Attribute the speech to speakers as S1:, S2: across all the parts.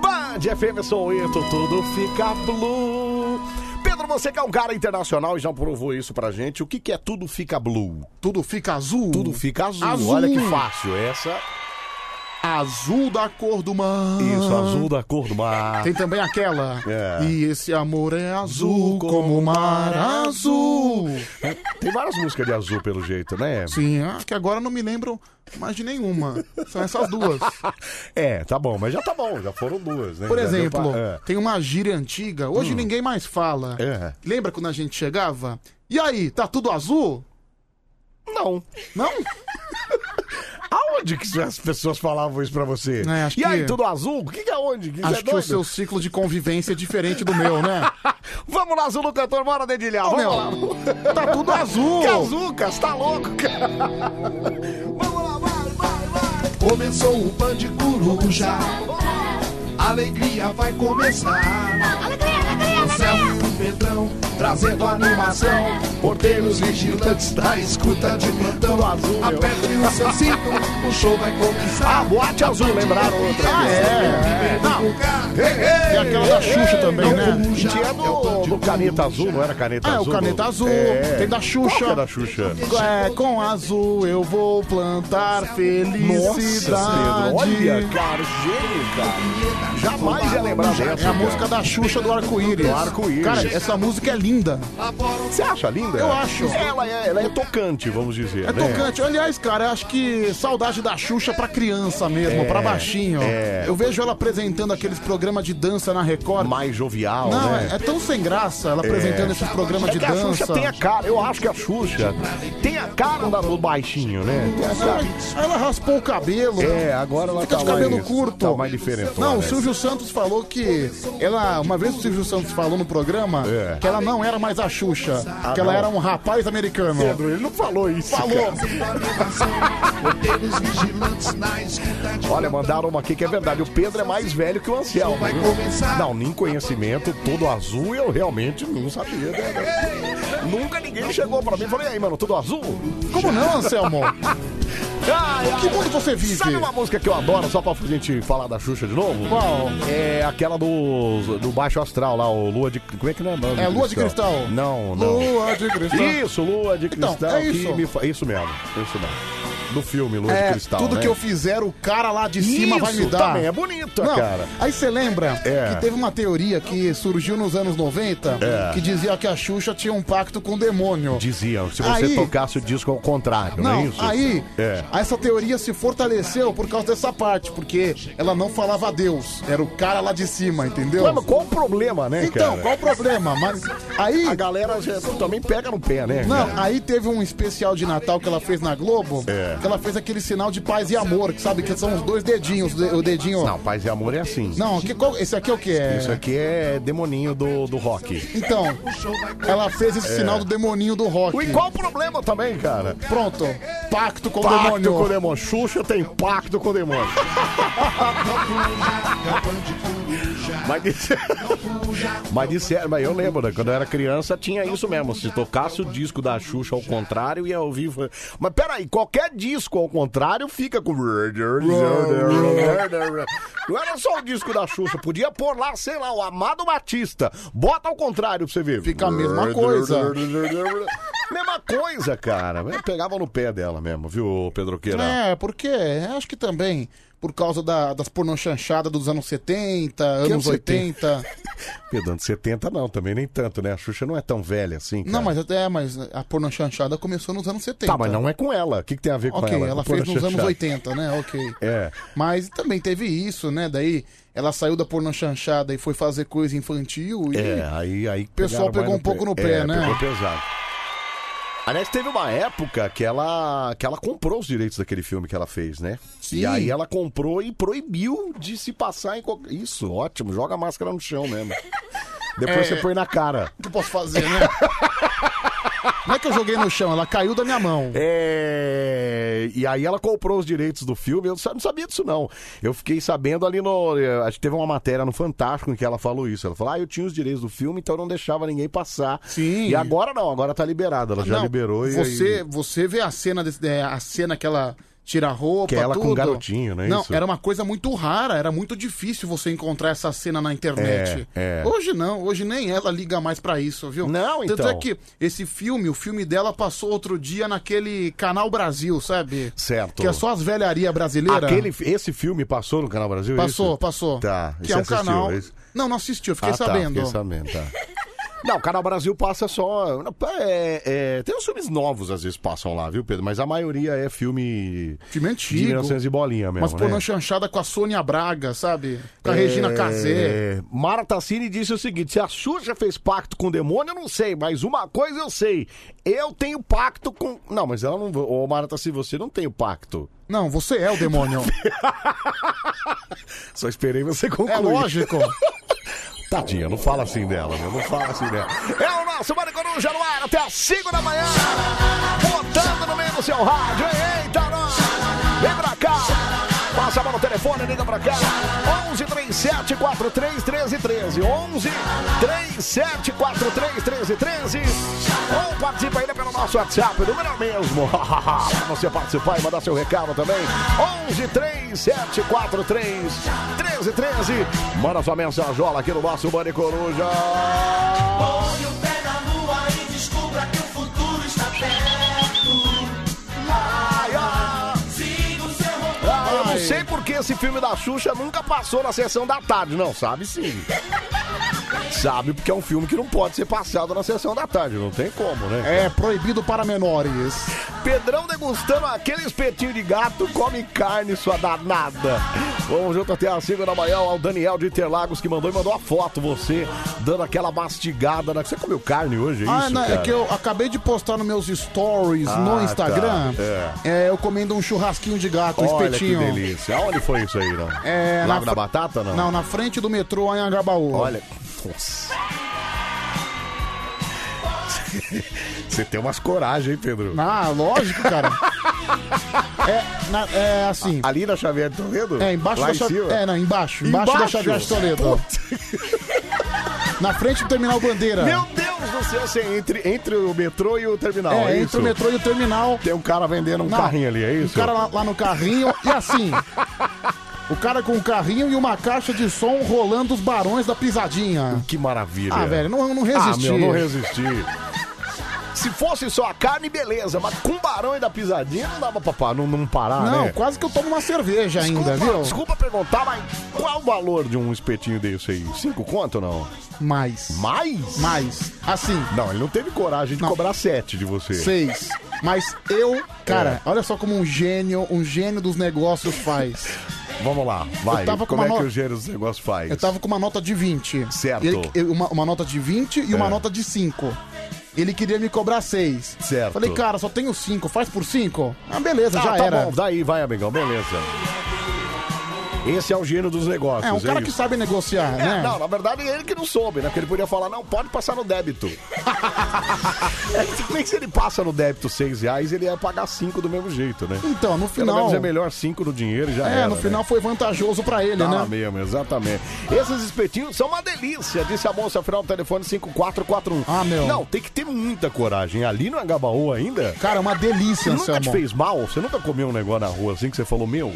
S1: Band FM Soweto, tudo fica blue. Pedro, você que é um cara internacional e já provou isso pra gente, o que, que é tudo fica blue?
S2: Tudo fica azul?
S1: Tudo fica azul.
S2: Azul.
S1: Olha que fácil essa.
S2: Azul da cor do mar.
S1: Isso, azul da cor do mar.
S2: Ah. Tem também aquela.
S1: É.
S2: E esse amor é azul como o mar azul.
S1: Tem várias músicas de azul, pelo jeito, né?
S2: Sim, é. acho que agora não me lembro mais de nenhuma. São essas duas.
S1: É, tá bom, mas já tá bom, já foram duas, né?
S2: Por
S1: Já deu
S2: exemplo,
S1: pra- é.
S2: tem uma gíria antiga, hoje
S1: Hum.
S2: ninguém mais fala.
S1: É.
S2: Lembra quando a gente chegava? E aí, tá tudo azul?
S1: Não.
S2: Não?
S1: Aonde que as pessoas falavam isso pra você?
S2: É, acho
S1: e aí,
S2: que-
S1: tudo azul? O que, que é onde? Que isso é
S2: Acho que o
S1: doido?
S2: seu ciclo de convivência é diferente do meu, né?
S1: Vamos lá, azul do cantor, bora dedilhar.
S2: Ô,
S1: Vamos
S2: meu,
S1: lá.
S2: Tá tudo azul.
S1: Cazucas, tá louco, cara? Vamos lá, vai, vai, vai. Começou o pan de coruja. Alegria vai começar. O céu do Pedrão, trazendo animação. Porteiros vigilantes da escuta de plantão azul. Aperte o seu cinto, o show vai começar. A boate azul, lembraram outra.
S2: Ah, é. é. Não,
S1: Ei,
S2: E aquela da Xuxa também,
S1: não,
S2: né?
S1: o- Tinha do, do É. Caneta Azul, não era Caneta
S2: Ah, é o
S1: Azul?
S2: Caneta Azul, tem da Xuxa.
S1: Qual que é da Xuxa?
S2: É, com azul eu vou plantar felicidade.
S1: olha, cara, gênio, cara. Jamais ia lembrar dessa.
S2: É a
S1: cara.
S2: música da Xuxa do Arco-Íris.
S1: Do Arco-Íris.
S2: Cara, essa música é linda.
S1: Você acha linda?
S2: Eu acho.
S1: Ela é, ela é tocante, vamos dizer.
S2: É
S1: né?
S2: tocante. Aliás, cara, acho que saudade da Xuxa pra criança mesmo,
S1: É,
S2: pra baixinho.
S1: é.
S2: Eu vejo ela apresentando aqueles programas de dança na Record.
S1: Mais jovial,
S2: Não,
S1: né?
S2: é, é tão sem graça ela apresentando esses programas
S1: É
S2: de
S1: que a Xuxa
S2: dança.
S1: tem a cara, eu acho que a Xuxa tem a cara da- do baixinho, né? Tem a cara-
S2: Ela, ela raspou o cabelo.
S1: É, agora ela
S2: Fica
S1: tá
S2: de cabelo
S1: mais,
S2: curto.
S1: Tá mais diferentona.
S2: Não, o
S1: né?
S2: Silvio Santos falou que ela, uma vez o Silvio Santos falou no programa
S1: É. Ah,
S2: que ela não era mais a Xuxa, que ela
S1: não.
S2: era um rapaz americano.
S1: Pedro, ele não falou isso.
S2: Falou.
S1: Olha, mandaram uma aqui que é verdade. O Pedro é mais velho que o Anselmo. viu? Não, nem conhecimento, todo azul eu realmente não sabia. né? Nunca ninguém chegou pra mim e falou: e aí, mano, tudo azul?
S2: Como não, Anselmo?
S1: Ai, ai.
S2: que mundo você vive?
S1: Sabe uma música que eu adoro, só pra gente falar da Xuxa de novo?
S2: Qual?
S1: É aquela do, do Baixo Astral lá, o Lua de. Como é que não é? Não,
S2: É Lua de Cristal.
S1: Não, não.
S2: Lua de cristal.
S1: Isso, Lua de
S2: Então,
S1: Cristal.
S2: é
S1: que
S2: isso.
S1: me fa- isso mesmo, isso mesmo. Do filme Lua de
S2: É,
S1: Cristal.
S2: tudo
S1: né?
S2: que eu fizer, o cara lá de cima vai
S1: Isso
S2: me dar.
S1: também, é bonito,
S2: Não,
S1: cara.
S2: Aí você lembra
S1: É.
S2: que teve uma teoria que surgiu nos anos 90
S1: É.
S2: que dizia que a Xuxa tinha um pacto com o demônio.
S1: Diziam, se você
S2: Aí-
S1: tocasse o disco ao contrário, não,
S2: Não,
S1: é isso?
S2: aí
S1: É.
S2: essa teoria se fortaleceu por causa dessa parte, porque ela não falava a Deus, era o cara lá de cima, entendeu?
S1: Ué, mas qual o problema, né,
S2: então,
S1: cara?
S2: qual o problema? Mas aí,
S1: A galera já- também pega no pé, né? cara?
S2: não, aí teve um especial de Natal que ela fez na Globo,
S1: É.
S2: que ela fez aquele sinal de paz e amor, que sabe que são os dois dedinhos, de- o dedinho.
S1: Não, paz e amor é assim.
S2: Não, que, qual- esse aqui é o que é?
S1: Isso aqui é demoninho do, do rock.
S2: Então, ela fez esse sinal do demoninho do rock.
S1: E É. qual o problema também, cara?
S2: Pronto, pacto com o
S1: Pacto
S2: demônio.
S1: com o demônio. Xuxa tem pacto com o demônio. mas, disse... mas disseram, mas eu lembro, né? Quando eu era criança tinha isso mesmo. Se tocasse o disco da Xuxa ao contrário, ia ouvir. Mas peraí, qualquer disco ao contrário fica com. Não era só o disco da Xuxa, podia pôr lá, sei lá, o Amado Batista. Bota ao contrário pra você ver.
S2: Fica a mesma coisa.
S1: Mesma coisa, cara. Eu Pegava no pé dela mesmo, viu, Pedro Queira?
S2: É, porque acho que também por causa da, das pornochanchadas dos anos 70, anos
S1: anos
S2: 80.
S1: Pedro, anos 70 não, também nem tanto, né? A Xuxa não é tão velha assim, cara.
S2: Não, mas até mas a pornochanchada começou nos anos 70.
S1: Tá, mas não é com ela. O que, que tem a ver com
S2: Ok,
S1: ela?
S2: ela, fez nos anos
S1: Pornochanchada.
S2: 80, né? Ok.
S1: É.
S2: Mas também teve isso, né? Daí ela saiu da pornochanchada e foi fazer coisa infantil e
S1: É, aí, aí
S2: O pessoal
S1: pegaram mais
S2: pegou um pouco no pé,
S1: É,
S2: né?
S1: Pegou pesado. Aliás, teve uma época que ela, que ela comprou os direitos daquele filme que ela fez, né?
S2: Sim.
S1: E aí ela comprou e proibiu de se passar em qualquer. Isso, ótimo, joga a máscara no chão mesmo. Depois
S2: É.
S1: você põe na cara.
S2: o que eu posso fazer, né? Não é que eu joguei no chão, ela caiu da minha mão.
S1: É, E aí ela comprou os direitos do filme, eu sa- não sabia disso não. Eu fiquei sabendo ali no. eh, Acho que teve uma matéria no Fantástico em que ela falou isso. Ela falou: ah, eu tinha os direitos do filme, então eu não deixava ninguém passar.
S2: Sim.
S1: E agora não, agora tá liberado. Ela já
S2: Não,
S1: liberou e.
S2: você, você vê a né, cena, desse- é, a cena que ela tira a roupa,
S1: Que é ela com
S2: tudo.
S1: garotinho, não é isso?
S2: era uma coisa muito rara, era muito difícil você encontrar essa cena na internet.
S1: É, é.
S2: Hoje não, hoje nem ela liga mais pra isso, viu?
S1: Não,
S2: Tanto
S1: então.
S2: é que esse filme, o filme dela passou outro dia naquele Canal Brasil, sabe?
S1: Certo.
S2: Que é só as velharias brasileiras.
S1: Aquele, esse filme passou no Canal Brasil? é
S2: Passou,
S1: isso?
S2: passou.
S1: Tá. e
S2: Que
S1: você
S2: é um
S1: assistiu,
S2: canal.
S1: é isso?
S2: Não, não assisti, eu fiquei
S1: Ah, tá,
S2: sabendo.
S1: fiquei sabendo, tá. Não, o Canal Brasil passa só. é, é, tem uns filmes novos, às vezes, passam lá, viu, Pedro? Mas a maioria é filme.
S2: Filme antigo.
S1: De 1900 e bolinha mesmo.
S2: Mas pô,
S1: né?
S2: na chanchada com a Sônia Braga, sabe? Com a Regina Casé.
S1: É, Marta Cine disse o seguinte: se a Xuxa fez pacto com o demônio, eu não sei, mas uma coisa eu sei. Eu tenho pacto com. Não, mas ela não. Ô, Marta, se você não tem o pacto.
S2: Não, você é o demônio.
S1: Só esperei você concluir.
S2: É lógico.
S1: Tadinha, não fala assim dela, meu. Não fala assim dela. É o nosso Mário Coruja no ar até as 5 da manhã. Botando no meio do seu rádio. hein? Eita, nós. Vem pra cá. Passa a mão no telefone, liga pra cá. 11 37 43 13 13. 11 37 43 13 13. Ou participa ainda pelo nosso WhatsApp, número mesmo. pra você participar e mandar seu recado também. 11 37 43 13 13. Manda sua mensajola aqui no nosso Mane Coruja.
S3: Põe o pé na lua e descubra que o futuro está perto. Ai, ai. Siga o seu roteiro.
S1: Ah, eu não sei porque esse filme da Xuxa nunca passou na sessão da tarde. Não, sabe sim. Sabe porque é um filme que não pode ser passado na sessão da tarde. Não tem como, né?
S2: É proibido para menores.
S1: Pedrão degustando aquele espetinho de gato, come carne, sua danada. Vamos junto até às 5 da manhã ao Daniel de Interlagos que mandou e mandou a foto, você dando aquela mastigada. Na... Você comeu carne hoje, é isso?
S2: ah, não, é
S1: cara?
S2: que eu acabei de postar nos meus stories no
S1: Ah,
S2: Instagram.
S1: tá,
S2: É. eu comendo um churrasquinho de gato, um
S1: Olha que
S2: espetinho.
S1: delícia. Aonde foi isso aí, não?
S2: É,
S1: Lago da
S2: fr-
S1: Batata, não?
S2: Não, na frente do metrô em Angabaú.
S1: Olha, nossa. Você tem umas coragem, hein, Pedro?
S2: Ah, lógico, cara. é, na- é assim.
S1: Ali na Xavier de Toledo?
S2: É, embaixo
S1: Lá
S2: da
S1: em
S2: chave...
S1: cima?
S2: É, não, embaixo. Embaixo, da
S1: Embaixo?
S2: Xavier de Toledo. Na frente do Terminal Bandeira.
S1: Meu Deus do céu, você assim, entre, entre o metrô e o terminal.
S2: É,
S1: É,
S2: entre
S1: isso?
S2: o metrô e o terminal.
S1: Tem um cara vendendo um
S2: Não,
S1: carrinho ali, é isso?
S2: O cara lá, lá no carrinho, e assim. o cara com um carrinho e uma caixa de som rolando os barões da pisadinha.
S1: Que maravilha.
S2: Ah, velho, não, não resisti.
S1: Ah, meu, não resisti. Se fosse só a carne, beleza, mas com barão e da pisadinha não dava pra parar, não, não parar,
S2: Não,
S1: né?
S2: quase que eu tomo uma cerveja ainda,
S1: Desculpa,
S2: viu?
S1: desculpa perguntar, mas qual o valor de um espetinho desse aí? Cinco conto ou não?
S2: Mais.
S1: Mais?
S2: Mais. Assim,
S1: Não, ele não teve coragem de cobrar sete de você.
S2: seis. Mas eu,
S1: É.
S2: cara, olha só como um gênio, um gênio dos negócios faz.
S1: Vamos lá, vai.
S2: Eu tava com
S1: Como é
S2: uma
S1: que
S2: no-
S1: o gênero dos negócios faz?
S2: Eu tava com uma nota de 20.
S1: Certo.
S2: E ele- eu- uma, uma nota de 20 e uma
S1: É.
S2: nota de 5. Ele queria me cobrar 6.
S1: Certo.
S2: Falei, cara, só tenho 5, faz por 5? Ah, beleza,
S1: Ah,
S2: já
S1: tá
S2: era.
S1: bom, daí vai, amigão, beleza. Esse é o gênero dos negócios.
S2: É, um cara que
S1: isso.
S2: sabe negociar,
S1: É,
S2: né?
S1: Não, na verdade ele que não soube, né? Porque ele podia falar, não, pode passar no débito. é, que nem se ele passa no débito seis reais, ele ia pagar cinco do mesmo jeito, né?
S2: Então, no
S1: Pelo menos
S2: final.
S1: é melhor cinco no dinheiro e já
S2: É,
S1: era,
S2: no
S1: né?
S2: final foi vantajoso pra ele,
S1: Tá
S2: né?
S1: mesmo, exatamente. Esses espetinhos são uma delícia, disse a moça final do telefone 5441.
S2: Ah, meu.
S1: Não, tem que ter muita coragem. Ali no Agabaú ainda,
S2: Cara, é uma delícia,
S1: nunca te
S2: Anselmo.
S1: fez mal? Você nunca comeu um negócio na rua assim que você falou, meu,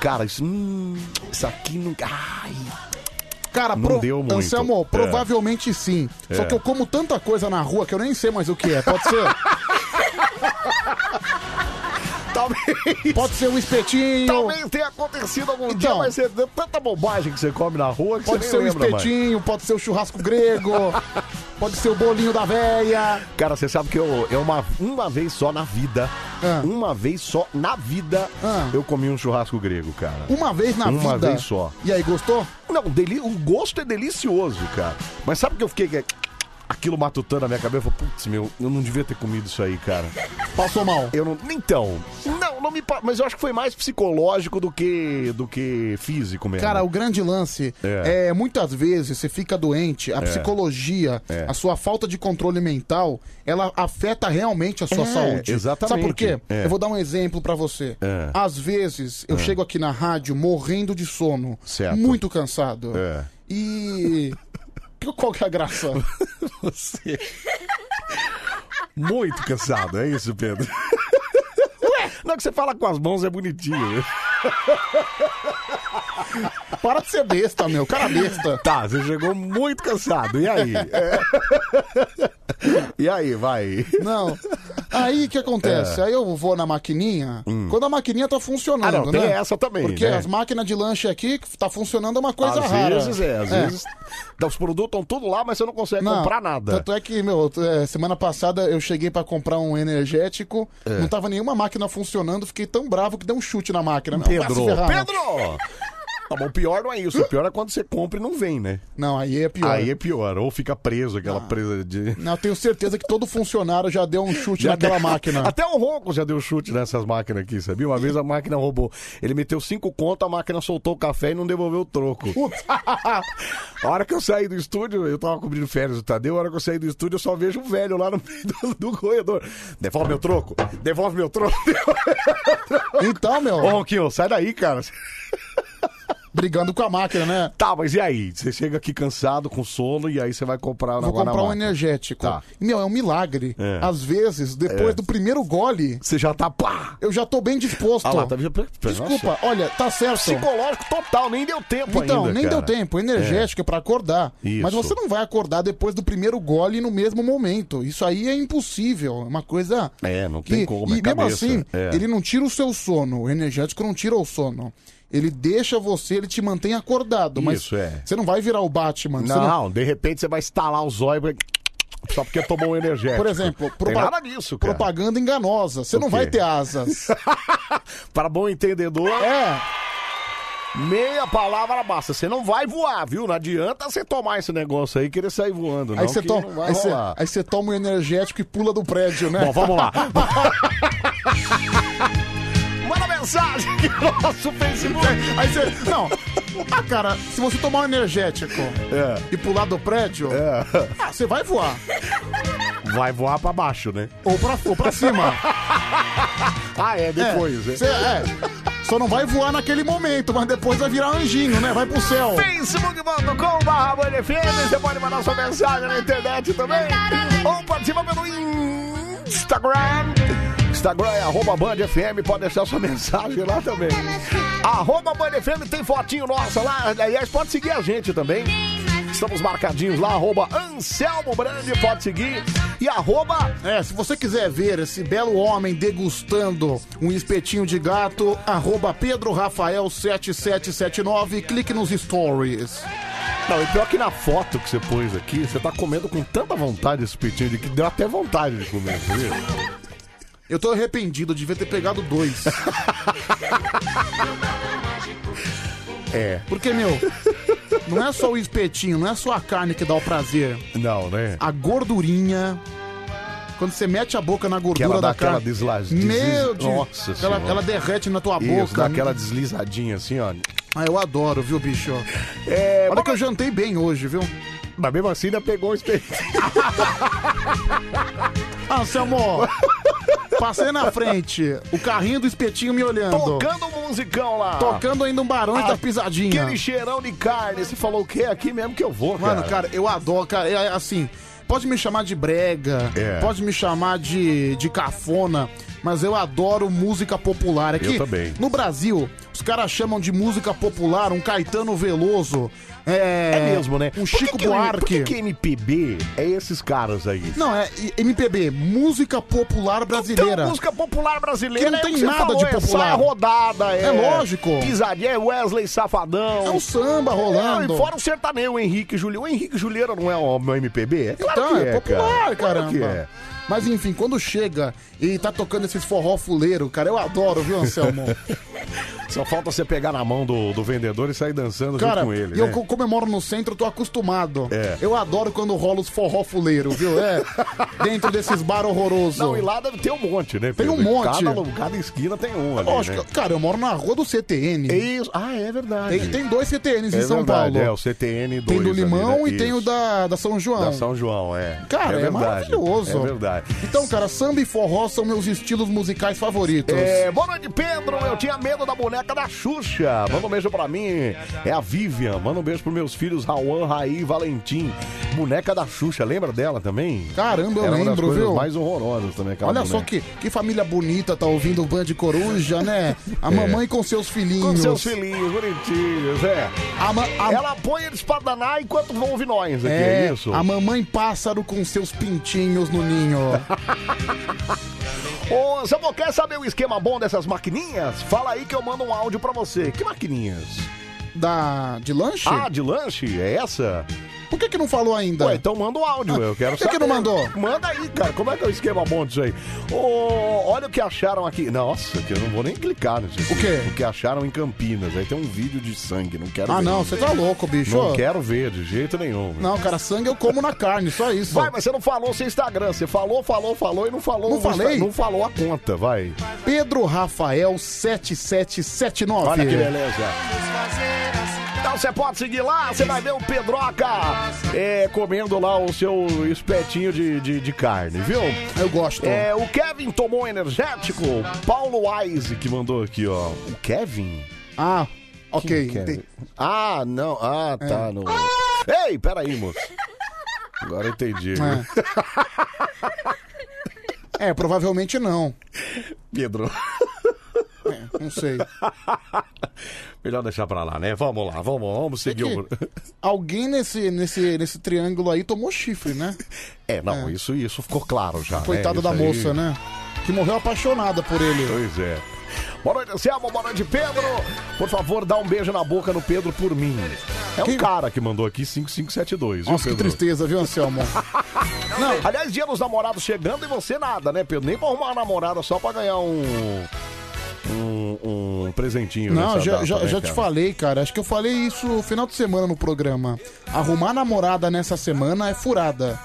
S1: cara, isso, hum, isso aqui não... Ai,
S2: Cara,
S1: Não deu muito.
S2: Anselmo,
S1: É.
S2: provavelmente sim. Só
S1: É.
S2: que eu como tanta coisa na rua que eu nem sei mais o que é. Pode ser,
S1: talvez...
S2: pode ser um espetinho,
S1: Talvez tenha acontecido algum dia,
S2: Então.
S1: mas é tanta bobagem que você come na rua que
S2: pode
S1: você
S2: ser
S1: nem
S2: um
S1: lembra mais.
S2: espetinho, pode ser o churrasco grego, pode ser o bolinho da véia.
S1: Cara, você sabe que eu, eu uma, uma vez só na vida,
S2: Ah.
S1: uma vez só na vida,
S2: Ah.
S1: eu comi um churrasco grego, cara.
S2: Uma vez na
S1: Uma
S2: vida.
S1: vez só.
S2: E aí, gostou?
S1: Não, deli... o gosto é delicioso, cara. Mas sabe o que eu fiquei. Aquilo matutando na minha cabeça, eu falei, putz, meu, eu não devia ter comido isso aí, cara.
S2: Passou mal.
S1: Eu não. Então. Não, não me. pa- Mas eu acho que foi mais psicológico do que. do que físico mesmo.
S2: Cara, o grande lance
S1: É.
S2: é. muitas vezes você fica doente, a psicologia,
S1: É.
S2: a sua falta de controle mental, ela afeta realmente a sua
S1: É,
S2: saúde.
S1: exatamente.
S2: Sabe por quê?
S1: É.
S2: Eu vou dar um exemplo pra você.
S1: É.
S2: Às vezes eu chego aqui na rádio morrendo de sono,
S1: Certo.
S2: muito cansado.
S1: É.
S2: E qual que é a graça?
S1: Você. Muito cansado, é isso, Pedro? Não é que você fala com as mãos, é bonitinho.
S2: Para de ser besta, meu. Cara é besta.
S1: Tá, você chegou muito cansado. E aí? É. E aí, vai.
S2: Não. Aí o que acontece?
S1: É.
S2: Aí eu vou na maquininha,
S1: Hum.
S2: quando a maquininha tá funcionando,
S1: Ah, não, tem
S2: né?
S1: essa também,
S2: Porque
S1: né?
S2: as máquinas de lanche aqui que tá funcionando é uma coisa
S1: às
S2: rara. Ah,
S1: vezes, é, às vezes. Então, Os produtos estão tudo lá, mas você não consegue
S2: Não,
S1: comprar nada.
S2: Tanto é que, meu, é, semana passada eu cheguei pra comprar um energético,
S1: É.
S2: não tava nenhuma máquina funcionando, fiquei tão bravo que dei um chute na máquina. Meu, vai se
S1: Pedro,
S2: ferrar, né?
S1: Pedro! Tá bom, o pior não é isso. O pior é quando você compra e não vem, né?
S2: Não, aí é pior. Ah.
S1: Aí é pior. Ou fica preso, aquela presa de.
S2: Não, eu tenho certeza que todo funcionário já deu um chute
S1: Já
S2: naquela
S1: deu-
S2: máquina.
S1: Até o Ronco já deu chute nessas máquinas aqui, sabia? Uma vez a máquina roubou. Ele meteu cinco conto, a máquina soltou o café e não devolveu o troco. a hora que eu saí do estúdio, eu tava cobrindo férias do Tadeu, a hora que eu saí do estúdio, eu só vejo um velho lá no meio do, do corredor. Devolve meu troco! Devolve meu troco!
S2: Então, meu.
S1: Ô, Ronquinho, sai daí, cara.
S2: Brigando com a máquina, né?
S1: Tá, mas e aí? Você chega aqui cansado, com sono, e aí você vai comprar
S2: Vou comprar um energético.
S1: Tá.
S2: Meu, é um milagre.
S1: É.
S2: Às vezes, depois
S1: É.
S2: do primeiro gole,
S1: Você já tá pá!
S2: eu já tô bem disposto.
S1: Ah lá, tá...
S2: Desculpa,
S1: Nossa.
S2: olha, tá certo.
S1: Psicológico total, nem deu tempo
S2: Então,
S1: ainda,
S2: nem
S1: cara.
S2: deu tempo. Energético é pra acordar.
S1: Isso.
S2: Mas você não vai acordar depois do primeiro gole no mesmo momento. Isso aí é impossível. É uma coisa.
S1: É, não tem
S2: Que,
S1: como, é
S2: e mesmo
S1: cabeça.
S2: assim,
S1: É.
S2: ele não tira o seu sono. O energético não tira o sono. Ele deixa você, ele te mantém acordado. Mas
S1: Isso, é.
S2: você não vai virar o Batman. você
S1: Não, de repente você vai estalar os olhos só porque tomou um energético.
S2: Por exemplo,
S1: Tem
S2: propa-
S1: nada disso, cara.
S2: propaganda enganosa. Você
S1: O
S2: não vai
S1: quê?
S2: ter asas.
S1: Para bom entendedor,
S2: é.
S1: meia palavra basta. Você não vai voar, viu? Não adianta você tomar esse negócio aí e querer sair voando, não.
S2: Aí você,
S1: que
S2: to-
S1: não vai
S2: aí você-
S1: rolar.
S2: aí você toma um energético e pula do prédio, né?
S1: Bom, vamos lá. Manda mensagem aqui no nosso Facebook.
S2: Aí você. Não. Ah, cara, se você tomar um energético
S1: É.
S2: e pular do prédio, ah, você vai voar.
S1: Vai voar pra baixo, né?
S2: Ou pra, ou pra cima.
S1: Ah, é, depois.
S2: é.
S1: É.
S2: Você- é. Só não vai voar naquele momento, mas depois vai virar anjinho, né? Vai pro céu.
S1: facebook.com você pode mandar sua mensagem na internet também ou participa pelo Instagram Instagram é arroba Band FM, pode deixar sua mensagem lá também arroba Band FM, tem fotinho nossa lá, aliás pode seguir a gente também estamos marcadinhos lá, arroba Anselmo Brandi, pode seguir e arroba
S2: É, se você quiser ver esse belo homem degustando um espetinho de gato, arroba Pedro Rafael 7779, clique nos stories.
S1: Não, e pior que na foto que você pôs aqui, você tá comendo com tanta vontade esse pitinho de que deu até vontade de comer, viu?
S2: Eu tô arrependido, eu devia ter pegado dois.
S1: É.
S2: Porque, meu, não é só o espetinho, não é só a carne que dá o prazer.
S1: Não, né?
S2: A gordurinha. Quando você mete a boca na
S1: Que ela
S2: gordura
S1: dá
S2: da
S1: aquela
S2: carne.
S1: desliz...
S2: Meu
S1: desliz-
S2: Deus!
S1: Nossa
S2: ela,
S1: Senhora.
S2: ela derrete na tua
S1: Isso,
S2: boca.
S1: dá aquela deslizadinha assim, ó.
S2: Ah, eu adoro, viu, bicho?
S1: É,
S2: Olha que eu jantei bem hoje, viu?
S1: mas mesmo assim ainda pegou o espelho.
S2: Ah, amor. Passei na frente, o carrinho do espetinho me olhando.
S1: Tocando um musicão lá. Ah,
S2: Tocando ainda um barões da pisadinha.
S1: Aquele cheirão de carne. Você falou o quê? É Aqui mesmo que eu vou, cara.
S2: Mano, cara, eu adoro, cara, é assim, pode me chamar de brega,
S1: É.
S2: pode me chamar de, de cafona, mas eu adoro música popular. É
S1: Eu
S2: que
S1: também.
S2: No Brasil, os caras chamam de música popular um Caetano Veloso, é,
S1: É mesmo, né?
S2: um
S1: Por que
S2: Chico
S1: que-
S2: Buarque.
S1: Por que, que MPB é esses caras aí?
S2: Não, é I- MPB, música popular brasileira.
S1: Então, música popular brasileira
S2: Que não
S1: é o
S2: tem
S1: você
S2: nada de
S1: é
S2: popular.
S1: saia rodada, é...
S2: É lógico.
S1: Pisadinha, é Wesley Safadão.
S2: É um samba rolando.
S1: É, e fora o sertanejo, o Henrique Juliano. O Henrique Juliano não é o meu MPB? É claro
S2: Então,
S1: que
S2: é, popular,
S1: cara. Claro
S2: caramba.
S1: que é.
S2: Mas enfim, quando chega e tá tocando esses forró fuleiro, cara, eu adoro, viu, Anselmo?
S1: Só falta você pegar na mão do, do vendedor e sair dançando
S2: Cara,
S1: junto com ele,
S2: e eu
S1: né?
S2: co- como eu moro no centro, eu tô acostumado.
S1: É.
S2: Eu adoro quando rola os forró fuleiro, viu? É. Dentro desses bar horroroso.
S1: Não, e lá deve ter um monte, né?
S2: Tem um
S1: Pedro?
S2: monte.
S1: Cada, lu- cada esquina tem um ali,
S2: Lógico,
S1: né?
S2: cara, eu moro na rua do CTN.
S1: É Isso. Ah, é verdade.
S2: Tem, tem dois CTNs
S1: É
S2: em São
S1: verdade,
S2: Paulo.
S1: É, o CTN 2
S2: tem do Limão e tem o
S1: da...
S2: da, da São João.
S1: né? da São João, é.
S2: Cara, é
S1: verdade.
S2: maravilhoso.
S1: É verdade. cara.
S2: Então, cara, samba e forró são meus estilos musicais favoritos.
S1: É, boa noite, Pedro. Eu tinha medo da boneca da Xuxa. Manda um beijo pra mim. É a Vivian. Manda um beijo pros meus filhos, Rauan, Raí e Valentim. Boneca da Xuxa, lembra dela também?
S2: Caramba, eu
S1: Era uma das
S2: lembro,
S1: coisas
S2: viu?
S1: mais horrorosas também, aquela
S2: Olha só
S1: boneca.
S2: que, que família bonita tá ouvindo o Band Coruja, né? A
S1: É.
S2: mamãe com seus filhinhos.
S1: Com seus filhinhos bonitinhos, é. Ela põe eles pra danar enquanto vão ouvir nós aqui, é,
S2: É,
S1: isso?
S2: a mamãe pássaro com seus pintinhos no ninho.
S1: Ô, Samu, quer saber o Tá esquema bom dessas maquininhas? Fala aí que eu mando um áudio pra você. Que maquininhas?
S2: Da... de lanche?
S1: Ah, de lanche? É essa?
S2: Por que que não falou ainda?
S1: Ué, então manda o áudio, eu quero
S2: Por que que não mandou?
S1: Manda aí, cara. Como é que é o esquema bom disso aí? Ô, olha o que acharam aqui. Nossa, que eu não vou nem clicar nisso. aqui.
S2: O quê?
S1: O que acharam em Campinas. Aí tem um vídeo de sangue, não quero
S2: Ah,
S1: ver.
S2: não, você tá louco, bicho.
S1: Não quero ver de jeito nenhum.
S2: Não, cara, sangue eu como na carne, só isso.
S1: Vai, mas você não falou seu Instagram. Você falou, falou, falou e não falou.
S2: Não
S1: o Insta-
S2: falei?
S1: Não falou a conta, vai.
S2: Pedro Rafael 7779.
S1: Olha que beleza. Então você pode seguir lá, você vai ver o Pedroca é, comendo lá o seu espetinho de, de, de carne, viu?
S2: Eu gosto.
S1: É, o Kevin tomou energético. Paulo Wise que mandou aqui, ó. O Kevin?
S2: Ah,
S1: ok. Ah, não. Ah,
S2: É.
S1: tá. No... Ei, peraí, moço. Agora eu entendi. viu?
S2: É, provavelmente não.
S1: Pedro.
S2: É, não sei.
S1: Melhor deixar pra lá, né? Vamos lá, vamos, vamos seguir o.
S2: Alguém nesse, nesse, nesse triângulo aí tomou chifre, né?
S1: É, não, Isso, isso ficou claro já. né?
S2: Coitada da
S1: Isso aí-
S2: moça, né? Que morreu apaixonada por ele.
S1: Pois é. Boa noite, Anselmo. Boa noite, Pedro. Por favor, dá um beijo na boca no Pedro por mim. É um cara que mandou aqui 5572. viu,
S2: Nossa, que
S1: Pedro?
S2: tristeza, viu, Anselmo?
S1: Não. Aliás, dia dos namorados chegando e você nada, né, Pedro? Nem pra arrumar uma namorada só pra ganhar um. Um, um presentinho.
S2: Não,
S1: nessa
S2: já,
S1: data,
S2: já,
S1: né,
S2: já te
S1: cara?
S2: falei, cara. Acho que eu falei isso no final de semana no programa. Arrumar namorada nessa semana é furada.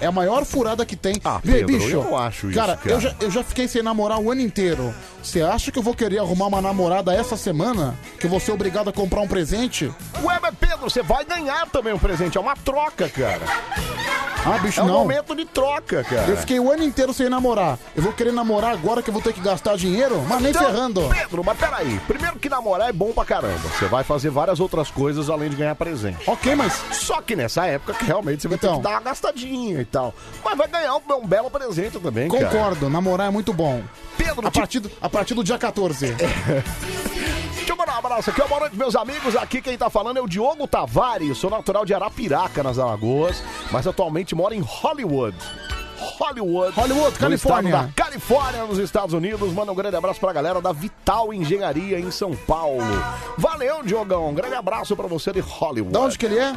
S2: É a maior furada que tem. Ah,
S1: Pedro, eu não acho isso,
S2: Cara,
S1: cara.
S2: Eu, já, eu já fiquei sem namorar o ano inteiro. Você acha que eu vou querer arrumar uma namorada essa semana? Que eu vou ser obrigado a comprar um presente?
S1: Ué, mas Pedro, você vai ganhar também um presente. É uma troca, cara.
S2: Ah, bicho,
S1: é um
S2: não.
S1: momento de troca, cara.
S2: Eu fiquei o ano inteiro sem namorar. Eu vou querer namorar agora que eu vou ter que gastar dinheiro? Mas nem
S1: Então,
S2: ferrando.
S1: Pedro, mas peraí. Primeiro que namorar é bom pra caramba. Você vai fazer várias outras coisas além de ganhar presente.
S2: Ok, mas. Então.
S1: Só que nessa época que realmente você vai ter que dar uma gastadinha e tal. Mas vai ganhar um, um belo presente também, cara.
S2: Concordo, namorar é muito bom.
S1: Pedro,
S2: a partir, do- a partir do dia 14.
S1: Deixa eu mandar um abraço aqui, ó, boa noite, meus amigos. Aqui quem tá falando é o Diogo Tavares. Sou natural de Arapiraca, nas Alagoas, mas atualmente moro em Hollywood. Hollywood,
S2: Hollywood,
S1: no
S2: Califórnia.
S1: estado da Califórnia, nos Estados Unidos. Manda um grande abraço pra galera da Vital Engenharia em São Paulo. Valeu, Diogão. Um grande abraço pra você de Hollywood. Da onde
S2: que ele é?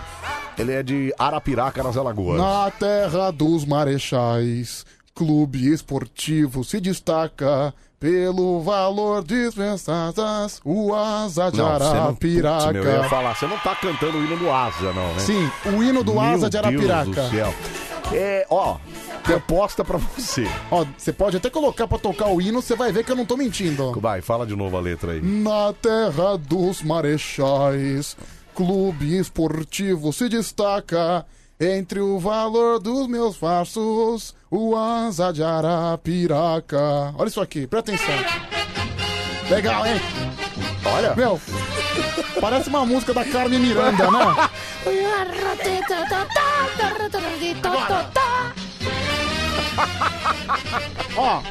S1: Ele é de Arapiraca, nas Alagoas.
S2: Na terra dos marechais, clube esportivo se destaca pelo valor dispensado às ruas de
S1: Não, você não-
S2: Arapiraca.
S1: Putz, meu, eu ia falar, você não tá cantando o hino do Asa, não, né?
S2: Sim, o hino do
S1: Meu
S2: Asa de Arapiraca.
S1: Deus do céu. É, ó, proposta pra você.
S2: Ó, você pode até colocar pra tocar o hino, você vai ver que eu não tô mentindo.
S1: Vai, fala de novo a letra aí.
S2: Na terra dos marechais, clube esportivo se destaca. Entre o valor dos meus farsos, o asa de Arapiraca. Olha isso aqui, presta atenção. Legal, hein?
S1: Olha.
S2: Meu, parece uma música da Carmen Miranda, né? Ó.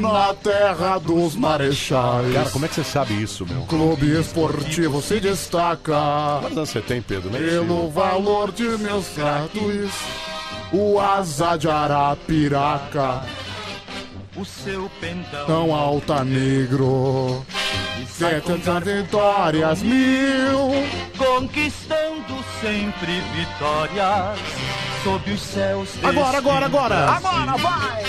S2: Na terra dos marechais.
S1: Cara, como é que você sabe isso, meu?
S2: Clube esportivo se destaca.
S1: Quantos anos você tem, Pedro? Não é
S2: Pelo
S1: possível.
S2: valor de meus tratos, o asa de Arapiraca,
S3: O seu pendão.
S2: tão alta negro. Setenta vitórias mil.
S3: Conquistando sempre vitórias. Sob os céus.
S2: Agora, agora, agora.
S3: Agora, vai!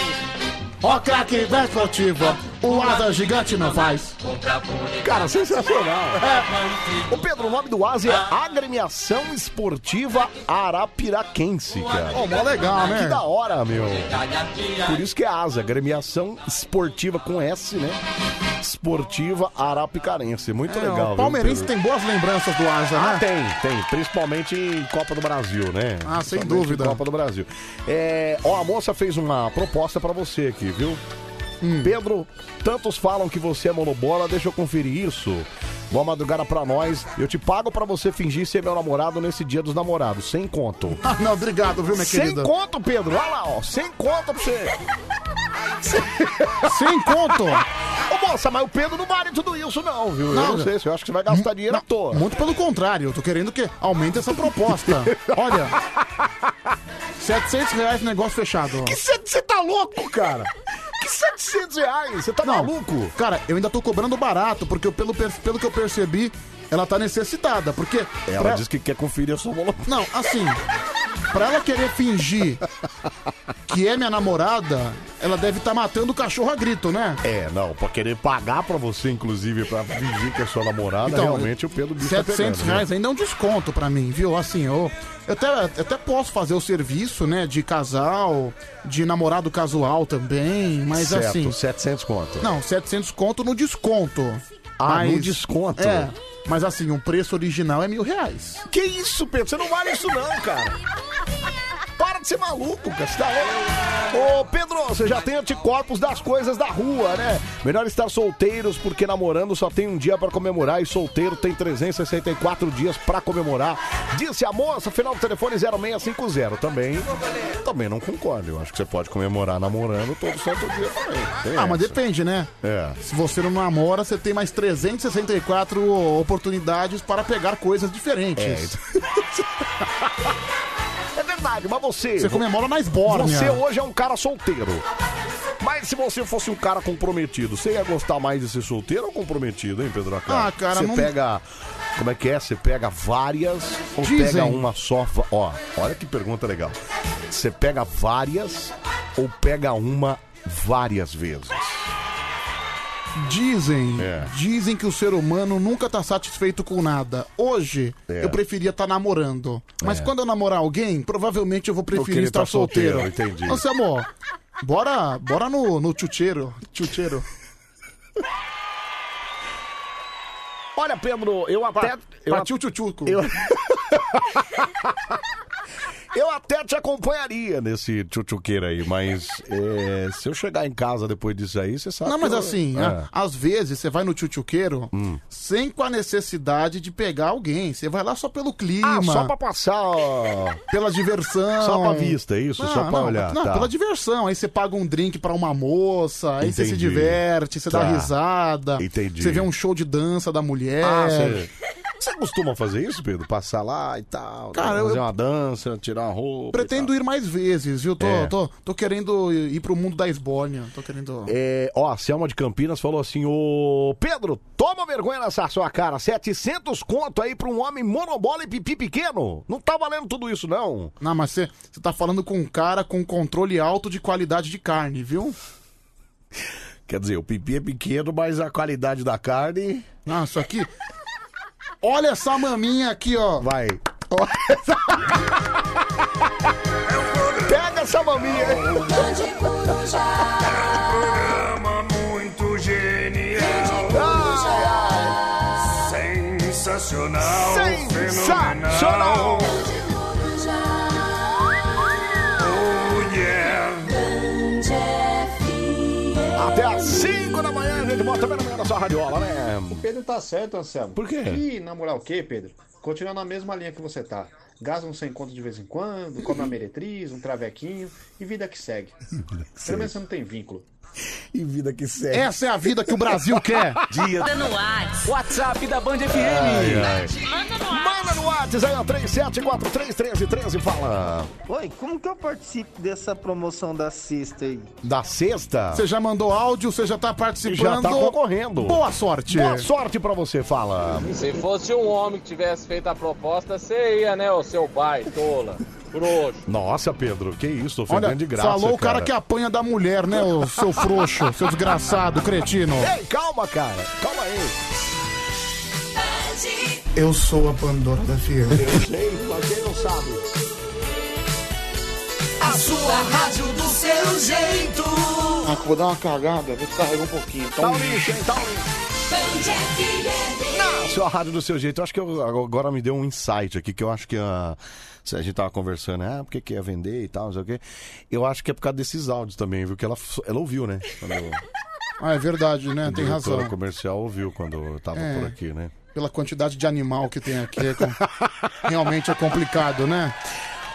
S2: Ó, craque da esportiva, O asa gigante não faz.
S1: Cara, sensacional. É. Ô Pedro, o nome do ASE é Agremiação Esportiva Arapiraquense, cara.
S2: Ó, mó legal, né?
S1: Que da hora, meu. Por isso que é ASA, Agremiação Esportiva com S, né? Esportiva Arapicarense. Muito
S2: É,
S1: legal.
S2: o palmeirense tem boas lembranças do Asa,
S1: né? Ah, tem, tem. Principalmente em Copa do Brasil, né?
S2: Ah, sem
S1: Principalmente
S2: dúvida.
S1: Em Copa do Brasil. É, ó, a moça fez uma proposta pra você aqui, viu?
S2: Hum.
S1: Pedro, tantos falam que você é monobola, deixa eu conferir isso. Boa madrugada pra nós. Eu te pago pra você fingir ser meu namorado nesse dia dos namorados, sem conto.
S2: Ah, não, obrigado, viu, minha
S1: Sem
S2: querida?
S1: conto, Pedro. Olha lá, ó. Sem conto pra você.
S2: Sem conto.
S1: Ô, moça, mas o Pedro não vale tudo isso, não, viu? eu não sei se eu acho que você vai gastar dinheiro à toa.
S2: Muito pelo contrário, eu tô querendo que aumente essa proposta. Olha, 700 reais negócio fechado.
S1: Você tá louco, cara? Que 700 reais? Você tá maluco?
S2: Cara, eu ainda tô cobrando barato, porque eu- pelo, per- pelo que eu percebi, ela tá necessitada, porque...
S1: Ela disse que quer conferir a sua monobola.
S2: Não, assim, pra ela querer fingir que é minha namorada, ela deve estar matando o cachorro a grito, né?
S1: É, não, pra querer pagar pra você, inclusive, pra fingir que é sua namorada, realmente o Pedro bicho tá
S2: 700
S1: pegando, né?
S2: Então, reais ainda é um desconto pra mim, viu? Assim, eu, eu até, eu até posso fazer o serviço, né? De casal, de namorado casual também, mas
S1: certo,
S2: assim.
S1: 700 conto.
S2: Não, 700 conto no desconto.
S1: Ah, no desconto.
S2: É. Mas assim, o preço original é mil reais.
S1: Que isso, Pedro? Você não vale isso não, cara. Para de ser maluco, cara. Você tá louco? Ô, Pedro, você já tem anticorpos das coisas da rua, né? Melhor estar solteiros, porque namorando só tem um dia pra comemorar e solteiro tem 364 dias pra comemorar. Disse a moça, final do telefone 0650. Também, também não concordo. Eu acho que você pode comemorar namorando todo santo dia também. Tem
S2: ah, mas
S1: essa.
S2: depende, né?
S1: É.
S2: Se você não namora, você tem mais 364 oportunidades para pegar coisas diferentes.
S1: É, isso- É verdade, mas você.
S2: Você comemora na esbórnia.
S1: Você hoje é um cara solteiro. Mas se você fosse um cara comprometido, você ia gostar mais de ser solteiro ou comprometido, hein, Pedro Acá?
S2: Ah, cara,
S1: Você
S2: não-
S1: pega. Como é que é? Você pega várias ou
S2: Dizem.
S1: pega uma só? Va- Ó, olha que pergunta legal. Você pega várias ou pega uma várias vezes?
S2: Dizem,
S1: É.
S2: dizem que o ser humano nunca tá satisfeito com nada. Hoje,
S1: É.
S2: eu preferia estar namorando. Mas
S1: É.
S2: quando eu namorar alguém, provavelmente eu vou
S1: Porque ele
S2: preferir estar
S1: tá
S2: solteiro.
S1: solteiro, entendi.
S2: Ô, Samuel, bora, bora no, no tchutcheiro. Tchutcheiro.
S1: Olha, Pedro, eu até. eu
S2: Partiu o tchutchuco.
S1: Eu... Eu até te acompanharia nesse tchutchuqueira aí, mas é, se eu chegar em casa depois disso aí, você sabe.
S2: Não, mas
S1: que eu- Hum.
S2: assim,
S1: É.
S2: a- às vezes você vai no tchutchuqueiro sem com a necessidade de pegar alguém. Você vai lá só pelo clima.
S1: Ah, só pra passar. ó.
S2: Pela diversão.
S1: Só pra vista, é isso? Só pra olhar,
S2: Não,
S1: tá.
S2: pela diversão. Aí você paga um drink pra uma moça, aí você se
S1: Entendi.
S2: diverte, você
S1: Tá.
S2: dá risada.
S1: Entendi.
S2: Você vê um show de dança da mulher.
S1: Ah, você. Você costuma fazer isso, Pedro? Passar lá e tal,
S2: Cara,
S1: fazer
S2: eu-
S1: uma dança, tirar uma roupa. e
S2: Pretendo ir mais vezes, viu? Tô,
S1: É.
S2: tô, tô querendo ir pro mundo da esbórnia. Tô querendo.
S1: É, ó, a Selma de Campinas falou assim: Ô Pedro, toma vergonha nessa sua cara. 700 conto aí pra um homem monobola e pipi pequeno. Não tá valendo tudo isso, não.
S2: Não, mas você você tá falando com um cara com controle alto de qualidade de carne, viu?
S1: Quer dizer, o pipi é pequeno, mas a qualidade da carne.
S2: Ah, isso aqui. Olha essa maminha aqui, ó.
S1: Vai. Pega essa maminha aí.
S4: programa muito genial, sensacional,
S1: Ah!
S4: fenomenal.
S1: Sensacional!
S4: Oh yeah,
S1: Até às 5 da manhã, a gente bota bem na manhã na sua radiola, né?
S5: Pedro tá certo, Anselmo.
S1: Por quê?
S5: Ih, namorar o quê, Pedro? Continua na mesma linha que você tá. Gasta um sem conto de vez em quando, come uma meretriz, um travequinho e vida que segue. Pelo menos você não tem vínculo.
S1: E vida que segue.
S2: Essa é a vida que o Brasil quer.
S1: Dia
S6: No WhatsApp.
S7: WhatsApp da Band FM.
S6: Manda no ar.
S1: Manda no WhatsApp aí, ó, 37431313, fala.
S8: Oi, como que eu participo dessa promoção da cesta aí?
S1: Da sexta?
S2: Você já mandou áudio, você já tá participando.
S1: Ah. Já tá concorrendo.
S2: Boa sorte.
S1: Boa sorte pra você, fala.
S9: Se fosse um homem que tivesse feito a proposta, você ia, né, o seu pai, tola.
S1: Nossa, Pedro, que isso, tô ofendendo
S2: Olha,
S1: de graça.
S2: falou o cara que apanha da mulher, né, ô seu frouxo, seu desgraçado, cretino.
S1: Ei, calma, cara. Calma aí.
S2: Eu sou a Pandora da Fiel.
S1: Eu sei, mas quem não sabe?
S3: A sua rádio do seu jeito.
S7: Ah, que eu vou dar uma cagada, vou descarregar um pouquinho. Tá
S1: um lixo, hein? Tá um
S3: Não.
S1: Sua rádio do seu jeito. Eu acho que eu- agora me deu um insight aqui, que eu acho que a, se a gente tava conversando, ah, porque que ia vender e tal, não sei o quê. Eu acho que é por causa desses áudios também, viu? Que ela, ela ouviu, né? Quando eu-
S2: Ah, é verdade, né?
S1: a
S2: Tem
S1: diretora
S2: razão.
S1: comercial ouviu quando eu tava
S2: É.
S1: por aqui, né?
S2: Pela quantidade de animal que tem aqui, é com- realmente é complicado, né?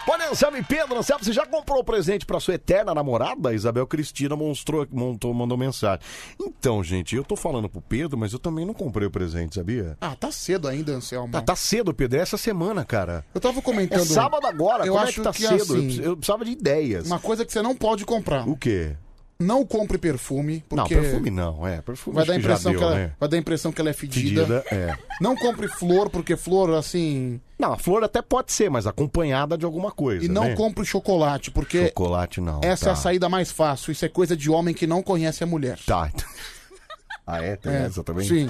S1: Olha, Anselmo e Pedro, Anselmo, você já comprou presente pra sua eterna namorada? Isabel Cristina monstrou, montou, mandou mensagem. Então, gente, eu tô falando pro Pedro, mas eu também não comprei o presente, sabia?
S2: Ah, tá cedo ainda, Anselmo.
S1: Tá, tá cedo, Pedro, é essa semana, cara.
S2: Eu tava comentando.
S1: É sábado agora,
S2: eu
S1: como
S2: acho
S1: é que tá
S2: que
S1: cedo? Eu
S2: assim-
S1: precis- Eu precisava de ideias.
S2: Uma coisa que você não pode comprar.
S1: O quê?
S2: Não compre perfume, porque
S1: Não, perfume não, é. Perfume
S2: vai
S1: acho
S2: dar a
S1: que
S2: impressão
S1: já
S2: que
S1: deu,
S2: ela
S1: né?
S2: vai dar a impressão que ela é fedida.
S1: Fedida, é.
S2: Não compre flor, porque flor assim,
S1: Não, a flor até pode ser, mas acompanhada de alguma coisa.
S2: e não
S1: né?
S2: compre chocolate, porque
S1: Chocolate não.
S2: essa é a
S1: tá.
S2: saída mais fácil. Isso é coisa de homem que não conhece a mulher.
S1: Tá. Ah, é? Tem essa também?
S2: Sim.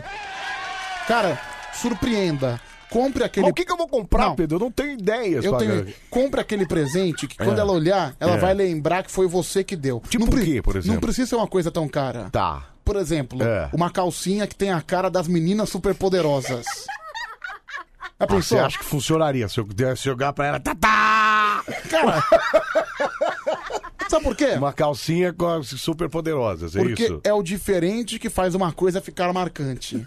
S2: Cara, surpreenda. Compre aquele.
S1: Mas o que, que eu vou comprar,
S2: Não.
S1: Pedro? Eu não tenho ideias,
S2: Eu
S1: pra-
S2: tenho... Compre aquele presente que quando
S1: É.
S2: ela olhar, ela
S1: É.
S2: vai lembrar que foi você que deu.
S1: Tipo
S2: não
S1: o quê, por exemplo?
S2: Não precisa ser uma coisa tão cara.
S1: Tá.
S2: Por exemplo,
S1: É.
S2: uma calcinha que tem a cara das meninas superpoderosas. Já
S1: Ah, você
S2: pensou?
S1: acha que funcionaria se eu desse jogar pra ela? Tá, tá!
S2: Cara, Sabe por quê?
S1: Uma calcinha com as super poderosas, é
S2: Porque
S1: isso?
S2: é o diferente que faz uma coisa ficar marcante.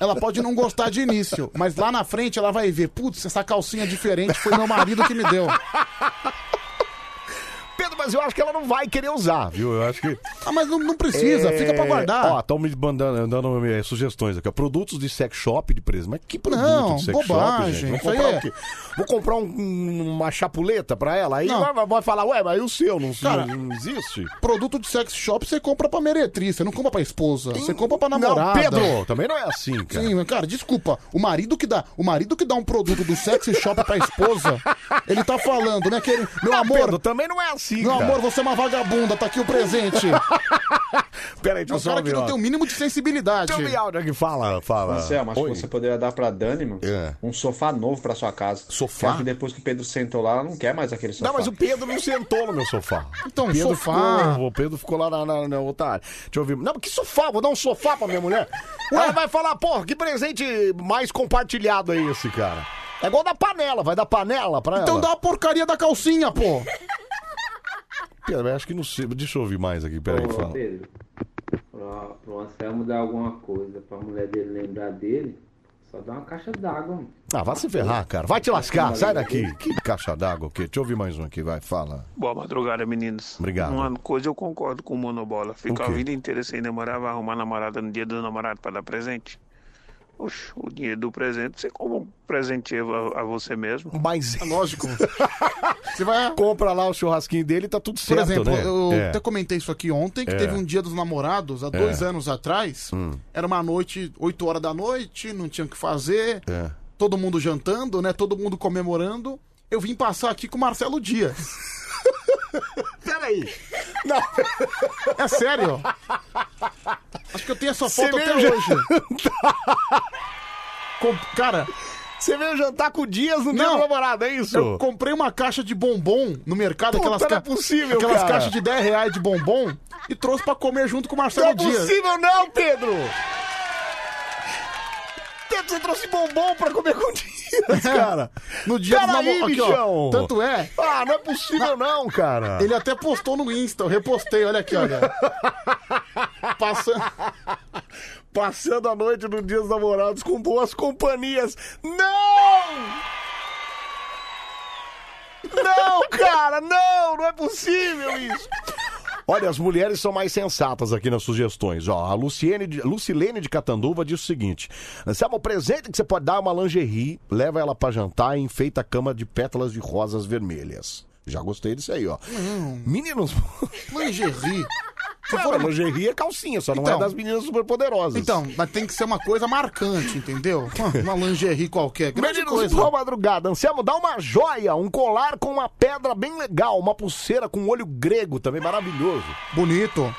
S2: Ela pode não gostar de início, mas lá na frente ela vai ver, putz, essa calcinha diferente foi meu marido que me deu.
S1: Pedro, mas eu acho que ela não vai querer usar, viu? Eu acho que.
S2: Ah, mas não, não precisa,
S1: É,
S2: fica pra guardar.
S1: Ó, estão me mandando, dando eh, sugestões aqui. ó. Produtos de sex shop de preço. Mas que produto
S2: Não,
S1: de sex
S2: bobagem,
S1: shop, gente?
S2: isso
S1: Vou
S2: aí
S1: comprar,
S2: é-
S1: o quê? Vou comprar um- uma chapuleta pra ela. Aí
S2: Não.
S1: vai, vai- vai falar, ué, mas e o seu não,
S2: Cara,
S1: não existe?
S2: Produto de sex shop você compra pra meretriz, você não compra pra esposa, você compra pra namorada.
S1: Não, Pedro, também não é assim, cara.
S2: Sim, mas cara, desculpa. O marido que dá, o marido que dá um produto do sex shop pra esposa, ele tá falando, né? Que ele, meu amor,
S1: Pedro, também não é assim,
S2: meu
S1: cara.
S2: amor, você é uma vagabunda, tá aqui o presente.
S1: Peraí,
S2: É
S1: deixa eu
S2: um
S1: só
S2: cara que
S1: ouvir,
S2: não
S1: ó.
S2: tem o mínimo de sensibilidade.
S1: Deixa eu ouvir áudio Então, aqui, fala, fala.
S5: Marcelo, acho
S1: Oi.
S5: que você poderia dar pra Dani, mano,
S1: É.
S5: um sofá novo pra sua casa.
S1: Sofá?
S5: Eu Acho que depois que o Pedro sentou lá, ela não quer mais aquele sofá.
S1: Não, mas o Pedro não sentou no meu sofá.
S2: Então,
S1: Pedro
S2: sofá.
S1: Ficou, o Pedro ficou lá na, na, na outra área. Deixa eu ouvir. Não, mas que sofá? Vou dar um sofá pra minha mulher. Ela vai falar, porra, que presente mais compartilhado é esse, cara? É igual da panela, vai dar panela pra
S2: Então
S1: ela.
S2: dá a porcaria da calcinha, pô.
S1: Pedro, acho que não sei. Deixa eu ouvir mais aqui, peraí.
S9: Ô,
S1: Fala.
S9: Pedro, pro, pro Anselmo dar alguma coisa pra mulher dele lembrar dele, só dá uma caixa d'água. mano.
S1: Ah, vai se ferrar, cara. Vai te lascar, sai daqui. Que caixa d'água, o quê? Deixa eu ouvir mais um aqui, vai, fala.
S10: Boa madrugada, meninos.
S1: Obrigado.
S10: Uma coisa eu concordo com o Monobola.
S1: O quê?
S10: Ficar a vida inteira sem namorar, vai arrumar namorada no dia do namorado para dar presente. Oxe, o dinheiro do presente, você compra um presente a, a você mesmo.
S1: Mas.
S2: Lógico. Você vai.
S1: Compra lá o churrasquinho dele e tá tudo
S2: Por
S1: certo,
S2: exemplo,
S1: né?
S2: eu
S1: É.
S2: até comentei isso aqui ontem, que
S1: É. Hum.
S2: teve um dia dos namorados, há dois anos atrás. Era uma noite, 8 horas da noite, não tinha o que fazer.
S1: É.
S2: Todo mundo jantando, né? Todo mundo comemorando. Eu vim passar aqui com o Marcelo Dias.
S1: Peraí.
S2: É sério. Acho que eu tenho essa foto
S1: Você
S2: até
S1: veio
S2: hoje. Com- Cara,
S1: Você veio jantar com o Dias no dia
S2: Não.
S1: do namorado, é isso?
S2: eu comprei uma caixa de bombom no mercado,
S1: Puta,
S2: aquelas,
S1: não
S2: ca...
S1: é possível,
S2: aquelas
S1: cara.
S2: caixas de 10 reais de bombom, e trouxe pra comer junto com o Marcelo
S1: não é
S2: Dias.
S1: possível não, Pedro! Pedro, você trouxe bombom pra comer com o Dias,
S2: É.
S1: cara!
S2: No dia
S1: Pera
S2: do
S1: aí,
S2: namorado. Aqui,
S1: bichão.
S2: ó. Tanto é,
S1: Ah, não é possível não, cara!
S2: ele até postou no Insta, eu repostei, olha aqui, olha. Passando.
S1: Passando a noite no Dia dos Namorados com boas companhias. Não! Não, cara, não! Não é possível isso! Olha, as mulheres são mais sensatas aqui nas sugestões. Ó, a Luciene de- Lucilene de Catanduva diz o seguinte: Anselmo, o presente que você pode dar é uma lingerie, leva ela pra jantar e enfeita a cama de pétalas de rosas vermelhas. Já gostei disso aí, ó. Meninos,
S2: Lingerie.
S1: Se for lingerie, é calcinha, só não é das meninas superpoderosas.
S2: Então, mas tem que ser uma coisa marcante, entendeu? Uma lingerie qualquer, grande
S1: Meninos,
S2: coisa.
S1: boa madrugada. Anselmo, dá uma joia, um colar com uma pedra bem legal, uma pulseira com um olho grego também, maravilhoso.
S2: Bonito.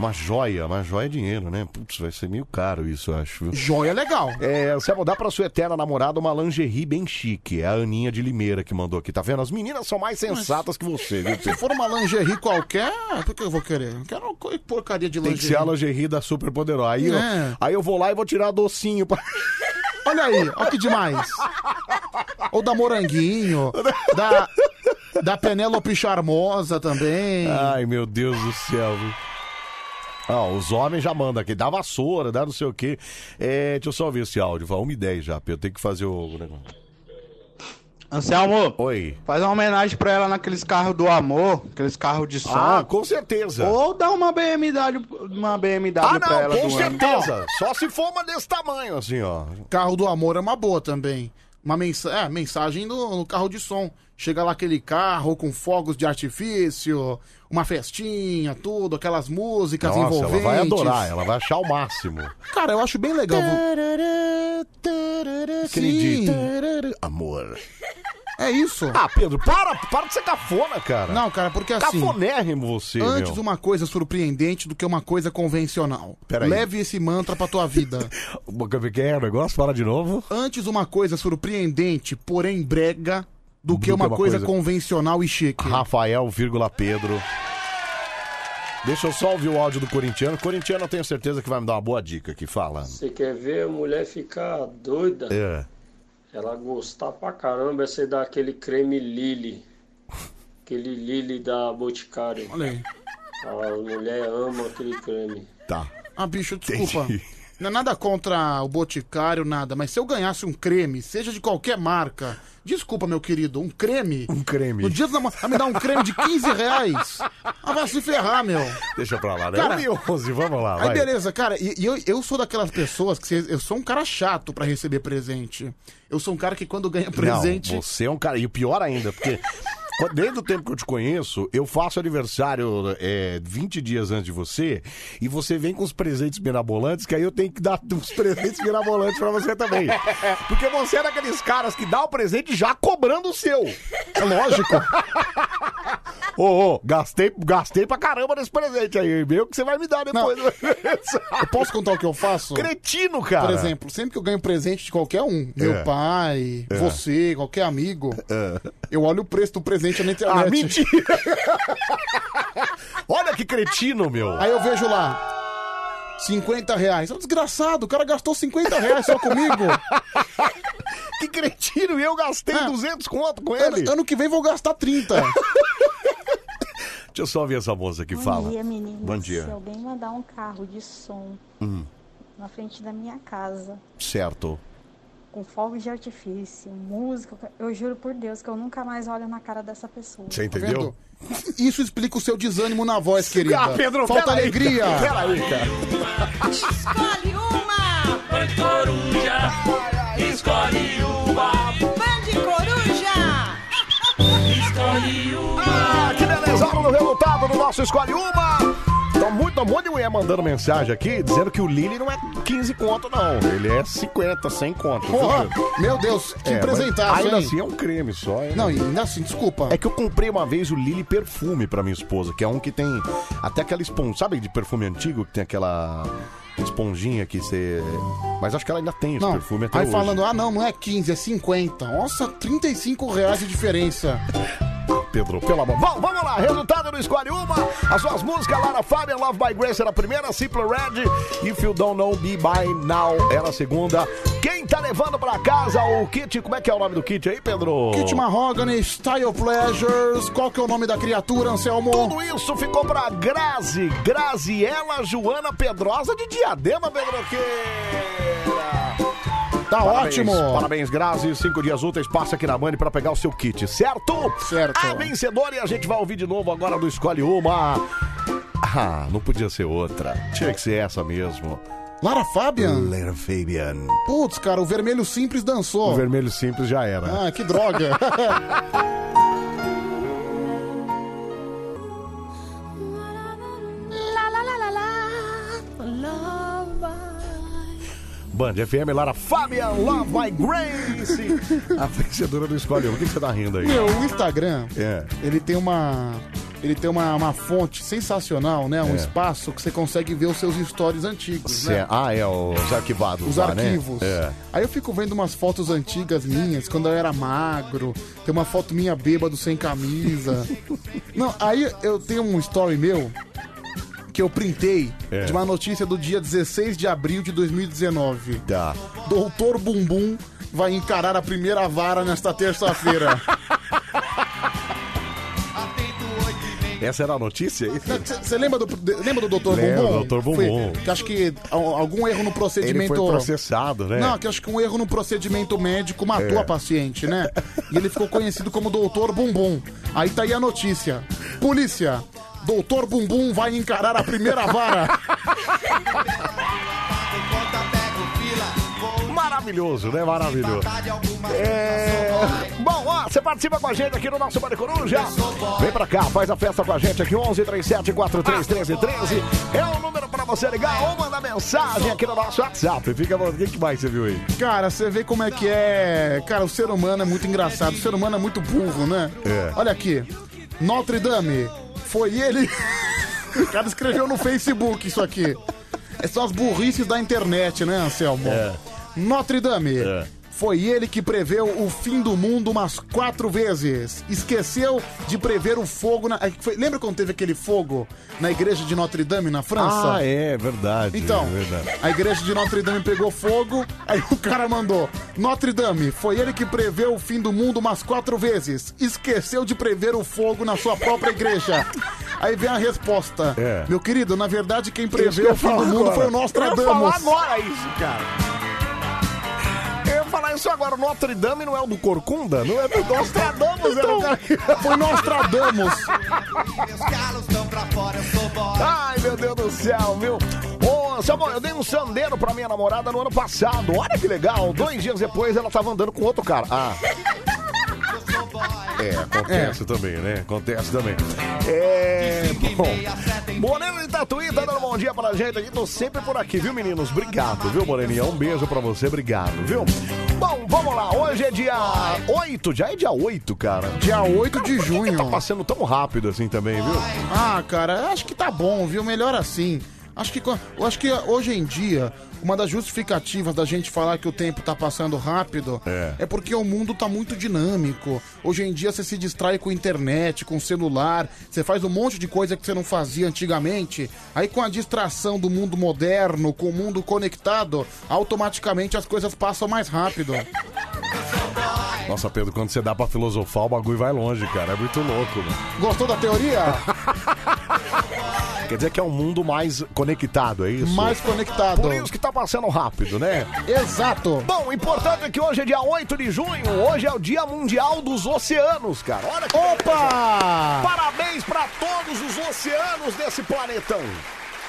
S1: Uma joia, uma joia é dinheiro, né? Putz, vai ser meio caro isso, eu acho. viu?
S2: Joia legal.
S1: É, Anselmo, dá pra sua eterna namorada uma lingerie bem chique. É a Aninha de Limeira que mandou aqui, tá vendo? As meninas são mais sensatas que você, viu?
S2: Se
S1: Pedro?
S2: for uma lingerie qualquer, por que eu vou querer? Eu quero uma porcaria de
S1: Tem
S2: lingerie.
S1: que ser a lingerie da Super Poderosa. Aí, eu-
S2: É.
S1: aí eu vou lá e vou tirar docinho pra...
S2: Olha aí, olha que demais. Ou da Moranguinho, da, da Penélope Charmosa também.
S1: Ai, meu Deus do céu. viu? Ah, os homens já mandam aqui, dá vassoura, dá não sei o quê. É, deixa eu só ouvir esse áudio, vai, 1h10 já, Pedro, tem que fazer o negócio.
S11: Anselmo,
S1: Oi.
S11: faz uma homenagem pra ela naqueles carros do amor, aqueles carros de som.
S1: Ah, com certeza.
S11: Ou dá uma BMW, uma BMW
S1: Ah,
S11: pra ela
S1: não, com
S11: do ano.
S1: certeza. Só se for uma desse tamanho, assim, ó.
S2: Carro do Amor é uma boa também. Uma mensa é, mensagem no, no carro de som. Chega lá aquele carro com fogos de artifício, uma festinha, tudo, aquelas músicas
S1: Nossa, ela
S2: envolventes.
S1: vai adorar, ela vai achar o máximo.
S2: Cara, eu acho bem legal.
S1: Acredito.
S2: Sim.
S1: Amor.
S2: É isso.
S1: Ah, Pedro, para, para de ser cafona, cara.
S2: Não, cara, porque assim-
S1: Cafonérrimo você,
S2: Antes
S1: meu.
S2: uma coisa surpreendente do que uma coisa convencional.
S1: Peraí.
S2: Leve esse mantra pra tua vida.
S1: Como é que é o negócio? Fala de novo.
S2: Antes uma coisa surpreendente, porém brega, do, que uma, coisa, convencional e chique.
S1: Rafael, vírgula Pedro. Deixa eu só ouvir o áudio do corintiano. Corintiano, eu tenho certeza que vai me dar uma boa dica aqui. Fala.
S12: Você quer ver a mulher ficar doida?
S1: É.
S12: Ela gostar pra caramba, você dá aquele creme Lily. Aquele Lily da Boticário.
S2: Olha aí.
S12: A mulher ama aquele creme.
S1: Tá.
S2: Ah, bicho, desculpa. Não é nada contra o Boticário, nada, mas se eu ganhasse um creme, seja de qualquer marca, desculpa, meu querido, um creme. Um
S1: creme.
S2: No dia dos namorados, vai me dar um creme de 15 reais. Ah, vai se ferrar, meu.
S1: Deixa pra lá, né?
S2: Cara-
S1: 11, vamos lá, vai.
S2: Aí beleza, cara, e, e eu, eu sou daquelas pessoas que cê- eu sou um cara chato pra receber presente. Eu sou um cara que quando ganha presente.
S1: Não, você é um cara. E o pior ainda, porque quando- desde o tempo que eu te conheço, eu faço aniversário é, 20 dias antes de você e você vem com os presentes mirabolantes, que aí eu tenho que dar uns presentes mirabolantes pra você também. Porque você é daqueles caras que dá o presente já cobrando o seu. É lógico. Ô, ô, gastei, gastei pra caramba nesse presente aí. Meu que você vai me dar depois. eu
S2: posso contar o que eu faço?
S1: Cretino, cara.
S2: Por exemplo, sempre que eu ganho presente de qualquer um, meu pai,
S1: É.
S2: você, qualquer amigo, eu olho o preço do presente na internet.
S1: Ah, mentira! Olha que cretino, meu.
S2: Aí eu vejo lá, 50 reais. É um desgraçado, o cara gastou 50 reais só comigo.
S1: que cretino, e eu gastei 200 conto com
S2: ele. Ah. Ano, ano que vem vou gastar 30.
S1: Deixa eu só ver essa moça que
S13: Bom
S1: fala.
S13: dia, meninos.
S1: Bom dia.
S13: Se alguém mandar um carro de som
S1: Hum,
S13: na frente da minha casa,
S1: certo.
S13: com fogos de artifício, música, eu juro por Deus que eu nunca mais olho na cara dessa pessoa. Tá
S1: Você entendeu?
S2: Tá Isso explica o seu desânimo na voz, querida.
S1: Ah, Pedro,
S2: Falta
S1: peraí,
S2: alegria.
S1: peraí, cara.
S3: Escolhe uma! Bande coruja! Escolhe uma! Bande coruja! Escolhe uma!
S1: Ah, que beleza, hora do resultado do nosso Escolhe Uma. Tá muito, um monte de mulher mandando mensagem aqui, dizendo que o Lili não é 15 conto, não. Ele é 50, 100 conto. viu,
S2: Porra,
S1: Pedro?
S2: meu Deus, que
S1: É, mas
S2: presentaço,
S1: Ainda
S2: hein?
S1: assim é um creme só, hein?
S2: Não, e ainda assim, desculpa.
S1: É que eu comprei uma vez o Lily Perfume pra minha esposa, que é um que tem até aquela esponja, sabe de perfume antigo que tem aquela esponjinha que você. Mas acho que ela ainda tem esse
S2: Não,
S1: perfume até
S2: aí
S1: hoje.
S2: falando, ah não, não é 15, é 50. Nossa, 35 reais de diferença.
S1: Pedro, pelo amor. Bom, vamos lá, resultado do Escolhe Uma. As suas músicas, Lara Fabian, Love by Grace era a primeira, Simple Red, If You Don't Know Me By Now era a segunda. Quem tá levando pra casa o kit, como é que é o nome do kit aí, Pedro?
S2: Kit Mahogany, né? Style Pleasures, qual que é o nome da criatura, Anselmo?
S1: Tudo isso ficou pra Grazi, Graziela Joana Pedrosa de Diadema, Pedroqueira.
S2: Tá
S1: Parabéns,
S2: ótimo.
S1: Parabéns, Grazi. Cinco dias úteis, passa aqui na Band pra pegar o seu kit, certo?
S2: Certo.
S1: A vencedora e a gente vai ouvir de novo agora do Escolhe Uma. Ah, não podia ser outra. Tinha que ser essa mesmo.
S2: Lara Fabian?
S1: Lara Fabian.
S2: Putz, cara, o vermelho simples dançou.
S1: O vermelho simples já era.
S2: Ah, que droga.
S1: Band FM, Lara Fábia, Love by Grace. A vencedora do Escolhe Um. Por que você tá rindo aí?
S2: Meu, né? o Instagram,
S1: É.
S2: ele tem uma. Ele tem uma, uma fonte sensacional, né? Um
S1: É.
S2: espaço que você consegue ver os seus stories antigos,
S1: Cê-
S2: né?
S1: Ah, é, os arquivados
S2: Os
S1: lá, né?
S2: arquivos.
S1: É.
S2: Aí eu fico vendo umas fotos antigas minhas, quando eu era magro. Tem uma foto minha bêbado sem camisa. Não, aí eu tenho um story meu que eu printei
S1: É.
S2: de uma notícia do dia 16 de abril de 2019.
S1: Tá.
S2: Doutor Bumbum vai encarar a primeira vara nesta terça-feira.
S1: Essa era a notícia? é aí?
S2: Você lembra do, de- lembra do Dr.
S1: Lembro,
S2: Bumbum?
S1: Dr. Bumbum.
S2: Foi- que acho que a- algum erro no
S1: Ele
S2: procedimento.
S1: foi processado, né?
S2: Não, que acho que um erro no procedimento médico matou
S1: É.
S2: a paciente, né? E ele ficou conhecido como Doutor Bumbum. Aí tá aí a notícia. Polícia, Doutor Bumbum vai encarar a primeira vara.
S1: Maravilhoso, né? Maravilhoso. É... Bom, ó, você participa com a gente aqui no nosso Bande Coruja. Vem pra cá, faz a festa com a gente aqui, 11 37 43 13 13. É o número pra você ligar ou mandar mensagem aqui no nosso WhatsApp. Fica à vontade. O que que mais você viu aí?
S2: Cara, você vê como é que é. Cara, o ser humano é muito engraçado. O ser humano é muito burro, né?
S1: É.
S2: Olha aqui. Notre Dame. Foi ele. o cara escreveu no Facebook isso aqui. É só as burrices da internet, né, Anselmo?
S1: É.
S2: Notre Dame. Foi ele que preveu o fim do mundo umas quatro vezes. Esqueceu de prever o fogo. Na... é, foi- Lembra quando teve aquele fogo na igreja de Notre Dame, na França?
S1: Ah, é verdade.
S2: Então,
S1: é verdade.
S2: a igreja de Notre Dame pegou fogo, aí o cara mandou: Notre Dame, foi ele que preveu o fim do mundo umas quatro vezes. Esqueceu de prever o fogo na sua própria igreja. Aí vem a resposta:
S1: É.
S2: Meu querido, na verdade, quem
S1: Isso que eu
S2: preveu
S1: ia
S2: o fim do
S1: falar
S2: mundo
S1: agora.
S2: foi o
S1: Eu ia falar
S2: Nostradamus.
S1: agora isso, cara. Eu ia falar isso agora. Notre Dame não é o do Corcunda? Não é do Nostradamus, era o cara que...
S2: Então, Foi Nostradamus.
S1: Ai, meu Deus do céu, viu? Ô, Samuel, eu dei um sandeiro pra minha namorada Ah, no ano passado. Olha que legal. Dois dias depois ela tava andando com outro cara. Ah. É, acontece também, né? Acontece também. É. Bom. Moreno de Tatuí tá dando um bom dia pra gente aqui. Tô sempre por aqui, viu, meninos? Obrigado, viu, Moreninha? Um beijo pra você, obrigado, viu? Bom, vamos lá. Hoje é dia 8, já é dia 8, cara.
S2: Dia 8 de junho.
S1: Tá passando tão rápido assim também, viu?
S2: Ah, cara, acho que tá bom, viu? Melhor assim. Acho que, co- eu acho que hoje em dia, uma das justificativas da gente falar que o tempo tá passando rápido é, porque o mundo tá muito dinâmico. Hoje em dia você se distrai com internet, com celular, você faz um monte de coisa que você não fazia antigamente. Aí com a distração do mundo moderno, com o mundo conectado, automaticamente as coisas passam mais rápido.
S1: Nossa, Pedro, quando você dá pra filosofar, o bagulho vai longe, cara. É muito louco, mano.
S2: Gostou da teoria?
S1: Quer dizer que é um mundo mais conectado, é isso?
S2: Mais conectado.
S1: Por isso que tá passando rápido, né?
S2: Exato.
S1: Bom, o importante é que hoje é dia 8 de junho. Hoje é o Dia Mundial dos Oceanos, cara. Olha que
S2: Opa!
S1: beleza. Parabéns pra todos os oceanos desse planetão.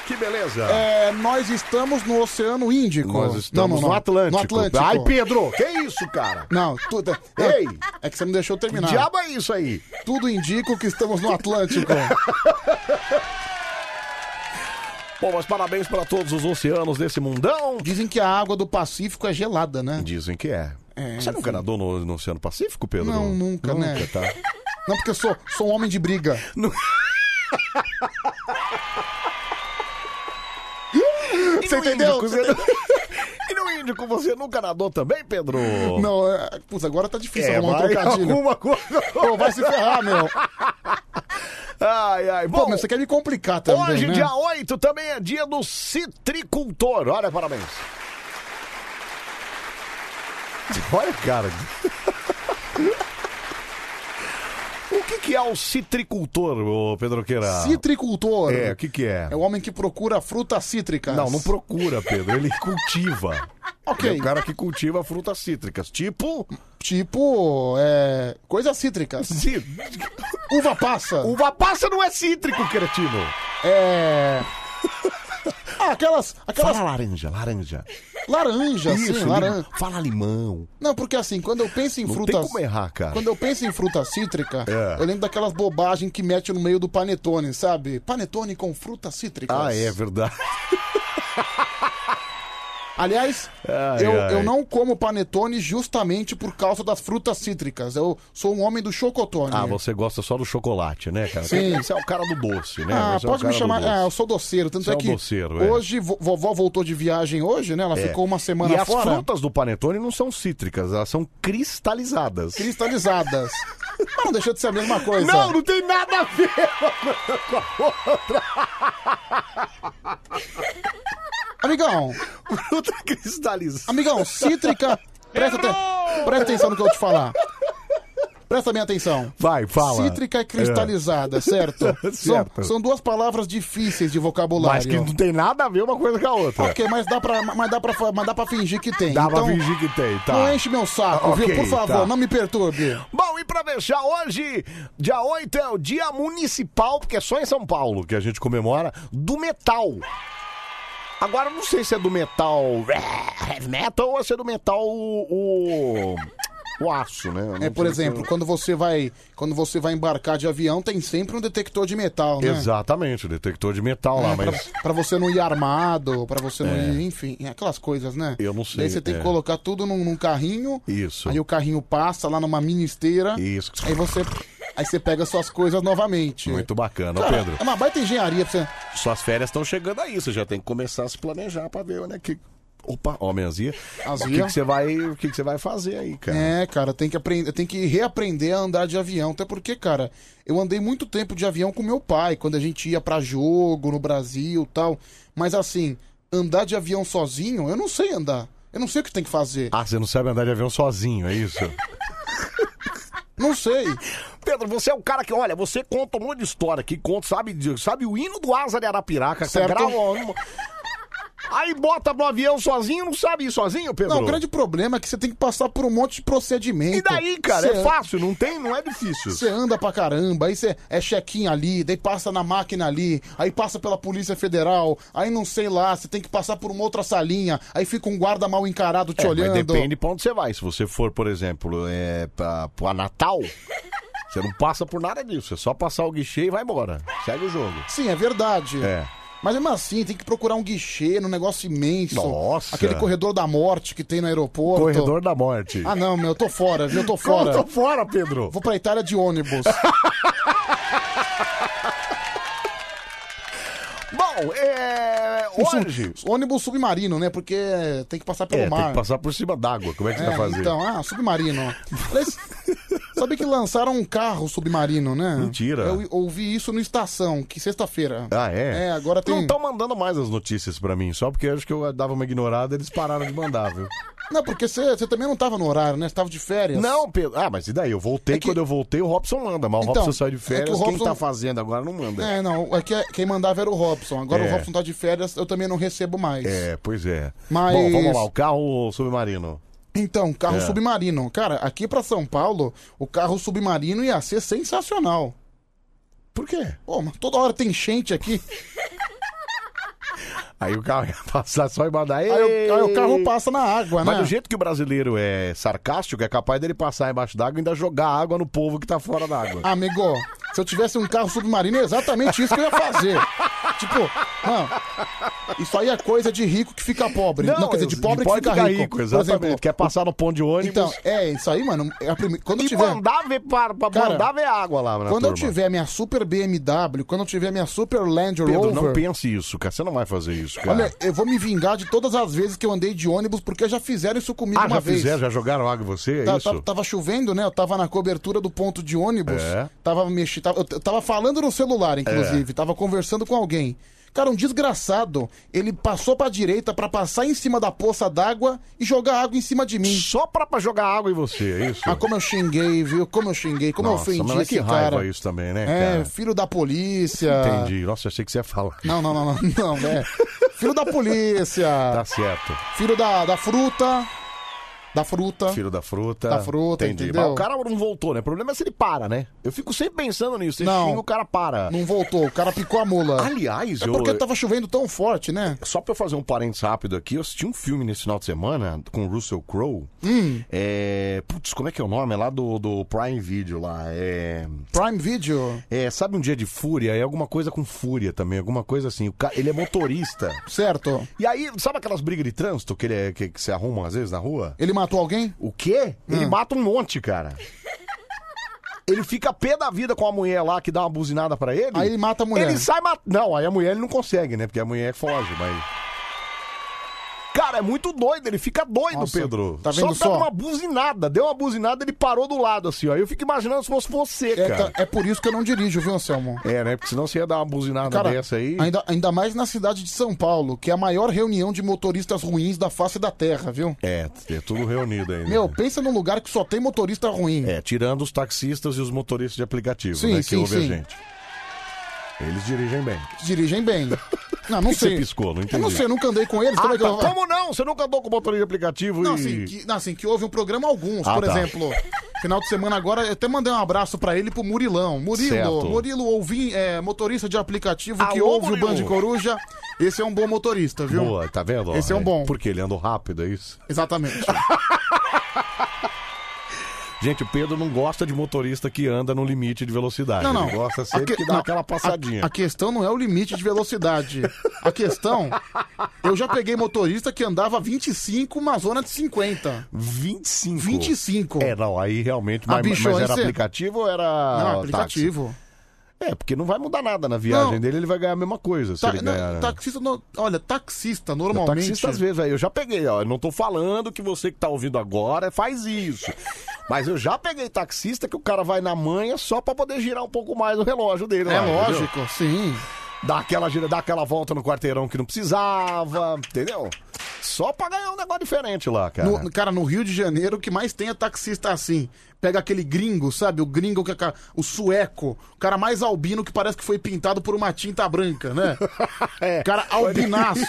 S1: Que beleza.
S2: É, nós estamos no Oceano Índico.
S1: Nós estamos no Atlântico.
S2: No Atlântico.
S1: Ai, Pedro, que isso, cara?
S2: Não, tudo.
S1: Ei!
S2: É que você não deixou eu terminar.
S1: Que diabo é isso aí?
S2: Tudo indica que estamos no Atlântico.
S1: Bom, mas parabéns pra todos os oceanos desse mundão.
S2: Dizem que a água do Pacífico é gelada, né?
S1: Dizem que é.
S2: É,
S1: Você nunca
S2: enfim.
S1: nadou no, no Oceano Pacífico, Pedro?
S2: Não, nunca, né?
S1: Nunca, tá?
S2: Não, porque eu sou, sou um homem de briga. Você entendeu?
S1: E no Índico você nunca nadou também, Pedro?
S2: Não, é... Putz, agora tá difícil
S1: É,
S2: arrumar um
S1: vai
S2: trocadilho.
S1: alguma coisa.
S2: Pô, vai se ferrar, meu.
S1: Ai, ai.
S2: Pô,
S1: Bom,
S2: mas você quer me complicar também,
S1: hoje,
S2: né?
S1: dia 8, também é dia do citricultor. Olha, parabéns. Olha, cara. O que, que é o citricultor, ô Pedro Queira?
S2: Citricultor.
S1: Ah. É, o que, que é?
S2: É o homem que procura frutas cítricas.
S1: Não, não procura, Pedro. Ele cultiva.
S2: Ok.
S1: Ele é o cara que cultiva frutas cítricas. Tipo.
S2: Tipo, é. Coisas cítricas. Uva passa.
S1: Uva passa não é cítrico, cretino.
S2: É. Ah, aquelas. aquelas...
S1: Fala laranja, laranja.
S2: Laranja,
S1: Isso,
S2: sim,
S1: lim-
S2: laranja.
S1: Fala limão.
S2: Não, porque assim, quando eu penso em
S1: Não tem
S2: frutas.
S1: como errar, cara.
S2: Quando eu penso em fruta cítrica,
S1: É.
S2: eu lembro daquelas bobagens que mete no meio do panetone,
S1: é
S2: sabe? Panetone com frutas cítricas.
S1: Ah, é verdade.
S2: Aliás,
S1: Ai,
S2: eu,
S1: ai.
S2: eu não como panetone justamente por causa das frutas cítricas. Eu sou um homem do chocotone.
S1: Ah, você gosta só do chocolate, né, cara?
S2: Sim.
S1: Você é o cara do doce, né?
S2: Ah,
S1: Você é o
S2: pode me
S1: cara do
S2: chamar.
S1: doce.
S2: Ah, eu sou doceiro. Tanto
S1: Você é
S2: é
S1: um
S2: que
S1: doceiro, é.
S2: hoje vo- vovó voltou de viagem hoje, né? Ela
S1: É.
S2: ficou uma semana
S1: e as
S2: fora.
S1: frutas do panetone não são cítricas, elas são cristalizadas.
S2: Cristalizadas. Mas não deixa de ser a mesma coisa.
S1: Não, não tem nada a ver com a outra.
S2: Amigão.
S1: Fruta cristalizada.
S2: Amigão, cítrica. Presta, aten- presta atenção no que eu te falar. Presta minha atenção.
S1: Vai, fala. É.
S2: Cítrica e cristalizada, certo? São,
S1: Certo.
S2: são duas palavras difíceis de vocabulário.
S1: Mas que não tem nada a ver uma coisa com a outra.
S2: Ok, mas dá pra, mas dá pra, mas dá pra fingir que tem.
S1: Dá pra
S2: Então,
S1: fingir que tem, tá.
S2: Não enche meu saco,
S1: Ok,
S2: viu? Por favor,
S1: tá.
S2: não me perturbe.
S1: Bom, e pra fechar hoje, dia 8 é o dia municipal, porque é só em São Paulo que a gente comemora, do metal. Agora eu não sei se é do metal é, heavy metal ou se é do metal o, o, o aço, né? Eu não
S2: É, por
S1: sei
S2: exemplo,
S1: se-
S2: quando você vai, quando você vai embarcar de avião, tem sempre um detector de metal, né?
S1: Exatamente, o detector de metal lá,
S2: É, pra,
S1: mas.
S2: pra você não ir armado, pra você não
S1: É.
S2: ir, enfim, aquelas coisas, né?
S1: Eu não sei,
S2: Daí você tem
S1: é.
S2: que colocar tudo num, num carrinho,
S1: Isso.
S2: aí o carrinho passa lá numa mini esteira,
S1: Isso.
S2: aí você, aí você pega suas coisas novamente.
S1: Muito bacana, Ô,
S2: Cara,
S1: Pedro.
S2: É uma baita engenharia pra você.
S1: Suas férias estão chegando aí, você já tem que começar a se planejar pra ver, né? Que... Opa, ó, minha azia. O que,
S2: Azia.
S1: que você vai, o que, que você vai fazer aí, cara?
S2: É, cara, tem que aprender, tem que reaprender a andar de avião, até porque, cara, eu andei muito tempo de avião com meu pai, quando a gente ia pra jogo no Brasil, tal. Mas assim, andar de avião sozinho, eu não sei andar. Eu não sei o que tem que fazer.
S1: Ah, você não sabe andar de avião sozinho, é isso?
S2: Não sei.
S1: Pedro, você é um cara que, olha, você conta um monte de história que conta, sabe, de- sabe o hino do Asa de Arapiraca, você
S2: Certo.
S1: grava uma- Aí bota pro avião sozinho, não sabe ir sozinho, Pedro?
S2: Não, o grande problema é que você tem que passar por um monte de procedimento.
S1: E daí, cara?
S2: Cê-
S1: É fácil, não tem, não é difícil.
S2: Você anda pra caramba, aí você é check-in ali, daí passa na máquina ali, aí passa pela Polícia Federal, aí não sei lá, você tem que passar por uma outra salinha, aí fica um guarda mal encarado te
S1: É,
S2: olhando.
S1: Mas depende pra onde você vai. Se você for, por exemplo, é, pra, pra Natal, você não passa por nada disso. É só passar o guichê e vai embora. Segue o jogo.
S2: Sim, é verdade.
S1: É.
S2: Mas mesmo assim, tem que procurar um guichê num negócio imenso.
S1: Nossa.
S2: Aquele corredor da morte que tem no aeroporto.
S1: Corredor da morte.
S2: Ah, não, meu, eu tô fora, viu? Eu tô
S1: Como
S2: fora.
S1: tô fora, Pedro.
S2: Vou pra Itália de ônibus.
S1: Bom, é.
S2: Um su-
S1: Hoje.
S2: ônibus submarino, né? Porque tem que passar pelo
S1: É, tem
S2: mar.
S1: que passar por cima d'água. Como é que você vai fazer?
S2: Então, ah, submarino. Aliás, Sabe que lançaram um carro submarino, né?
S1: Mentira.
S2: Eu ouvi isso no Estação, que sexta-feira.
S1: Ah, é?
S2: É, agora tem-
S1: Não estão mandando mais as notícias pra mim, só porque eu acho que eu dava uma ignorada eles pararam de mandar, viu?
S2: Não, porque você você também não tava no horário, né? Você tava de férias. É
S1: Não, Pedro. Ah, mas e daí? Eu voltei, quando eu voltei, o Robson manda, mas
S2: Então,
S1: o Robson sai de
S2: é que o
S1: férias,
S2: Robson-
S1: quem tá fazendo agora não manda.
S2: É, não, é que quem mandava era o Robson. Agora
S1: É.
S2: o Robson tá de férias, eu também não recebo mais.
S1: É, pois é.
S2: Mas-
S1: Bom, vamos lá, o carro submarino.
S2: Então, carro
S1: É.
S2: submarino. Cara, aqui pra São Paulo, o carro submarino ia ser sensacional.
S1: Por quê?
S2: Pô, mas toda hora tem enchente aqui.
S1: Aí o carro ia passar só e mandar.
S2: Aí, o- aí o carro passa na água,
S1: Mas
S2: né?
S1: do jeito que o brasileiro é sarcástico, é capaz dele passar embaixo d'água e ainda jogar água no povo que tá fora d'água.
S2: Amigo, se eu tivesse um carro submarino, é exatamente isso que eu ia fazer. tipo, mano, isso aí é coisa de rico que fica pobre. Não, quer dizer, de pobre que fica rico. Por
S1: exatamente.
S2: exemplo,
S1: Quer passar no ponto de ônibus.
S2: Então, é isso aí, mano. É a prime- Quando eu
S1: e
S2: tiver.
S1: mandar ver, para, pra
S2: Cara,
S1: mandar ver água lá na
S2: Quando eu
S1: turma.
S2: tiver minha super BMW, quando eu tiver minha super Land Rover.
S1: Pedro, não pense isso, cara. Você não vai fazer isso, cara.
S2: Olha, eu vou me vingar de todas as vezes que eu andei de ônibus, porque já fizeram isso comigo
S1: ah,
S2: uma
S1: já
S2: vez.
S1: fizeram, já jogaram água em você? É
S2: Tá-
S1: isso?
S2: tá- tava chovendo, né? Eu tava na cobertura do ponto de ônibus.
S1: É.
S2: Tava mexi, tava, eu t- tava falando no celular, inclusive. Tava conversando com alguém. Cara, um desgraçado, ele passou pra direita pra passar em cima da poça d'água e jogar água em cima de mim.
S1: Só pra, pra jogar água em você, é isso?
S2: Ah, como eu xinguei, viu? Como eu xinguei, como
S1: Nossa,
S2: eu ofendi
S1: mas
S2: esse
S1: que raiva
S2: cara.
S1: isso também, né,
S2: é,
S1: cara?
S2: filho da polícia.
S1: Entendi. Nossa, achei que você ia falar.
S2: Não, não, não, não, não, né? Filho da polícia.
S1: Tá certo.
S2: Filho da, da fruta. Da fruta.
S1: Filho da fruta.
S2: Tá. Da fruta,
S1: entendi.
S2: entendeu?
S1: Mas o cara não voltou, né? O problema é se ele para, né? Eu fico sempre pensando nisso. Você
S2: Não.
S1: xinga, o cara para.
S2: Não voltou, o cara picou a mula.
S1: Tá. Aliás,
S2: é
S1: eu-
S2: porque tava chovendo tão forte, né?
S1: Só pra eu fazer um parênteses rápido aqui, eu assisti um filme nesse final de semana com o Russell Crowe.
S2: Hum.
S1: É... Putz, como é que é o nome? É lá do, do Prime Video lá. É...
S2: Prime Video?
S1: É, sabe um dia de fúria? É alguma coisa com fúria também, alguma coisa assim. O ca... Ele é motorista.
S2: Certo.
S1: E aí, sabe aquelas brigas de trânsito que, ele é- que, que se arrumam às vezes na rua?
S2: Ele matou alguém? Hum.
S1: O quê? Ele mata um monte, cara. Ele fica pé da vida com a mulher lá que dá uma buzinada pra ele.
S2: Aí ele mata a mulher.
S1: Ele sai matando. Não, aí a mulher ele não consegue, né? Porque a mulher foge, mas. Cara, é muito doido, ele fica doido,
S2: Nossa,
S1: Pedro.
S2: tá vendo só?
S1: dá uma buzinada, deu uma buzinada, ele parou do lado, assim, ó. Eu fico imaginando se fosse você,
S2: É,
S1: cara.
S2: tá- é por isso que eu não dirijo, viu, Anselmo?
S1: É, né? Porque senão você ia dar uma buzinada
S2: Cara,
S1: dessa aí.
S2: Ainda, ainda mais na cidade de São Paulo, que é a maior reunião de motoristas ruins da face da terra, viu?
S1: É, é tudo reunido aí. né?
S2: Meu, pensa num lugar que só tem motorista ruim.
S1: É, tirando os taxistas e os motoristas de aplicativo,
S2: Sim,
S1: né? Que
S2: sim,
S1: ouve
S2: sim.
S1: a gente. Eles dirigem bem.
S2: Dirigem bem. Não,
S1: Por
S2: não
S1: que você
S2: sei.
S1: piscou? Não
S2: Eu não
S1: entendi.
S2: sei, eu nunca andei com eles. como,
S1: Ah,
S2: é que eu...
S1: tá. Como não? Você nunca andou com motorista de aplicativo
S2: Não,
S1: e...
S2: assim, que, não, assim, que houve um programa alguns,
S1: Ah,
S2: por
S1: tá.
S2: exemplo. Final de semana agora, eu até mandei um abraço pra ele e pro Murilão. Murilo,
S1: Certo.
S2: Murilo, ouvim, é, motorista de aplicativo que
S1: Alô,
S2: ouve
S1: Murilo.
S2: o Band Coruja. Esse é um bom motorista, viu?
S1: Boa, tá vendo?
S2: Esse é um bom.
S1: Porque ele andou rápido, é isso?
S2: Exatamente.
S1: Gente, o Pedro não gosta de motorista que anda no limite de velocidade.
S2: Não, não.
S1: Ah, Ele gosta sempre
S2: A que-
S1: que dá
S2: não,
S1: aquela passadinha.
S2: A, a questão não é o limite de velocidade. A questão. Eu já peguei motorista que andava 25, uma zona de 50.
S1: 25?
S2: 25.
S1: É, não, aí realmente...
S2: A
S1: Mas, mas
S2: bichona,
S1: era
S2: você-
S1: aplicativo ou era
S2: é- Não,
S1: táxi?
S2: aplicativo.
S1: É, porque não vai mudar nada na viagem
S2: Não.
S1: dele, ele vai ganhar a mesma coisa. Se
S2: Tá-
S1: ele
S2: não,
S1: ganhar... né?
S2: taxista, não- olha, taxista
S1: O
S2: normalmente. né?
S1: Taxista às vezes, velho. Eu já peguei, ó. Eu não tô falando que você que tá ouvindo agora faz isso. Mas eu já peguei taxista que o cara vai na manha só pra poder girar um pouco mais o relógio dele.
S2: É
S1: lá, entendeu?
S2: lógico, sim.
S1: Dá aquela, gira, dá aquela volta no quarteirão que não precisava, entendeu? Só pra ganhar um negócio diferente lá, cara.
S2: No, cara, no Rio de Janeiro, o que mais tem é taxista assim. Pega aquele gringo, sabe? O gringo, que é ca- o sueco. O cara mais albino que parece que foi pintado por uma tinta branca, né?
S1: É.
S2: Cara albinaço.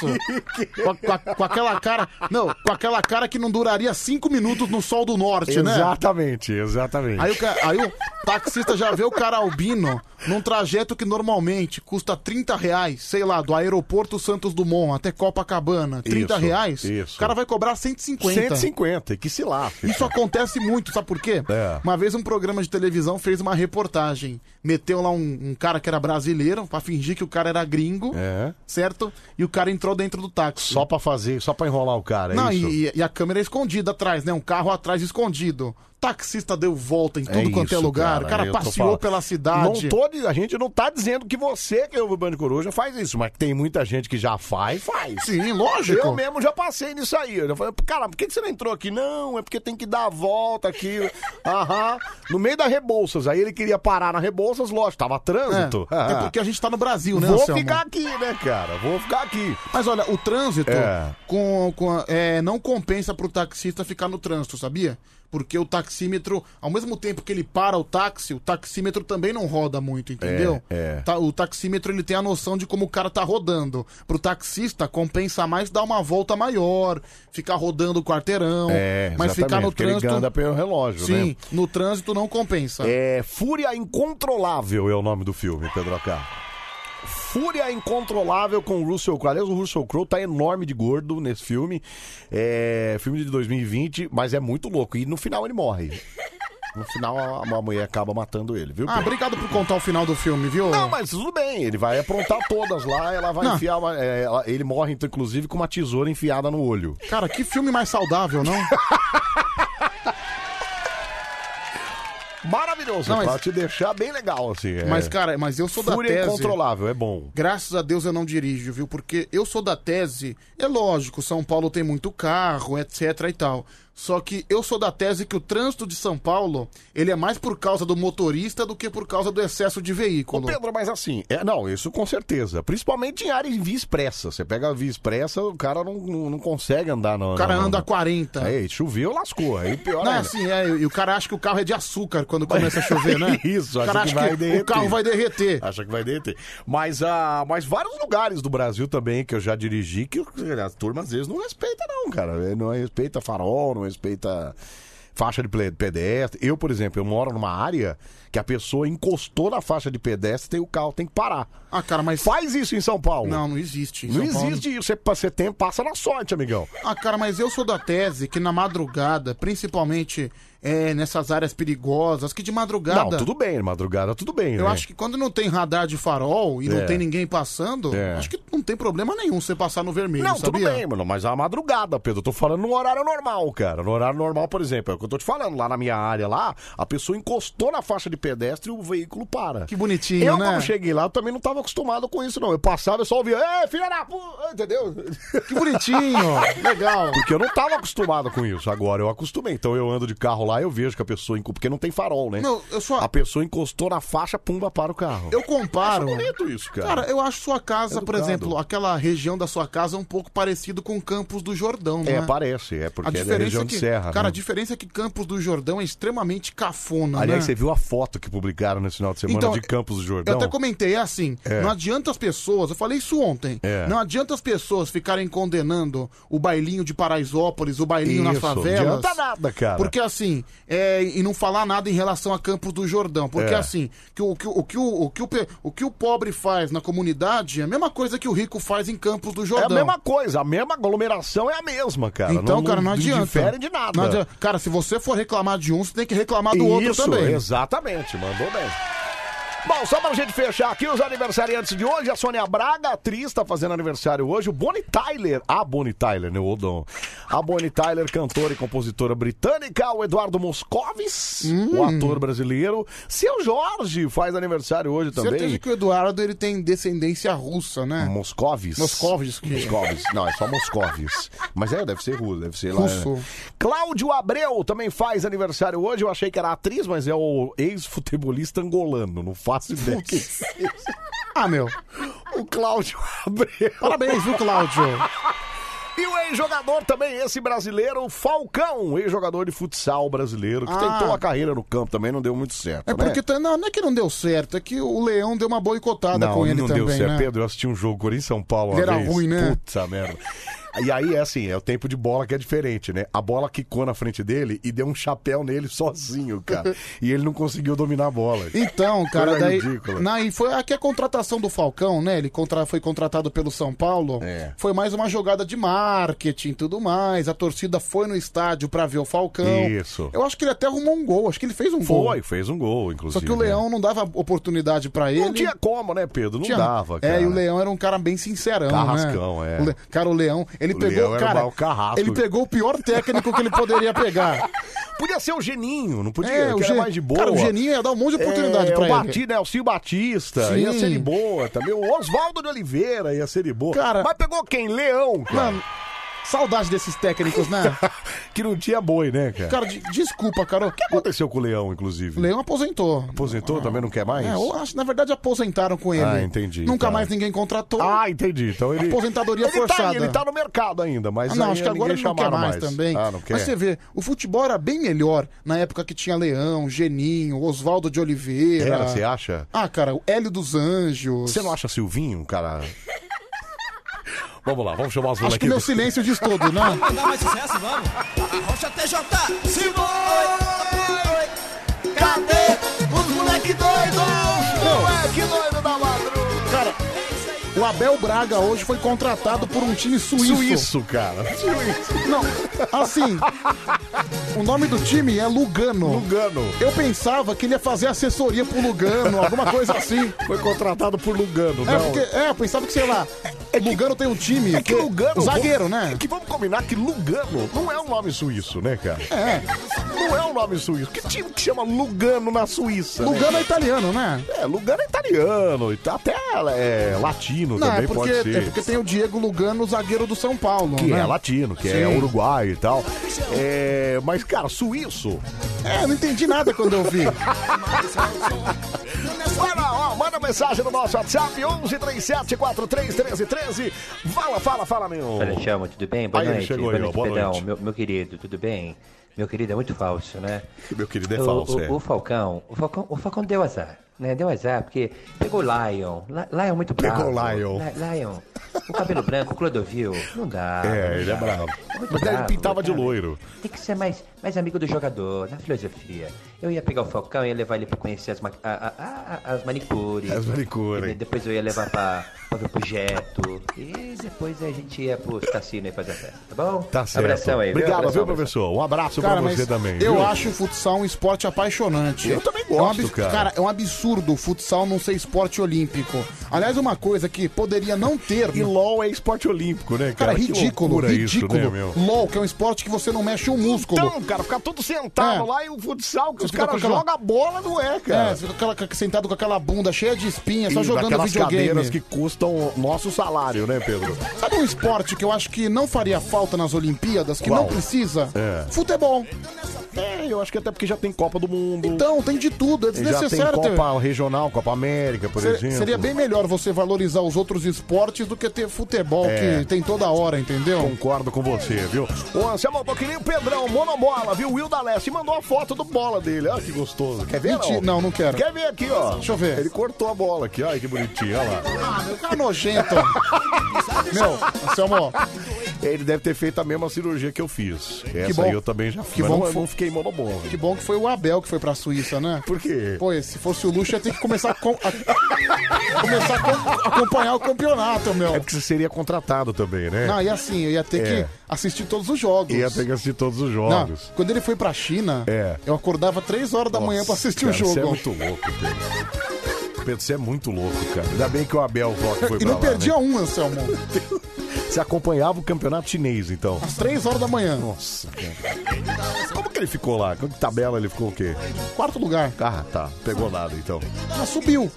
S2: com, a- com a- com aquela cara. Não, com aquela cara que não duraria cinco minutos no sol do norte, né?
S1: Exatamente, exatamente.
S2: Aí o, ca- aí o taxista já vê o cara albino num trajeto que normalmente custa 30 reais, sei lá, do aeroporto Santos Dumont até Copacabana. 30
S1: Isso,
S2: é reais,
S1: isso.
S2: o cara vai cobrar 150.
S1: 150, que se lá.
S2: Isso acontece muito, sabe por quê?
S1: É.
S2: Uma vez um programa de televisão fez uma reportagem. Meteu lá um, um cara que era brasileiro, pra fingir que o cara era gringo,
S1: É.
S2: certo? E o cara entrou dentro do táxi.
S1: Só pra fazer, só pra enrolar o cara, é
S2: Não,
S1: isso?
S2: e, e a câmera é escondida atrás, né? Um carro atrás escondido. Taxista deu volta em tudo quanto é
S1: isso,
S2: lugar. o cara
S1: eu tô
S2: passeou
S1: falando.
S2: pela cidade.
S1: Não tô, di- a gente não tá dizendo que você que é o Bando Coruja faz isso, mas que tem muita gente que já faz, faz.
S2: Sim, lógico.
S1: Eu mesmo já passei nisso aí. Eu já falei, cara, por que que você não entrou aqui? Não, é porque tem que dar a volta aqui. Aham. No meio da Rebouças. Aí ele queria parar na Rebouças, lógico, tava trânsito.
S2: É, é porque a gente tá no Brasil, né,
S1: Vou
S2: Anselmo?
S1: ficar aqui, né, cara? Vou ficar aqui.
S2: Mas olha, o trânsito
S1: É.
S2: com, com a- é, não compensa pro taxista ficar no trânsito, sabia? Porque o taxímetro, ao mesmo tempo que ele para o táxi, o taxímetro também não roda muito, entendeu?
S1: É, é.
S2: Tá- o taxímetro ele tem a noção de como o cara tá rodando. Pro taxista, compensa mais dar uma volta maior, ficar rodando o quarteirão.
S1: É,
S2: mas ficar
S1: exatamente,
S2: no
S1: porque ele
S2: trânsito.
S1: anda pelo relógio,
S2: Sim,
S1: né?
S2: no trânsito não compensa.
S1: É Fúria Incontrolável é o nome do filme, Pedro Acá. Fúria Incontrolável com o Russell Crowe. Aliás, o Russell Crowe tá enorme de gordo nesse filme. É filme de 2020, mas é muito louco. E no final ele morre. No final a, a mulher acaba matando ele, viu?
S2: Ah,
S1: Pedro?
S2: obrigado por contar o final do filme, viu?
S1: Não, mas tudo bem, ele vai aprontar todas lá, ela vai
S2: Não.
S1: enfiar. uma- é, ela- ele morre, então, inclusive, com uma tesoura enfiada no olho.
S2: Cara, que filme mais saudável, não?
S1: Maravilhoso,
S2: Não, mas-
S1: pra te deixar bem legal, assim. é.
S2: Mas, cara, mas eu sou da
S1: Fúria
S2: tese.
S1: Incontrolável, é bom.
S2: Graças a Deus eu não dirijo, viu? Porque eu sou da tese, é lógico, São Paulo tem muito carro, etc e tal. Só que eu sou da tese que o trânsito de São Paulo, ele é mais por causa do motorista do que por causa do excesso de veículo.
S1: Ô, Pedro, mas assim, é, não, isso com certeza. Principalmente em área de via expressa. Você pega a via expressa, o cara não, não, não consegue andar. No,
S2: O cara
S1: no- no-
S2: anda 40.
S1: Aí, choveu, lascou. Aí É pior
S2: Não, é
S1: ainda.
S2: assim, é, e o cara acha que o carro é de açúcar quando começa a chover, né?
S1: Isso,
S2: o
S1: acha
S2: cara
S1: que, vai derreter.
S2: o carro vai derreter.
S1: Acha que vai derreter. Mas, ah, mas vários lugares do Brasil também que eu já dirigi que as turmas às vezes não respeita não, cara. Não respeita farol, não respeita faixa de ple- pedestre. Eu, por exemplo, eu moro numa área que a pessoa encostou na faixa de pedestre, tem o carro, tem que parar.
S2: Ah, cara, mas.
S1: Faz isso em São Paulo.
S2: Não, não existe. em
S1: Não
S2: São Paulo.
S1: existe isso. Você, você tem, passa na sorte, amigão.
S2: Ah, cara, mas eu sou da tese que na madrugada, principalmente é, nessas áreas perigosas, que de madrugada.
S1: Não, tudo bem, madrugada, tudo bem.
S2: Eu
S1: né?
S2: acho que quando não tem radar de farol e
S1: É.
S2: não tem ninguém passando,
S1: É.
S2: acho que não tem problema nenhum você passar no vermelho,
S1: Não,
S2: sabia?
S1: tudo bem, mano, mas a madrugada, Pedro, eu tô falando no horário normal, cara. No horário normal, por exemplo, é o que eu tô te falando. Lá na minha área, lá, a pessoa encostou na faixa de pedestre e o veículo para.
S2: Que bonitinho,
S1: eu,
S2: né?
S1: quando cheguei lá, eu também não tava acostumado com isso, não. Eu passava, eu só ouvia, é, filha da puta, entendeu? Que
S2: bonitinho, legal.
S1: Porque eu não tava acostumado com isso. Agora eu acostumei. Então eu ando de carro lá, eu vejo que a pessoa... enco- Porque não tem farol, né?
S2: Não, eu só-
S1: A pessoa encostou na faixa, pumba, para o carro.
S2: Eu comparo.
S1: Acho bonito isso, cara.
S2: eu acho sua casa, por
S1: Educado.
S2: exemplo, aquela região da sua casa é um pouco parecido com Campos do Jordão, né?
S1: É, parece. É porque é da região
S2: é
S1: de
S2: que,
S1: serra.
S2: Cara,
S1: né?
S2: a diferença é que Campos do Jordão é extremamente cafona,
S1: Aliás,
S2: né?
S1: você viu a foto que publicaram nesse final de semana
S2: Então,
S1: de Campos do
S2: Eu
S1: Jordão?
S2: até comentei, é assim,
S1: É.
S2: não adianta as pessoas, eu falei isso ontem,
S1: É.
S2: não adianta as pessoas ficarem condenando o bailinho de Paraisópolis, o bailinho nas
S1: Isso, não
S2: favelas.
S1: adianta nada, cara.
S2: Porque assim, é, e não falar nada em relação a Campos do Jordão, porque
S1: É.
S2: assim, que o, que o- o, que o, o, que o, pe- o que o pobre faz na comunidade é a mesma coisa que o rico faz em Campos do
S1: É a
S2: Jordão.
S1: mesma coisa, a mesma aglomeração é a mesma, cara.
S2: Então, cara, não adianta.
S1: difere de nada.
S2: Não adianta. Cara, se você for reclamar de um, você tem que reclamar do outro
S1: Isso,
S2: também.
S1: exatamente, mandou bem. Bom, só pra gente fechar aqui os aniversariantes de hoje, a Sônia Braga, atriz, tá fazendo aniversário hoje, o Bonnie Tyler, a Bonnie Tyler, né, o Odon, a Bonnie Tyler, cantora e compositora britânica, o Eduardo Moscovis,
S2: Hum.
S1: o ator brasileiro, Seu Jorge faz aniversário hoje
S2: Certeza
S1: também,
S2: que o Eduardo ele tem descendência russa, né?
S1: Moscovis.
S2: Moscovis, que-
S1: Moscovis. Não, é só Moscovis. Mas é, deve ser russo, deve ser lá. né?
S2: Russo.
S1: Cláudio Abreu também faz aniversário hoje. Eu achei que era atriz, mas é o ex-futebolista angolano. Não faço ideia.
S2: ah, meu.
S1: O Cláudio Abreu.
S2: Parabéns, viu, Cláudio? É
S1: E o ex-jogador também, esse brasileiro, Falcão, ex-jogador de futsal brasileiro, que
S2: Ah.
S1: tentou uma carreira no campo também, não deu muito certo.
S2: É
S1: né?
S2: porque tá- não, não é que não deu certo, é que o Leão deu uma boicotada
S1: não,
S2: com ele
S1: não
S2: também,
S1: deu certo.
S2: né?
S1: Pedro, eu assisti um jogo Corinthians e São Paulo uma
S2: Ele era
S1: vez.
S2: ruim, né?
S1: Puta merda. E aí é assim, é o tempo de bola que é diferente, né? A bola quicou na frente dele e deu um chapéu nele sozinho, cara. e ele não conseguiu dominar a bola.
S2: Então, cara,
S1: Coisa
S2: daí.
S1: ridícula.
S2: Não, e foi aqui a contratação do Falcão, né? Ele contra- foi contratado pelo São Paulo. Foi mais uma jogada de marketing e tudo mais. A torcida foi no estádio pra ver o Falcão.
S1: Isso.
S2: Eu acho que ele até arrumou um gol, acho que ele fez um gol.
S1: Foi, fez um gol, inclusive.
S2: Só que o
S1: né?
S2: Leão não dava oportunidade pra ele.
S1: Não tinha como, né, Pedro? Não
S2: Tinha-
S1: dava, cara.
S2: É, e o Leão era um cara bem sincerão,
S1: Carrascão,
S2: né?
S1: é.
S2: O Le- Cara, o Leão, ele
S1: O
S2: pegou,
S1: Leão era
S2: cara,
S1: o carrasco.
S2: ele pegou o pior técnico que ele poderia pegar.
S1: Podia ser o Geninho, não podia,
S2: É,
S1: que
S2: o
S1: era
S2: Gen-
S1: mais de boa.
S2: Cara, o Geninho ia dar um monte de oportunidade pra
S1: o
S2: ele.
S1: Bati, né, o Sil Batista,
S2: Sim.
S1: ia ser de boa também. O Oswaldo de Oliveira ia ser de boa.
S2: Cara-
S1: Mas pegou quem? Leão, cara.
S2: Mano, saudade desses técnicos, né?
S1: que não tinha boi, né, cara?
S2: Cara, de- desculpa, cara. O
S1: que aconteceu com o Leão, inclusive?
S2: O Leão aposentou.
S1: Aposentou, também não quer mais?
S2: É, eu acho, na verdade, aposentaram com ele.
S1: Ah, entendi,
S2: Nunca
S1: tá.
S2: mais ninguém contratou.
S1: Ah, entendi. Então ele...
S2: Aposentadoria
S1: ele tá aí,
S2: forçada.
S1: ele tá no mercado ainda, mas
S2: Ah, não,
S1: aí
S2: acho que
S1: ninguém
S2: agora ele não quer
S1: chamaram
S2: mais, também.
S1: Ah, não quer?
S2: Mas você vê, o futebol era bem melhor na época que tinha Leão, Geninho, Oswaldo de Oliveira.
S1: Era, você acha?
S2: Ah, cara, o Hélio dos Anjos.
S1: Você não acha Silvinho, um cara? vamos lá, vamos chamar os
S2: Acho que
S1: molequinhos.
S2: meu silêncio diz tudo, né?
S3: Vamos dar mais sucesso, vamos. Arrocha TJ. Se foi. Cadê os moleque doido? Moleque doido da madrugada.
S2: Cara, o Abel Braga hoje foi contratado por um time suíço.
S1: Suíço, cara.
S2: Não, assim, o nome do time é Lugano.
S1: Lugano.
S2: Eu pensava que ele ia fazer assessoria pro Lugano, alguma coisa assim.
S1: Foi contratado por Lugano,
S2: é,
S1: não.
S2: Porque, é, eu pensava que, sei lá, Lugano tem um time.
S1: É que Lugano. é
S2: O zagueiro,
S1: vamos-
S2: né?
S1: Que vamos combinar que Lugano não é um nome suíço, né, cara?
S2: É.
S1: Não é um nome suíço. Que time que chama Lugano na Suíça? né?
S2: Lugano é italiano, né?
S1: É, Lugano é italiano, e tá até é, latino
S2: Não,
S1: também
S2: é porque,
S1: pode ser.
S2: é porque tem o Diego Lugano, zagueiro do São Paulo.
S1: Que
S2: né?
S1: é latino, que é
S2: Sim.
S1: uruguaio e tal. É, mas, cara, suíço.
S2: É, eu não entendi nada quando eu vi.
S1: Manda, ó, manda mensagem no nosso WhatsApp, 1137431313. Fala, fala, fala, meu.
S14: Olha, chama, tudo bem? Boa
S1: Aí ele
S14: noite.
S1: chegou
S14: Boa
S1: aí, ó,
S14: noite,
S1: boa
S14: Pedrão.
S1: noite.
S14: Meu, meu querido, tudo bem? Meu querido é muito falso, né?
S1: Meu querido é
S14: O-
S1: falso,
S14: o,
S1: é.
S14: o Falcão, o Falcão, o Falcão deu azar, né? Deu azar porque pegou Lion. Li- Lion muito bravo.
S1: Pegou Lion.
S14: Li- Lion. O cabelo branco, Clodovil, não dá.
S1: É,
S14: não
S1: ele
S14: dá.
S1: é bravo.
S14: Muito
S1: Mas ele
S14: bravo,
S1: pintava de
S14: sabe?
S1: loiro.
S14: Tem que ser mais, mais amigo do jogador, na filosofia. Eu ia pegar o Falcão e ia levar ele pra conhecer as, ma a- a- a- a- as manicures.
S1: As manicures.
S14: E depois eu ia levar pra, pra ver o projeto. E depois a gente ia pro cassino e fazer a festa, tá bom?
S1: Tá certo.
S14: Abração aí.
S1: Obrigado,
S14: Abração,
S1: viu, professor? Um abraço
S2: Cara,
S1: pra você
S2: mas
S1: também.
S2: Eu
S1: viu?
S2: acho o futsal um esporte apaixonante.
S1: Eu também
S2: É um
S1: gosto,
S2: abs-
S1: cara.
S2: é um absurdo o futsal não ser esporte olímpico. Aliás, uma coisa que poderia não ter.
S1: E LOL é esporte olímpico, né,
S2: Cara,
S1: cara?
S2: é
S1: Que
S2: ridículo,
S1: loucura isso,
S2: ridículo.
S1: né, meu?
S2: LOL, que é um esporte que você não mexe o músculo.
S1: Então, cara, ficar todo sentado
S2: É.
S1: Tá lá e o futsal, que
S2: Você
S1: os
S2: fica
S1: caras
S2: com aquela-
S1: jogam a bola, não é, cara?
S2: É, você fica com aquela- sentado com aquela bunda cheia de espinha, só
S1: E
S2: jogando
S1: daquelas
S2: videogame.
S1: cadeiras que custam nosso salário, né, Pedro?
S2: Sabe um esporte que eu acho que não faria falta nas Olimpíadas, que não
S1: Qual?
S2: precisa?
S1: É.
S2: Futebol.
S1: É, eu acho que até porque já tem Copa do Mundo.
S2: Então, tem de tudo, é
S1: Já tem
S2: desnecessário ter.
S1: Copa Regional, Copa América, por
S2: Ser-
S1: exemplo.
S2: Seria bem melhor você valorizar os outros esportes do que ter futebol,
S1: É.
S2: que tem toda hora, entendeu?
S1: Concordo com você, viu? Ô, Anselmo, um tô que nem o Pedrão, monobola, viu? O Will da Leste mandou a foto do bola dele. Olha que gostoso. Quer ver?
S2: Mentira, não, não quero.
S1: Quer ver aqui, ó?
S2: Deixa eu ver.
S1: Ele cortou a bola aqui, olha que bonitinho, olha lá.
S2: Ah, meu cara nojento. meu, Anselmo.
S1: Ele deve ter feito a mesma cirurgia que eu fiz. Essa
S2: bom.
S1: aí eu também já fiz.
S2: Que bom que
S1: mas não,
S2: foi-
S1: não fiquei monobola.
S2: Que bom que foi o Abel que foi pra Suíça, né?
S1: Por quê?
S2: Pô, se fosse o Luxo, ia ter que começar a, com- a- começar a com- acompanhar É o campeonato, meu.
S1: É porque você seria contratado também, né?
S2: Não, e assim, eu ia ter
S1: É.
S2: que assistir todos os jogos.
S1: Ia ter que assistir todos os
S2: Não,
S1: É, jogos.
S2: quando ele foi pra China,
S1: É.
S2: eu acordava três horas da manhã pra
S1: Nossa,
S2: assistir o
S1: cara,
S2: jogo.
S1: Você é muito louco, Pedro. Pedro, você é muito louco, cara. Ainda bem que o Abel Rock foi
S2: E não
S1: pra lá,
S2: perdia
S1: né?
S2: um, Anselmo.
S1: Você acompanhava o campeonato chinês, então.
S2: Às três horas da manhã.
S1: Nossa, cara. Como que ele ficou lá? Com que tabela ele ficou o quê?
S2: Quarto lugar.
S1: Ah, tá. Pegou nada, então.
S2: Mas Ah, subiu.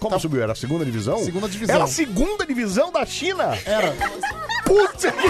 S1: Como subiu? Era a segunda divisão?
S2: Tá- Segunda divisão.
S1: Era a segunda divisão da China?
S2: Era.
S1: Puta que...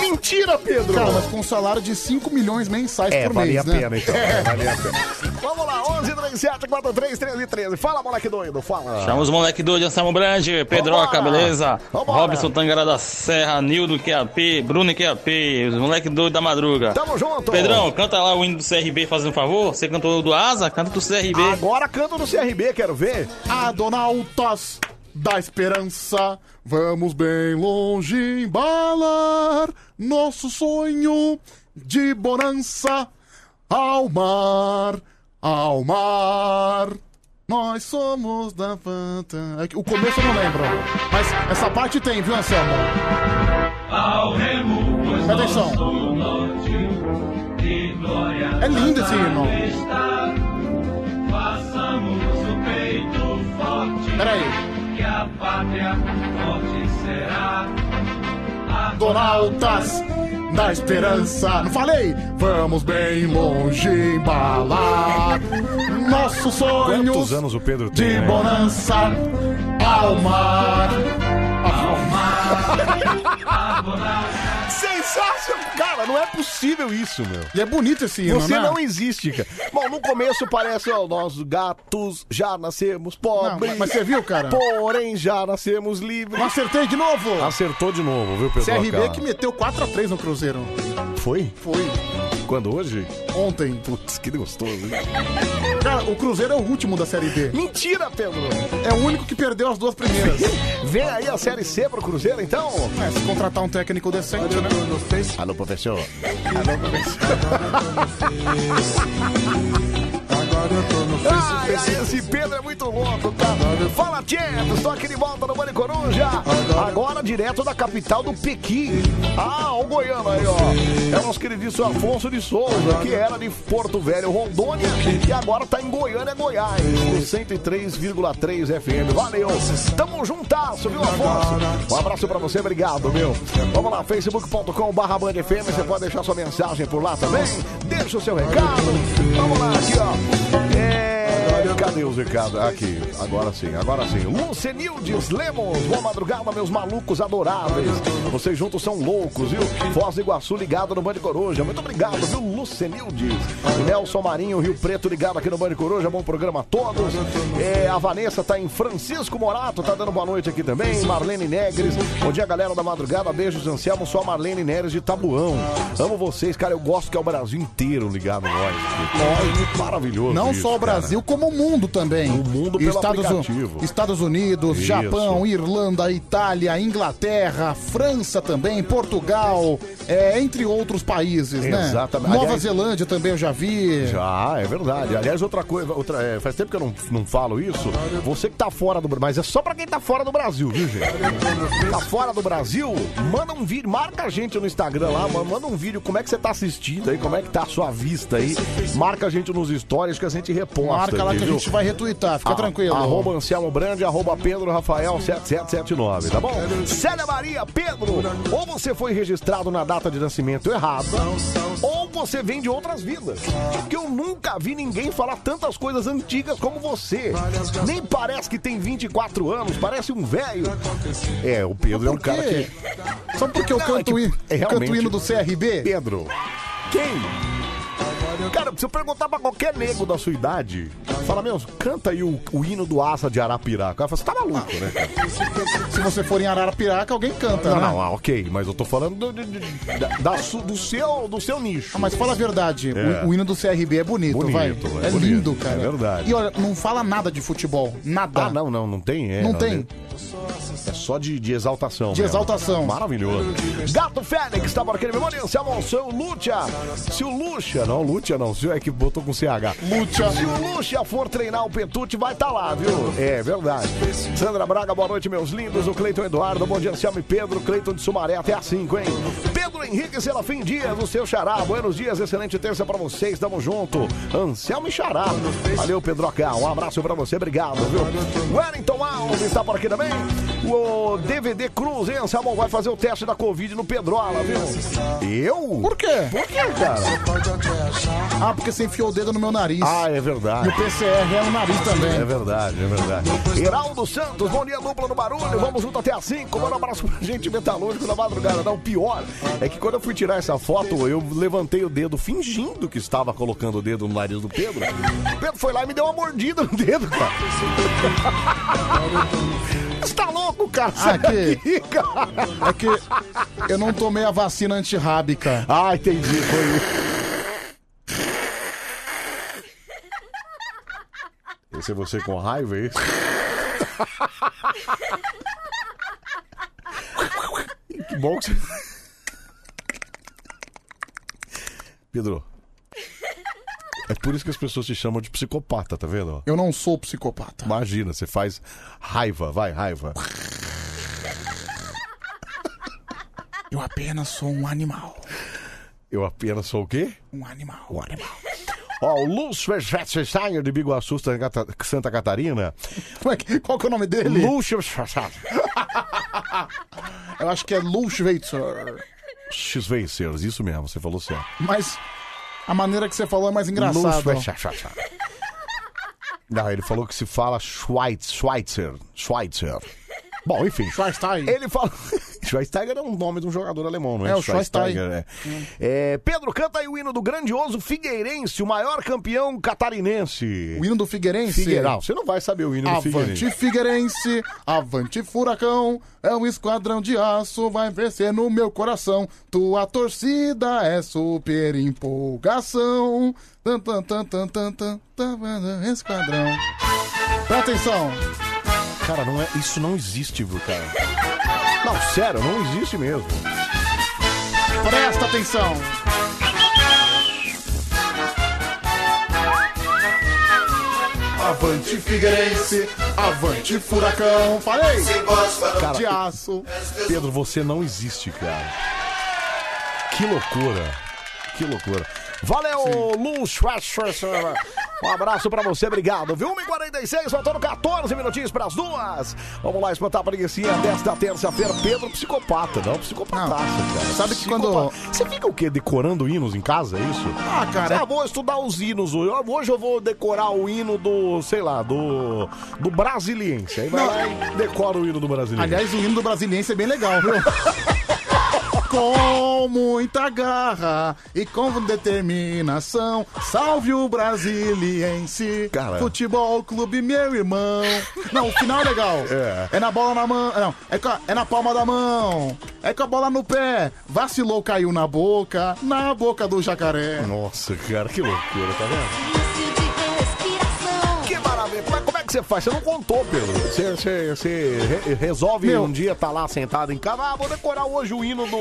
S1: Mentira, Pedro!
S2: Cara, mas com um salário de 5 milhões mensais
S1: É,
S2: por
S1: valia
S2: mês,
S1: a
S2: né?
S1: pena, então. É, valia a pena. Vamos lá, 11, 37, 43, 13, 13. Fala, moleque doido, fala.
S15: Ah. Chama os moleque do Anselmo Brande, Pedroca,
S1: Vambora!
S15: beleza?
S1: Vambora!
S15: Robson Tangara da Serra, Nildo QAP, Bruno QAP, os moleque doido da madruga.
S1: Tamo junto!
S15: Pedrão, canta lá o hino do CRB fazendo um favor. Você cantou do Asa, canta do CRB.
S1: Agora canta do CRB, quero ver.
S2: Adonautas da esperança, vamos bem longe embalar nosso sonho de bonança ao mar, ao mar. Nós somos da Fanta. É que O começo eu não lembro, mas essa parte tem, viu, Anselmo? Presta atenção. É lindo esse hino.
S3: Façamos o peito forte.
S2: Peraí.
S3: Que a pátria forte será.
S2: Donautas da esperança. Não falei? Vamos bem longe embalar nossos sonhos
S1: Quantos anos o Pedro tem?
S2: de
S1: né?
S2: bonança ao mar.
S1: Sensacional! Cara, não é possível isso, meu.
S2: E é bonito esse hino,
S1: Você
S2: né?
S1: não existe, cara. Bom, no começo parece, ó, nós gatos já nascemos
S2: Não,
S1: pobres.
S2: mas- mas você viu, cara?
S1: Porém, já nascemos livres.
S2: Não acertei de novo!
S1: Acertou de novo, viu, Pedro?
S2: CRB
S1: Acala?
S2: é que meteu 4x3 no Cruzeiro.
S1: Foi?
S2: Foi.
S1: Quando hoje?
S2: Ontem.
S1: Putz, que gostoso. hein?
S2: Cara, o Cruzeiro é o último da Série B.
S1: Mentira, Pedro!
S2: É o único que perdeu as duas primeiras.
S1: Vem aí a Série C pro Cruzeiro, então?
S2: É, se contratar um técnico decente, né?
S1: Alô, professor. Ai, ai, esse Pedro é muito louco, tá? Fala, Tchê, estou aqui de volta no Bane Coruja. Agora direto da capital do Pequim. Ah, o Goiânia aí, ó. É o nosso queridíssimo Afonso de Souza, que era de Porto Velho, Rondônia, e agora tá em Goiânia, Goiás, no 103,3 FM. Valeu. Tamo juntasso, viu, Afonso? Um abraço pra você, obrigado, meu. Vamos lá, facebook.com barra FM, você pode deixar sua mensagem por lá também. Deixa o seu recado. Vamos lá, aqui, ó. É... Cadê os recados? Aqui, agora sim, agora sim. Lucenildes Lemos, boa madrugada, meus malucos adoráveis. Vocês juntos são loucos, viu? Foz do Iguaçu ligado no Band Coruja. Muito obrigado, viu, Lucenildes? Nelson Marinho, Rio Preto ligado aqui no Band Coruja. Bom programa a todos. É, a Vanessa tá em Francisco Morato, tá dando boa noite aqui também. Marlene Negres, bom dia, galera da madrugada. Beijos, Anselmo. Sou a Marlene Negres de Tabuão. Amo vocês, cara. Eu gosto que é o Brasil inteiro ligado nós. Maravilhoso.
S2: Não
S1: isso,
S2: só o
S1: cara.
S2: Brasil, como o mundo mundo também. O
S1: mundo pelo aplicativo.
S2: Estados Unidos,
S1: Isso.
S2: Japão, Irlanda, Itália, Inglaterra, França também, Portugal, é, entre outros países, né?
S1: Exatamente.
S2: Nova
S1: Aliás-
S2: Zelândia também eu já vi.
S1: Já, é verdade. Aliás, outra coisa, outra, é, faz tempo que eu não, não falo isso. Você que tá fora do Brasil, mas é só pra quem tá fora do Brasil, viu, gente? Tá fora do Brasil, manda um vídeo, marca a gente no Instagram lá, ma- manda um vídeo, como é que você tá assistindo aí, como é que tá a sua vista aí. Marca a gente nos stories que a gente reposta.
S2: Marca lá que a
S1: entendeu?
S2: gente vai retweetar, fica
S1: A-
S2: tranquilo.
S1: Arroba Anselmo Brandi, arroba Pedro Rafael 7779, tá bom? Célia Maria, Pedro, ou você foi registrado na data de nascimento errada, ou você vem de outras vidas. Porque eu nunca vi ninguém falar tantas coisas antigas como você. Nem parece que tem 24 anos, parece um velho. É, o Pedro é um
S2: Por
S1: cara
S2: quê?
S1: que.
S2: Só porque eu
S1: Não,
S2: canto,
S1: é
S2: o
S1: que-
S2: hino-
S1: é realmente-
S2: canto o hino do CRB?
S1: Pedro. Quem? Cara, se eu perguntar pra qualquer nego da sua idade, fala, meu, canta aí o, o hino do Asa de Arapiraca. O cara fala, você tá maluco, né, cara?
S2: Se você for em Arapiraca, alguém canta,
S1: Não,
S2: né?
S1: não, ah, ok, mas eu tô falando do, do- do- da- da su- do seu, do seu nicho.
S2: Ah, mas fala a verdade,
S1: É.
S2: o, o hino do CRB é bonito,
S1: Bonito,
S2: vai.
S1: é
S2: É,
S1: bonito,
S2: lindo, cara.
S1: é verdade.
S2: E olha, não fala nada de futebol, nada.
S1: Ah, não, não, não tem, é.
S2: Não tem.
S1: É só de, de exaltação.
S2: De
S1: mesmo.
S2: exaltação.
S1: Maravilhoso. Gato Félix, tá marcando memória. Se avançou o Lúcia. Se o Lúcia, não, Lúcia não, se é que botou com CH.
S2: Lúcia.
S1: Se o Lúcia for treinar o Petute, vai estar lá, viu? É verdade. Sandra Braga, boa noite, meus lindos. O Cleiton Eduardo, bom dia, Anselmo e Pedro. Cleiton de Sumaré, até às 5, hein? Pedro Henrique Serafim Dias, o seu xará. Buenos dias, excelente terça pra vocês. Tamo junto. Anselmo e xará. Valeu, Pedroca. Um abraço pra você, obrigado, viu? Wellington Alves está por aqui também. O DVD Cruz, hein, Anselmo? Vai fazer o teste da Covid no Pedrola, viu? Eu? Por
S2: quê?
S1: Por quê, cara?
S2: Ah, porque você enfiou o dedo no meu nariz.
S1: Ah, é verdade.
S2: E o PCR é o nariz também.
S1: É verdade, é verdade. Heraldo Santos, bom dia, dupla no barulho. Vamos junto até às 5. Manda um abraço pra gente, metalúrgico da madrugada. Não, o pior é que quando eu fui tirar essa foto, eu levantei o dedo fingindo que estava colocando o dedo no nariz do Pedro. O Pedro foi lá e me deu uma mordida no dedo, cara. Você tá louco, cara?
S2: Ah,
S1: Sai
S2: que...
S1: daqui, cara.
S2: É que eu não tomei a vacina antirrábica.
S1: Ah, entendi, foi Esse é você com raiva, é isso? que bom que você... Pedro, é por isso que as pessoas te chamam de psicopata, tá vendo?
S2: Eu não sou psicopata.
S1: Imagina, você faz raiva, vai, raiva.
S2: Eu apenas sou um animal.
S1: Eu apenas sou o quê?
S2: Um animal.
S1: Um animal. Ó, o Lúcio Schweitzer de Biguaçu, Santa Cata- Santa Catarina.
S2: Qual que é o nome dele?
S1: Lúcio Schweitzer.
S2: Eu acho que é Lou Schweitzer.
S1: Schweitzer, isso mesmo, você falou certo.
S2: Mas a maneira que você falou é mais
S1: Lúcio
S2: engraçada.
S1: Schweitzer. Não, ele falou que se fala Schweiz, Schweitzer. Schweitzer. Bom, enfim.
S2: Schweinsteiger.
S1: Ele fala. Schweinsteiger é o nome de um jogador alemão, não é?
S2: É, o Schweinsteiger.
S1: é. É, Pedro, canta aí o hino do grandioso Figueirense, o maior campeão catarinense.
S2: O hino do Figueirense?
S1: Figueiral. Você não vai saber o hino do
S2: Avante
S1: Figueirense.
S2: Figueirense, avante Furacão, é um esquadrão de aço, vai vencer no meu coração. Tua torcida é super empolgação. Tan, tan, tan, tan, tan, tan, tan, tan, esquadrão. Presta atenção.
S1: Cara, não é, isso não existe, viu, cara? Não, sério, não existe mesmo.
S2: Presta atenção. Avante Figueirense, avante Furacão. Falei.
S1: Cara,
S2: de aço.
S1: Pedro, você não existe, cara. Que loucura. Que loucura. Valeu, Lu Schwarzer. Um abraço pra você, obrigado. Viu? 1h46, faltando 14 minutinhos pras duas. Vamos lá, espantar a preguiça desta terça-feira. Pedro, psicopata, não psicopataça, cara.
S2: sabe que
S1: quando... Você fica o quê? Decorando hinos em casa, é isso?
S2: Ah, cara.
S1: Ah, vou estudar os hinos hoje. Ah, Hoje eu vou decorar o hino do, sei lá, do, do brasiliense. Aí vai
S2: Não.
S1: lá e decora o hino do brasiliense.
S2: Aliás, o hino do brasiliense é bem legal, viu? com muita garra e com determinação, salve o brasiliense.
S1: Cara.
S2: Futebol clube, meu irmão. Não, o final é legal.
S1: É.
S2: na bola na mão. Não, é, com a- é na palma da mão. É com a bola no pé. Vacilou, caiu na boca. Na boca do jacaré.
S1: Nossa, cara, que loucura, tá vendo? Que que você faz? Você não contou, Pedro. Você, você- você re- resolve
S2: Meu.
S1: um dia tá lá sentado em casa. Ah, vou decorar hoje o hino do.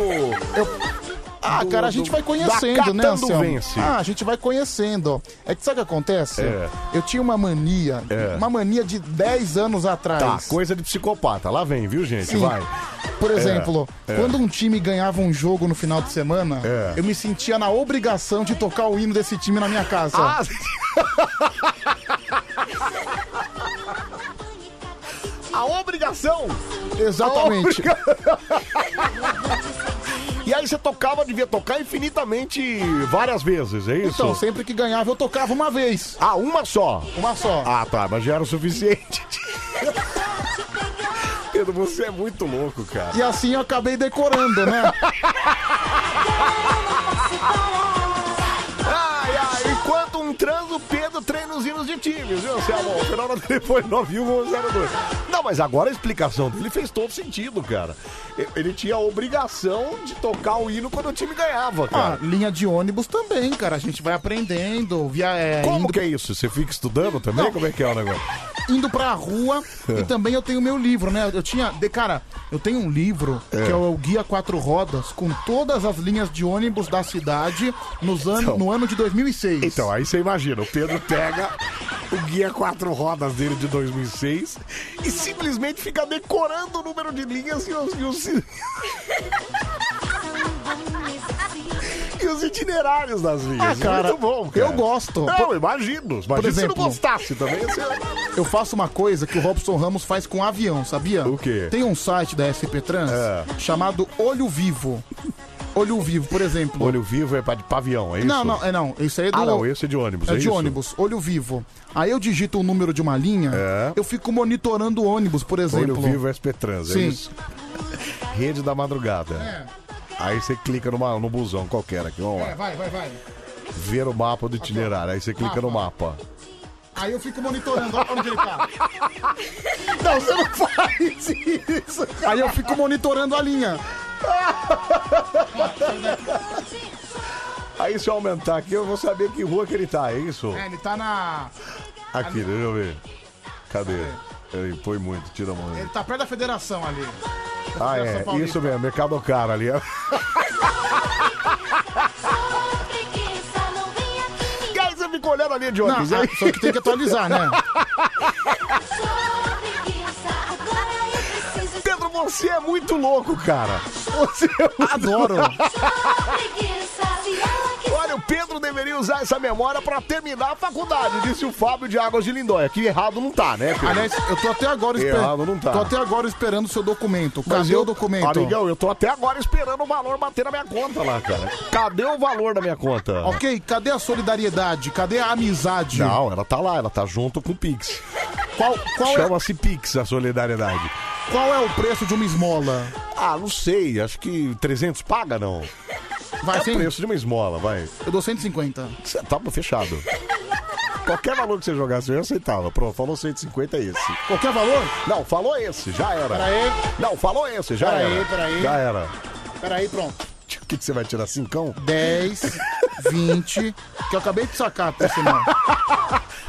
S2: Ah,
S1: do-
S2: cara, a gente
S1: do-
S2: vai
S1: da
S2: conhecendo,
S1: Catando
S2: né, Anselmo?
S1: Vence.
S2: Ah, a gente vai conhecendo, ó. É que sabe o que acontece?
S1: É.
S2: Eu tinha uma mania, uma mania de 10 anos atrás.
S1: Tá, coisa de psicopata. Lá vem, viu, gente?
S2: Ah, Sim.
S1: Vai.
S2: Por
S1: É,
S2: exemplo,
S1: é.
S2: quando um time ganhava um jogo no final de semana, eu me sentia na obrigação de tocar o hino desse time na minha casa.
S1: Ah, A obrigação!
S2: Exatamente.
S1: A E aí você tocava, devia tocar infinitamente várias vezes, é isso?
S2: Então, sempre que ganhava, eu tocava uma vez.
S1: Ah, uma só?
S2: Uma só.
S1: Ah, tá, mas já era o suficiente. Pedro, você é muito louco, cara.
S2: E assim eu acabei decorando, né?
S1: Ai, ai, enquanto um transo, Pedro treina os hinos de times, viu, Anselmo? Final do telefone 9102. Não, mas agora a explicação dele fez todo sentido, cara. E- Ele tinha a obrigação de tocar o hino quando o time ganhava,
S2: Ah,
S1: cara.
S2: linha de ônibus também, cara. A gente vai aprendendo, via, é,
S1: Como que é isso? Você fica estudando também? Como é que é o negócio?
S2: indo pra rua e também eu tenho meu livro, né? Eu tinha. De, cara, eu tenho um livro que é o Guia Quatro Rodas com todas as linhas de ônibus da cidade nos anos no ano de 2006.
S1: Então, aí você imagina, o Pedro pega o guia quatro rodas dele de 2006 e simplesmente fica decorando o número de linhas e os, e os, e os itinerários das linhas.
S2: Ah, cara,
S1: Muito bom, cara.
S2: eu gosto.
S1: Não, imagino. Imagina
S2: Por
S1: se não
S2: exemplo,
S1: gostasse também. Você...
S2: Eu faço uma coisa que o Robson Ramos faz com avião, sabia? O quê? Tem um site da SP Trans
S1: É.
S2: chamado Olho Vivo. Olho Vivo, por exemplo.
S1: Olho vivo é pra- de pavião, é isso?
S2: Não, não, é não. Isso aí é do.
S1: Ah, não, esse é de ônibus,
S2: É,
S1: é
S2: de
S1: isso?
S2: ônibus, olho vivo. Aí eu digito o número de uma linha, eu fico monitorando o ônibus, por exemplo.
S1: É. Olho vivo SP Trans, é
S2: Sim.
S1: isso? Rede da madrugada. Aí você clica numa, no busão qualquer aqui, vamos lá.
S2: É, vai, vai, vai.
S1: Ver o mapa do itinerário. Aí você clica no mapa.
S2: Aí eu fico monitorando, olha onde ele tá.
S1: Não, você não faz isso.
S2: Aí eu fico monitorando a linha.
S1: Aí se eu aumentar aqui, eu vou saber que rua que ele tá, é isso?
S2: É, ele tá na.
S1: Aqui, deixa eu ver. Cadê? Ele põe muito, tira a mão. aí.
S2: Ele tá perto da federação ali.
S1: Ah, é. Isso mesmo, Mercado Caro ali. ó. E aí você fica olhando a linha de ônibus,
S2: Não,
S1: hein?
S2: ah, só que tem que atualizar, né?
S1: Pedro, você é muito louco, cara. Você é muito
S2: Adoro.
S1: Olha, o Pedro deveria usar essa memória pra terminar a faculdade, disse o Fábio de Águas de Lindóia. Que errado não tá, né, Pedro?
S2: Aliás, eu tô até agora esperando.
S1: Errado não tá.
S2: Tô até agora esperando o seu documento.
S1: Mas
S2: Cadê
S1: eu-
S2: o documento?
S1: Amigão, eu tô até agora esperando o valor bater na minha conta lá, cara. Cadê o valor da minha conta?
S2: Ok, cadê a solidariedade? Cadê a amizade?
S1: Não, ela tá lá, ela tá junto com o Pix.
S2: Qual, qual é,
S1: Chama-se Pix a solidariedade.
S2: qual é o preço de uma esmola?
S1: Ah, não sei, acho que 300 paga não.
S2: Vai
S1: é
S2: sim?
S1: o preço de uma esmola, vai.
S2: Eu dou 150.
S1: Cê tá fechado. Qualquer valor que você jogasse, eu ia aceitava. Pronto, falou 150 é esse.
S2: Qualquer valor?
S1: Não, falou esse, já era.
S2: Peraí.
S1: Não, falou esse, já
S2: Peraí,
S1: era.
S2: peraí.
S1: Já era.
S2: Peraí, pronto.
S1: O que, que você vai tirar, cincão?
S2: 10, 20, que eu acabei de sacar, por sinal.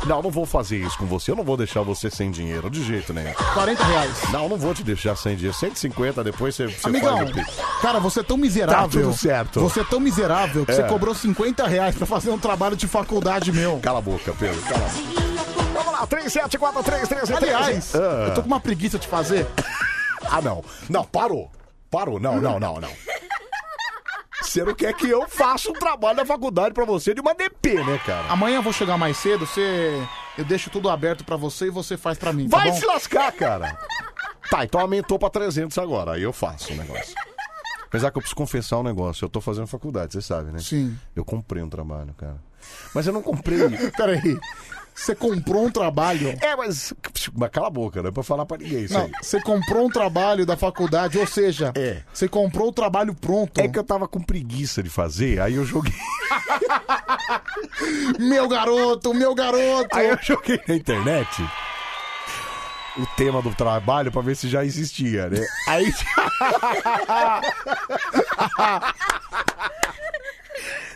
S1: Não, não vou fazer isso com você. Eu não vou deixar você sem dinheiro, de jeito nenhum.
S2: 40 reais.
S1: Não, não vou te deixar sem dinheiro. 150, depois você, você
S2: Amigão,
S1: faz o pix.
S2: cara, você é tão miserável.
S1: Tá tudo certo.
S2: Você é tão miserável que
S1: É.
S2: você cobrou 50 reais pra fazer um trabalho de faculdade meu.
S1: Cala a boca, Pedro, cala a boca. Vamos lá, 374333.
S2: Aliás,
S1: Ah.
S2: eu tô com uma preguiça de fazer.
S1: Ah, não. Não, parou. Parou. Não, não, não, não. Você não quer que eu faça o trabalho da faculdade pra você de uma DP, né, cara?
S2: Amanhã eu vou chegar mais cedo, você. Eu deixo tudo aberto pra você e você faz pra mim. tá
S1: Vai
S2: bom?
S1: se lascar, cara. Tá, então aumentou pra 300 agora. Aí eu faço o negócio. Apesar que eu preciso confessar um negócio. Eu tô fazendo faculdade, você sabe, né?
S2: Sim.
S1: Eu comprei um trabalho, cara. Mas eu não comprei.
S2: Peraí. Você comprou um trabalho.
S1: É, mas, mas cala a boca, não é pra falar pra ninguém isso
S2: Não,
S1: aí.
S2: você comprou um trabalho da faculdade, ou seja, você comprou o trabalho pronto.
S1: É que eu tava com preguiça de fazer, aí eu joguei.
S2: Meu garoto, meu garoto!
S1: Aí eu joguei na internet o tema do trabalho pra ver se já existia, né? Aí.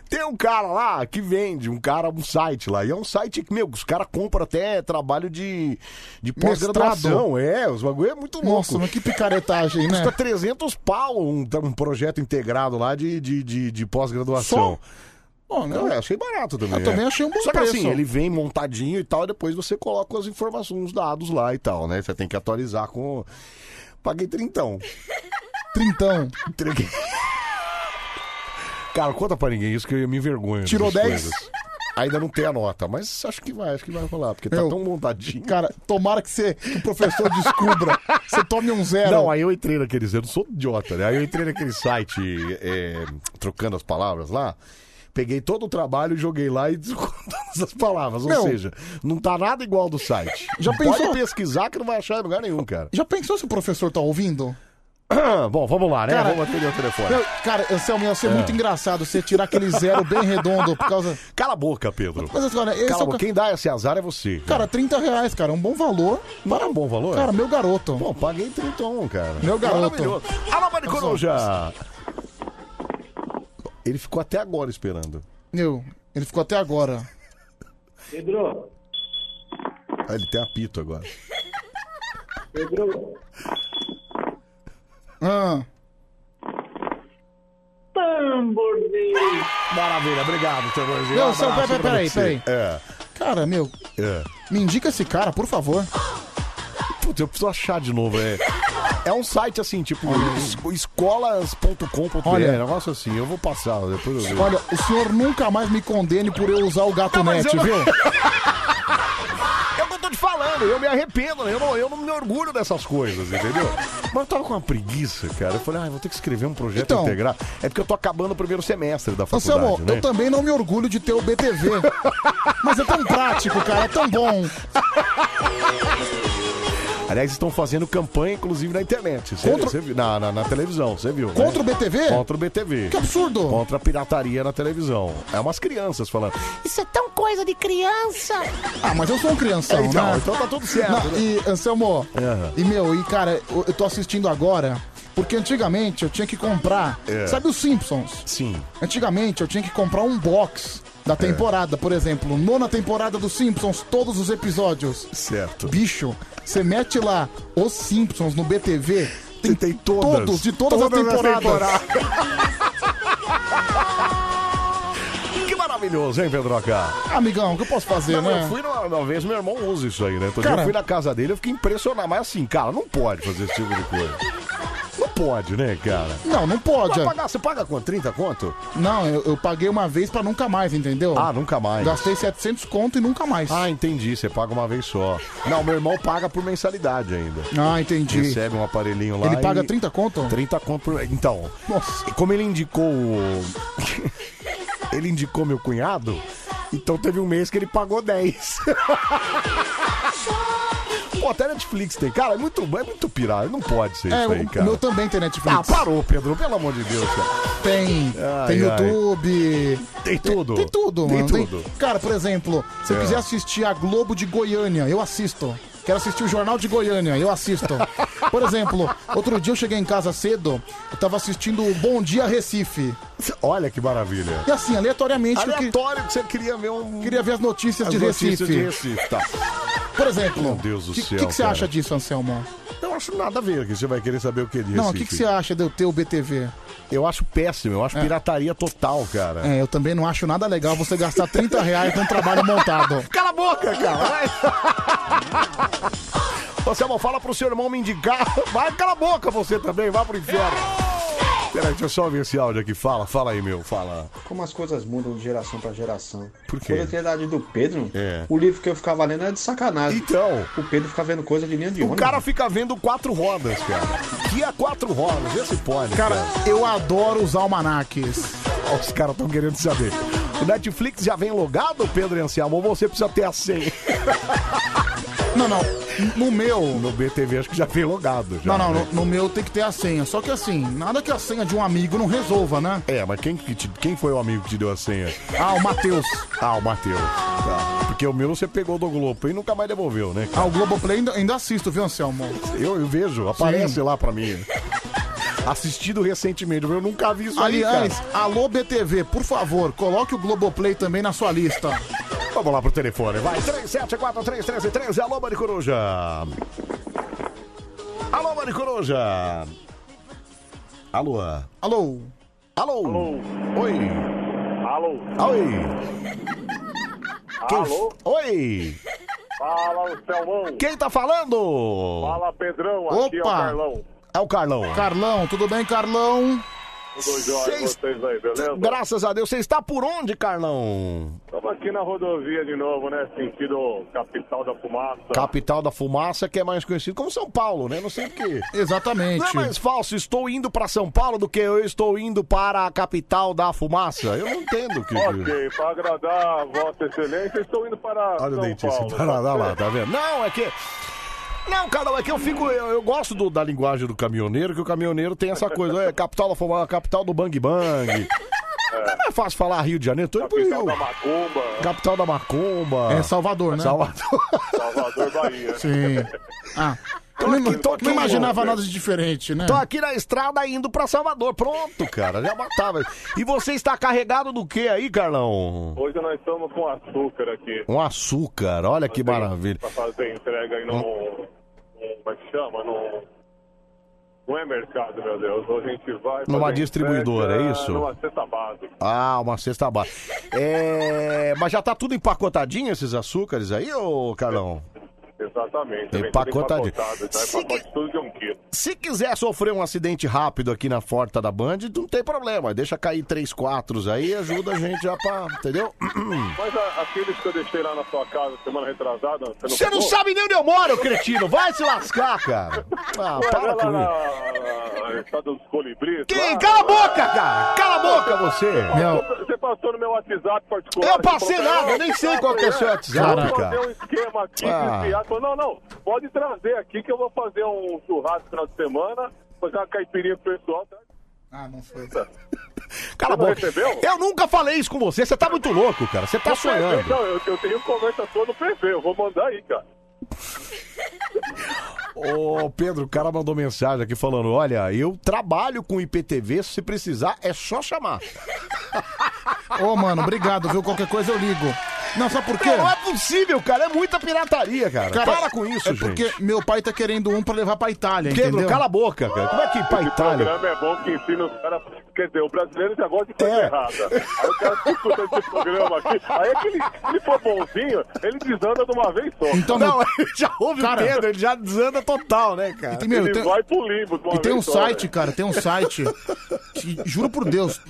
S1: Tem tem um cara lá que vende, um cara, um site lá. E é um site que, meu, os caras compram até trabalho de, de pós-graduação.
S2: Mestrado.
S1: É, os bagulho é muito louco.
S2: Nossa, mas que picaretagem, né?
S1: Custa 300 pau um, um projeto integrado lá de, de, de, de
S2: Só?
S1: pós-graduação.
S2: Ó, né?
S1: Não, eu achei barato também.
S2: Eu
S1: é.
S2: também achei um bom
S1: Só que
S2: preço.
S1: assim, ele vem montadinho e tal, e depois você coloca as informações, os dados lá e tal, né? Você tem que atualizar com. Paguei trintão.
S2: Trintão.
S1: Cara, conta pra ninguém isso que eu me envergonho.
S2: Tirou
S1: dessas
S2: 10?
S1: coisas. Ainda não tem a nota, mas acho que vai, acho que vai rolar, porque tá
S2: Meu,
S1: tão montadinho.
S2: Cara, tomara que, você, que o professor descubra. você tome um zero.
S1: Não, aí eu entrei naqueles, eu não sou idiota, né? Aí eu entrei naquele site, é, trocando as palavras lá, peguei todo o trabalho, joguei lá e desculpa todas as palavras. Ou
S2: Meu.
S1: seja, não tá nada igual do site.
S2: Já pensou?
S1: Pode pesquisar que não vai achar em lugar nenhum, cara.
S2: Já pensou se o professor tá ouvindo?
S1: Bom, vamos lá, né? Vamos atender o telefone.
S2: Não, cara, Anselmo, ia ser
S1: É.
S2: muito engraçado você tirar aquele zero bem redondo por causa.
S1: Cala a boca, Pedro.
S2: Mas, assim, olha, esse
S1: Cala
S2: é
S1: a
S2: o ca-
S1: boca. Quem dá esse azar é você. cara.
S2: Cara, 30 reais, cara, é um bom valor.
S1: Não é um bom valor?
S2: Cara, meu garoto.
S1: Bom, paguei 31, cara.
S2: Meu garoto.
S1: Maravilhoso. Alô, Maricoruja! Ele ficou até agora esperando.
S2: Meu, ele ficou até agora.
S9: Pedro,
S1: Ah, ele tem apito agora.
S9: Pedro.
S2: Ah,
S9: Tamborzinho.
S1: Maravilha, obrigado, Tamborzinho. Um
S2: Não, seu- peraí, peraí, peraí.
S1: É.
S2: cara, meu,
S1: É.
S2: me indica esse cara, por favor.
S1: Putz, eu preciso achar de novo, é. É um site assim, tipo, es- escolas.com.br.
S2: Olha.
S1: Olha, negócio assim, eu vou passar, depois eu vejo.
S2: Olha, o senhor nunca mais me condene por eu usar o gato net,
S1: eu não-
S2: viu?
S1: É o que eu tô te falando, eu me arrependo, né? eu não, eu não me orgulho dessas coisas, entendeu? Mas eu tava com uma preguiça, cara. Eu falei, ah, vou ter que escrever um projeto
S2: Então.
S1: integral. É porque eu tô acabando o primeiro semestre da faculdade,
S2: Anselmo,
S1: né?
S2: eu também não me orgulho de ter o BTV. Mas é tão prático, cara, é tão bom.
S1: Aliás, estão fazendo campanha, inclusive, na internet. Você,
S2: Contra-
S1: você viu? Na, na, na televisão, você viu? né?
S2: Contra o BTV?
S1: Contra o BTV.
S2: Que absurdo!
S1: Contra a pirataria na televisão. É umas crianças falando.
S2: Isso é tão coisa de criança. Ah, mas eu sou um crianção,
S1: É, então,
S2: né?
S1: então tá tudo certo, né?
S2: E, Anselmo, e meu, e cara, eu, eu tô assistindo agora, porque antigamente eu tinha que comprar,
S1: É.
S2: sabe os Simpsons?
S1: Sim.
S2: Antigamente eu tinha que comprar um box
S1: É.
S2: da temporada, por exemplo, nona temporada dos Simpsons, todos os episódios.
S1: Certo.
S2: Bicho, você mete lá os Simpsons no BTV, tem,
S1: todas.
S2: todos, de todas, as temporadas.
S1: que maravilhoso, hein, Pedroca?
S2: Amigão, o que eu posso fazer,
S1: Não,
S2: né?
S1: eu fui numa, uma vez, meu irmão usa isso aí, né? Outro dia
S2: Cara-
S1: eu fui na casa dele, eu fiquei impressionado. Mas assim, cara, não pode fazer esse tipo de coisa. Não pode, né, cara?
S2: Não, não pode.
S1: Vai pagar- você paga quanto? 30 conto?
S2: Não, eu, eu paguei uma vez pra nunca mais, entendeu?
S1: Ah, nunca mais.
S2: Gastei 700 conto e nunca mais.
S1: Ah, entendi. Você paga uma vez só. Não, meu irmão paga por mensalidade ainda.
S2: Ah, entendi.
S1: Recebe um aparelhinho lá.
S2: Ele
S1: e-
S2: paga 30 conto?
S1: 30 conto por. Então.
S2: Nossa.
S1: e Como ele indicou. o- ele indicou meu cunhado. Então teve um mês que ele pagou 10. Pô, até Netflix tem. Cara, é muito, é muito pirado. Não pode ser
S2: É,
S1: isso aí,
S2: o
S1: cara.
S2: meu também tem Netflix.
S1: Ah, parou, Pedro. Pelo amor de Deus, cara.
S2: Tem, tem
S1: Ai, ai.
S2: YouTube.
S1: Tem tudo.
S2: Tem tudo,
S1: Tem
S2: mano. Tem-
S1: tudo.
S2: Cara, por exemplo, se eu
S1: É.
S2: quiser assistir a Globo de Goiânia, eu assisto. Quero assistir o Jornal de Goiânia, eu assisto. Por exemplo, outro dia eu cheguei em casa cedo, eu tava assistindo o Bom Dia Recife.
S1: Olha que maravilha.
S2: E assim, aleatoriamente,
S1: Aleatório que você queria ver um...
S2: eu queria ver as notícias,
S1: As
S2: de,
S1: notícias
S2: Recife.
S1: de Recife, tá.
S2: Por exemplo,
S1: Meu Deus do
S2: que,
S1: céu,
S2: que, que você
S1: cara.
S2: acha disso, Anselmo?
S1: Eu acho nada a ver, que você vai querer saber o que ele
S2: Não, o que, que você acha É. de eu ter o BTV?
S1: Eu acho péssimo, eu acho pirataria total, cara.
S2: É, eu também não acho nada legal você gastar 30 reais num trabalho montado.
S1: Cala a boca, cara. Você é não fala pro seu irmão me indicar. Vai, cala a boca você também, vai pro inferno. Peraí, deixa eu só ouvir esse áudio aqui. Fala, fala aí, meu, fala.
S5: Como as coisas mudam de geração pra geração.
S1: Por
S5: quê? Quando eu tinha a idade do Pedro,
S1: É.
S5: o livro que eu ficava lendo era de sacanagem.
S1: Então.
S5: O Pedro ficava vendo coisa de linha de
S1: O
S5: ônibus.
S1: cara fica vendo quatro rodas, cara. Que é quatro rodas, vê se pode.
S2: Cara, eu adoro os almanaques.
S1: Ó, Os caras estão querendo saber. O Netflix já vem logado, Pedro e Anselmo, ou você precisa ter a senha?
S2: Não, não. No meu.
S1: No BTV acho que já vem logado. já,
S2: Não, não,
S1: né?
S2: no, no meu tem que ter a senha. Só que assim, nada que a senha de um amigo não resolva, né?
S1: É, mas quem, que te- quem foi o amigo que te deu a senha?
S2: Ah, o Matheus.
S1: Ah, o Matheus. Tá. Porque o meu você pegou do Globo e nunca mais devolveu, né?
S2: Ah, o Globoplay ainda, ainda assisto, viu, Anselmo?
S1: Eu, eu vejo, aparece
S2: Sim.
S1: lá pra mim. assistido recentemente. Eu nunca vi isso
S2: Aliás,
S1: aí,
S2: alô BTV, por favor, coloque o Globoplay também na sua lista.
S1: cara. Vamos lá pro telefone, vai. 37431313, é alô, Maricoruja. Alô, Maricoruja. Alô.
S2: Alô.
S1: Alô. Oi.
S16: Alô.
S1: Oi. Quem-
S16: Alô.
S1: Oi.
S16: Fala, o Selmão.
S1: Quem tá falando?
S16: Fala, Pedrão. Aqui é o Carlão.
S1: É o Carlão.
S2: Carlão, tudo bem, Carlão?
S16: Tudo jóia com
S1: Cês-
S16: vocês aí, beleza?
S1: Graças a Deus. Você está por onde, Carlão?
S16: Estamos aqui na rodovia de novo, né? Sentido capital da fumaça.
S1: Capital da fumaça, que é mais conhecido como São Paulo, né? Não sei porquê.
S2: Exatamente.
S1: Não é mais falso, estou indo para São Paulo do que eu estou indo para a capital da fumaça. Eu não entendo o que. é
S16: Ok, para agradar a Vossa Excelência, estou indo para
S1: Olha o
S16: São
S1: dentista.
S16: Paulo.
S1: Olha lá, lá, tá vendo? Não, é que. Não, Carlão, é que eu fico. Eu, eu gosto do- da linguagem do caminhoneiro, que o caminhoneiro tem essa coisa. É capital da fumaça, capital do bang bang. Não é fácil falar Rio de Janeiro, tô indo pro
S16: Capital
S1: Rio.
S16: da Macumba,
S1: Capital da Macumba.
S2: É Salvador, né?
S1: Salvador.
S16: Salvador, Bahia.
S2: Sim. Ah, eu não, ima-
S1: tô aqui,
S2: não imaginava
S1: mano.
S2: nada de diferente, né?
S1: Tô aqui na estrada indo pra Salvador. Pronto, cara, já matava. E você está carregado do que aí, Carlão?
S16: Hoje nós estamos com açúcar aqui.
S1: Um açúcar, olha que maravilha.
S16: Para fazer entrega aí no. no- Como é que chama? No, não é mercado, meu Deus. Hoje a gente vai.
S1: Numa
S16: fazer
S1: distribuidora,
S16: entrega
S1: é isso?
S16: Numa cesta básica.
S1: Ah, uma cesta básica. É, mas já tá tudo empacotadinho esses açúcares aí, ô Carlão?
S16: Exatamente.
S1: Tem
S16: vem tudo
S1: pacotadinho.
S16: empacotado, tá? É
S1: Se
S16: pacote tudo de um quilo.
S1: Se quiser sofrer um acidente rápido aqui na Forta da Band, não tem problema. Deixa cair três quatros aí e ajuda a gente já pra. Entendeu?
S16: Mas a- aqueles que eu deixei lá na sua casa semana retrasada, você não
S1: Você não
S16: pegou?
S1: sabe nem onde eu moro, cretino! Vai se lascar, cara! Ah,
S16: Ué,
S1: para
S16: lá
S1: comigo.
S16: na- na Estado dos Colibris.
S1: Quem?
S16: lá.
S1: Cala a boca, cara! Cala a boca, você!
S16: Você passou no meu WhatsApp particular.
S1: Eu passei
S16: Você falou,
S1: nada, eu nem sei qual que é o seu WhatsApp,
S16: Vamos
S1: cara.
S16: fazer um esquema aqui,
S1: Ah.
S16: desviar. Falou, não, não, pode trazer aqui que eu vou fazer um churrasco no final de semana, fazer uma caipirinha pro pessoal. tá?
S1: Tá
S2: Ah, não foi.
S1: Cala a
S16: Você não
S1: boca.
S16: recebeu?
S1: Eu nunca falei isso com você. Você tá muito louco, cara. Você tá
S16: Eu pensei,
S1: sonhando.
S16: Não, Então, eu, eu tenho conversa toda no PV, eu vou mandar aí, cara.
S1: Ô, Pedro, o cara mandou mensagem aqui falando: Olha, eu trabalho com IPTV. Se precisar, é só chamar.
S2: Ô, mano, obrigado, viu? Qualquer coisa eu ligo. Não, só por quê?
S1: Não, não é possível, cara. É muita pirataria, cara. Para com isso,
S2: é porque
S1: gente.
S2: meu pai tá querendo um pra levar pra Itália,
S1: Pedro,
S2: entendeu?
S1: cala a boca, cara. Como é que ir pra
S16: O
S1: Itália?
S16: programa é bom que ensina os caras. Quer dizer, o brasileiro já gosta de coisa
S2: É.
S16: errada. Aí o cara fica escutando esse programa aqui. Aí é que ele, ele for bonzinho, ele desanda de uma vez só.
S2: Então,
S1: Não, ele já ouve
S2: Cara-
S1: o Pedro, ele já desanda total, né, cara? Ah,
S2: tem- meu,
S16: ele
S2: tem-
S16: vai pro limbo de uma
S2: E tem
S16: vez
S2: um
S16: só, né?
S2: site,
S16: velho.
S2: cara, tem um site. que, juro por Deus.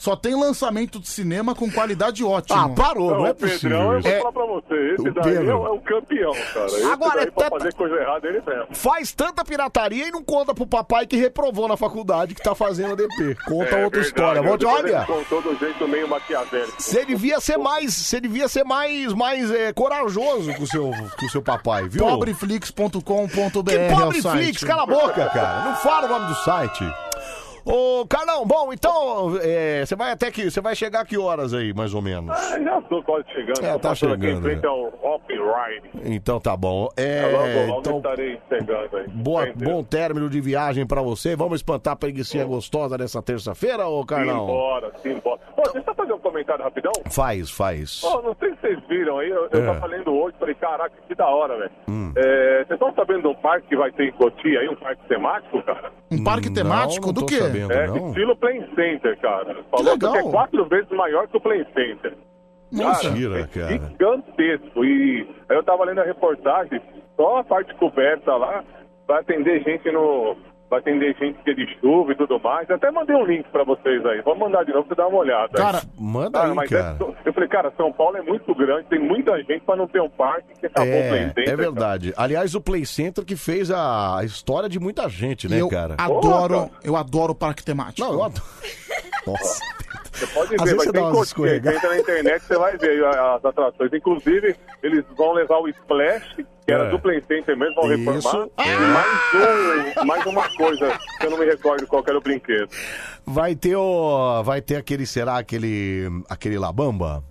S2: Só tem lançamento de cinema com qualidade ótima.
S16: Ah, parou, não, é possível. Pedrão, eu vou falar pra você, esse
S2: um- o
S16: daí é,
S2: Pedro.
S16: o- é o campeão, cara. Esse
S1: Agora,
S16: daí
S1: é
S16: pra
S1: tanta-
S16: fazer coisa errada, ele é. mesmo.
S1: Faz tanta pirataria e não conta pro papai que reprovou na faculdade que tá fazendo ADP. Conta
S16: É
S1: outra
S16: verdade,
S1: história.
S16: eu-
S1: Vou te-
S16: depois
S1: olha.
S16: ele Contou do jeito meio maquiavélico.
S1: Você devia ser mais, você devia ser mais, mais eh, corajoso com o seu, com o seu papai, viu?
S2: Pobreflix.com.br
S1: que
S2: é o
S1: pobre
S2: site.
S1: Flix, cala a boca, cara. Não fala o nome do site. Ô, Carlão, bom, então, eh, você vai até que, você vai chegar a que horas aí, mais ou menos?
S16: Ah, já tô quase chegando.
S1: É,
S16: tô
S1: tá
S16: passando Aqui em
S1: chegando,
S16: frente
S1: né?
S16: ao Hop Ride.
S1: Então tá bom.
S16: logo,
S1: É,
S16: logo
S1: então,
S16: estarei chegando aí.
S1: boa,
S16: Entendeu?
S1: bom término de viagem pra você. Vamos espantar a preguiçinha gostosa nessa terça-feira, ô Carlão?
S16: Simbora, simbora. Ô, deixa eu fazer um comentário rapidão.
S1: Faz, faz.
S16: Ó, não sei se vocês viram aí, eu, eu
S1: É.
S16: tava lendo hoje, falei, caraca, que da hora, velho. É, Vocês estão sabendo do parque que vai ter em Cotia aí, um parque temático, cara?
S2: Um parque temático do quê?
S16: é, estilo Play Center, cara. Falou que,
S2: legal.
S16: é quatro vezes maior que o Play Center.
S1: Nossa.
S16: Cara,
S1: Mentira,
S16: é
S1: cara.
S16: Gigantesco. E aí eu tava lendo a reportagem, só a parte coberta lá, vai atender gente no... Vai atender gente que é de chuva e tudo mais. Eu até mandei um link pra vocês aí. Vou mandar de novo pra você dar uma olhada.
S1: Cara, manda aí,
S16: mas
S1: cara.
S16: é- eu falei, cara, São Paulo é muito grande, tem muita gente pra não ter um parque que acabou o Play
S1: É,
S16: Center,
S1: é verdade. Aliás, o Play Center que fez a história de muita gente, né,
S2: eu
S1: cara?
S2: adoro, eu adoro parque temático. Não, eu
S1: adoro. Nossa.
S16: Você pode
S1: Às
S16: ver,
S1: vezes
S16: vai
S1: você
S16: ter
S1: dá umas
S16: coisa. Você
S1: escorregadas.
S16: entra na internet, você vai ver as atrações. Inclusive, eles vão levar o Splash, que era
S1: É.
S16: do Play Center mesmo, vão
S1: Isso.
S16: reformar. Mais, um, mais uma coisa, que eu não me recordo qual que era o brinquedo.
S1: Vai ter o. Vai ter aquele, será aquele. aquele Labamba?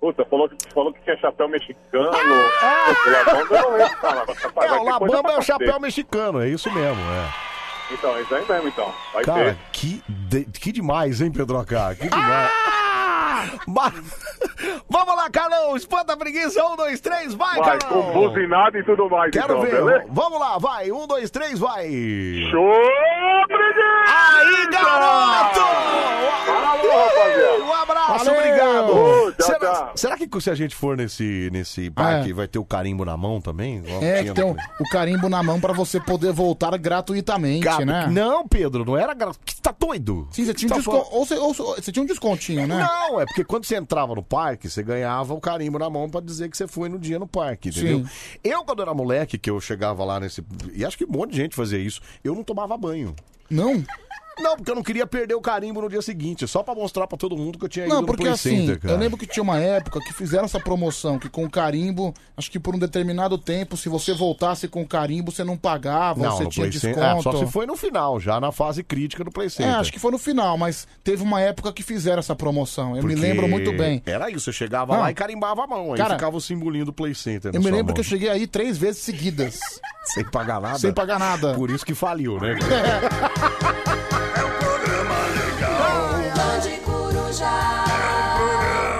S16: Puta, falou, que- falou que tinha chapéu mexicano. o Labamba eu não lembro. falar, mas, rapaz,
S1: Ah! É,
S16: vai
S1: o
S16: ter coisa
S1: Labamba
S16: pra
S1: é o chapéu
S16: cacete.
S1: mexicano, é isso mesmo, é.
S16: Então, é isso aí mesmo, então. Vai
S1: Cara,
S16: ter.
S1: que, de- que demais, hein, Pedro K? Que demais.
S2: Ah!
S1: Ba- Vamos lá, Carlão. Espanta a preguiça. Um, dois, três, vai,
S16: Vai,
S1: Carlão.
S16: com buzinada e tudo mais,
S1: Quero
S16: então,
S1: ver.
S16: beleza?
S1: Vamos lá, vai. Um, dois, três, vai.
S16: Show,
S1: Aí, garoto!
S16: Falou, rapaziada.
S1: Um abraço,
S16: Valeu.
S1: obrigado.
S16: Tchau,
S1: será,
S16: tchau.
S1: será que se a gente for nesse, nesse parque, vai ter o carimbo na mão também? Igual
S2: É,
S1: tinha
S2: que tem o, o carimbo na mão pra você poder voltar gratuitamente,
S1: Gato.
S2: né?
S1: Ah, Não, Pedro, não era gratuito. Você tá doido?
S2: Sim, você tinha,
S1: Tá
S2: um descon...
S1: falando-
S2: ou você, ou você tinha um descontinho, né?
S1: Não, é porque quando você entrava no parque, você ganhava o carimbo na mão pra dizer que você foi no dia no parque, entendeu?
S2: Sim.
S1: Eu, quando era moleque, que eu chegava lá nesse. E acho que um monte de gente fazia isso, eu não tomava banho.
S2: Não?
S1: Não, porque eu não queria perder o carimbo no dia seguinte, só pra mostrar pra todo mundo que eu tinha ido
S2: Não,
S1: no
S2: porque
S1: Play
S2: assim,
S1: Center, cara.
S2: eu lembro que tinha uma época que fizeram essa promoção, que com o carimbo, acho que por um determinado tempo, se você voltasse com o carimbo, você não pagava,
S1: Não,
S2: você
S1: no
S2: tinha
S1: Play Center.
S2: desconto.
S1: É, só se foi no final, já na fase crítica do Play
S2: É,
S1: Center.
S2: acho que foi no final, mas teve uma época que fizeram essa promoção. Eu me
S1: Porque
S2: lembro muito bem.
S1: Era isso, você chegava
S2: Não.
S1: lá e carimbava a mão, aí
S2: Cara,
S1: ficava o simbolinho do Play Center. na
S2: Eu me
S1: né, sua
S2: lembro
S1: mão.
S2: que eu cheguei aí três vezes seguidas.
S1: Sem pagar nada?
S2: Sem pagar nada.
S1: Por isso que faliu, né?
S4: de Coruja. É um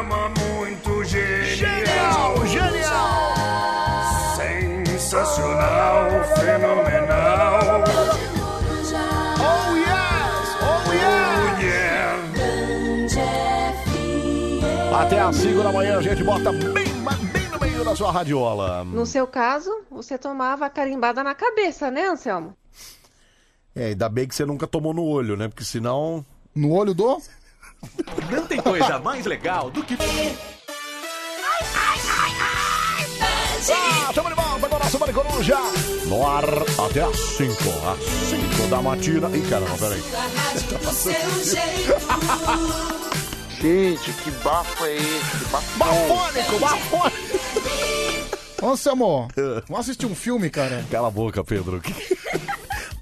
S4: programa muito genial. Genial, genial. Sensacional, fenomenal.
S1: Oh yes, oh yes. Até às 5 da manhã a gente bota bem, mas bem no meio da sua radiola.
S17: No seu caso, você tomava a carimbada na cabeça, né, Anselmo?
S1: É, ainda bem que você nunca tomou no olho, né? Porque senão.
S2: No olho do?
S1: Não tem
S3: coisa
S1: mais legal do que.
S3: Ah,
S1: tamo de volta com o nosso Mari Coruja. No ar até às 5. Às 5 da matina. Ih, caramba, peraí.
S7: Gente, que bafo é esse? Que bafo.
S1: Bafônico, bafônico.
S2: Ô, Anselmo, vamos assistir um filme, cara?
S1: Cala a boca, Pedro. Que-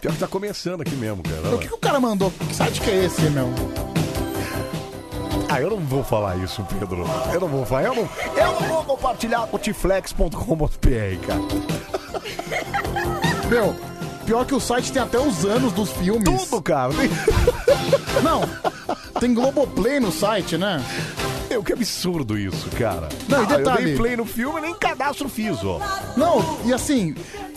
S1: Pior que tá começando aqui mesmo, cara.
S2: O que, que o cara mandou? Que site que é esse, meu?
S1: Ah, eu não vou falar isso, Pedro. Eu não vou falar. Eu não, eu não vou compartilhar com o tiflex.com.br, cara.
S2: Meu, pior que o site tem até os anos dos filmes. Tudo,
S1: cara.
S2: Não, tem Globoplay no site, né?
S1: Meu, que absurdo isso, cara.
S2: Não, e
S1: Ah, eu
S2: detalhe-
S1: dei play no filme nem cadastro fiz, ó.
S2: Não, e assim,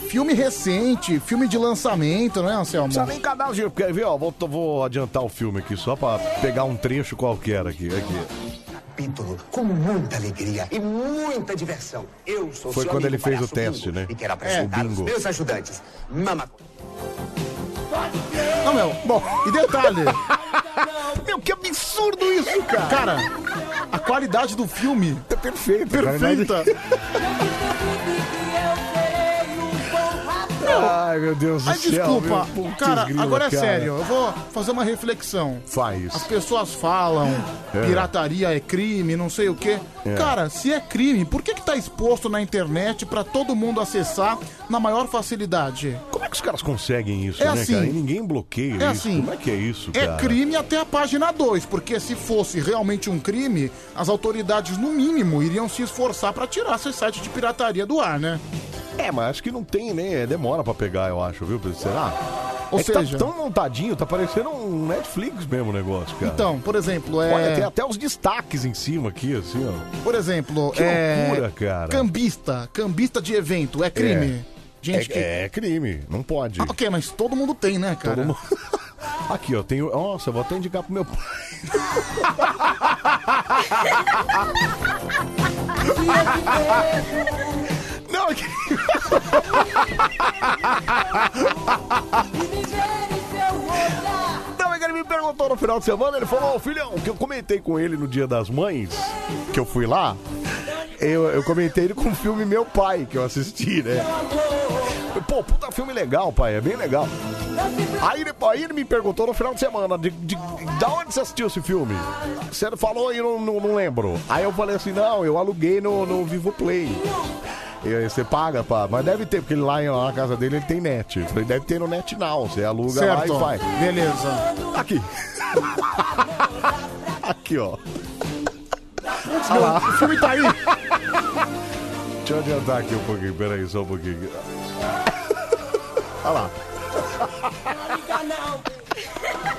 S2: filme recente, filme de lançamento, né, Anselmo?
S1: Não precisa nem cadastro, de- quer ver, ó, vou, vou adiantar o filme aqui só pra pegar um trecho qualquer aqui, aqui.
S18: capítulo com muita alegria e muita diversão. Eu sou
S1: Foi
S18: seu
S1: quando
S18: amigo
S1: ele fez o
S18: palhaço
S1: teste,
S18: Bingo,
S1: né?
S18: E quero apresentar
S1: É, o
S18: os
S1: Bingo.
S18: meus ajudantes. Mama.
S2: Não, meu, bom, e detalhe.
S1: meu, que absurdo isso, cara!
S2: Cara, a qualidade do filme
S1: é perfeita.
S2: Perfeita.
S1: Ai, meu Deus do
S2: Mas
S1: céu.
S2: desculpa,
S1: meu, putz
S2: cara,
S1: grila,
S2: agora é
S1: cara.
S2: sério, eu vou fazer uma reflexão.
S1: Faz.
S2: As pessoas falam,
S1: É.
S2: pirataria é crime, não sei o quê.
S1: É.
S2: Cara, se é crime, por que que tá exposto na internet pra todo mundo acessar na maior facilidade?
S1: Como é que os caras conseguem isso,
S2: É
S1: né, cara?
S2: assim.
S1: E ninguém bloqueia
S2: É
S1: isso.
S2: assim.
S1: Como é que é isso,
S2: É
S1: cara?
S2: crime até a página 2, porque se fosse realmente um crime, as autoridades, no mínimo, iriam se esforçar pra tirar esse site de pirataria do ar, né?
S1: É, mas acho que não tem, né? Demora pra pegar, eu acho, viu? Pedro? Será?
S2: Ou
S1: É que tá
S2: seja-
S1: tão montadinho, tá parecendo um Netflix mesmo o negócio, cara.
S2: Então, por exemplo, é.
S1: Olha, tem até os destaques em cima aqui, assim, ó.
S2: Por exemplo,
S1: Que
S2: é.
S1: loucura, cara.
S2: Cambista. Cambista de evento. É crime.
S1: É.
S2: Gente,
S1: é,
S2: que.
S1: é crime, não pode.
S2: Ah, ok, mas todo mundo tem, né, cara?
S1: Todo mundo- Aqui, ó, tem. o- Nossa, eu vou até indicar pro meu pai. Não, que... Não, é que ele me perguntou no final de semana, ele falou, "Ô, filhão, que eu comentei com ele no Dia das Mães, que eu fui lá, eu, eu comentei ele com o filme Meu Pai, que eu assisti, né? Pô, puta filme legal, pai, é bem legal. Aí, ele- aí ele me perguntou no final de semana, de, de- da onde você assistiu esse filme? Você falou e eu não, não- não lembro. Aí eu falei assim, não, eu aluguei no, no Vivo Play. E aí você paga, pá. Mas deve ter, porque lá em- lá na casa dele ele tem net. Eu falei, deve ter no net não. Você aluga
S2: Certo.
S1: lá e vai.
S2: Beleza.
S1: Aqui. Aqui, ó.
S2: Putz, meu, o filme tá aí.
S1: Deixa eu adiantar aqui um pouquinho. Peraí, só um pouquinho. Olha lá.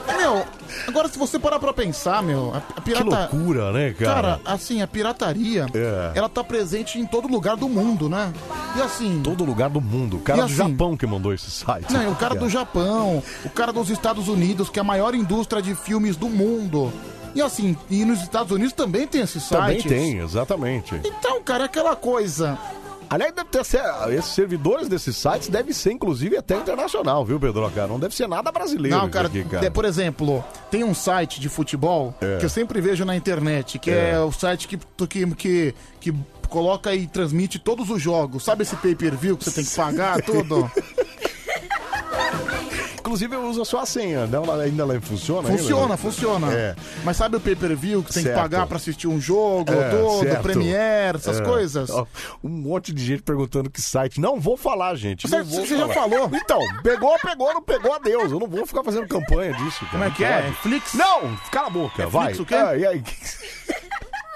S2: É, Meu, agora se você parar pra pensar, meu, a, a pirata...
S1: Que loucura, né, cara? É.
S2: assim, a pirataria, ela tá presente em todo lugar do mundo, né? E assim...
S1: Todo lugar do mundo. O cara
S2: E
S1: do
S2: assim-
S1: Japão que mandou esse site.
S2: Não, e o cara do Japão, o cara dos Estados Unidos, que é a maior indústria de filmes do mundo. E assim, e nos Estados Unidos também tem esse
S1: Também
S2: site.
S1: tem, exatamente.
S2: Então, cara, é aquela coisa.
S1: Aliás, É, deve ter ser, esses servidores desses sites devem ser, inclusive, até internacional, viu, Pedro? Cara, não deve ser nada brasileiro.
S2: Não,
S1: isso
S2: cara,
S1: aqui,
S2: é, por exemplo, tem um site de futebol
S1: É.
S2: que eu sempre vejo na internet, que é,
S1: É.
S2: o site que, que, que, que coloca e transmite todos os jogos. Sabe esse pay-per-view que você tem que pagar, tudo?
S1: Inclusive, eu uso a sua senha. Não, ela- ainda ela funciona? ainda?
S2: Funciona, funciona.
S1: É.
S2: Mas sabe o pay-per-view que tem
S1: Certo.
S2: que pagar pra assistir um jogo,
S1: É,
S2: todo,
S1: certo.
S2: Premiere, essas
S1: É.
S2: coisas?
S1: Ó, Um monte de gente perguntando que site. Não vou falar, gente.
S2: Você-
S1: não vou
S2: você já
S1: falar.
S2: falou.
S1: Então, pegou, pegou, não pegou, adeus. Eu não vou ficar fazendo campanha disso. Cara.
S2: Como é que
S1: Não
S2: é?
S1: pode.
S2: É Flix?
S1: Não, cala a boca,
S2: É
S1: vai.
S2: Flix o quê?
S1: Ah, e aí?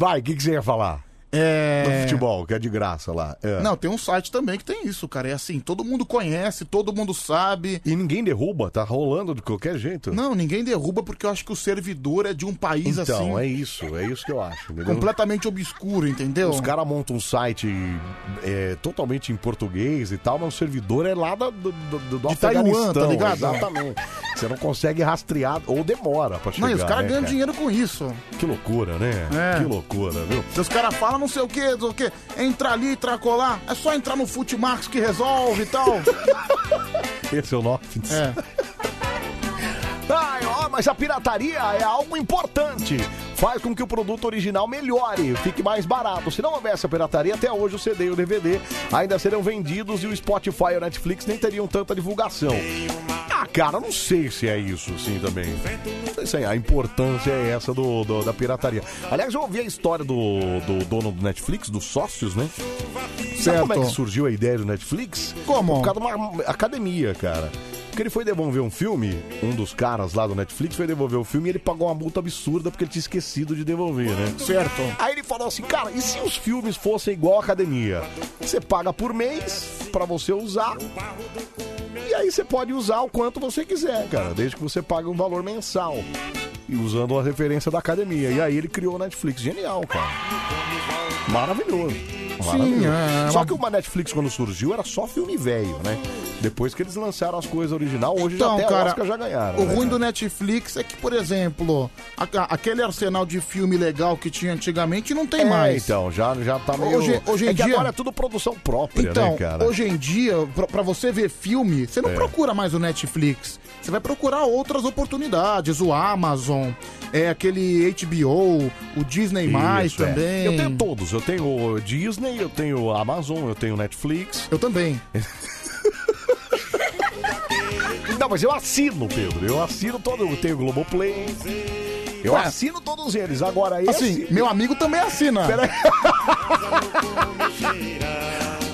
S1: Vai, o que, que você ia falar?
S2: É...
S1: Do futebol, que é de graça lá. É.
S2: Não, tem um site também que tem isso, cara. É assim, todo mundo conhece, todo mundo sabe.
S1: E ninguém derruba, tá rolando de qualquer jeito.
S2: Não, ninguém derruba porque eu acho que o servidor é de um país assim.
S1: então, é isso, é isso que eu acho, entendeu?
S2: completamente obscuro, entendeu?
S1: Os caras montam um site é, totalmente em português e tal, mas o servidor é lá da- do, do, do
S2: De Taiwan,
S1: Afeganistão,
S2: tá ligado?
S1: Exatamente. Você não consegue rastrear ou demora pra chegar.
S2: Não, e os caras
S1: né,
S2: ganham
S1: cara?
S2: dinheiro com isso.
S1: Que loucura, né?
S2: É.
S1: Que loucura, viu?
S2: Se os caras falam não sei o que, não sei o que, entra ali, tracolar, é só entrar no Futimax que resolve e tal.
S1: Esse é o nome. Ai, ó, mas a pirataria é algo importante. Faz com que o produto original melhore, fique mais barato. Se não houvesse a pirataria, até hoje o CD e o DVD ainda seriam vendidos e o Spotify e o Netflix nem teriam tanta divulgação. Ah, cara, não sei se é isso, sim, também. Não sei se é- a importância é essa do, do- da pirataria. Aliás, eu ouvi a história do, do dono do Netflix, dos sócios, né? Sabe
S2: Certo.
S1: como é que surgiu a ideia do Netflix?
S2: Como?
S1: Por causa de uma academia, cara. Porque ele foi devolver um filme, um dos caras lá do Netflix foi devolver o filme e ele pagou uma multa absurda porque ele tinha esquecido de devolver, né?
S2: Certo.
S1: Aí ele falou assim, cara, e se os filmes fossem igual a academia? Você paga por mês pra você usar e aí você pode usar o quanto você quiser, cara, desde que você pague um valor mensal. E usando a referência da academia. E aí ele criou o Netflix. Genial, cara. Maravilhoso. Maravilhoso.
S2: é
S1: Só
S2: uma-
S1: que uma Netflix, quando surgiu, era só filme velho, né? Depois que eles lançaram as coisas original, hoje
S2: Então,
S1: já até
S2: cara,
S1: a Oscar já ganharam.
S2: O
S1: né,
S2: ruim
S1: cara?
S2: do Netflix é que, por exemplo, a- a- aquele arsenal de filme legal que tinha antigamente não tem
S1: É,
S2: mais.
S1: então, já, já tá meio...
S2: Hoje- hoje em
S1: é que
S2: dia-
S1: agora é tudo produção própria,
S2: Então,
S1: né, cara?
S2: hoje em dia, pra, pra você ver filme, você não
S1: É.
S2: procura mais o Netflix. Você vai procurar outras oportunidades, o Amazon, é aquele HBO, o Disney mais
S1: Isso, é.
S2: também.
S1: Eu tenho todos. Eu tenho o Disney, eu tenho a Amazon, eu tenho o Netflix.
S2: Eu também.
S1: Não, mas eu assino, Pedro. Eu assino todo. Eu tenho o Globoplay. Eu
S2: É.
S1: assino todos eles. Agora esse...
S2: Assim, meu amigo também assina.
S1: Peraí.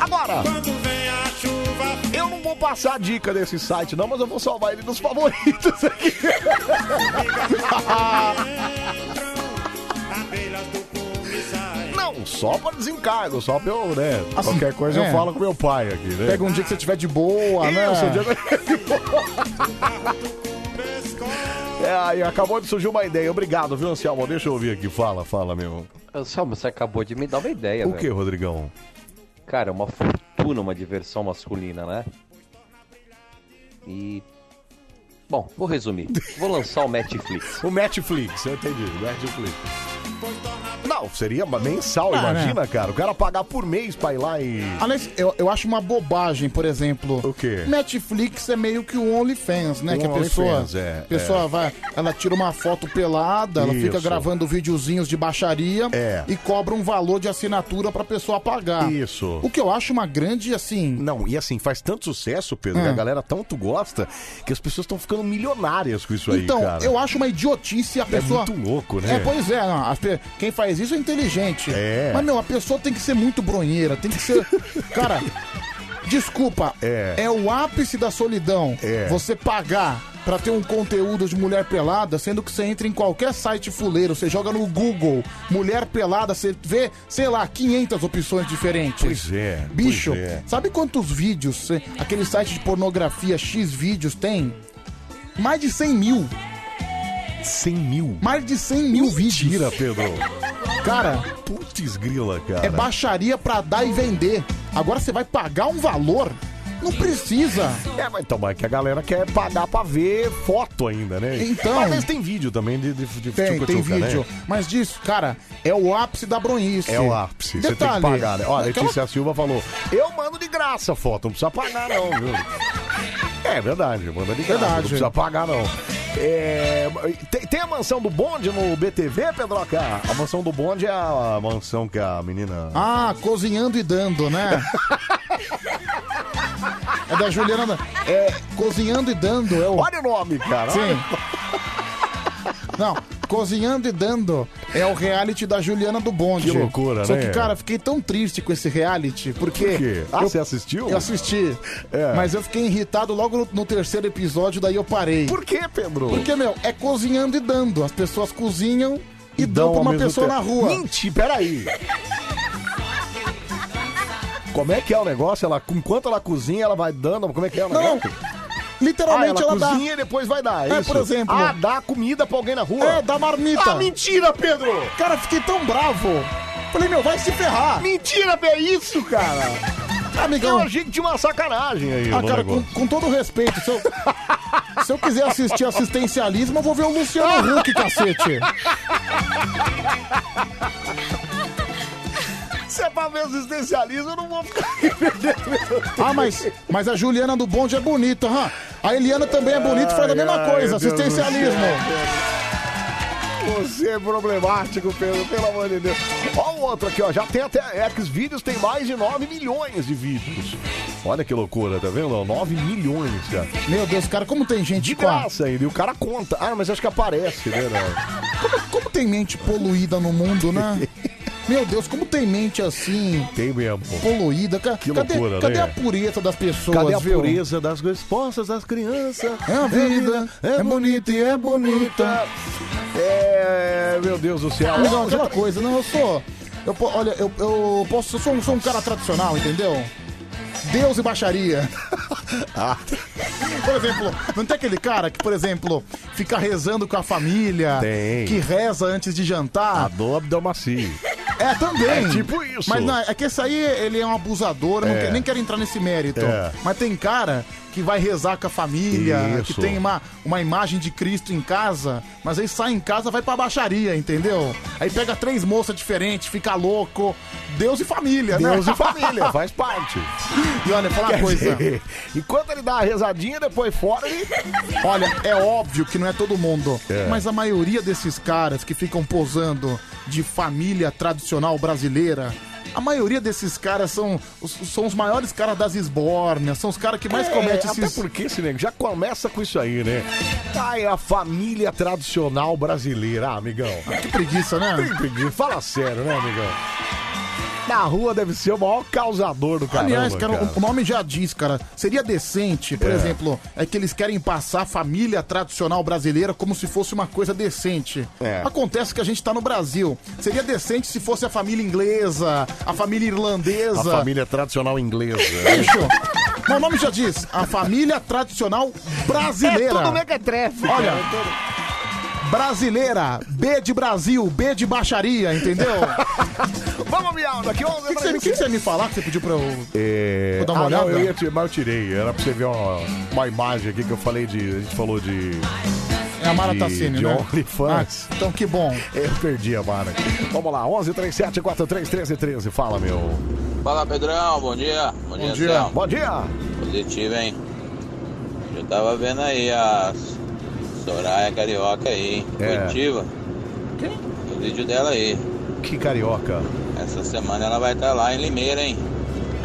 S1: Agora, eu não vou passar a dica desse site, não, mas eu vou salvar ele nos favoritos aqui. Não, só para desencargo, só pra eu, né?
S2: Assim,
S1: qualquer coisa
S2: é.
S1: eu falo com meu pai aqui, né?
S2: Pega um dia que você tiver de boa, né?
S1: Isso, um dia É, aí acabou de surgir uma ideia. Obrigado, viu, Anselmo? Deixa eu ouvir aqui. Fala, fala, meu.
S19: Anselmo, você acabou de me dar uma ideia,
S1: O
S19: velho.
S1: que, Rodrigão?
S19: Cara, uma fortuna, uma diversão masculina, né? E. Bom, vou resumir. Vou lançar o Netflix.
S1: O Netflix, eu entendi. O Netflix. Não, seria uma mensal,
S2: Ah,
S1: imagina, cara. O cara pagar por mês pra ir lá e.
S2: Aliás, eu, eu acho uma bobagem, por exemplo.
S1: O quê?
S2: Netflix é meio que o OnlyFans, né?
S1: Um
S2: que a pessoa,
S1: OnlyFans, é,
S2: a pessoa
S1: é.
S2: vai, ela tira uma foto pelada, ela fica
S1: Isso. É.
S2: gravando videozinhos de baixaria e cobra um valor de assinatura pra pessoa pagar.
S1: Isso.
S2: Ah, O que eu acho uma grande, assim. Ah.
S1: Não, e assim, faz tanto sucesso, Pedro, que a galera tanto gosta, que as pessoas estão ficando milionárias com isso aí,
S2: então,
S1: cara.
S2: eu acho uma idiotice a
S1: É
S2: pessoa.
S1: muito louco, né?
S2: É, pois é, não, as pe- quem faz isso é inteligente.
S1: É.
S2: Mas, meu, a pessoa tem que ser muito bronheira, tem que ser. Cara, desculpa,
S1: É.
S2: o ápice da solidão
S1: É.
S2: você pagar pra ter um conteúdo de mulher pelada, sendo que você entra em qualquer site fuleiro, você joga no Google mulher pelada, você vê, sei lá, 500 opções diferentes.
S1: Pois é, pois
S2: Bicho,
S1: é.
S2: sabe quantos vídeos eh, aquele site de pornografia X vídeos tem? Mais de 100 mil.
S1: 100 mil?
S2: Mais de 100 mil
S1: Tira,
S2: vídeos.
S1: Pedro.
S2: Cara,
S1: Putz grila, cara.
S2: é baixaria pra dar e vender. Agora você vai pagar um valor? Não precisa.
S1: É, mas então, mas que a galera quer pagar pra ver foto ainda, né?
S2: Então.
S1: Mas Às vezes tem vídeo também de, de, de
S2: Tem, tem
S1: tchuca-tchuca, né?
S2: vídeo. Mas disso, cara, é o ápice da bronhice.
S1: É o ápice, você tem que
S2: Detalhe,
S1: pagar. Né? Ó, a
S2: aquela-
S1: Letícia Silva falou, eu mando de graça a foto, não precisa pagar não, viu? É verdade, manda de graça,
S2: Verdade.
S1: não precisa pagar não. É, tem, tem a mansão do bonde no BTV, Pedroca? A mansão do bonde é a mansão que a menina...
S2: Ah, cozinhando e dando, né? é da Juliana. da- É cozinhando e dando. É o...
S1: Olha o nome, cara.
S2: Sim. Não, cozinhando e dando é o reality da Juliana do Bonde.
S1: Que loucura,
S2: Só
S1: né?
S2: que, cara, fiquei tão triste com esse reality, porque.
S1: Por quê? Ah,
S2: eu-
S1: você assistiu?
S2: Eu assisti.
S1: É.
S2: Mas eu fiquei irritado logo no, no terceiro episódio, daí eu parei.
S1: Por quê, Pedro?
S2: Porque, meu, é cozinhando e dando. As pessoas cozinham e, dão, pra
S1: ao
S2: uma
S1: mesmo
S2: pessoa
S1: tempo.
S2: na rua.
S1: Gente, peraí. Como é que é o negócio? Ela, enquanto ela cozinha, ela vai dando. Como é que é o
S2: Não,
S1: negócio?
S2: Literalmente
S1: Ah, ela
S2: ela
S1: cozinha
S2: dá.
S1: e depois vai dar.
S2: É,
S1: isso?
S2: por exemplo.
S1: Ah, dá comida pra alguém na rua.
S2: É, dá marmita.
S1: Ah, mentira, Pedro!
S2: Cara, fiquei tão bravo. Falei, meu, vai se ferrar.
S1: Mentira, é isso, cara!
S2: Amigão.
S1: Eu achei que tinha uma sacanagem aí.
S2: Ah,
S1: no
S2: cara, com,
S1: negócio.
S2: com todo respeito, se eu, se eu quiser assistir assistencialismo, eu vou ver o Luciano Huck, cacete.
S1: Se é pra ver assistencialismo, eu não vou ficar aqui
S2: Ah, mas, mas a Juliana do Bonde é bonita, hã? A Eliana também é bonita e faz a
S1: Ai,
S2: mesma
S1: ai,
S2: coisa,
S1: meu Deus
S2: assistencialismo.
S1: do céu. Você é problemático, Pedro, pelo amor de Deus. Ó o outro aqui, ó. Já tem até. É que os vídeos tem mais de 9 milhões de vídeos. Olha que loucura, tá vendo? 9 milhões, cara.
S2: Meu Deus, cara, como tem gente
S1: De
S2: com a-
S1: graça ainda. E o cara conta. Ah, mas acho que aparece, né? né?
S2: Como, como tem mente poluída no mundo, né? Meu Deus, como tem mente assim,
S1: Tem mesmo.
S2: poluída. Ca-
S1: Que
S2: cadê
S1: loucura,
S2: cadê
S1: né?
S2: a pureza das pessoas,
S1: Cadê a
S2: viu?
S1: pureza das respostas das crianças?
S2: É a vida, é bonita e é bonita.
S1: É, meu Deus do céu.
S2: Não, aquela coisa, não, eu sou. Eu, po- olha, eu, eu posso. Eu sou um, sou um cara tradicional, entendeu? Deus e baixaria.
S1: Ah.
S2: Por exemplo, não tem aquele cara que, por exemplo, fica rezando com a família,
S1: Tem.
S2: que reza antes de jantar.
S1: Do Abdelmaci.
S2: É, também.
S1: É tipo isso.
S2: Mas não, é que esse aí, ele é um abusador, eu não
S1: É.
S2: que- nem quero entrar nesse mérito.
S1: É.
S2: Mas tem cara que vai rezar com a família,
S1: Isso.
S2: que tem uma, uma imagem de Cristo em casa, mas aí sai em casa, vai pra baixaria, entendeu? Aí pega três moças diferentes, fica louco. Deus e família, né?
S1: Deus e família, faz parte.
S2: E olha, fala uma
S1: Quer
S2: coisa.
S1: dizer, enquanto ele dá a rezadinha, depois fora ele.
S2: Olha, é óbvio que não é todo mundo,
S1: É.
S2: mas a maioria desses caras que ficam posando de família tradicional brasileira, a maioria desses caras são, os- são os maiores caras das esbórnias, são os caras que mais
S1: É,
S2: cometem
S1: até
S2: esses...
S1: porque esse nego já começa com isso aí, né? Ai, a família tradicional brasileira, ah, amigão.
S2: Que preguiça, né?
S1: Que preguiça. Fala sério, né, amigão? Na rua deve ser o maior causador do caramba,
S2: Aliás, cara,
S1: cara.
S2: o nome já diz, cara. Seria decente, por
S1: É.
S2: exemplo, é que eles querem passar a família tradicional brasileira como se fosse uma coisa decente.
S1: É.
S2: Acontece que a gente tá no Brasil. Seria decente se fosse a família inglesa, a família irlandesa.
S1: A família tradicional inglesa. né?
S2: Bicho, meu nome já diz, a família tradicional brasileira.
S1: É tudo mequetrefe,
S2: Olha,
S1: cara, é
S2: brasileira, B de Brasil, B de baixaria, entendeu?
S1: Vamos, Miau, daqui 11
S2: O que, que, você, o que que você ia me falar que você pediu pra eu...
S1: É...
S2: Vou dar uma
S1: ah,
S2: olhada.
S1: Não, eu ia te... Mas eu tirei. Era pra você ver uma, uma imagem aqui que eu falei de. A gente falou de.
S2: É a Mara
S1: de-
S2: Tassini,
S1: de
S2: né?
S1: OnlyFans.
S2: Ah, então que bom.
S1: Eu perdi a Mara. Vamos lá, 1137-431313. Fala, meu.
S20: Fala Pedrão, bom dia. Bom, dia,
S1: dia.
S20: Céu.
S1: Bom dia.
S20: Positivo, hein? Eu tava vendo aí a Soraya Carioca aí, hein?
S1: É.
S20: Positiva. O vídeo dela aí.
S1: Que carioca.
S20: Essa semana ela vai estar lá em Limeira, hein?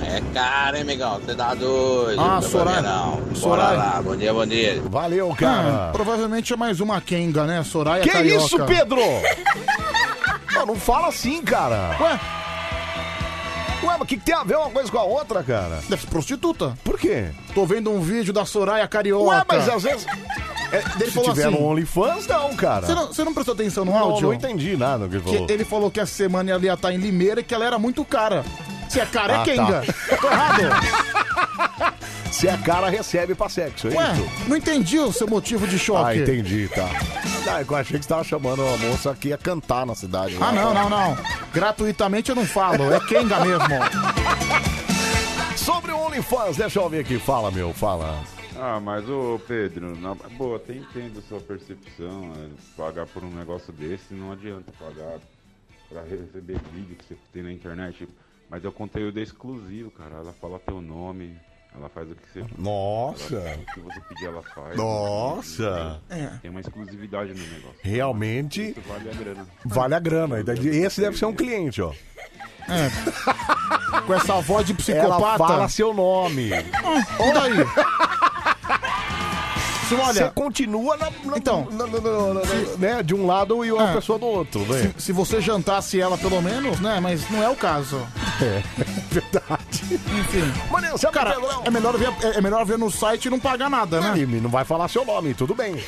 S20: É caro, hein, amigão? Você dá doido.
S2: Ah,
S20: Não dá pra
S2: Soraya.
S20: ver, Não. Bora
S2: Soraya.
S20: lá, bom dia, bom dia.
S1: Valeu,
S2: Ah, provavelmente é mais uma Kenga, né? Soraya
S20: Que
S2: Carioca.
S20: isso, Pedro?
S1: Não, não fala assim, cara.
S2: Ué?
S1: Ué, mas o que, que tem a ver uma coisa com a outra, cara?
S2: Deve ser prostituta.
S1: Por quê?
S2: Tô vendo um vídeo da Soraya Carioca. É,
S1: Ué, mas às vezes.
S2: Ele assim,
S1: Se tiver no OnlyFans, não, cara.
S2: Você não, você não prestou atenção no
S1: Não,
S2: áudio?
S1: não entendi nada do que ele
S2: Que
S1: falou.
S2: ele falou que essa semana ela ia estar em Limeira e que ela era muito cara. Você é
S1: Ah,
S2: careca
S1: tá.
S2: ainda? Tô errado.
S1: Se a cara recebe pra sexo, é
S2: Ué,
S1: isso?
S2: não entendi o seu motivo de choque.
S1: Ah, entendi, tá. Ah, eu achei que você tava chamando uma moça que ia cantar na cidade. né?
S2: Ah, não, não, não. Gratuitamente eu não falo, é Kenga mesmo.
S1: Sobre o OnlyFans, deixa eu ouvir aqui. Fala, meu, fala.
S21: Ah, mas ô Pedro, na... boa, até entendo sua percepção. é, pagar por um negócio desse não adianta pagar pra receber vídeo que você tem na internet. Mas é o conteúdo exclusivo, cara. Ela fala teu nome, ela faz o que você.
S1: Nossa.
S21: Ela- o que você pedir, ela faz.
S1: Nossa.
S21: Tem- Tem uma exclusividade no negócio.
S1: Realmente
S21: Isso vale a grana.
S1: vale a grana. E Esse deve ser um cliente, ó.
S2: Com essa voz de psicopata. Ah.
S1: Ela fala seu nome.
S2: E daí? Se, olha,
S1: Você continua na, na-
S2: Então.
S1: na- na- na- na- né, de um lado e uma pessoa do outro, né?
S2: se você jantasse ela pelo menos, né? Mas não é o caso.
S1: É, verdade.
S2: Enfim.
S1: Mano, você
S2: Cara, é melhor, ver, é- é melhor ver no site e não pagar nada, né?
S1: não vai falar seu nome, tudo bem.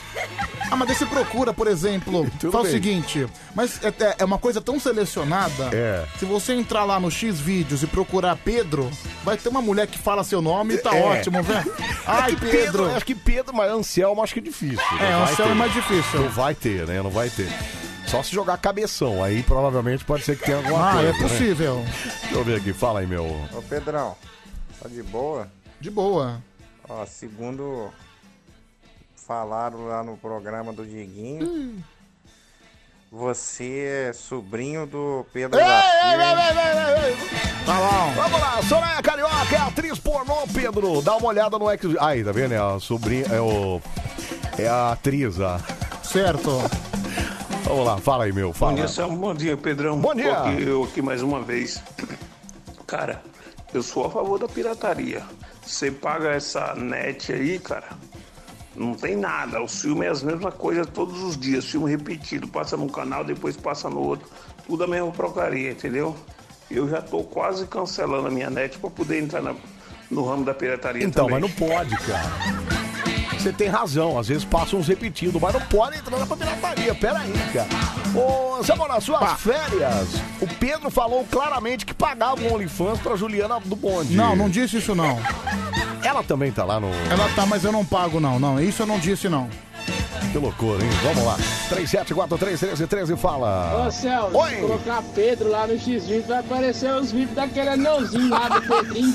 S2: Ah, mas daí você procura, por exemplo, faz o
S1: bem.
S2: seguinte, mas é, é- é uma coisa tão selecionada,
S1: É.
S2: se você entrar lá no X Vídeos e procurar Pedro, vai ter uma mulher que fala seu nome e tá
S1: É.
S2: ótimo, velho. Ai,
S1: É que
S2: Pedro.
S1: Acho que Pedro, mas Anselmo acho que é difícil.
S2: É,
S1: Não vai
S2: Anselmo
S1: ter.
S2: é mais difícil.
S1: Não vai ter, né? Não vai ter. Só se jogar cabeção, aí provavelmente pode ser que tenha alguma
S2: Ah,
S1: coisa.
S2: é
S1: né?
S2: possível.
S1: Deixa eu ver aqui, fala aí, meu.
S9: Ô Pedrão, tá de boa?
S2: De boa.
S9: Ó, segundo falaram lá no programa do Dieguinho, você é sobrinho do Pedro
S1: Ei,
S9: Garcia,
S1: ei,
S9: hein?
S1: ei, ei, ei, ei.
S2: Tá
S1: Vamos lá, Soraya Carioca é atriz pornô, Pedro. Dá uma olhada no ex. Aí, tá vendo? É a sobrinha. É o. É a atriz, a.
S2: Certo.
S1: Vamos lá, fala aí, meu. Fala.
S22: Bom dia, Sam. Bom dia, Pedrão.
S1: Bom dia.
S22: Tô aqui- eu aqui mais uma vez. Cara, eu sou a favor da pirataria. Você paga essa net aí, cara, não tem nada. O filme é as mesmas coisas todos os dias. Filme repetido. Passa num canal, depois passa no outro. Tudo a mesma porcaria, entendeu? Eu já tô quase cancelando a minha net pra poder entrar na- no ramo da pirataria
S1: Então,
S22: também.
S1: mas não pode, cara. Você tem razão, às vezes passam uns repetidos, mas não pode entrar na pirataria. Pera aí, cara. Ô, Samuel, nas suas férias, o Pedro falou claramente que pagava o OnlyFans pra Juliana do Bonde.
S2: Não, não disse isso não.
S1: Ela também tá lá no.
S2: Ela tá, mas eu não pago não, não. Isso eu não disse não.
S1: Que loucura, hein? Vamos lá. 37431313 fala.
S5: Ô Celso, se colocar Pedro lá no x vídeos vai aparecer os vídeos daquele anãozinho lá do Pedrinho.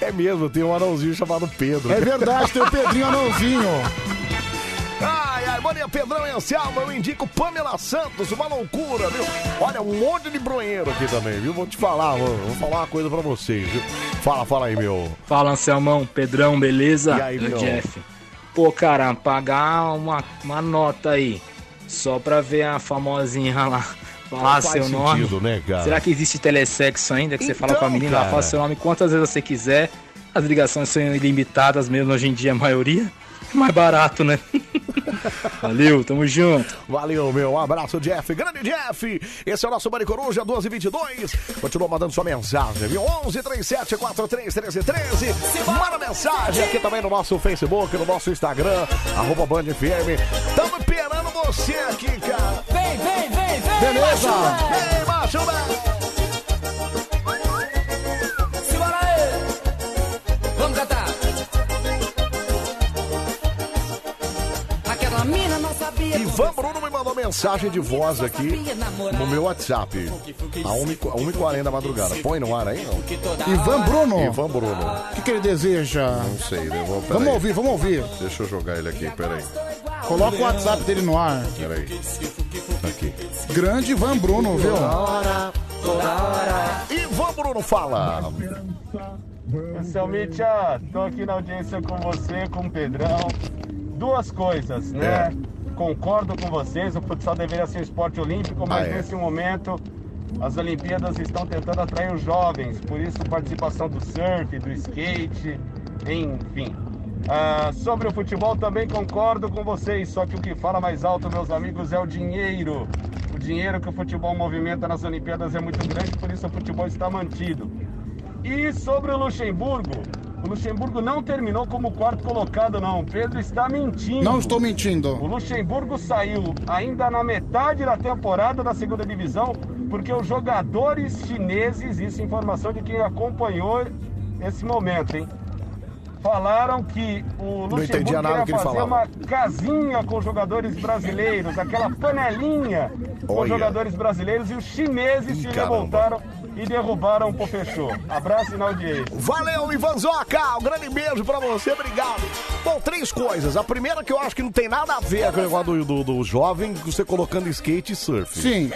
S1: É mesmo, tem um anãozinho chamado Pedro.
S2: É verdade, tem o Pedrinho anãozinho.
S1: Ai, ai, Maria Pedrão e Anselmo, eu indico Pamela Santos, uma loucura, viu? Olha, um monte de bronheiro aqui também, viu? Vou te falar, vou, vou falar uma coisa pra vocês, viu? Fala, fala aí, meu.
S23: Fala, Anselmão, Pedrão, beleza?
S1: E aí,
S23: É o
S1: meu?
S23: Jeff. Pô, cara, pagar uma, uma nota aí, só pra ver a famosinha lá falar
S1: Não faz
S23: seu nome.
S1: sentido, né, cara?
S23: Será que existe telesexo ainda, que você fala
S1: Então,
S23: com a menina, ela fala
S1: cara.
S23: seu nome quantas vezes você quiser, as ligações são ilimitadas mesmo hoje em dia, a maioria. É mais barato, né? Valeu, tamo junto.
S1: Valeu, meu. Um abraço, Jeff. Grande Jeff. Esse é o nosso Bande Coruja, 1222. Continua mandando sua mensagem, viu? 11 37 431313. Manda mensagem aqui também no nosso Facebook, no nosso Instagram, arroba Band FM. Tamo esperando você aqui, cara.
S3: Vem, vem, vem, vem!
S1: Beleza?
S3: Vem,
S1: macho,
S3: Simbora aí! Vamos cantar! Aquela mina não sabia.
S1: Ivan Bruno me mandou mensagem de voz aqui no meu WhatsApp. A 1h40 da madrugada. Põe no ar aí, não?
S2: Ivan Bruno?
S1: Ivan Bruno.
S2: O que, que ele deseja?
S1: Não sei, né? Vou- peraí.
S2: Vamos ouvir, vamos ouvir.
S1: Deixa eu jogar ele aqui, peraí.
S2: Coloca o WhatsApp dele no ar.
S1: Peraí. Aqui.
S2: Grande Ivan Bruno, viu?
S1: Ivan Bruno fala.
S24: Seu Mítia, tô aqui na audiência com você, com o Pedrão. Duas coisas, né?
S1: É.
S24: Concordo com vocês, o futsal deveria ser um esporte olímpico, mas
S1: Ah, é.
S24: nesse momento as Olimpíadas estão tentando atrair os jovens, por isso participação do surf, do skate, enfim. Ah, sobre o futebol também concordo com vocês, só que o que fala mais alto, meus amigos, é o dinheiro. O dinheiro que o futebol movimenta nas Olimpíadas é muito grande, por isso o futebol está mantido. E sobre o Luxemburgo, O Luxemburgo não terminou como quarto colocado, não. O Pedro está mentindo.
S2: Não estou mentindo.
S24: O Luxemburgo saiu ainda na metade da temporada da segunda divisão, porque os jogadores chineses, isso é informação de quem acompanhou esse momento, hein? Falaram que o
S1: Não
S24: Luxemburgo
S1: entendia nada
S24: queria
S1: que ele
S24: fazer
S1: falava.
S24: uma casinha com os jogadores brasileiros, aquela panelinha com os
S1: Olha.
S24: jogadores brasileiros e os chineses se
S1: caramba.
S24: revoltaram e derrubaram o Pofechô. Abraço e na audiência.
S1: Valeu, Ivanzoca! Um grande beijo pra você, obrigado. Bom, três coisas. A primeira que eu acho que não tem nada a ver com o negócio do, do, do jovem, você colocando skate e surf.
S2: Sim.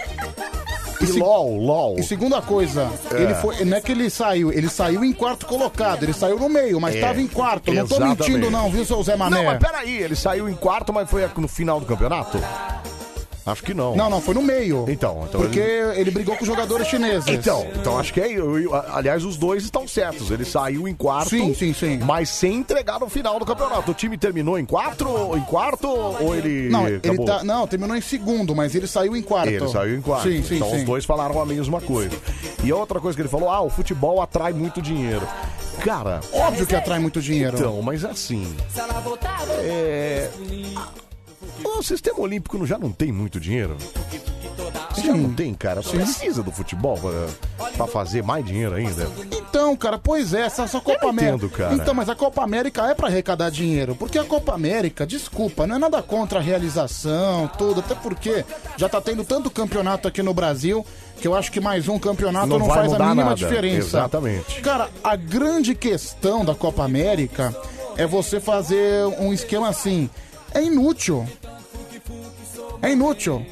S1: E LOL, LOL.
S2: E segunda coisa,
S1: É.
S2: ele foi, não é que ele saiu, ele saiu em quarto colocado, ele saiu no meio, mas
S1: É.
S2: estava em quarto. Não tô
S1: Exatamente.
S2: mentindo não, viu, seu Zé Mané?
S1: Não, mas peraí, ele saiu em quarto, mas foi no final do campeonato? Acho que não.
S2: Não, não, foi no meio.
S1: Então, então
S2: Porque ele... brigou com os jogadores chineses.
S1: Então, então acho que é. eu- eu- aliás, os dois estão certos. Ele saiu em quarto. Sim, sim, sim. Mas sem entregar no final do campeonato. O time terminou em quatro, em quarto ou ele.
S2: Não, ele
S1: acabou?
S2: tá, não, terminou em segundo, mas ele saiu em quarto.
S1: Ele saiu em quarto.
S2: Sim, sim,
S1: então
S2: sim.
S1: os dois falaram a mesma coisa. E a outra coisa que ele falou: ah, o futebol atrai muito dinheiro. Cara.
S2: Óbvio que atrai muito dinheiro.
S1: Então, mas assim. É. O sistema olímpico já não tem muito dinheiro. Já não tem, cara. Precisa do futebol pra, pra fazer mais dinheiro ainda.
S2: Então, cara, pois é, essa essa Copa
S1: entendo,
S2: América.
S1: cara.
S2: Então, mas a Copa América é pra arrecadar dinheiro, porque a Copa América, desculpa, não é nada contra a realização, tudo, até porque já tá tendo tanto campeonato aqui no Brasil que eu acho que mais um campeonato
S1: Não
S2: não,
S1: vai
S2: faz a
S1: mudar
S2: mínima
S1: nada,
S2: diferença.
S1: exatamente.
S2: Cara, a grande questão da Copa América é você fazer um esquema assim, é inútil. É inútil.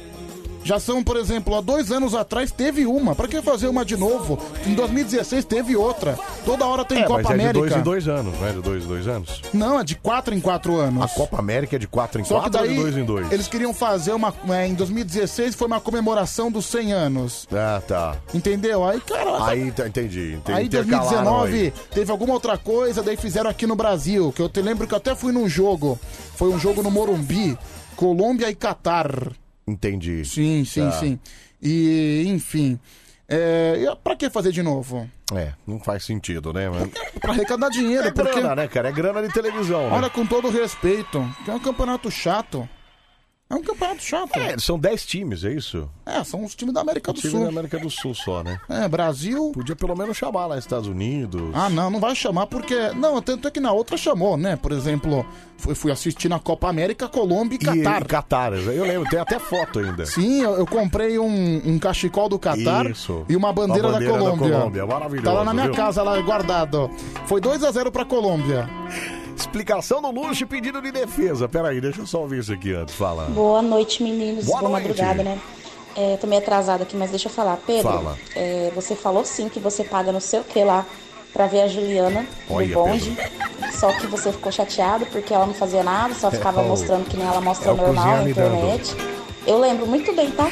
S2: Já são, por exemplo, há dois anos atrás teve uma. Pra que fazer uma de novo? Em 2016 teve outra. Toda hora tem
S1: é,
S2: Copa
S1: mas é de
S2: América.
S1: dois em dois anos, não é de dois em dois anos?
S2: Não, é de quatro em quatro anos.
S1: A Copa América é de quatro em
S2: Só que
S1: quatro ou
S2: daí
S1: de dois em dois?
S2: eles queriam fazer uma. é, em 2016 foi uma comemoração dos 100 anos.
S1: Ah, tá.
S2: Entendeu? Aí, cara.
S1: Aí, tá, entendi. entendi.
S2: Aí em
S1: Intercalaram
S2: 2019
S1: aí.
S2: teve alguma outra coisa, daí fizeram aqui no Brasil, que eu te lembro que eu até fui num jogo. Foi um jogo no Morumbi, Colômbia e Catar.
S1: Entendi.
S2: Sim, sim,
S1: Tá.
S2: sim. E, enfim. É, e pra que fazer de novo?
S1: É, não faz sentido, né? Mas...
S2: Pra arrecadar dinheiro,
S1: É
S2: porque.
S1: grana, né, cara? É grana de televisão, né?
S2: Olha, com todo respeito, que é um campeonato chato. É um campeonato chato.
S1: É, são dez times, é isso?
S2: É, são os times da América do
S1: Time
S2: Sul.
S1: da América do Sul só, né?
S2: É, Brasil.
S1: Podia pelo menos chamar lá Estados Unidos.
S2: Ah, não, não vai chamar porque. Não, tanto é que na outra chamou, né? Por exemplo, fui, fui assistir na Copa América, Colômbia e Catar.
S1: E Catar, eu lembro, tem até foto ainda.
S2: Sim, eu, eu comprei um, um cachecol do Catar
S1: Isso.
S2: e uma bandeira,
S1: Uma bandeira
S2: da
S1: da
S2: Colômbia.
S1: Colômbia, maravilhoso,
S2: Tá lá na minha
S1: viu?
S2: casa, lá guardado. Foi 2 a 0 pra Colômbia.
S1: Explicação do luxo e pedido de defesa. Peraí, deixa eu só ouvir isso aqui antes. Fala.
S6: Boa noite, meninos.
S1: Boa
S6: Boa,
S1: noite.
S6: madrugada, né? É, tô meio atrasada aqui, mas deixa eu falar. Pedro,
S1: Fala.
S6: é, você falou sim que você paga não sei o que lá pra ver a Juliana
S8: Olha,
S1: É
S6: no bonde. Só que você ficou chateado porque ela não fazia nada, só ficava
S1: É o-
S6: mostrando que nem ela mostra
S1: é o
S6: normal na
S1: cozinhar lidando.
S6: internet. Eu lembro muito bem, tá?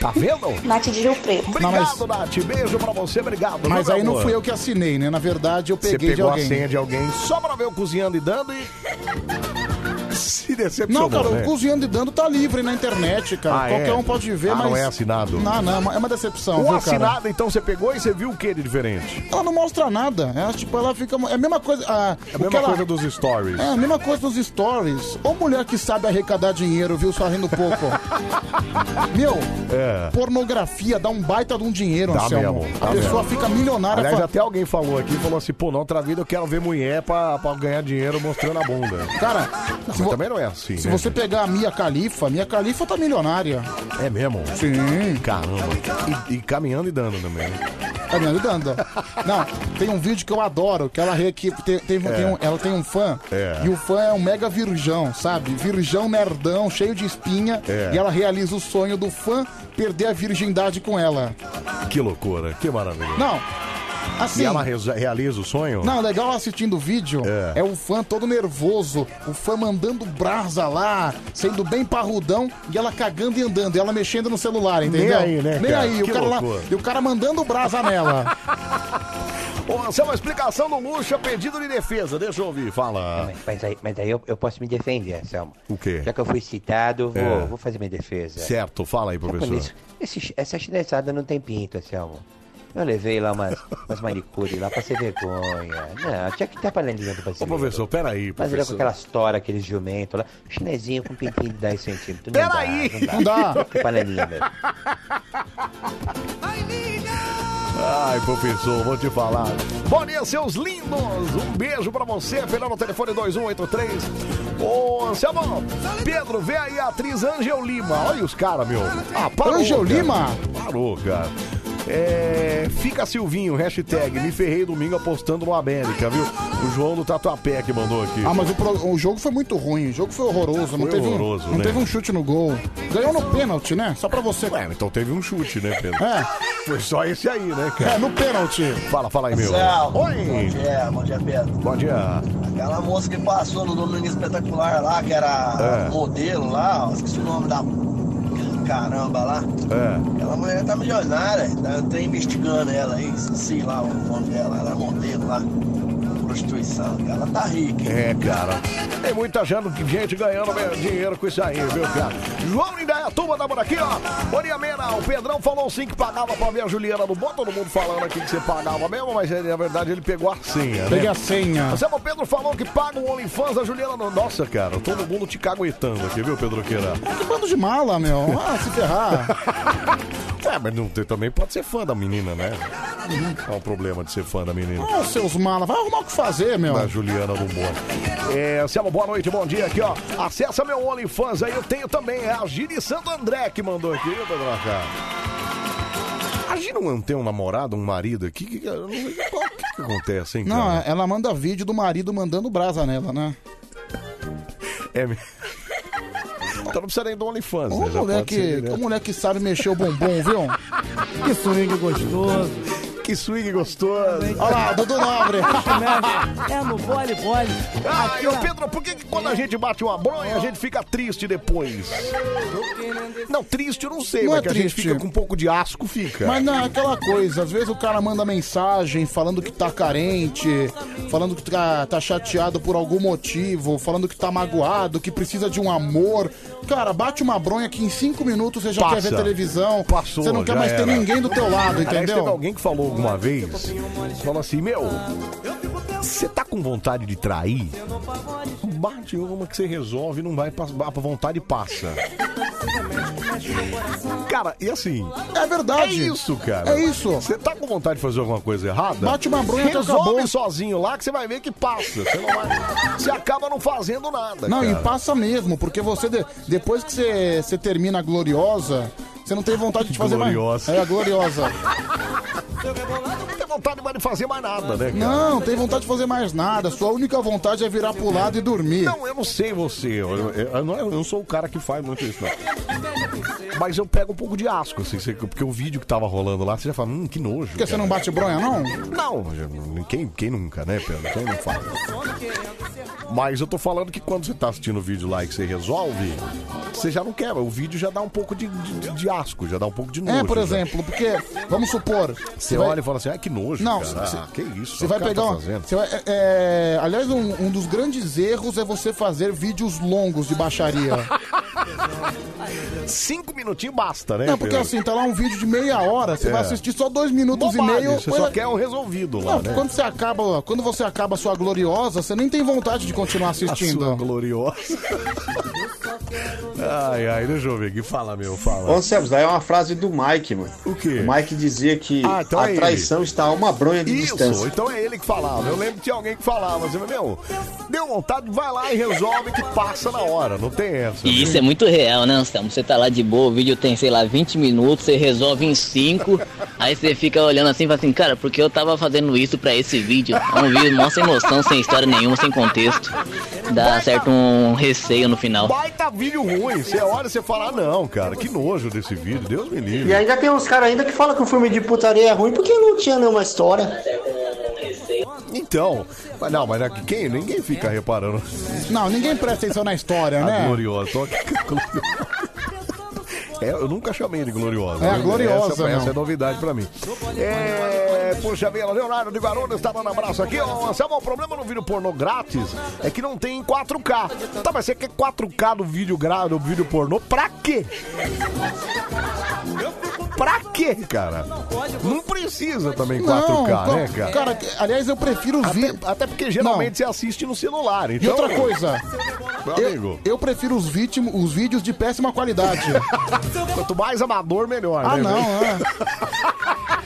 S1: Tá vendo?
S6: Nath de Rio Preto.
S1: Obrigado, Nath. Beijo pra você, obrigado.
S2: Mas
S1: viu,
S2: aí
S1: meu
S2: não
S1: amor?
S2: fui eu que assinei, né? Na verdade, eu
S1: Você
S2: peguei
S1: pegou
S2: de alguém.
S1: a senha de alguém só pra ver o cozinhando e dando e. Se
S2: Não,
S1: decepcionou.
S2: cara,
S1: né?
S2: o Cozinhando e Dando tá livre na internet, cara.
S1: Ah,
S2: Qualquer
S1: é?
S2: um pode ver,
S1: Ah,
S2: mas.
S1: não é assinado.
S2: Não, não, é uma decepção,
S1: O
S2: viu,
S1: Um assinado,
S2: cara?
S1: então você pegou e você viu o que de diferente?
S2: Ela não mostra nada. Ela, tipo, ela fica. É a mesma coisa. Ah,
S1: É a
S2: o que
S1: mesma
S2: ela-
S1: coisa dos stories.
S2: É, a mesma coisa dos stories. Ou mulher que sabe arrecadar dinheiro, viu? Só rindo pouco. Meu,
S1: É.
S2: pornografia dá um baita de um dinheiro,
S1: Tá
S2: Anselmo.
S1: mesmo, tá
S2: a pessoa
S1: mesmo.
S2: fica milionária.
S1: Aliás,
S2: fa-
S1: até alguém falou aqui, falou assim, pô, na outra vida eu quero ver mulher pra, pra ganhar dinheiro mostrando a bunda.
S2: Cara,
S1: mas também não é assim,
S2: Se
S1: né?
S2: você pegar a Mia Khalifa, Mia Khalifa tá milionária.
S1: É mesmo?
S2: Sim.
S1: Caramba. E, e caminhando e dando também. né?
S2: Tá me ajudando? Não, tem um vídeo que eu adoro, que ela re- que tem, tem- tem um- ela tem um fã,
S1: É.
S2: e o fã é um mega virgão, sabe? Virgão nerdão, cheio de espinha,
S1: É.
S2: e ela realiza o sonho do fã perder a virgindade com ela.
S1: Que loucura, que maravilha.
S2: Não, assim...
S1: E ela reza- realiza o sonho?
S2: Não, legal assistindo o vídeo é. o fã todo nervoso, o fã mandando brasa lá, sendo bem parrudão, e ela cagando e andando, e ela mexendo no celular, entendeu?
S1: Nem aí, né,
S2: Nem
S1: cara?
S2: aí, o
S1: Que
S2: cara lá,
S1: loucura.
S2: e o cara mandando brasa nela.
S1: Ô, Anselmo, uma explicação do Lucha, pedido de defesa. Deixa eu ouvir, fala.
S14: Mas aí, mas aí eu, eu posso me defender, Anselmo.
S1: O quê?
S14: Já que eu fui citado, vou,
S1: É.
S14: vou fazer minha defesa.
S1: Certo, fala aí,
S14: Sabe
S1: professor.
S14: quando isso- esse- essa chinesada não tem pinto, Anselmo. Eu levei lá umas, umas manicure lá pra ser vergonha. Não, tinha que ter aparelhamento pra
S1: Ô, professor, peraí,
S14: Mas ele é
S1: professor.
S14: com aquelas toras, aqueles jumentos lá. Chinesinho com pintinho de 10 centímetros. Não
S1: Peraí!
S14: Dá, não dá.
S1: Não dá.
S14: Que panelinha, velho.
S1: Ai, professor, vou te falar. Bom dia, seus lindos. Um beijo pra você, Fernando, telefone 2183. Ô, Anselmo, Pedro, vê aí a atriz Angel Lima. Olha os caras, meu. Ah, parou,
S2: Angel
S1: cara.
S2: Lima?
S1: Parou, cara. É, fica Silvinho, hashtag me ferrei domingo apostando no América, viu? O João do Tatuapé que mandou aqui.
S2: Ah, mas o, pro- o jogo foi muito ruim, o jogo foi horroroso. não
S1: Foi
S2: teve
S1: horroroso,
S2: um, Não
S1: né?
S2: teve um chute no gol. Ganhou no pênalti, né? Só pra você.
S1: Ué, então teve um chute, né, Pedro?
S2: É.
S1: Foi só esse aí, né, cara?
S2: É, no pênalti.
S1: Fala, fala aí, meu.
S8: Marcelo, Bom
S1: Oi!
S8: dia, bom dia, Pedro.
S1: Bom dia.
S8: Aquela moça que passou no domingo espetacular lá, que era
S1: É.
S8: modelo lá, ó, esqueci o nome da caramba lá.
S1: É.
S8: Aquela mulher tá milionária, tá, tá investigando ela aí, sei lá o nome dela, ela é modelo lá, prostituição, ela tá rica.
S1: É, cara. Tem muita gente gente ganhando meu dinheiro com isso aí, viu, cara? João Indaiatuba tá por aqui, ó. Oriamena, o Pedrão falou sim que pagava pra ver a Juliana do Bom. Todo mundo falando aqui que você pagava mesmo, mas ele, na verdade ele pegou a senha, né?
S2: Peguei a senha.
S1: Anselmo Pedro falou que paga o OnlyFans da Juliana do... Nossa, cara, todo mundo te caguetando aqui, viu, Pedro Queira?
S2: Que bando de mala, meu. Ah, se ferrar.
S1: É, mas não, tem- também pode ser fã da menina, né? Qual o problema de ser fã da menina?
S2: Ah, seus malas, vai arrumar o que fazer, meu.
S1: Da Juliana do Bom. É, Anselmo, boa noite, bom dia aqui, ó. Acessa meu OnlyFans aí, eu tenho também. É a Giri Santo André que mandou aqui, viu, Pedro Acá? A Giri não tem um namorado, um marido aqui? Que, que, eu não sei qual- o que, que acontece, hein,
S2: Não,
S1: cara?
S2: ela manda vídeo do marido mandando brasa nela, né?
S1: É me- Então não precisa nem do OnlyFans,
S2: Ô,
S1: né? Já pode
S2: moleque,
S1: ser direto.
S2: ô, moleque que sabe mexer o bumbum, viu? Que swing gostoso.
S1: Que swing gostoso.
S2: Olha lá, Dudu Nobre.
S3: É no vôlei, vôlei.
S1: Ah, e ô, Pedro, por que, que quando a gente bate uma bronha, a gente fica triste depois? Não, triste eu não sei,
S2: Não
S1: mas
S2: é
S1: que a gente
S2: triste.
S1: fica com um pouco de asco, fica.
S2: Mas não, é aquela coisa, às vezes o cara manda mensagem falando que tá carente, falando que tá, tá chateado por algum motivo, falando que tá magoado, que precisa de um amor. Cara, bate uma bronha que em cinco minutos você já quer
S1: Passa.
S2: ver televisão,
S1: Passou,
S2: você não quer
S1: já
S2: mais ter
S1: era.
S2: ninguém do teu lado,
S1: Aliás, teve
S2: entendeu?
S1: alguém que falou alguma vez, falou assim, meu, você tá com vontade de trair? Bate uma que você resolve, não vai passar, a vontade passa. Cara, e assim...
S2: É verdade.
S1: É isso, cara.
S2: É isso.
S1: Você tá com vontade de fazer alguma coisa errada?
S2: Bate uma bronha que
S1: Resolve
S2: acabou.
S1: sozinho lá que você vai ver que passa. Você, não vai- você acaba não fazendo nada,
S2: Não,
S1: cara.
S2: e passa mesmo, porque você, de- depois que você, você termina a gloriosa, você não tem vontade de fazer
S1: Gloriosa.
S2: mais. É, a gloriosa.
S1: Não tem vontade mais de fazer mais nada, né, cara?
S2: Não, tem vontade de fazer mais nada. Sua única vontade é virar pro lado e dormir.
S1: Não, eu não sei você. Eu, eu- eu não, é, eu não sou o cara que faz muito isso, não. Mas eu pego um pouco de asco, assim, você- porque o vídeo que tava rolando lá, você já fala, hum, que nojo.
S2: Porque você não bate bronha, não?
S1: Não, já- quem, quem nunca, né, Pedro? Quem não faz? Mas eu tô falando que quando você tá assistindo o vídeo lá e que você resolve, você já não quer, o vídeo já dá um pouco de, de, de asco, já dá um pouco de nojo.
S2: É, por
S1: já.
S2: exemplo, porque, vamos supor.
S1: Você olha e fala assim, ai, que nojo,
S2: Não,
S1: cara.
S2: você-
S1: Ah, que isso,
S2: Você
S1: o
S2: vai
S1: cara
S2: pegar.
S1: tá
S2: um-
S1: fazendo.
S2: você vai- é, é, aliás, um, um dos grandes erros é você fazer vídeos longos de baixaria.
S1: Cinco minutinhos basta, né?
S2: Não, porque
S1: Pedro?
S2: assim, tá lá um vídeo de meia hora, você
S1: É.
S2: vai assistir só dois minutos
S1: Bobagem,
S2: e meio.
S1: Você
S2: coisa-
S1: só quer o resolvido lá,
S2: Não,
S1: né?
S2: quando você acaba, quando você acaba a sua gloriosa, você nem tem vontade de continuar assistindo.
S1: A sua gloriosa. Ai, ai, deixa eu ver aqui. Fala, meu, fala.
S5: Ô, Anselmo, isso daí é uma frase do Mike, mano.
S1: O quê?
S5: O Mike dizia que
S1: Ah, então
S5: a
S1: é ele.
S5: traição está a uma bronha de
S1: Isso,
S5: distância.
S1: então é ele que falava. Eu lembro que tinha alguém que falava assim, meu, deu vontade, vai lá e resolve que passa na hora, não tem essa.
S11: E isso é muito real, né, Anselmo? Você tá lá de boa, o vídeo tem, sei lá, 20 minutos, você resolve em 5, aí você fica olhando assim e fala assim, cara, porque eu tava fazendo isso pra esse vídeo? É um vídeo mó sem noção, sem história nenhuma, sem contexto. Dá certo um receio no final.
S1: Baita Tá vídeo ruim, você olha e você fala, ah, não, cara, que nojo desse vídeo, Deus me livre.
S5: é-
S8: E ainda tem uns caras ainda que falam que o filme de putaria é ruim porque não tinha nenhuma história.
S1: Então, mas não, mas aqui, quem, ninguém fica reparando.
S2: Não, ninguém presta atenção na história,
S1: A
S2: né?
S1: gloriosa. Tô aqui com a gloriosa. É, eu nunca chamei de gloriosa.
S2: É, a
S1: né?
S2: gloriosa,
S1: Essa,
S2: meu.
S1: essa é novidade pra mim. É, puxa vida, Leonardo de Guarulhos tá dando abraço aqui. Ó, Anselmo, o problema no vídeo pornô grátis é que não tem em 4K. Tá, mas você quer 4K do vídeo, gra... do vídeo pornô pra quê? Pra quê, cara? Não precisa também 4K,
S2: ca-
S1: né, cara?
S2: cara, que- aliás, eu prefiro vídeo.
S1: Até porque geralmente você assiste no celular,
S2: E
S1: então-
S2: outra coisa.
S1: Meu
S2: eu-
S1: amigo.
S2: Eu, prefiro os, vítima, os vídeos de péssima qualidade.
S1: Quanto mais amador, melhor.
S2: Ah,
S1: né,
S2: não, é.
S1: velho?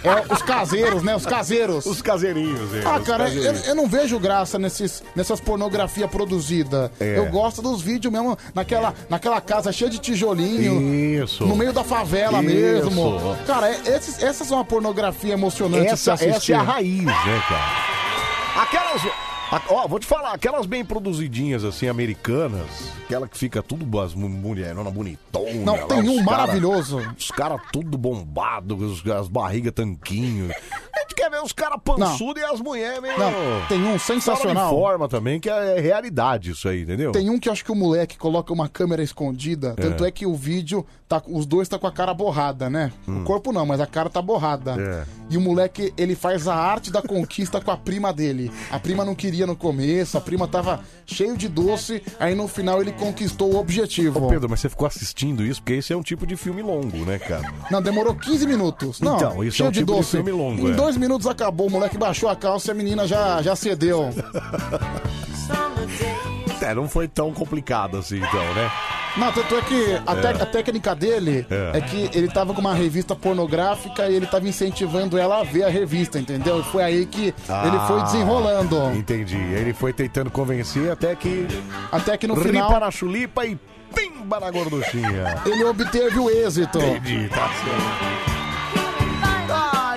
S2: É, os caseiros, né? Os caseiros.
S1: Os caseirinhos, é,
S2: Ah,
S1: os
S2: cara, eu,
S1: caseirinhos.
S2: eu não vejo graça nesses, nessas pornografia produzida.
S1: É.
S2: Eu gosto dos vídeos mesmo, naquela, naquela casa cheia de tijolinho.
S1: Isso.
S2: No meio da favela
S1: Isso.
S2: mesmo. Cara, é- esses, essas são uma pornografia emocionante de se
S1: Essa, essa
S2: assistir.
S1: é a raiz, né, cara? Aquelas. a- Ó, vou te falar, aquelas bem produzidinhas assim, americanas, aquela que fica tudo as mu- mulherona bonitona.
S2: Não,
S1: lá,
S2: tem
S1: os
S2: um
S1: cara-
S2: maravilhoso.
S1: Os caras tudo bombado, os- as barrigas tanquinho. A gente quer ver os caras pançudos e as mulheres, meio.
S2: Não, tem um sensacional.
S1: Fora de forma também, que é realidade isso aí, entendeu?
S2: Tem um que eu acho que o moleque coloca uma câmera escondida,
S1: É.
S2: tanto é que o vídeo, tá, os dois tá com a cara borrada, né? O corpo não, mas a cara tá borrada.
S1: Hum. É.
S2: E o moleque, ele faz a arte da conquista com a prima dele. A prima não queria no começo, a prima tava cheio de doce, aí no final ele conquistou o objetivo.
S1: Ô, Pedro, mas você ficou assistindo isso, porque esse é um tipo de filme longo, né, cara?
S2: Não, demorou 15 minutos. Não,
S1: Então, isso é
S2: cheio
S1: um tipo de filme longo,
S2: Em
S1: é.
S2: dois minutos acabou, o moleque baixou a calça e a menina já, já cedeu.
S1: É, não foi tão complicado assim, então, né?
S2: Não, tanto é que a, tec-
S1: É.
S2: a técnica dele
S1: É.
S2: é. que ele tava com uma revista pornográfica e ele tava incentivando ela a ver a revista, entendeu? E foi aí que ele foi
S1: Ah,
S2: desenrolando.
S1: Entendi. Ele foi tentando convencer até que.
S2: Até que no
S1: Ripa
S2: final-
S1: na chulipa e pimba na gorduchinha.
S2: Ele obteve o êxito.
S1: Entendi, tá certo.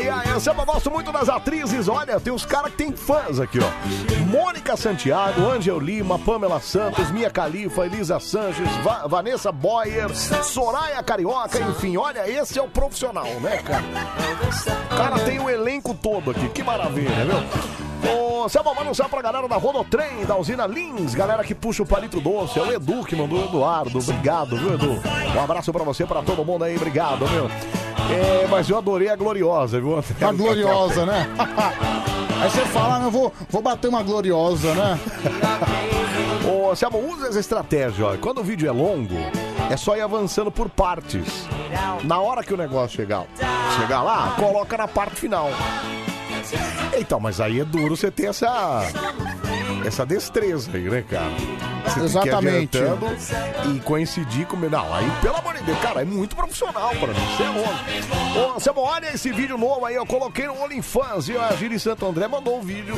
S1: Ai, ai, eu sempre gosto muito das atrizes. Olha, tem uns caras que tem fãs aqui, ó. Mônica Santiago, Angel Lima, Pamela Santos, Mia Khalifa, Elisa Sanches, Va- Vanessa Boyer, Soraya Carioca, enfim, olha, esse é o profissional, né, cara? O cara tem o elenco todo aqui, que maravilha, viu? Ô, Selma, manda um salve pra galera da Rodotrem, da usina Lins, galera que puxa o palito doce, é o Edu que mandou o Eduardo, obrigado, viu, Edu? Um abraço pra você, pra todo mundo aí, obrigado, viu? É, mas eu adorei a Gloriosa, viu?
S2: A gloriosa, né? aí você fala, "Ah, eu vou, vou bater uma gloriosa, né?
S1: Ô, Selma, usa essa estratégia, ó. Quando o vídeo é longo, é só ir avançando por partes. Na hora que o negócio chegar, chegar lá, coloca na parte final. Então, mas aí é duro você ter essa essa destreza aí, né, cara? Você tem
S2: Exatamente.
S1: que ir adiantando e coincidir com... Não, aí, pelo amor de Deus, cara, é muito profissional pra mim, você é louco. Ô, Anselmo, olha esse vídeo novo aí, eu coloquei no OnlyFans e a Giri Santo André mandou um vídeo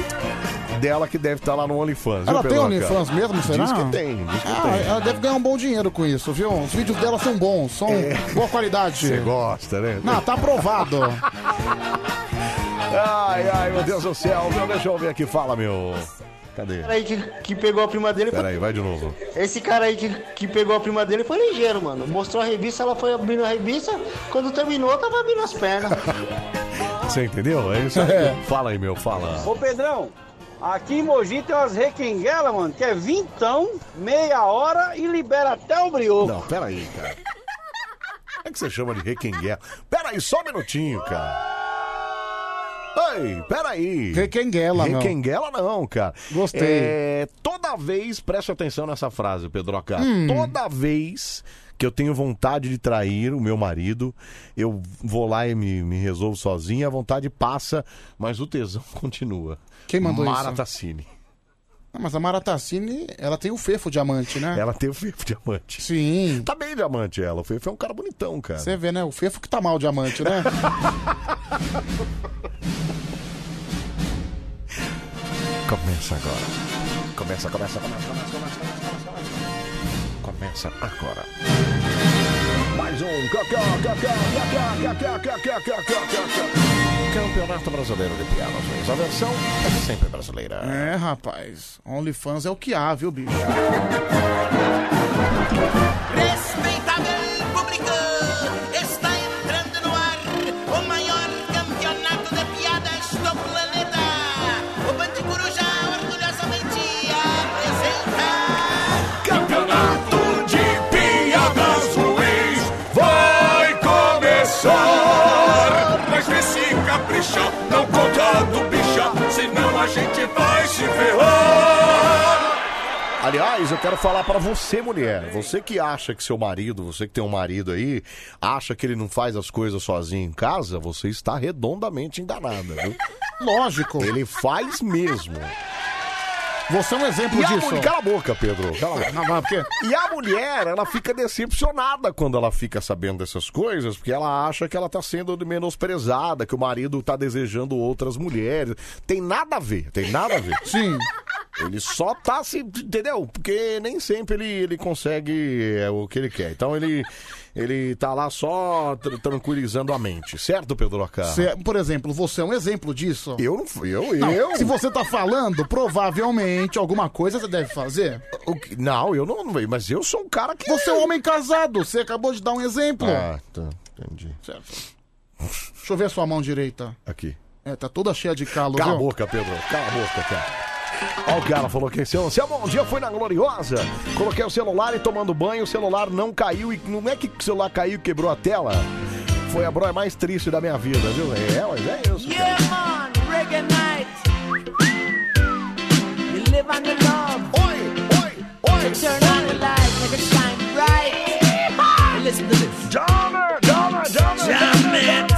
S1: dela que deve estar lá no OnlyFans.
S2: Ela
S1: viu,
S2: tem
S1: Pedroca?
S2: OnlyFans mesmo, será?
S1: Diz que tem, diz que
S2: Ah,
S1: tem.
S2: Ela deve ganhar um bom dinheiro com isso, viu? Os vídeos dela são bons, são boa qualidade.
S1: É. Você gosta, né?
S2: Não, tá aprovado.
S1: Ai, ai, meu Deus do céu, meu, deixa eu ver aqui, fala, meu. Cadê?
S9: cara aí que, que pegou a prima dele foi...
S1: Peraí, vai de novo.
S9: Esse cara aí que, que pegou a prima dele foi ligeiro, mano. Mostrou a revista, ela foi abrindo a revista. Quando terminou, tava abrindo as pernas.
S1: Você entendeu? É isso aí.
S9: É.
S1: Fala aí, meu, fala.
S12: Ô Pedrão, aqui em Mogi tem umas requenguelas, mano, que é vintão, meia hora e libera até o brioco.
S1: Não, peraí, cara. Como é que você chama de requenguela? Peraí, só um minutinho, cara. Ei, peraí.
S2: Requenguela, não.
S1: Requenguela não, cara.
S2: Gostei.
S1: É, toda vez, preste atenção nessa frase, Pedroca.
S2: Hum.
S1: Toda vez que eu tenho vontade de trair o meu marido, eu vou lá e me, me resolvo sozinha, a vontade passa, mas o tesão continua.
S2: Quem mandou isso?
S1: Maratacine.
S2: Ah, Mas a Maratacine, ela tem o Fefo Diamante, né?
S1: Ela tem o Fefo Diamante.
S2: Sim.
S1: Tá bem diamante ela. O Fefo é um cara bonitão, cara.
S2: Você vê, né? O Fefo que tá mal diamante, né?
S1: Começa agora. Começa, começa, começa, começa, começa, começa, começa, começa. Começa agora. Mais um cacá, cacá, cacá, cacá, cacá, cacá, cacá. Campeonato Brasileiro de Piadas. Mas a versão é sempre brasileira.
S2: é, rapaz. OnlyFans é o que há, viu, bicho?
S3: Respeitável público, está entrando no ar o maior campeonato de piadas do planeta. O Band Coruja orgulhosamente apresenta.
S4: Campeonato de piadas ruins vai começar. Mas vê se capricha, não conta do bicha, senão a gente vai se ferrar.
S1: A Aliás, eu quero falar pra você, mulher. Você que acha que seu marido, você que tem um marido aí, acha que ele não faz as coisas sozinho em casa, você está redondamente enganada, viu? Lógico. Ele faz mesmo.
S2: Você é um exemplo
S1: e a
S2: disso.
S1: mulher- Cala a boca, Pedro. Cala a boca.
S2: Não, mas porque-
S1: E a mulher, ela fica decepcionada quando ela fica sabendo dessas coisas, porque ela acha que ela tá sendo menosprezada, que o marido tá desejando outras mulheres. Tem nada a ver, tem nada a ver.
S2: Sim.
S1: Ele só tá se. Entendeu? Porque nem sempre ele, ele consegue é, o que ele quer. Então ele, ele tá lá só tr- tranquilizando a mente. Certo, Pedro Acá?
S2: Você- por exemplo, você é um exemplo disso.
S1: Eu não fui, eu,
S2: Não,
S1: eu.
S2: Se você tá falando, provavelmente alguma coisa você deve fazer.
S1: Não, eu não, mas eu sou um cara que.
S2: Você é um homem casado, você acabou de dar um exemplo.
S1: Ah, tá. Entendi.
S2: Certo. Deixa eu ver a sua mão direita.
S1: Aqui.
S2: É, tá toda cheia de calo,
S1: Cala a
S2: viu?
S1: boca, Pedro. Cala a boca, cara. Ó, o cara falou que seu, seu bom dia foi na Gloriosa. Coloquei o celular e tomando banho, o celular não caiu. E não é que o celular caiu e quebrou a tela. Foi a broia mais triste da minha vida, viu? É, mas é isso.
S3: Yeah, man, reggae night. You live on the love. Oi, oi, oi. Turn on the light, make it shine bright. And Listen to this. Drummer, drummer, drummer. Jam it.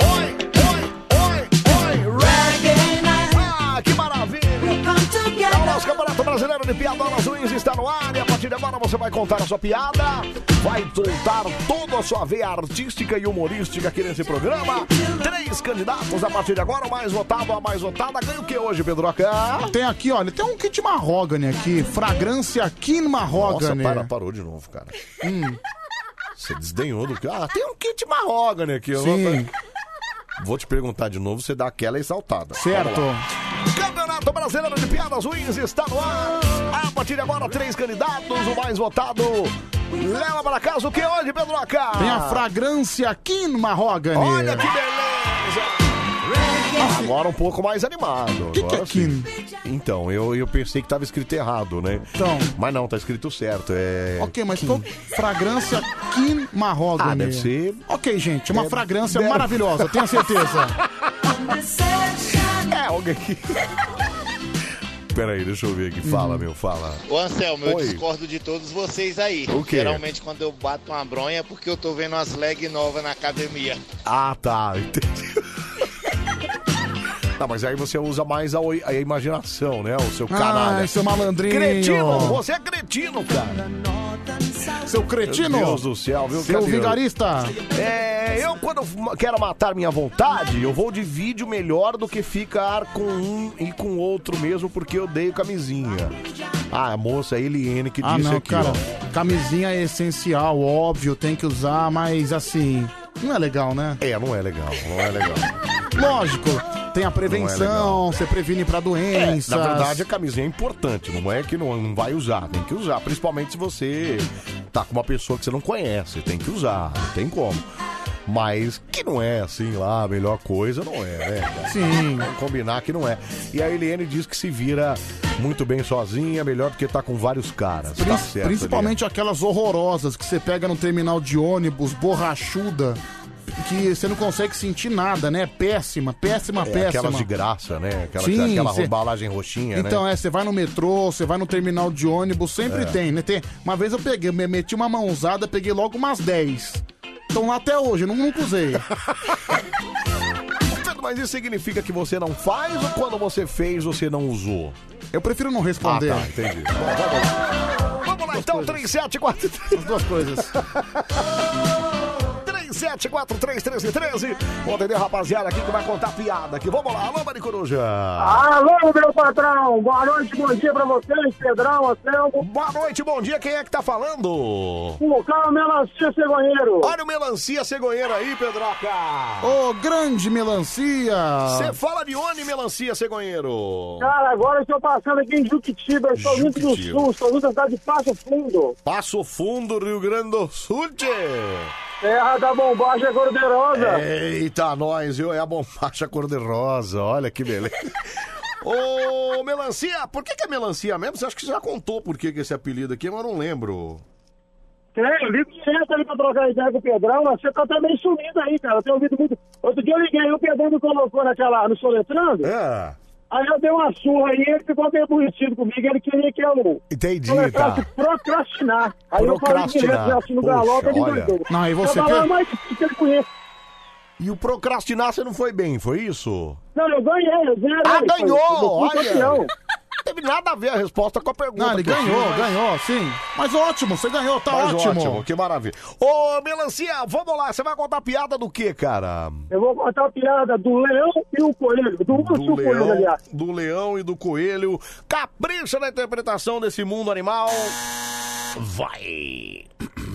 S3: Oi, oi, oi, oi. Reggae night.
S1: Ah, que maravilha.
S3: We come
S1: O
S3: together.
S1: nosso Campeonato Brasileiro de Piadolas Ruins está no ar e a partir de agora você vai contar a sua piada, vai contar toda a sua veia artística e humorística aqui nesse programa. Três candidatos a partir de agora, o mais votado, a mais votada. Ganha o que hoje, Pedro Acá?
S2: Tem aqui, olha, tem um kit Mahogany aqui. Fragrância Kim
S1: Nossa,
S2: Mahogany.
S1: para, parou de novo, cara.
S2: Hum.
S1: Você desdenhou do que? Ah, tem um kit Mahogany aqui. eu
S2: Sim.
S1: Vou... vou te perguntar de novo, você dá aquela exaltada.
S2: Certo.
S1: Vamos lá. Campeonato Brasileiro de Piadas Ruins está no ar. A partir de agora, três candidatos, o mais votado. Leva para casa o que hoje, Pedro Acá?
S2: Tem a fragrância Kim Mahogany.
S1: Ah. Olha que beleza! Agora um pouco mais animado.
S2: Que que é
S1: agora sim. Então, eu, eu pensei que tava escrito errado, né?
S2: Então.
S1: Mas não, tá escrito certo. É.
S2: Ok, mas tô... fragrância Kim Mahogany.
S1: Ah, deve ser-
S2: Ok, gente, uma
S1: Deve-
S2: fragrância
S1: deve-
S2: maravilhosa, tenho certeza.
S1: É, alguém aqui. Peraí, deixa eu ver aqui.
S2: Hum.
S1: Fala, meu, fala.
S7: Ô Anselmo, eu
S1: Oi.
S7: discordo de todos vocês aí.
S1: O quê?
S7: Geralmente quando eu bato uma bronha é porque eu tô vendo umas leg novas na academia.
S1: Ah, tá, entendi. Tá, mas aí você usa mais a, oi- a imaginação, né? O seu
S2: Ah,
S1: canalha.
S2: seu malandrinho.
S1: Cretino, você é cretino, cara.
S2: Seu cretino.
S1: Meu Deus do céu, viu?
S2: Seu
S1: Cadê?
S2: vigarista.
S1: É, eu quando ma- quero matar minha vontade, eu vou de vídeo melhor do que ficar com um e com outro mesmo, porque eu dei camisinha. Ah, a moça Eliene que
S2: Ah,
S1: disse
S2: não,
S1: aqui,
S2: cara.
S1: ó.
S2: Camisinha é essencial, óbvio, tem que usar, mas assim, não é legal, né?
S1: É, não é legal, não é legal.
S2: Lógico, tem a prevenção, você previne pra
S1: É,
S2: doenças.
S1: na verdade, a camisinha é importante, não é que não, não vai usar, tem que usar, principalmente se você tá com uma pessoa que você não conhece, tem que usar, não tem como. Mas que não é assim lá, a melhor coisa não é, né?
S2: Sim.
S1: Combinar que não é. E a Eliane diz que se vira muito bem sozinha, melhor do que tá com vários caras. tá
S2: Prin-
S1: certo,
S2: principalmente aquelas horrorosas que você pega no terminal de ônibus, borrachuda, que você não consegue sentir nada, né? Péssima, péssima,
S1: Eliane. É,
S2: péssima.
S1: aquelas de graça, né? Aquela,
S2: Sim,
S1: aquela
S2: cê-
S1: embalagem roxinha, né?
S2: Então, é, você vai no metrô, você vai no terminal de ônibus, sempre
S1: É.
S2: tem, né? Tem, uma vez eu peguei, me meti uma mãozada, peguei logo umas 10. Estão lá até hoje, não nunca usei.
S1: Pedro, Mas isso significa que você não faz ou quando você fez você não usou?
S2: Eu prefiro não responder.
S1: Ah, tá, entendi. Bom, vamos lá. Vamos lá, então, 3743.
S2: As duas coisas.
S1: 37431313. Vou atender a rapaziada aqui que vai contar piada aqui. Vamos lá, alô, Maricoruja.
S13: Alô, meu patrão! Boa noite, bom dia pra vocês, Pedrão, Anselmo.
S1: Boa noite, bom dia, quem é que tá falando?
S13: O local Melancia Cegonheiro.
S1: Olha o melancia cegonheiro aí, Pedroca.
S2: Ô, grande melancia!
S1: Você fala de onde, melancia cegonheiro?
S13: Cara, agora eu tô passando aqui em Juquitiba, eu sou muito do
S1: Juquitiba.
S13: Sul, sou muito da cidade de Passo Fundo.
S1: Passo Fundo, Rio Grande do Sul, tchê.
S13: Terra da bombagem gorderosa.
S1: Eita, nós, viu? É a bombacha cor-de-rosa, olha que beleza. Ô, melancia, por que, que é melancia mesmo? Você acha que você já contou por que, que esse apelido aqui, mas eu não lembro.
S13: Tem, liga direto ali pra trocar ideia com o Pedrão, mas você tá também sumido aí, cara. Eu tenho ouvido muito. Outro dia eu liguei, o Pedrão me colocou naquela, no Soletrando.
S1: É.
S13: Aí eu dei uma surra aí, ele ficou meio aborrecido comigo, ele queria que eu
S1: Entendi,
S13: começasse
S1: tá.
S13: a procrastinar. Aí eu
S1: Procrastinar.
S13: falei que ele assim no
S1: Poxa,
S13: galope, ele
S1: olha.
S13: doidou.
S1: Não, e você
S13: eu falava,
S1: quer-
S13: mas o que ele conhece?
S1: E o procrastinar você não foi bem, foi isso?
S13: Não, eu ganhei, eu ganhei.
S1: Ah,
S13: foi-
S1: ganhou!
S13: eu fui campeão.
S1: Olha. Teve nada a ver a resposta com a pergunta.
S2: Não, ele
S1: por fim,
S2: ganhou,
S1: mas-
S2: ganhou, sim. Mas ótimo, você ganhou, tá
S1: Mas
S2: ótimo.
S1: ótimo, que maravilha. Ô, Melancia, vamos lá, você vai contar piada do quê, cara?
S13: Eu vou contar a piada do leão e o coelho, do urso e o coelho,
S1: leão,
S13: aliás.
S1: do leão e do coelho. Capricha na interpretação desse mundo animal. Vai!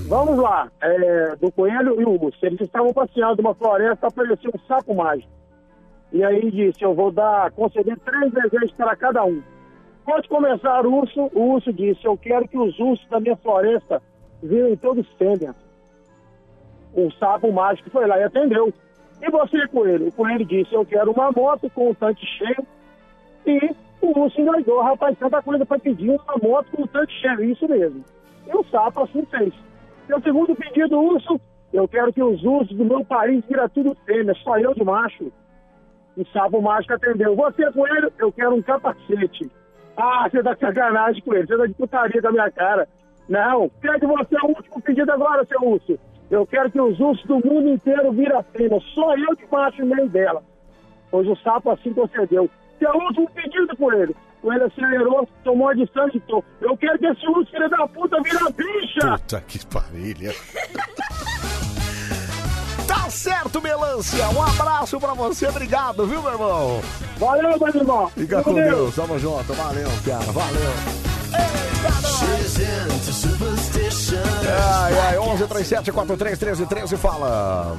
S13: Vamos lá, é, do coelho e o urso. Eles estavam passeando numa floresta, apareceu um sapo mágico. E aí disse, eu vou dar, conceder três desejos para cada um. Pode começar, urso. O urso disse, eu quero que os ursos da minha floresta virem todos fêmeas. O sapo mágico foi lá e atendeu. E você, coelho? O coelho disse, eu quero uma moto com um tanque cheio. E o urso endoidou, rapaz, tanta coisa para pedir uma moto com um tanque cheio, isso mesmo. E o sapo assim fez. Meu segundo pedido, urso, eu quero que os ursos do meu país viram tudo fêmea, só eu de macho. O sapo mágico atendeu. Você, coelho, eu quero um capacete. Ah, você tá de sacanagem com ele, você tá de putaria com a minha cara. Não, pede você o último pedido agora, seu urso. Eu quero que os ursos do mundo inteiro viram fêmea, só eu de macho no meio dela. Pois o sapo assim concedeu. Seu último pedido, coelho. Coelho acelerou, tomou a distância e tô. Eu quero que esse urso, filho da puta, vira bicha!
S1: Puta que parilha. tá certo, Melancia. Um abraço pra você, obrigado, viu, meu irmão?
S13: Valeu, meu irmão.
S1: Fica com Deus, tamo junto, valeu, cara, valeu. Ai, ai, 11 37 43 13 13 fala.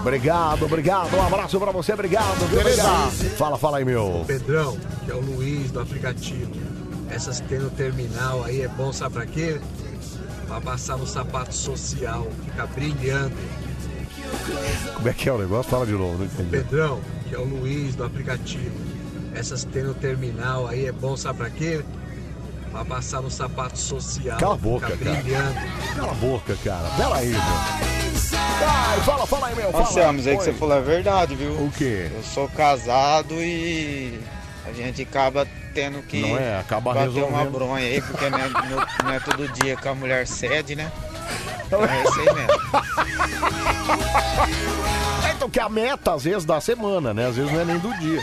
S1: Obrigado, obrigado. Um abraço pra você, obrigado. viu?
S3: Beleza.
S1: Obrigado. Fala, fala aí, meu.
S15: Pedrão, que é o Luiz do aplicativo. Essas que tem no terminal aí é bom, sabe pra quê? Pra passar no sapato social, fica brilhando.
S1: Como é que é o negócio? Fala de novo, não entendi.
S15: Pedrão, que é o Luiz do aplicativo. Essas que tem no terminal aí é bom, sabe pra quê? Pra passar no sapato social,
S1: Cala a boca,
S15: fica
S1: cara.
S15: brilhando.
S1: Cala a boca, cara. Pera aí, meu. Ai, fala, fala aí, meu. Fala.
S7: Anselmo, isso aí que
S1: Oi.
S7: você falou é verdade, viu?
S1: O quê?
S7: Eu sou casado e a gente acaba tendo que
S1: Não é, acaba
S7: bater uma
S1: resolvendo.
S7: bronha aí, porque não é, não- não é todo dia que a mulher cede, né? Então é isso aí mesmo.
S1: É, Então, que a meta, às vezes, da semana, né? Às vezes não é nem do dia.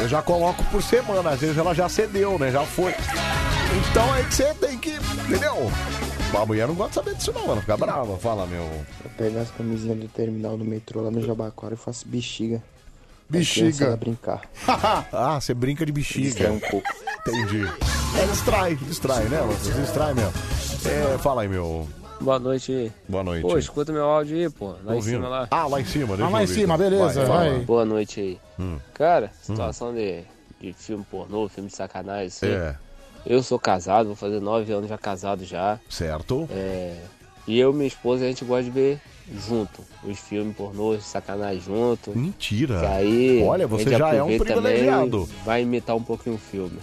S1: Eu já coloco por semana, às vezes ela já cedeu, né? Já foi. Então é que você tem que. Entendeu? A mulher não gosta de saber disso, não, ela fica brava. Fala, meu.
S16: Eu pego as camisinhas do terminal do metrô lá no Jabaquara e faço bexiga. Pra
S1: Bexiga.
S16: criançada brincar.
S1: ah, você brinca de bexiga.
S16: Distrai um pouco.
S1: Entendi. É, distrai, distrai, né, Lucas? Distrai mesmo. É, fala aí, meu.
S17: Boa noite.
S1: Boa noite.
S17: Pô, escuta meu áudio aí, pô.
S1: Tô
S17: Lá em
S1: ouvindo.
S17: cima lá.
S1: Ah, lá em cima, deixa Ah, lá eu em ouvir. cima, beleza, Vai, vai. vai.
S17: Boa noite aí.
S1: Hum.
S17: Cara, situação de, de filme pornô, filme de sacanagem, assim.
S1: É.
S17: Eu sou casado, vou fazer nove anos já casado já.
S1: Certo.
S17: É, e eu e minha esposa, a gente gosta de ver junto. Os filmes pornô, os sacanagem junto.
S1: Mentira.
S17: Que aí
S1: Olha,
S17: a
S1: você
S17: gente
S1: já é um
S17: aproveita também e
S1: privilegiado.
S17: Vai imitar um pouquinho o filme.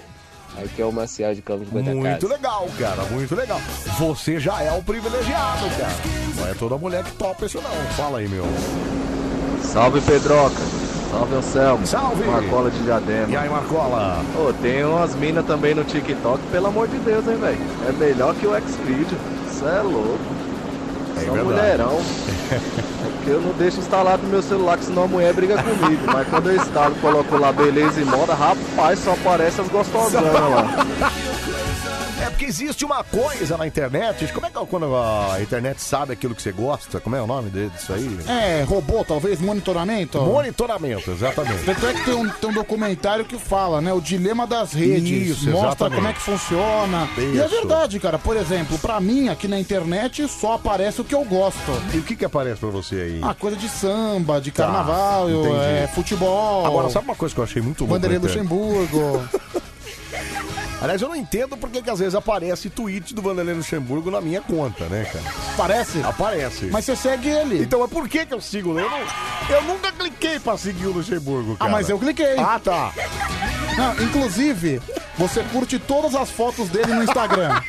S17: Aí que é o Marcial de Campos de
S1: Muito
S17: Goitacazes.
S1: legal, cara, muito legal. Você já é o privilegiado, cara. Não é toda mulher que topa isso, não. Fala aí, meu.
S18: Salve Pedroca, salve Anselmo,
S1: salve
S18: Marcola de Diadema.
S1: E aí, Marcola?
S18: Ô, tem umas minas também no TikTok, pelo amor de Deus, hein, velho? É melhor que o Xvideo, cê é louco. É Só
S1: verdade.
S18: mulherão. É Porque eu não deixo instalado no meu celular, que senão a mulher briga comigo. Mas quando eu instalo, coloco lá beleza e moda, rapaz, só aparece as gostosonas lá.
S1: É porque existe uma coisa na internet. Como é que é quando a internet sabe aquilo que você gosta? Como é o nome de- disso aí?
S2: É, robô, talvez, monitoramento?
S1: Monitoramento, exatamente.
S2: Tanto é que tem um, tem um documentário que fala, né? O dilema das redes.
S1: Isso,
S2: mostra
S1: exatamente.
S2: como é que funciona. E é
S1: Isso.
S2: verdade, cara. Por exemplo, pra mim, aqui na internet, só aparece o que eu gosto.
S1: E o que que aparece pra você aí?
S2: Ah, coisa de samba, de carnaval,
S1: Tá, entendi.
S2: é, futebol.
S1: Agora, sabe uma coisa que eu achei muito boa?
S2: Vanderlei
S1: na internet?
S2: Luxemburgo.
S1: Aliás, eu não entendo porque que às vezes aparece tweet do Vanderlei Luxemburgo na minha conta, né, cara?
S2: Aparece?
S1: Aparece.
S2: Mas você segue ele.
S1: Então, mas por que que eu sigo ele? Eu, não- eu nunca cliquei pra seguir o Luxemburgo,
S2: Ah,
S1: cara.
S2: mas eu cliquei.
S1: Ah, tá.
S2: Não, inclusive, você curte todas as fotos dele no Instagram.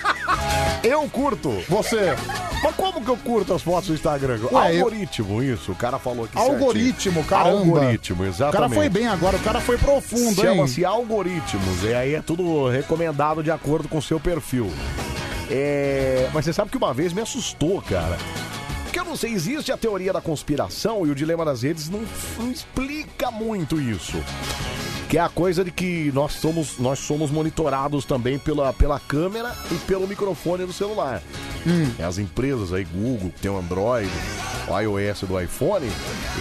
S1: Eu curto.
S2: Você.
S1: Mas como que eu curto as fotos do Instagram?
S2: Ué, eu-
S1: algoritmo, isso. O cara falou aqui certinho.
S2: Algoritmo, caramba.
S1: Algoritmo,
S2: O
S1: exatamente. assim,
S2: cara foi bem agora, o cara foi profundo, hein?
S1: Chama-se algoritmos. E aí é tudo recomendado de acordo com o seu perfil. É, Mas você sabe que uma vez me assustou, cara. Porque eu não sei, existe a teoria da conspiração e o dilema das redes não, não explica muito isso. Que é a coisa de que nós somos, nós somos monitorados também pela, pela câmera e pelo microfone do celular. É As empresas aí, Google, que tem o Android, o iOS do iPhone,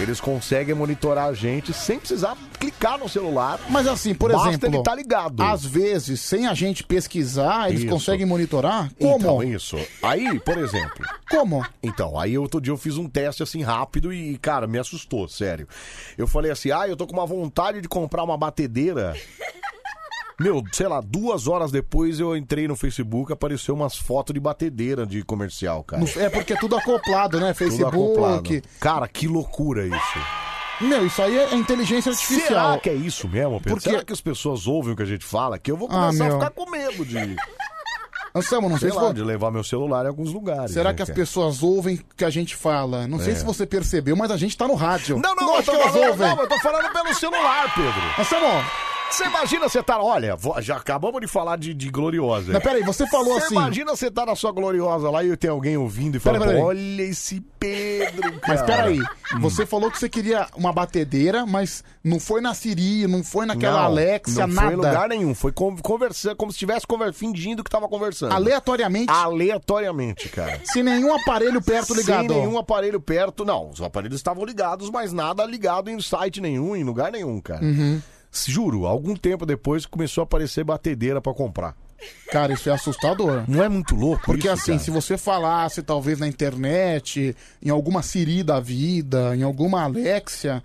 S1: eles conseguem monitorar a gente sem precisar clicar no celular.
S2: Mas assim, por
S1: Basta
S2: exemplo,
S1: ele tá ligado.
S2: às vezes, sem a gente pesquisar, eles
S1: Isso.
S2: conseguem monitorar? Como?
S1: Então, isso. Aí, por exemplo.
S2: Como?
S1: Então, aí outro dia eu fiz um teste assim rápido e, cara, me assustou, sério. Eu falei assim, ah, eu tô com uma vontade de comprar uma batedeira. Meu, sei lá, duas horas depois eu entrei no Facebook, apareceu umas fotos de batedeira de comercial, cara.
S2: No- É porque é tudo acoplado, né?
S1: Tudo
S2: Facebook.
S1: acoplado. Cara, que loucura isso.
S2: Meu, isso aí é inteligência artificial.
S1: Será que é isso mesmo, Pedro?
S2: Porque-
S1: Será que as pessoas ouvem o que a gente fala? Que eu vou
S2: Ah,
S1: começar a
S2: meu.
S1: ficar com medo de...
S2: Anselmo, não sei se
S1: sei lá,
S2: vo-
S1: de levar meu celular em alguns lugares.
S2: Será
S1: né,
S2: que as
S1: cara?
S2: pessoas ouvem o que a gente fala? Não sei
S1: É.
S2: se você percebeu, mas a gente tá no rádio.
S1: Não, não, eu
S2: Lógico
S1: tô,
S2: que elas
S1: falando,
S2: ouvem.
S1: não, eu tô falando pelo celular, Pedro.
S2: Mas tá bom.
S1: Você imagina você tá. Olha, vo- já acabamos de falar de, de gloriosa.
S2: Mas peraí, você falou
S1: Você
S2: assim-
S1: Imagina você tá na sua gloriosa lá e tem alguém ouvindo e falando:
S2: Peraí, peraí.
S1: Olha esse Pedro, cara.
S2: Mas peraí,
S1: Hum.
S2: você falou que você queria uma batedeira, mas não foi na Siri, não foi naquela
S1: Não,
S2: Alexa,
S1: não
S2: nada.
S1: foi em lugar nenhum. Foi con- conversando, como se estivesse conver- fingindo que tava conversando.
S2: Aleatoriamente?
S1: Aleatoriamente, cara.
S2: Sem nenhum aparelho perto ligado.
S1: Sem nenhum aparelho perto, não. Os aparelhos estavam ligados, mas nada ligado em site nenhum, em lugar nenhum, cara.
S2: Uhum.
S1: Juro, algum tempo depois começou a aparecer batedeira pra comprar.
S2: Cara, isso é assustador.
S1: Não é muito louco
S2: Porque
S1: isso,
S2: assim,
S1: cara?
S2: se você falasse talvez na internet, em alguma Siri da vida, em alguma Alexia,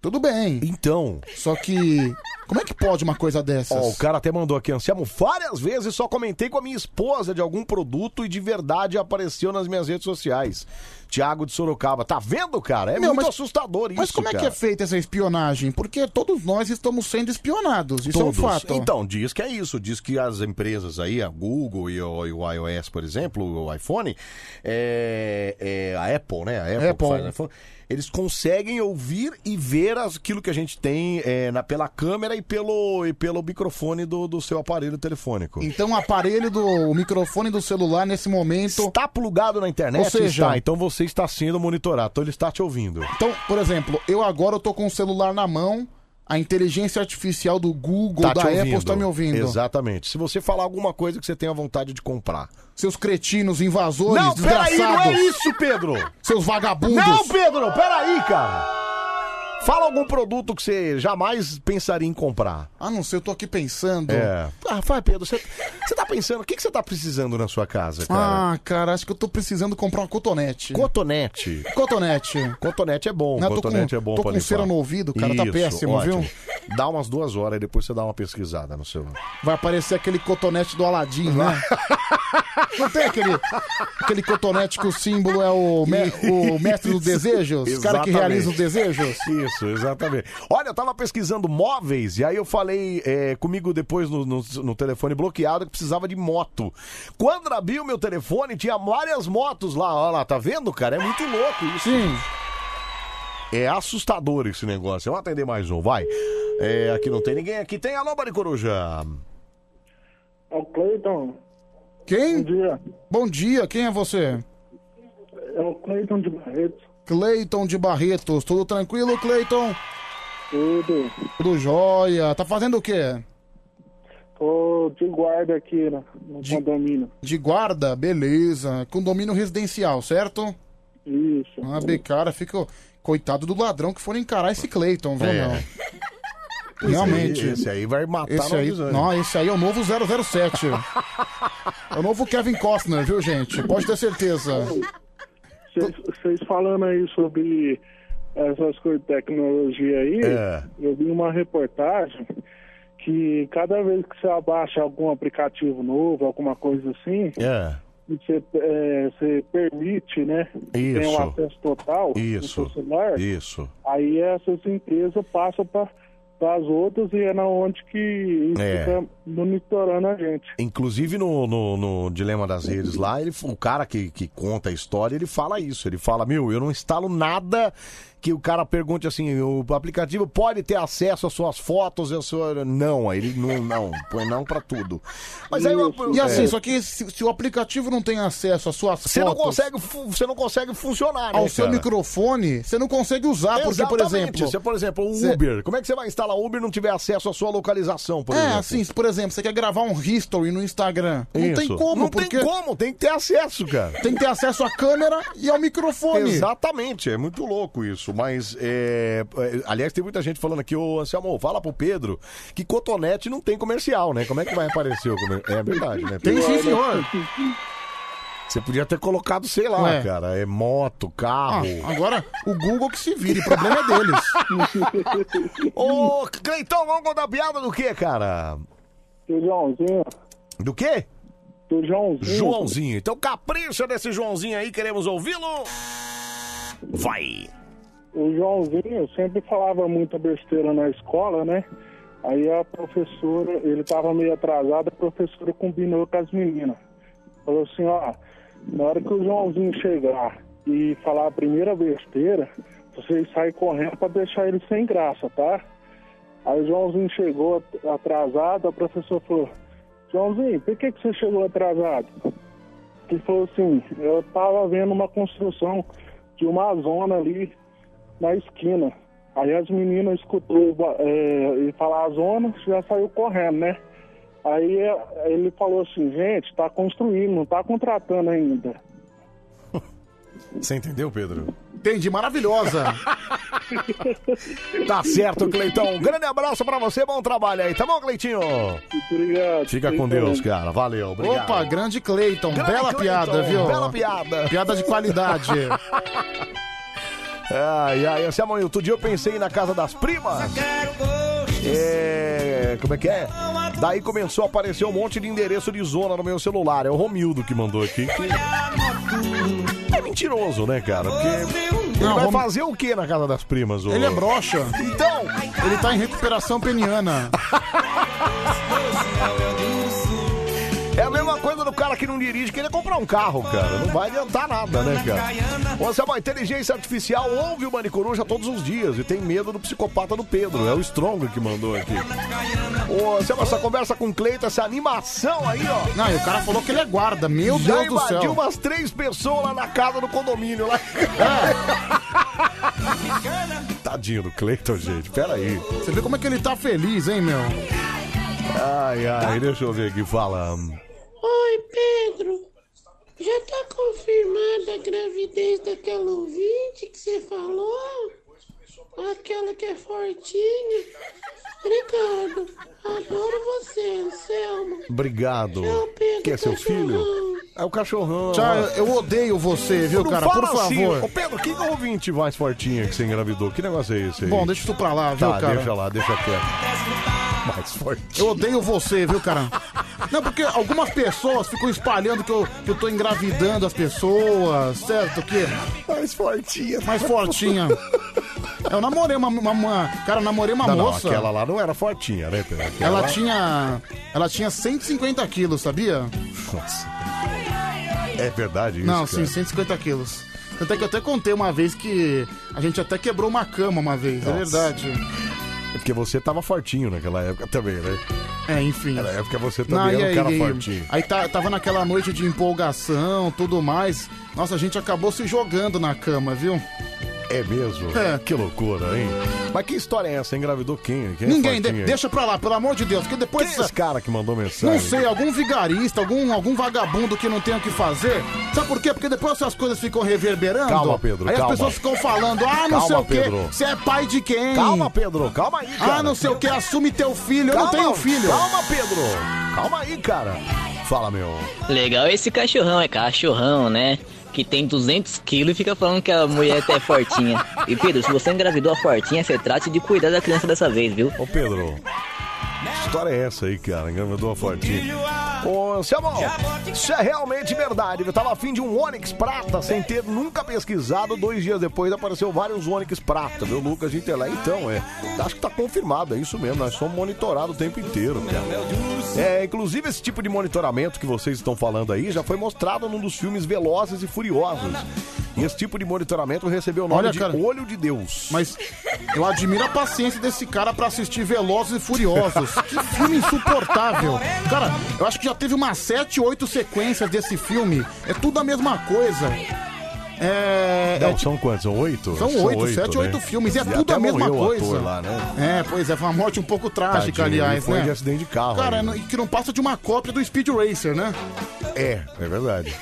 S2: tudo bem.
S1: Então.
S2: Só que. Como é que pode uma coisa dessas?
S1: Ó, o cara até mandou aqui, Anselmo, várias vezes só comentei com a minha esposa de algum produto e de verdade apareceu nas minhas redes sociais. Tiago de Sorocaba, tá vendo, cara? É
S2: Meu,
S1: muito
S2: mas-
S1: assustador isso,
S2: Mas como é que
S1: cara.
S2: é feita essa espionagem? Porque todos nós estamos sendo espionados. Isso
S1: Todos.
S2: é um fato.
S1: Então, diz que é isso. Diz que as empresas aí, a Google e o, e o iOS, por exemplo, o iPhone, é, é a Apple, né? A Apple,
S2: Apple.
S1: Que faz o iPhone, eles conseguem ouvir e ver as- aquilo que a gente tem é, na, pela câmera e pelo, e pelo microfone do, do seu aparelho telefônico.
S2: Então o aparelho do o microfone do celular nesse momento.
S1: Está plugado na internet?
S2: Ou seja,
S1: está, então você está sendo monitorado, então ele está te ouvindo.
S2: Então, por exemplo, eu agora eu tô com o celular na mão, a inteligência artificial do Google,
S1: Tá
S2: da
S1: te
S2: Apple
S1: ouvindo.
S2: está me ouvindo.
S1: Exatamente. Se você falar alguma coisa que você tenha vontade de comprar.
S2: Seus cretinos, invasores,
S1: Não, peraí,
S2: desgraçados.
S1: não é isso, Pedro!
S2: Seus vagabundos.
S1: Não, Pedro, peraí, cara. Fala algum produto que você jamais pensaria em comprar.
S2: Ah, não sei, eu tô aqui pensando.
S1: É. Ah, vai, Pedro, você, você tá pensando, o que, que você tá precisando na sua casa, cara?
S2: Ah, cara, acho que eu tô precisando comprar uma cotonete.
S1: Cotonete.
S2: Cotonete.
S1: Cotonete é bom,
S2: Não, eu tô
S1: cotonete
S2: com-
S1: é bom
S2: tô
S1: pra
S2: com um
S1: limpar.
S2: cera no ouvido, cara, tá péssimo, viu?
S1: Dá umas duas horas e depois você dá uma pesquisada no seu...
S2: Vai aparecer aquele cotonete do Aladim, né? Não tem aquele, aquele cotonete que o símbolo é o, me- o mestre dos desejos? O cara que
S1: Exatamente.
S2: realiza os desejos?
S1: Isso, exatamente. Olha, eu tava pesquisando móveis e aí eu falei é, comigo depois no, no- no telefone bloqueado que precisava de moto. Quando abri o meu telefone, tinha várias motos lá. Olha lá, tá vendo, cara? É muito louco isso.
S2: Sim.
S1: É assustador esse negócio. Vamos atender mais um, vai. É, aqui não tem ninguém. Aqui tem a Loba de Coruja.
S13: É o Cleiton.
S2: Quem?
S13: Bom dia.
S2: Bom dia, quem é você?
S13: É o Cleiton de Barreto.
S2: Cleiton de Barretos, tudo tranquilo, Cleiton?
S13: Tudo.
S2: Tudo jóia. Tá fazendo o quê?
S13: Tô de guarda aqui no, no condomínio.
S2: De guarda? Beleza. Condomínio residencial, certo?
S13: Isso.
S2: Ah, bem, cara, fica. Coitado do ladrão que for encarar esse Cleiton, viu,
S1: É.
S2: meu?
S1: Esse
S2: Realmente.
S1: aí- esse aí vai matar
S2: esse
S1: no
S2: aí,
S1: avisando.
S2: Não, esse aí é o novo 007. é o novo Kevin Costner, viu, gente? Pode ter certeza.
S13: Vocês- Vocês falando aí sobre essas coisas de tecnologia aí,
S1: É.
S13: eu vi uma reportagem que cada vez que você abaixa algum aplicativo novo, alguma coisa assim,
S1: É.
S13: você, é, você permite, né? que tenha
S1: Isso.
S13: um acesso total no
S1: Isso.
S13: seu celular,
S1: Isso.
S13: aí essas empresas passam para
S15: escutar as outras e é na onde que
S1: É.
S15: fica monitorando a gente.
S1: Inclusive no, no, no Dilema das Redes lá, ele, o cara que, que conta a história, ele fala isso. Ele fala, meu, eu não instalo nada que o cara pergunte assim, o aplicativo pode ter acesso às suas fotos, eu sou. Não, aí ele não, não, põe não pra tudo. Mas aí eu-
S2: E assim,
S1: é.
S2: só que se, se o aplicativo não tem acesso às suas
S1: Você não
S2: fotos...
S1: consegue, fu- você não consegue funcionar, né,
S2: Ao seu
S1: cara?
S2: microfone, você não consegue usar, porque, por
S1: Exatamente.
S2: exemplo...
S1: Você, por exemplo, o
S2: Cê-
S1: Uber. Como é que você vai instalar Uber e não tiver acesso à sua localização, por
S2: é,
S1: exemplo?
S2: assim, por exemplo, você quer gravar um history no Instagram. Não tem
S1: Isso.
S2: como,
S1: Não tem
S2: porque...
S1: como, tem que ter acesso, cara.
S2: Tem que ter acesso à câmera e ao microfone.
S1: Exatamente, é muito louco isso. Mas, é, é, aliás, tem muita gente falando aqui, ô Anselmo, fala pro Pedro que cotonete não tem comercial, né? Como é que vai aparecer o comercial? É verdade, né?
S2: Tem sim,
S1: Pedro?
S2: senhor.
S1: Você podia ter colocado, sei lá,
S2: Ué.
S1: cara, é moto, carro.
S2: Ah, agora, o Google que se vire, o problema é deles.
S1: Ô, Cleitão, vamos contar piada do quê, cara?
S15: Do Joãozinho.
S1: Do quê?
S15: Do Joãozinho.
S1: Joãozinho. Então capricha desse Joãozinho aí, queremos ouvi-lo. Vai.
S15: O Joãozinho sempre falava muita besteira na escola, né? Aí a professora, ele tava meio atrasado, a professora combinou com as meninas. Falou assim, ó, na hora que o Joãozinho chegar e falar a primeira besteira, vocês saem correndo pra deixar ele sem graça, tá? Aí o Joãozinho chegou at- atrasado, a professora falou, Joãozinho, por que, que você chegou atrasado? Ele falou assim, eu tava vendo uma construção de uma zona ali na esquina. Aí as meninas escutou é, ele falar a zona, já saiu correndo, né? Aí é, ele falou assim, gente, tá construindo, não tá contratando ainda.
S1: Você entendeu, Pedro?
S2: Entendi, maravilhosa.
S1: Tá certo, Cleitão. Um grande abraço pra você, bom trabalho aí, tá bom, Cleitinho?
S15: Obrigado.
S1: Fica com Deus, cara. Valeu, obrigado.
S2: Opa, grande Cleiton,
S1: Grande
S2: bela
S1: Cleiton,
S2: piada, viu?
S1: bela piada.
S2: Piada de qualidade.
S1: Ai, ai, essa manhã, outro dia eu pensei na casa das primas. É, como é que é? Daí começou a aparecer um monte de endereço de zona no meu celular. É o Romildo que mandou aqui. que- É mentiroso, né, cara? Porque ele
S2: Não,
S1: vai
S2: Rom-
S1: fazer o que na casa das primas? ô?
S2: Ele é broxa.
S1: Então,
S2: ele tá em recuperação peniana.
S1: É a mesma coisa do cara que não dirige, querer comprar um carro, cara. Não vai adiantar nada, né, cara? Você é uma inteligência artificial, ouve o Manicoruja todos os dias e tem medo do psicopata do Pedro. É o Strong que mandou aqui. Ô, Você é essa conversa com o Cleiton, essa animação aí, ó.
S2: Não, e o cara falou que ele é guarda. Meu
S1: Já
S2: Deus do
S1: invadiu
S2: céu.
S1: umas três pessoas lá na casa do condomínio. Lá. Tadinho do Cleiton, gente. Pera aí.
S2: Você vê como é que ele tá feliz, hein, meu?
S1: Ai, ai, deixa eu ver aqui. Fala.
S3: Oi, Pedro. Já tá confirmada a gravidez daquela ouvinte que você falou? Aquela que é fortinha? Ricardo, adoro você, Anselmo.
S1: Obrigado. Quer seu filho? É o cachorrão.
S2: Tchau, eu odeio você, viu,
S1: Não
S2: cara?
S1: fala
S2: Por
S1: assim.
S2: favor.
S1: Ô, Pedro, que ouvinte mais fortinha que você engravidou? Que negócio é esse aí?
S2: Bom, deixa isso pra lá, viu,
S1: tá,
S2: cara?
S1: deixa lá, deixa quieto. Mais forte.
S2: Eu odeio você, viu, cara? Não, porque algumas pessoas ficam espalhando que eu, que eu tô engravidando as pessoas, certo? Que...
S1: Mais fortinha.
S2: Mais fortinha. Eu namorei uma. uma, uma- cara, eu namorei uma
S1: Não, não,
S2: moça.
S1: aquela lá não era fortinha, né, Pedro? Aquela
S2: Ela
S1: lá-
S2: tinha. Ela tinha 150 quilos, sabia?
S1: Nossa. É verdade isso,
S2: Não,
S1: cara?
S2: sim, 150 quilos. Até que eu até contei uma vez que a gente até quebrou uma cama uma vez, é
S1: Nossa.
S2: verdade.
S1: É porque você tava fortinho naquela época também, né?
S2: É, enfim.
S1: Naquela época você também
S2: Não, e
S1: era um
S2: aí,
S1: cara
S2: e aí,
S1: fortinho.
S2: aí tá- tava naquela noite de empolgação, tudo mais. Nossa, a gente acabou se jogando na cama, viu?
S1: É mesmo?
S2: É.
S1: Que loucura, hein? Mas que história é essa? Engravidou quem? Quem é
S2: Ninguém, de-
S1: fortinho aí?
S2: deixa pra lá, pelo amor de Deus, porque depois.
S1: Quem é esse cara que mandou mensagem?
S2: Não sei, algum vigarista, algum, algum vagabundo que não tem o que fazer. Sabe por quê? Porque depois essas coisas ficam reverberando.
S1: Calma, Pedro,
S2: Aí
S1: calma.
S2: as pessoas ficam falando, ah, não
S1: Calma,
S2: sei o quê,
S1: Pedro.
S2: você é pai de quem?
S1: Calma, Pedro, calma aí, cara.
S2: Ah, não sei o quê, assume teu filho, eu não
S1: Calma,
S2: tenho filho.
S1: Calma, Pedro. Calma aí, cara. Fala, meu.
S5: Legal esse cachorrão, é cachorrão, né? Que tem 200 quilos e fica falando que a mulher até é fortinha. E Pedro, se você engravidou a fortinha, você trate de cuidar da criança dessa vez, viu?
S1: Ô Pedro, Que história é essa aí, cara? Engravidou a fortinha. Ô, Anselmo, isso é realmente verdade. Eu tava afim de um Onix prata sem ter nunca pesquisado. Dois dias depois apareceu vários Onix prata, viu, Lucas de Intelé? Então, é. Acho que tá confirmado, é isso mesmo. Nós somos monitorados o tempo inteiro. cara. É, inclusive, esse tipo de monitoramento que vocês estão falando aí já foi mostrado num dos filmes Velozes e Furiosos. E esse tipo de monitoramento recebeu o nome
S2: Olha,
S1: de
S2: cara.
S1: Olho de Deus.
S2: Mas eu admiro a paciência desse cara pra assistir Velozes e Furiosos. Que filme insuportável. Cara, eu acho que já teve umas 7, 8 sequências desse filme. É tudo a mesma coisa. É.
S1: Não,
S2: é
S1: são quantos? São oito?
S2: São
S1: Acho que
S2: oito, sete, oito filmes, e é tudo
S1: até
S2: a mesma
S1: morreu o ator
S2: coisa.
S1: lá, né?
S2: É, pois é, foi uma morte um pouco trágica,
S1: Tadinho, ele
S2: aliás,
S1: foi
S2: né?
S1: de acidente de carro.
S2: Cara,
S1: ainda.
S2: não- e que não passa de uma cópia do Speed Racer, né?
S1: É, é verdade.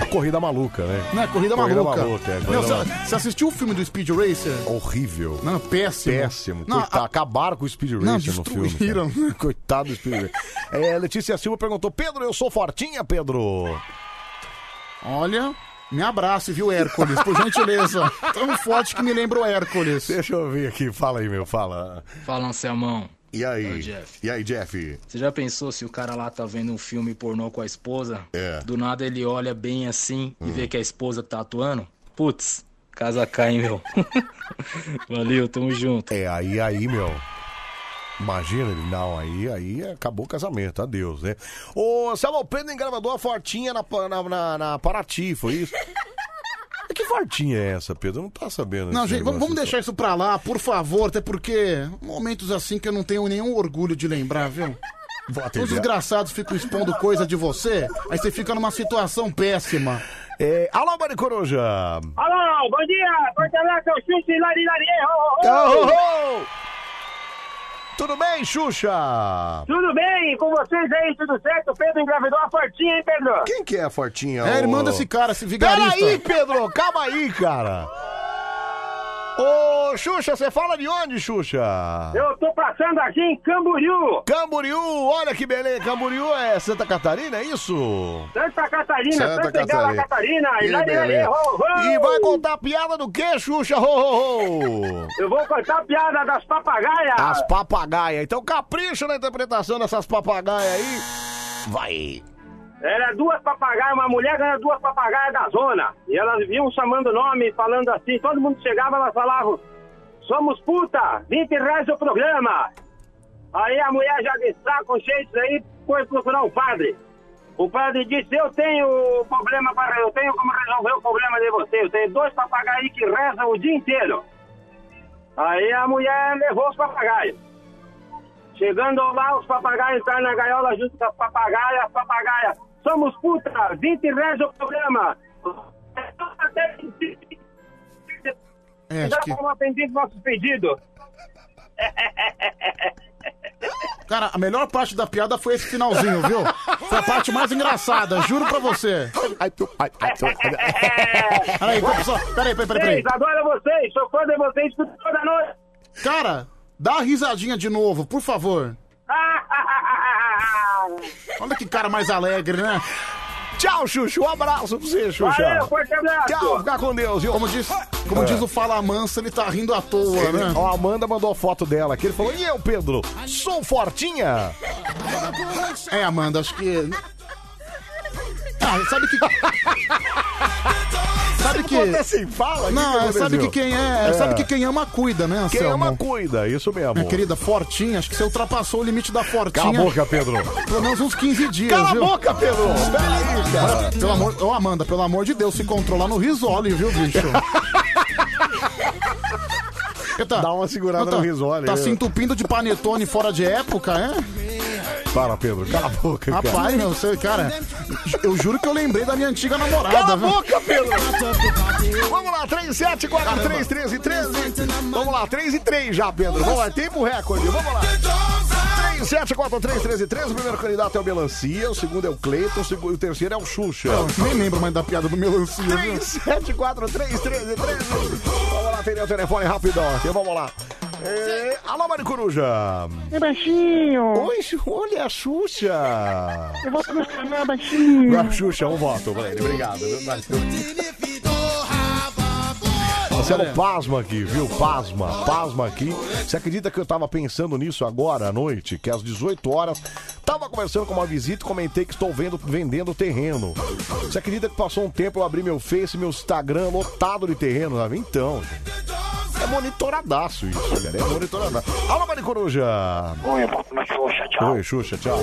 S1: A corrida maluca, né?
S2: Não é Corrida, Maluca.
S1: é,
S2: Meu,
S1: corrida
S2: você-
S1: maluca.
S2: você assistiu o filme do Speed Racer?
S1: Horrível.
S2: Não, péssimo.
S1: Péssimo.
S2: Não,
S1: Coitado,
S2: a-
S1: acabaram com o Speed Racer
S2: Não,
S1: no filme.
S2: destruíram. né?
S1: cara. Coitado do Speed Racer. É, Letícia Silva perguntou: Pedro, eu sou fortinha, Pedro?
S2: Olha, me abrace, viu, Hércules? Por gentileza. Tão forte que me lembra o Hércules.
S1: Deixa eu ver aqui. Fala aí, meu. Fala.
S23: Fala, Anselmão.
S1: E aí?
S23: Fala, Jeff.
S1: E aí, Jeff?
S23: Você já pensou se o cara lá tá vendo um filme pornô com a esposa?
S1: É. Hum.
S23: Do nada ele olha bem assim e vê que a esposa tá atuando? Putz, casa cai, hein, meu. Valeu, tamo junto.
S1: É, aí, aí, meu. Imagina ele, não, aí, aí acabou o casamento, adeus, né? Ô, Samuel Pedro engravadou a fortinha na, pa- na, na, na Paraty, foi isso? Mas Que fortinha é essa, Pedro? Eu Não tá sabendo.
S2: Não,
S1: esse
S2: gente, vamos,
S1: negócio.
S2: vamos deixar isso pra lá, por favor, até porque momentos assim que eu não tenho nenhum orgulho de lembrar, viu?
S1: atender.
S2: Os desgraçados ficam expondo coisa de você, aí você fica numa situação péssima.
S1: É, alô, Maricoruja!
S13: Alô, bom dia! Corta lá, seu chute, lari, lari, ho,
S1: Ô,
S13: ho, ho.
S1: ô, ô! Tudo bem, Xuxa?
S13: Tudo bem? E com vocês aí, tudo certo? Pedro engravidou a fortinha, hein, Pedro?
S1: Quem que é a fortinha?
S2: É a irmã
S1: ô?
S2: desse cara, esse vigarista.
S1: Peraí, Pedro, calma aí, cara. Ô, Xuxa, você fala de onde, Xuxa?
S13: Eu tô passando aqui em Camboriú.
S1: Camboriú, olha que beleza. Camboriú é Santa Catarina, é isso?
S13: Santa Catarina, Santa, Gala Catarina,
S1: Que
S13: e lari, lari,
S1: beleza.
S13: ho, ho.
S1: E vai contar a piada do quê, Xuxa? Ho, ho, ho.
S13: Eu vou contar a piada das papagaias.
S1: As papagaias. Então capricha na interpretação dessas papagaias aí. Vai.
S13: Era duas papagaias, uma mulher ganha duas papagaias da zona. E elas vinham chamando nome, falando assim, todo mundo chegava, elas falavam, somos puta, 20 reais o programa. Aí a mulher já de saco cheio disso aí, foi procurar o padre. O padre disse, eu tenho problema para, eu tenho como resolver o problema de você. Eu tenho dois papagaios aí que rezam o dia inteiro. Aí a mulher levou os papagaios. Chegando lá, os papagaios entraram na gaiola junto com as papagaias, as papagaias. Somos puta, 20 reais o programa.
S2: É,
S13: Já
S2: acho que...
S13: fomos atendidos nossos pedidos.
S2: Cara, a melhor parte da piada foi esse finalzinho, viu? Foi a parte mais engraçada, juro pra você. Peraí, vou só- peraí, peraí, peraí, peraí.
S13: Vocês, adoro vocês, sou fã de vocês escuto toda noite.
S2: Cara, dá a risadinha de novo, por favor. Olha que cara mais alegre, né?
S1: Tchau, Xuxa. Um abraço pra você, Xuxa.
S2: Valeu, forte abraço.
S1: Tchau, fica com Deus. viu?
S2: Como diz, como
S1: É.
S2: diz o Fala Mansa, ele tá rindo à toa,
S1: Ele-
S2: né?
S1: Ó, a Amanda mandou a foto dela aqui. Ele falou: E eu, Pedro? Sou fortinha?
S2: É, Amanda, acho que. Ah, sabe que. sabe que.
S1: Você sem fala? O que que
S2: Não, é,
S1: aconteceu?
S2: sabe que quem é,
S1: É.
S2: Sabe que quem ama cuida, né,
S1: Quem
S2: Anselmo?
S1: ama, cuida. Isso mesmo.
S2: Minha querida, fortinha, acho que você ultrapassou o limite da fortinha.
S1: Cala a boca, Pedro.
S2: Pelo menos uns 15 dias,
S1: Cala a
S2: viu?
S1: boca, Pedro. Peraí, cara.
S2: Olha, Pelo amor... Ô, Amanda, pelo amor de Deus, se controla no risole, viu, bicho? Eita,
S1: Dá uma segurada
S2: não tá-
S1: no risole,
S2: Tá
S1: né?
S2: se entupindo de panetone fora de época, é?
S1: Para, Pedro. Cala a boca, cara.
S2: Rapaz, meu, você, cara, eu juro que eu lembrei da minha antiga namorada.
S1: Cala a
S2: viu?
S1: boca, Pedro. Vamos lá, 3, 7, 4, 3, 13, 13. Vamos lá, 3 e 3 já, Pedro. Vamos lá, tempo recorde. Vamos lá. 3, 7, 4, 3, 13, 13. O primeiro candidato é o Melancia, o segundo é o Cleiton, o, segu- o terceiro é o Xuxa.
S2: Eu nem lembro mais da piada do melancia, né? viu?
S1: 37431313. Vamos lá, atender o telefone rapidão aqui, vamos lá. É, alô, Mari Coruja.
S13: É baixinho.
S1: Oi, Xu- olha a Xuxa.
S13: Eu vou começar né, baixinho.
S1: Xuxa, um voto pra ele, obrigado. viu? Valeu. Marcelo
S2: Olha.
S1: pasma aqui, viu? Pasma, pasma aqui. Você acredita que eu tava pensando nisso agora à noite? Que às 18 horas tava conversando com uma visita e comentei que estou vendo, vendendo terreno. Você acredita que passou um tempo eu abri meu Face, meu Instagram lotado de terreno? Sabe? Então. É monitoradaço isso, cara. É monitoradaço. Alô, Mari Coruja! Oi, é tchau. Oi, Xuxa, tchau.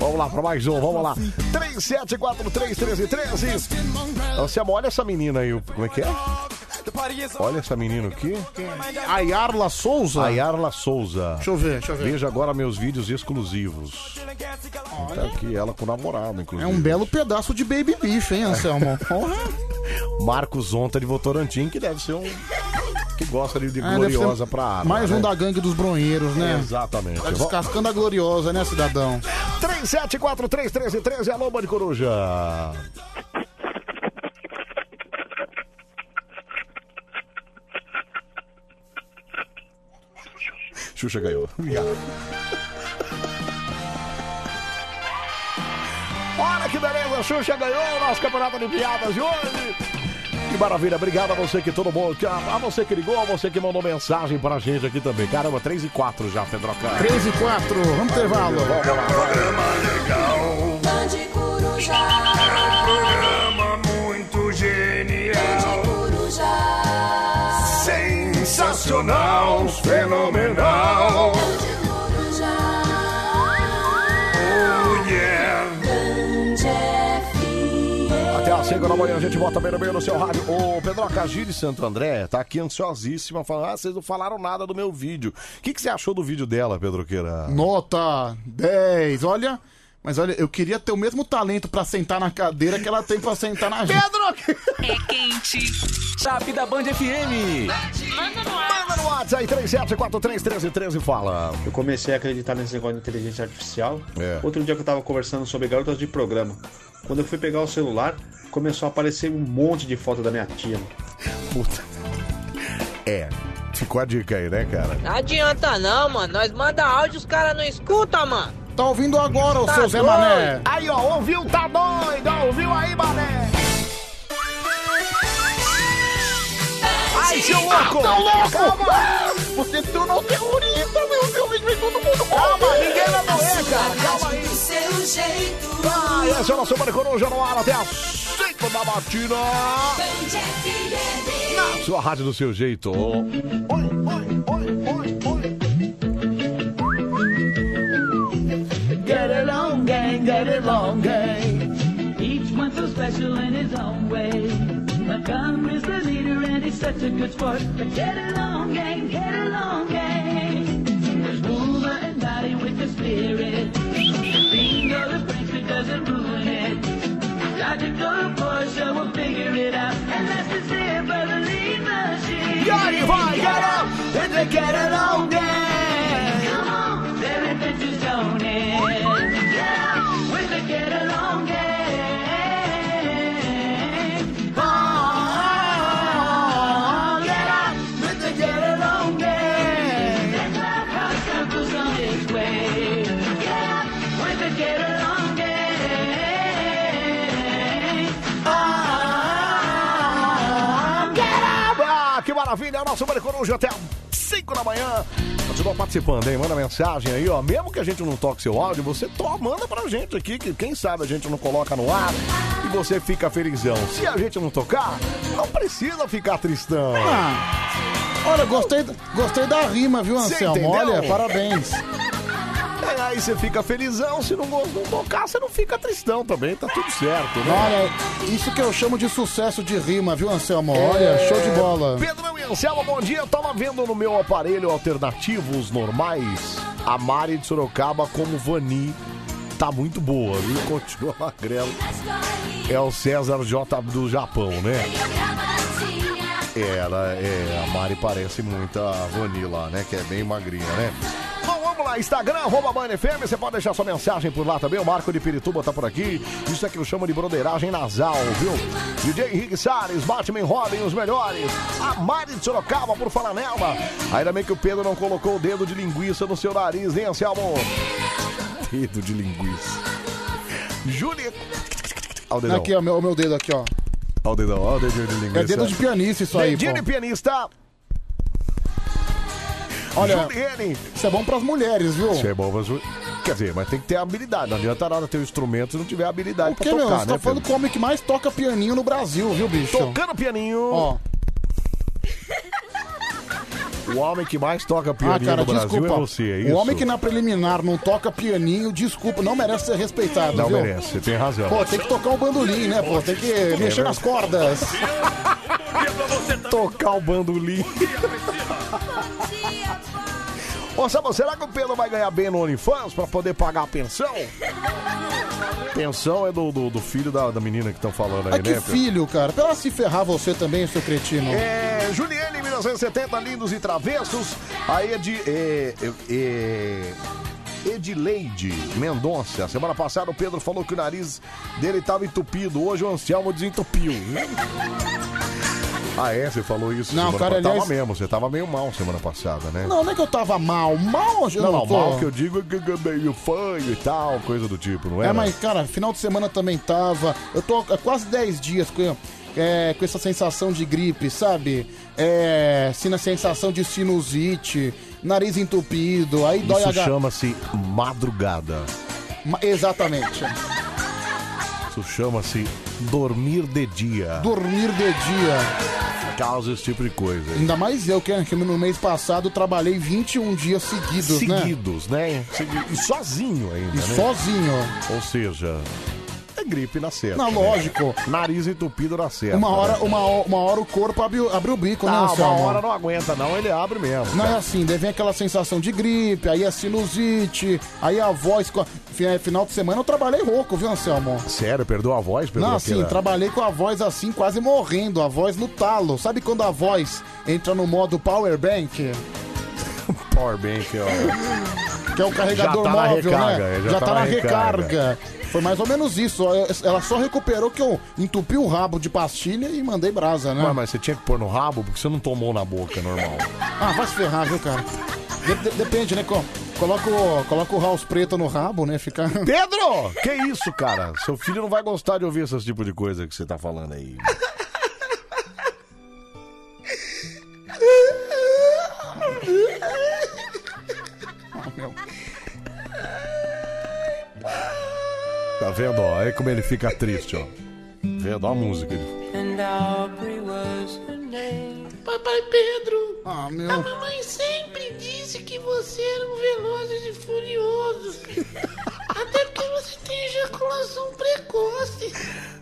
S1: Vamos lá pra mais um, vamos lá. 37431313. Você olha essa menina aí, como é que é? Olha essa menina aqui.
S2: A Yarla Souza?
S1: A Yarla Souza.
S2: Deixa eu ver, deixa eu ver.
S1: Veja agora meus vídeos exclusivos. Tá aqui ela com o namorado,
S2: É
S1: inclusive.
S2: um belo pedaço de baby bicho, hein, Anselmo? Ah, Porra.
S1: Marcos Zonta de Votorantim, que deve ser um. que gosta de, de
S2: Ah, deve ser
S1: gloriosa pra arma.
S2: Mais um
S1: né?
S2: da gangue dos bronheiros, né?
S1: Exatamente.
S2: Tá descascando a gloriosa, né, cidadão?
S1: 37431313, alô, Bande Coruja. Xuxa ganhou. Obrigado. Olha que beleza, Xuxa ganhou o nosso campeonato de piadas de hoje. Que maravilha, obrigado a você que todo mundo, que- a você que ligou, a você que mandou mensagem pra gente aqui também. Caramba, 3 e 4 já, Pedroca.
S2: 3 e 4, vamos ter intervalo.
S1: Vamos lá,
S3: Bande Coruja. É um programa muito genial. Bande Coruja. Sensacional, fenomenal. Bande Coruja. Oh yeah.
S1: Até às 5 da manhã a gente volta bem no meio do seu rádio. Ô, Pedro Cagiri Santo André tá aqui ansiosíssima, falando: ah, vocês não falaram nada do meu vídeo. O que, que você achou do vídeo dela, Pedroqueira?
S2: Nota 10, olha. Mas olha, eu queria ter o mesmo talento pra sentar na cadeira que ela tem pra sentar na gente.
S3: É quente.
S1: Chave da Band FM.
S3: Manda no
S1: Manda no WhatsApp aí, 37431313 fala.
S5: Eu comecei a acreditar nesse negócio de inteligência artificial.
S1: É.
S5: Outro dia que eu tava conversando sobre garotas de programa. Quando eu fui pegar o celular, começou a aparecer um monte de foto da minha tia.
S1: Puta. É, ficou a dica aí, né, cara?
S10: Não adianta não, mano. Nós manda áudio, os caras não escutam, mano.
S2: Tá ouvindo agora, ô
S10: Tá
S2: seu Zé
S10: doido?
S2: Mané.
S1: Aí, ó, ouviu, tá doido, ouviu aí, mané.
S3: Ai, seu
S2: tá
S3: louco!
S1: seu louco!
S3: Calma! Você se tornou terrorista, meu Deus, vem todo mundo! Calma, ninguém vai morrer, cara! Calma aí! Do seu jeito!
S1: Ah, esse é o nosso Maricoruja no ar até às 5 da matina. Sua rádio do seu jeito.
S3: Get along, gang, get along, gang. Each one so special in his own way. Montgomery's the leader and he's such a good sport. But get along, gang, get along, gang. There's mover and body with the spirit. Bingo the breaks that doesn't ruin it. Logical Porsche will figure it out. And that's the sin for the lead machine. E aí vai, get up, and they get along, gang.
S10: Come
S3: on, they're adventures, don't end. Get up with the get along, gang. Oh, oh, oh, get up with the get along, gang. The clubhouse circles on its way. Get up with the get along, gang. Oh, oh, oh, oh, get up.
S1: Ah, que maravilha, é o nosso Maricoruja até às 5 da manhã. Continua participando, hein? Manda mensagem aí, ó. Mesmo que a gente não toque seu áudio, você to- manda pra gente aqui, que quem sabe a gente não coloca no ar e você fica felizão. Se a gente não tocar, não precisa ficar tristão.
S2: Ah, olha, gostei, gostei da rima, viu,
S1: Você
S2: Anselmo?
S1: entendeu?
S2: Olha, parabéns.
S1: É, aí você fica felizão, se não, go- não tocar, você não fica tristão também, tá tudo certo, né?
S2: Olha, isso que eu chamo de sucesso de rima, viu, Anselmo? Olha, show de bola.
S1: Pedro e Anselmo, bom dia. Eu tava vendo no meu aparelho alternativos normais a Mari de Sorocaba como Vani. Tá muito boa, viu? Continua magrelo. É o César J do Japão, né? Ela, é, a Mari parece muito a Vani lá, né? Que é bem magrinha, né? Bom, vamos lá, Instagram, arroba Band FM, você pode deixar sua mensagem por lá também, o Marco de Pirituba tá por aqui, isso é que eu chamo de broderagem nasal, viu? DJ Henrique Salles, Batman Robin, os melhores, a Mari de Sorocaba, por falar nela, ainda bem que o Pedro não colocou o dedo de linguiça no seu nariz, hein, Anselmo? Dedo de linguiça. Júlia... Olha o dedão.
S2: Aqui, ó, meu, o meu dedo aqui, ó.
S1: Olha o dedão, olha o dedinho de linguiça.
S2: É dedo de pianista isso aí,
S1: Dedinho
S2: pô.
S1: de pianista.
S2: Olha,
S1: Juliane.
S2: isso é bom pras mulheres, viu?
S1: Isso é bom, mas... Quer dizer, mas tem que ter habilidade. Não adianta nada ter o instrumento se não tiver habilidade
S2: Porque,
S1: pra
S2: meu,
S1: tocar,
S2: você
S1: né?
S2: tá falando
S1: Pedro?
S2: do homem que mais toca pianinho no Brasil, viu, bicho?
S1: Tocando pianinho.
S2: Ó,
S1: O homem que mais toca
S2: ah,
S1: pianinho
S2: cara,
S1: no Brasil
S2: desculpa.
S1: é você, é isso?
S2: o homem que na preliminar não toca pianinho, desculpa, não merece ser respeitado,
S1: Não
S2: viu?
S1: merece, você tem razão.
S2: Pô, tem que tocar um bandolim, né, pô? Tem que mexer nas cordas.
S1: né, Tocar o bandolim. Ô, Samuel, será que o Pedro vai ganhar bem no OnlyFans pra poder pagar a pensão? Pensão é do, do, do filho da, da menina que estão falando aí,
S2: Ai, que
S1: né? Pedro?
S2: filho, cara. Pra ela se ferrar você também, seu cretino.
S1: É, Juliane, 1970, lindos e travessos. A Ed, é, é, Edileide Mendonça. Semana passada o Pedro falou que o nariz dele estava entupido. Hoje o Anselmo desentupiu. Ah, é? Você falou isso?
S2: Não,
S1: semana
S2: cara,
S1: pa- tava
S2: aliás-
S1: mesmo. Você tava meio mal semana passada, né?
S2: Não, não é que eu tava mal. Mal eu
S1: Não,
S2: não tô.
S1: mal que eu digo é que eu meio fanho e tal, coisa do tipo, não é?
S2: É, mas, cara, final de semana também tava. Eu tô há quase 10 dias com, é, com essa sensação de gripe, sabe? É. Sina sensação de sinusite, nariz entupido, aí dói
S1: Isso
S2: a ga-
S1: chama-se madrugada.
S2: Ma- Exatamente.
S1: Isso chama-se dormir de dia.
S2: Dormir de dia.
S1: Causa esse tipo de coisa.
S2: Ainda mais eu, que que no mês passado eu trabalhei 21 dias seguidos, né?
S1: Seguidos, né? Segui- E sozinho ainda,
S2: E
S1: né?
S2: sozinho.
S1: Ou seja, é gripe na certa.
S2: Não,
S1: né?
S2: lógico.
S1: Nariz entupido na certa.
S2: Uma hora,
S1: né?
S2: uma, ho- uma hora o corpo abre, o- abre o bico, né,
S1: Não, Tá, uma
S2: Anselmo?
S1: hora não aguenta não, ele abre mesmo.
S2: Não é
S1: cara.
S2: assim, daí vem aquela sensação de gripe, aí é sinusite, aí a voz. com a- fi- é, Final de semana eu trabalhei rouco, viu, Anselmo?
S1: Sério, perdoa a voz? Perdoa
S2: Não, assim,
S1: aquela-
S2: trabalhei com a voz assim, quase morrendo, a voz no talo. Sabe quando a voz entra no modo power bank?
S1: Power Bank,
S2: Ah.
S1: ó.
S2: Que é o carregador
S1: Já tá na
S2: móvel,
S1: recarga,
S2: né?
S1: é, já tá na recarga.
S2: Foi mais ou menos isso. ó, Ela só recuperou que eu entupi o rabo de pastilha e mandei brasa, né?
S1: Ué, mas você tinha que pôr no rabo porque você não tomou na boca, normal.
S2: Ah, vai se ferrar, viu, cara? De- de- depende, né? co- Coloca o, coloca o house preto no rabo, né? Fica.
S1: Pedro! Que isso, cara? Seu filho não vai gostar de ouvir esse tipo de coisa que você tá falando aí. Tá vendo, ó? Olha como ele fica triste, ó. Vendo a música.
S3: And Aubrey was her name. Papai Pedro!
S2: Ah, meu.
S3: A mamãe sempre disse que você era um veloz e furioso. Até porque você tem ejaculação precoce.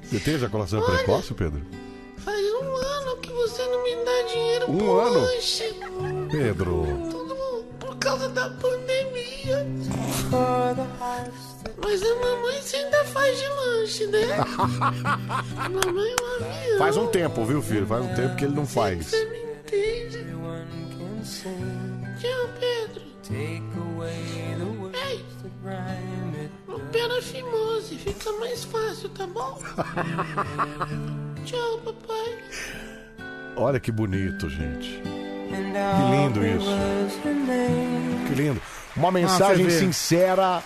S1: Você tem ejaculação
S3: Olha.
S1: precoce, Pedro?
S3: Faz um ano que você não me dá dinheiro
S1: Um
S3: pro
S1: ano?
S3: lanche.
S1: Pedro.
S3: Tudo por causa da pandemia. Mas a mamãe você ainda faz de lanche, né? a mamãe é um avião.
S1: Faz um tempo, viu, filho? Faz um tempo que ele não faz.
S3: Você me entende? Tchau, Pedro. Ei, o pera fimose, fica mais fácil, tá bom? Tchau, papai.
S1: Olha que bonito, gente.
S3: Que
S1: lindo isso. Que lindo. Uma mensagem
S2: Ah, você vê.
S1: sincera,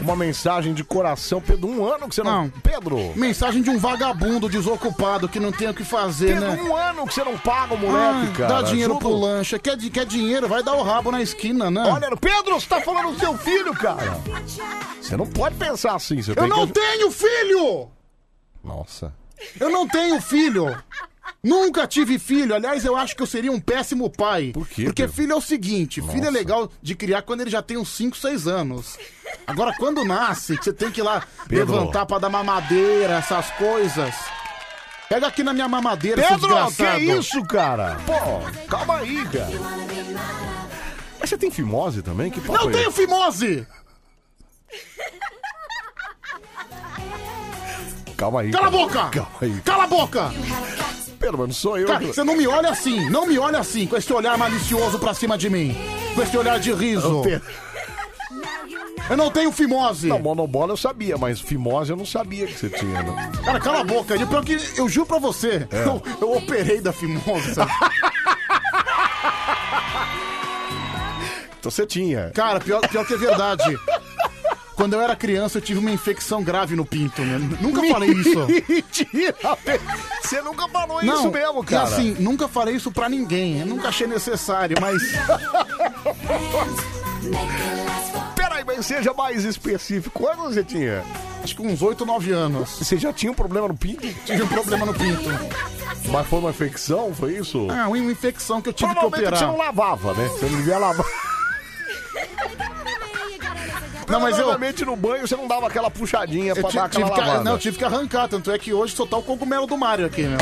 S1: uma mensagem de coração. Pedro, um ano que você não.
S2: Não.
S1: Pedro!
S2: Mensagem de um vagabundo desocupado que não tem o que fazer,
S1: Pedro,
S2: né?
S1: um ano que você não paga o
S2: Ah,
S1: moleque, cara.
S2: Dá dinheiro
S1: Juro.
S2: pro lancha. Quer, di- quer dinheiro? Vai dar o rabo na esquina, né?
S1: Olha, Pedro, você tá falando do seu filho, cara. Você não pode pensar assim. Você
S2: Eu
S1: tem
S2: não
S1: que...
S2: tenho filho!
S1: Nossa.
S2: Eu não tenho filho! Nunca tive filho. Aliás, eu acho que eu seria um péssimo pai. Por quê? Porque filho é o seguinte: filho é legal de criar quando ele já tem uns 5, 6 anos. Agora, quando nasce, que você tem que ir lá
S1: Pedro.
S2: levantar pra dar mamadeira, essas coisas. Pega aqui na minha mamadeira, seu
S1: Pedro,
S2: desgraçado.
S1: que isso, cara? Pô, calma aí, cara. Mas você tem fimose também? Que papo
S2: Não
S1: é
S2: tenho
S1: esse?
S2: fimose!
S1: Calma aí.
S2: Cala a
S1: cara.
S2: boca!
S1: Calma aí.
S2: Cala a boca!
S1: Pedro, mas não sou eu.
S2: Cara,
S1: que-
S2: você não me olha assim, não me olha assim, com esse olhar malicioso pra cima de mim. Com esse olhar de riso. Eu não tenho fimose.
S1: Não, monobola eu sabia, mas fimose eu não sabia que você tinha. né?
S2: Cara, cala a boca. E o pior é que eu juro pra você,
S1: É.
S2: eu, eu operei da fimose. sabe?
S1: Então você tinha.
S2: Cara, pior, pior que é verdade. Quando eu era criança, eu tive uma infecção grave no pinto, né? Nunca falei isso.
S1: Mentira, Pedro. Você nunca falou
S2: Não,
S1: é isso mesmo,
S2: e
S1: cara.
S2: assim, nunca falei isso pra ninguém. Eu nunca achei necessário, mas.
S1: Peraí, mas seja mais específico. Quantos você tinha?
S2: Acho que uns 8, 9 anos.
S1: Você já tinha um problema no pinto?
S2: Tive um problema no pinto.
S1: Mas foi uma infecção, foi isso?
S2: Ah, um uma infecção que eu tive que
S1: Provavelmente
S2: operar.
S1: você não lavava, né? Você não devia lavar.
S2: Não, mas eu-
S1: Provavelmente no banho você não dava aquela puxadinha
S2: Eu
S1: pra
S2: ti-
S1: dar aquela
S2: tive que,
S1: lavada.
S2: não, eu tive que arrancar, tanto é que hoje só tá o cogumelo do Mario aqui, meu.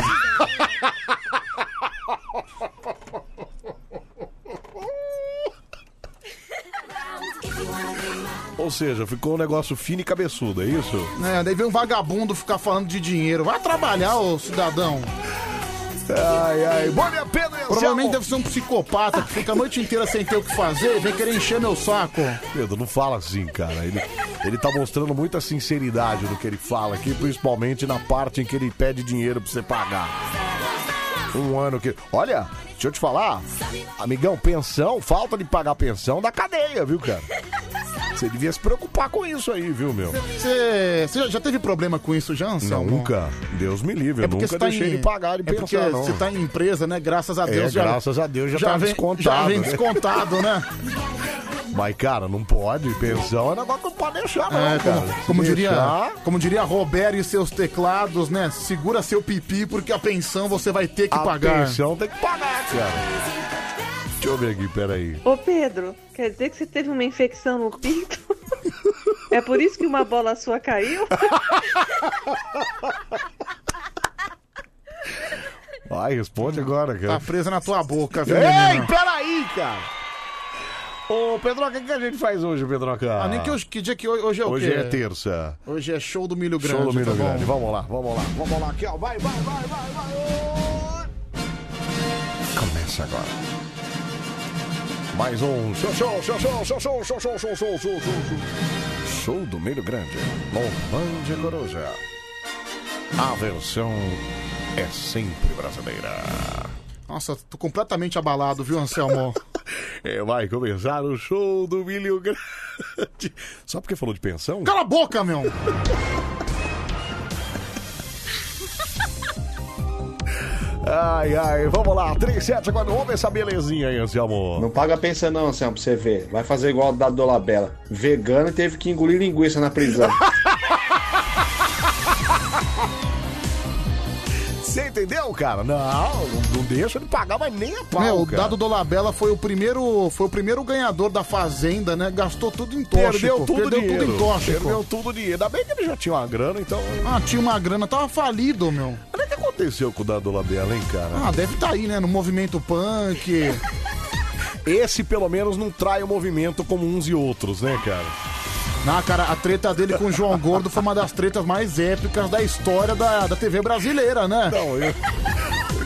S1: Ou seja, ficou um negócio fino e cabeçudo, é isso?
S2: É, daí vem um vagabundo ficar falando de dinheiro. Vai trabalhar, ô cidadão.
S1: Ai, ai. Bom dia, Pedro
S2: Provavelmente deve ser um psicopata que fica a noite inteira sem ter o que fazer e vem querer encher meu saco.
S1: Pedro, não fala assim, cara. Ele, ele tá mostrando muita sinceridade no que ele fala aqui, principalmente na parte em que ele pede dinheiro pra você pagar. Um ano que. Olha, deixa eu te falar, amigão, pensão, falta de pagar pensão da cadeia, viu, cara? Você devia se preocupar com isso aí, viu, meu?
S2: Você você já- já teve problema com isso, já, Anselmo?
S1: Nunca. Deus me livre, eu nunca
S2: você tá
S1: deixei
S2: em-
S1: de pagar de
S2: é porque
S1: pensão, não.
S2: Você tá em empresa, né? Graças a
S1: É,
S2: Deus.
S1: graças a Deus já tá
S2: vem,
S1: descontado,
S2: Já vem
S1: né?
S2: descontado, né?
S1: Mas, cara, não pode. Pensão é negócio que não pode deixar, não,
S2: É,
S1: cara.
S2: como,
S1: Se
S2: como diria,
S1: deixar-
S2: como diria Roberto e seus teclados, né? Segura seu pipi porque a pensão você vai ter que
S1: A
S2: pagar.
S1: pensão tem que pagar, cara. Deixa eu ver aqui, peraí.
S19: Ô Pedro, quer dizer que você teve uma infecção no pinto? É por isso que uma bola sua caiu?
S1: Vai, responde agora, cara.
S2: Tá presa na tua boca, viu?
S1: Ei,
S2: menino?
S1: peraí, cara! Ô, Pedroca, o que que a gente faz hoje, Pedroca?
S2: Ah, nem que, hoje, que dia que hoje, hoje é o
S1: Hoje
S2: quê?
S1: é terça.
S2: Hoje é show do milho grande.
S1: Show do
S2: tá
S1: Milho
S2: bom?
S1: Grande. Vamos lá, vamos lá. Vamos lá aqui, ó. Vai, vai, vai, vai, vai. Começa agora. Mais um show, show, show, show, show, show, show, show, show, show, show, show. Show do Milho Grande. Lomande Coruja. A versão é sempre brasileira.
S2: Nossa, tô completamente abalado, viu, Anselmo?
S1: É, vai começar o show do Milho Grande. Só porque falou de pensão?
S2: Cala a boca, meu!
S1: Ai, ai, vamos lá. 374, vamos ver essa belezinha aí, Anselmo.
S5: Não paga pensa não, Anselmo, pra você ver. Vai fazer igual o dado do Dolabella. Vegano e teve que engolir linguiça na prisão.
S1: Você entendeu, cara? Não, não, não deixa ele pagar, mas nem a pau,
S2: Meu, o
S1: cara.
S2: Dado Dolabella foi o primeiro, foi o primeiro ganhador da Fazenda, né? Gastou tudo em tóxico.
S1: Perdeu tudo
S2: perdeu
S1: dinheiro.
S2: tudo em tóxico.
S1: Perdeu tudo dinheiro. Ainda bem que ele já tinha uma grana, então...
S2: Ah, tinha uma grana, tava falido, meu.
S1: Olha o que aconteceu com o Dado Labella, hein, cara?
S2: Ah, deve tá aí, né? No movimento punk.
S1: Esse, pelo menos, não trai o movimento como uns e outros, né, cara?
S2: Ah, cara, a treta dele com o João Gordo foi uma das tretas mais épicas da história da, da TV brasileira, né?
S1: Não, eu...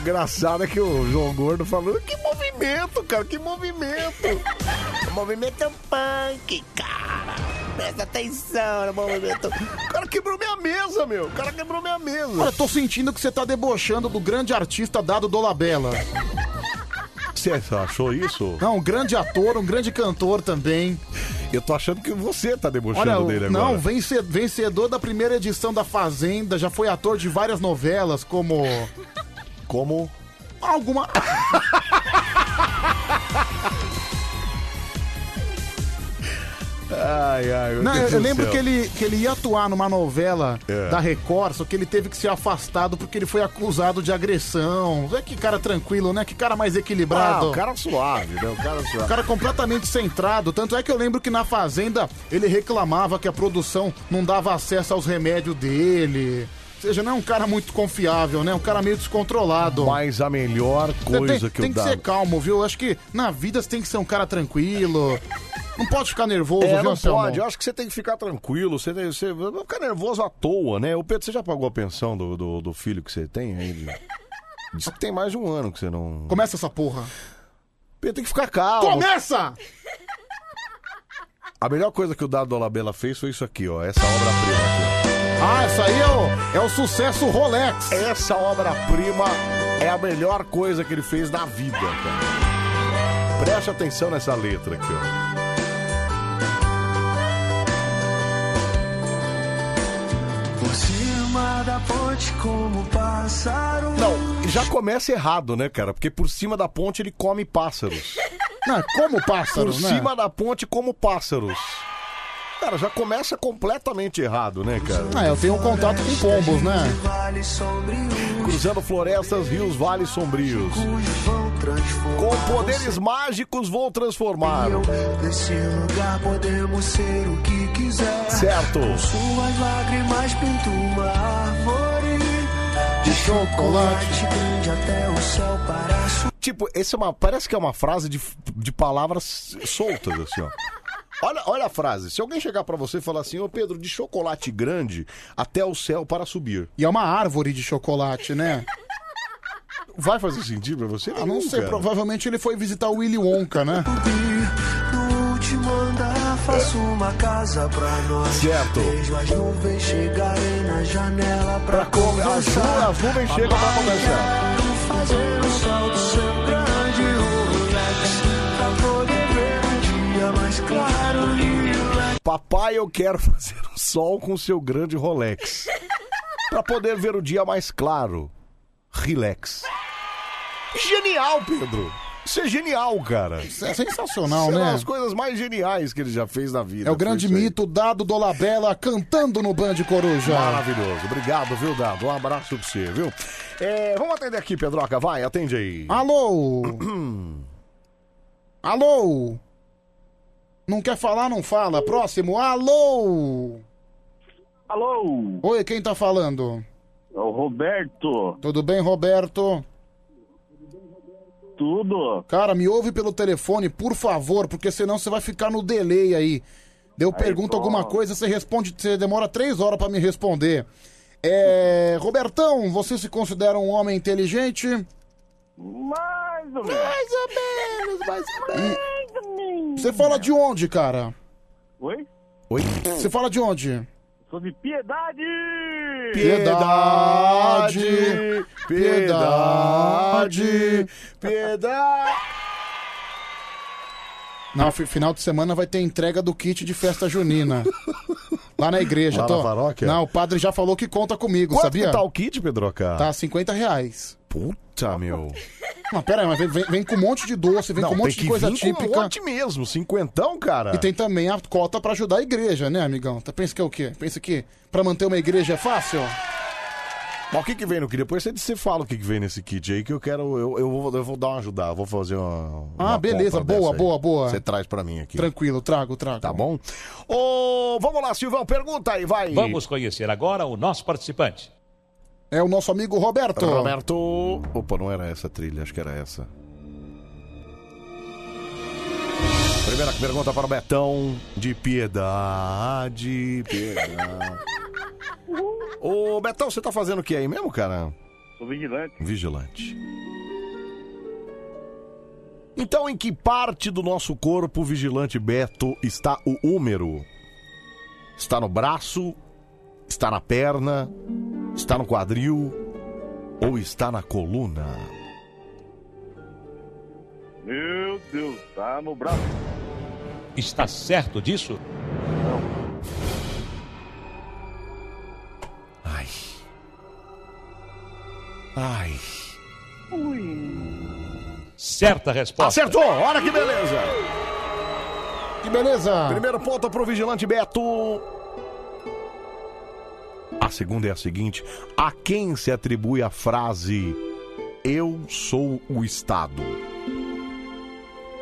S1: Engraçado é que o João Gordo falou que movimento, cara, que movimento. O movimento é punk, cara. Presta atenção no movimento. O cara quebrou minha mesa, meu. O cara quebrou minha mesa.
S2: Olha, tô sentindo que você tá debochando do grande artista Dado Dolabella.
S1: Você achou isso?
S2: Não, um grande ator, um grande cantor também.
S1: Eu tô achando que você tá debochando
S2: Olha,
S1: dele agora.
S2: não, vence- vencedor da primeira edição da Fazenda, já foi ator de várias novelas, como.
S1: Como?
S2: Alguma.
S1: Ai, ai, meu
S2: Não, eu,
S1: Deus
S2: eu
S1: do
S2: lembro
S1: céu.
S2: que ele, que ele ia atuar numa novela
S1: É.
S2: da Record, só que ele teve que ser afastado porque ele foi acusado de agressão. É que cara tranquilo, né? Que cara mais equilibrado.
S1: Ah, o cara suave, né? O cara suave.
S2: O cara completamente centrado. Tanto é que eu lembro que na Fazenda ele reclamava que a produção não dava acesso aos remédios dele. Ou seja, não é um cara muito confiável, né? Um cara meio descontrolado.
S1: Mas a melhor coisa
S2: tem,
S1: que
S2: Tem
S1: o
S2: que
S1: Dado...
S2: ser calmo, viu? Eu acho que na vida você tem que ser um cara tranquilo. Não pode ficar nervoso,
S1: É,
S2: viu,
S1: não
S2: Anselmo?
S1: pode. Eu acho que você tem que ficar tranquilo. Você, tem- você não fica nervoso à toa, né? O Pedro, você já pagou a pensão do, do, do filho que você tem aí? De... Diz que tem mais de um ano que você não.
S2: Começa essa porra.
S1: Pedro, tem que ficar calmo.
S2: Começa!
S1: A melhor coisa que o Dado Dolabella fez foi isso aqui, ó. Essa obra-prima aqui.
S2: Ah, essa aí é o, é o sucesso Rolex.
S1: Essa obra-prima é a melhor coisa que ele fez na vida, cara. Preste atenção nessa letra aqui, ó.
S3: Por cima da ponte como pássaro.
S1: Não, já começa errado, né, cara? Porque por cima da ponte ele come pássaros.
S2: Não, é como pássaros,
S1: Por
S2: né?
S1: cima da ponte como pássaros. Cara, já começa completamente errado, né, cara?
S2: Ah, eu tenho um contato com pombos, né?
S3: Vale sombrio.
S1: Cruzando florestas, rios, vales sombrios. Com poderes mágicos vou transformar.
S3: Nesse lugar podemos ser o que quiser.
S1: Certo.
S3: Com suas lágrimas pinto uma árvore. De chocolate grande até o céu parece
S2: um
S1: Tipo, esse é uma, parece que é uma frase de, de palavras soltas, assim, ó. Olha, olha a frase. Se alguém chegar pra você e falar assim, ô Pedro, de chocolate grande até o céu para subir.
S2: E é uma árvore de chocolate, né?
S1: Vai fazer sentido pra você?
S2: Ah, não
S1: Nenhum,
S2: sei,
S1: cara.
S2: provavelmente ele foi visitar o Willy Wonka, né?
S3: No último andar faço uma casa pra nós.
S1: Certo.
S3: Vejo as nuvens chegarem na janela pra,
S1: come- as nu-
S3: conversar.
S1: as nuvens chegam pra conversar.
S3: Fazer o sol do seu grande Rolex pra poder ver um dia mais claro. Relax.
S1: Papai, eu quero fazer o sol com seu grande Rolex. Pra poder ver o dia mais claro. Relax. Genial, Pedro. Isso é genial, cara. Isso
S2: é sensacional, né?
S1: É uma das coisas mais geniais que ele já fez na vida.
S2: É o
S1: Foi
S2: grande
S1: isso aí.
S2: mito Dado Dolabella cantando no Band Coruja.
S1: Maravilhoso. Obrigado, viu, Dado? Um abraço pra você, viu? É, vamos atender aqui, Pedroca. Vai, atende aí.
S2: Alô? Alô? Uh. Não quer falar, não fala. Próximo. Alô?
S20: Alô?
S2: Oi, quem tá falando?
S20: Ô, Roberto,
S2: Tudo bem, Roberto?
S20: tudo?
S2: Cara, me ouve pelo telefone, por favor, porque senão você vai ficar no delay aí. Eu pergunto alguma coisa, você responde, você demora três horas pra me responder. É, Robertão, você se considera um homem inteligente?
S20: Mais ou menos. Mais
S2: ou menos, mais ou menos. Você fala de onde, cara?
S20: Oi?
S1: Oi?
S2: Você fala de onde?
S20: Sou de Piedade!
S2: Piedade, piedade,
S1: piedade.
S2: No final de semana vai ter entrega do kit de festa junina. Lá na igreja,
S1: Lá
S2: tô.
S1: na paróquia?
S2: Não, o padre já falou que conta comigo,
S1: Quanto
S2: sabia?
S1: que tá o kit, Pedroca?
S2: Tá 50 reais.
S1: Puta, meu.
S2: Mas pera aí, mas vem, vem- vem com um monte de doce, vem
S1: Não,
S2: com um
S1: tem
S2: monte de
S1: que
S2: coisa
S1: vir com um
S2: típica.
S1: monte mesmo, cinquentão, cara.
S2: E tem também a cota pra ajudar a igreja, né, amigão? Tá, pensa que é o quê? Pensa que pra manter uma igreja é fácil?
S1: Mas o que que vem no kit? Depois você, você fala o que que vem nesse kit aí, que eu quero... Eu, eu, vou, eu vou dar uma ajudada, vou fazer uma...
S2: Ah,
S1: uma
S2: beleza,
S1: compra
S2: boa,
S1: dessa aí.
S2: boa, boa.
S1: Você traz pra mim aqui.
S2: Tranquilo, trago, trago.
S1: Tá bom? Ô, vamos lá, Silvão, pergunta aí, vai.
S25: Vamos conhecer agora o nosso participante.
S2: É o nosso amigo Roberto.
S1: Roberto. Opa, não era essa a trilha, acho que era essa. Primeira pergunta para o Betão de piedade. piedade. Ô, Betão, você tá fazendo o que aí mesmo, cara?
S20: Sou vigilante.
S1: Vigilante. Então, em que parte do nosso corpo, vigilante Beto, está o húmero? Está no braço? Está na perna? Está no quadril? Ou está na coluna?
S20: Meu Deus, tá no braço.
S25: Está certo disso?
S1: Ai. Ai.
S25: Certa resposta.
S1: Acertou! Olha que beleza!
S2: Que beleza!
S1: Primeiro ponto pro vigilante Beto. A segunda é a seguinte: a quem se atribui a frase Eu sou o Estado?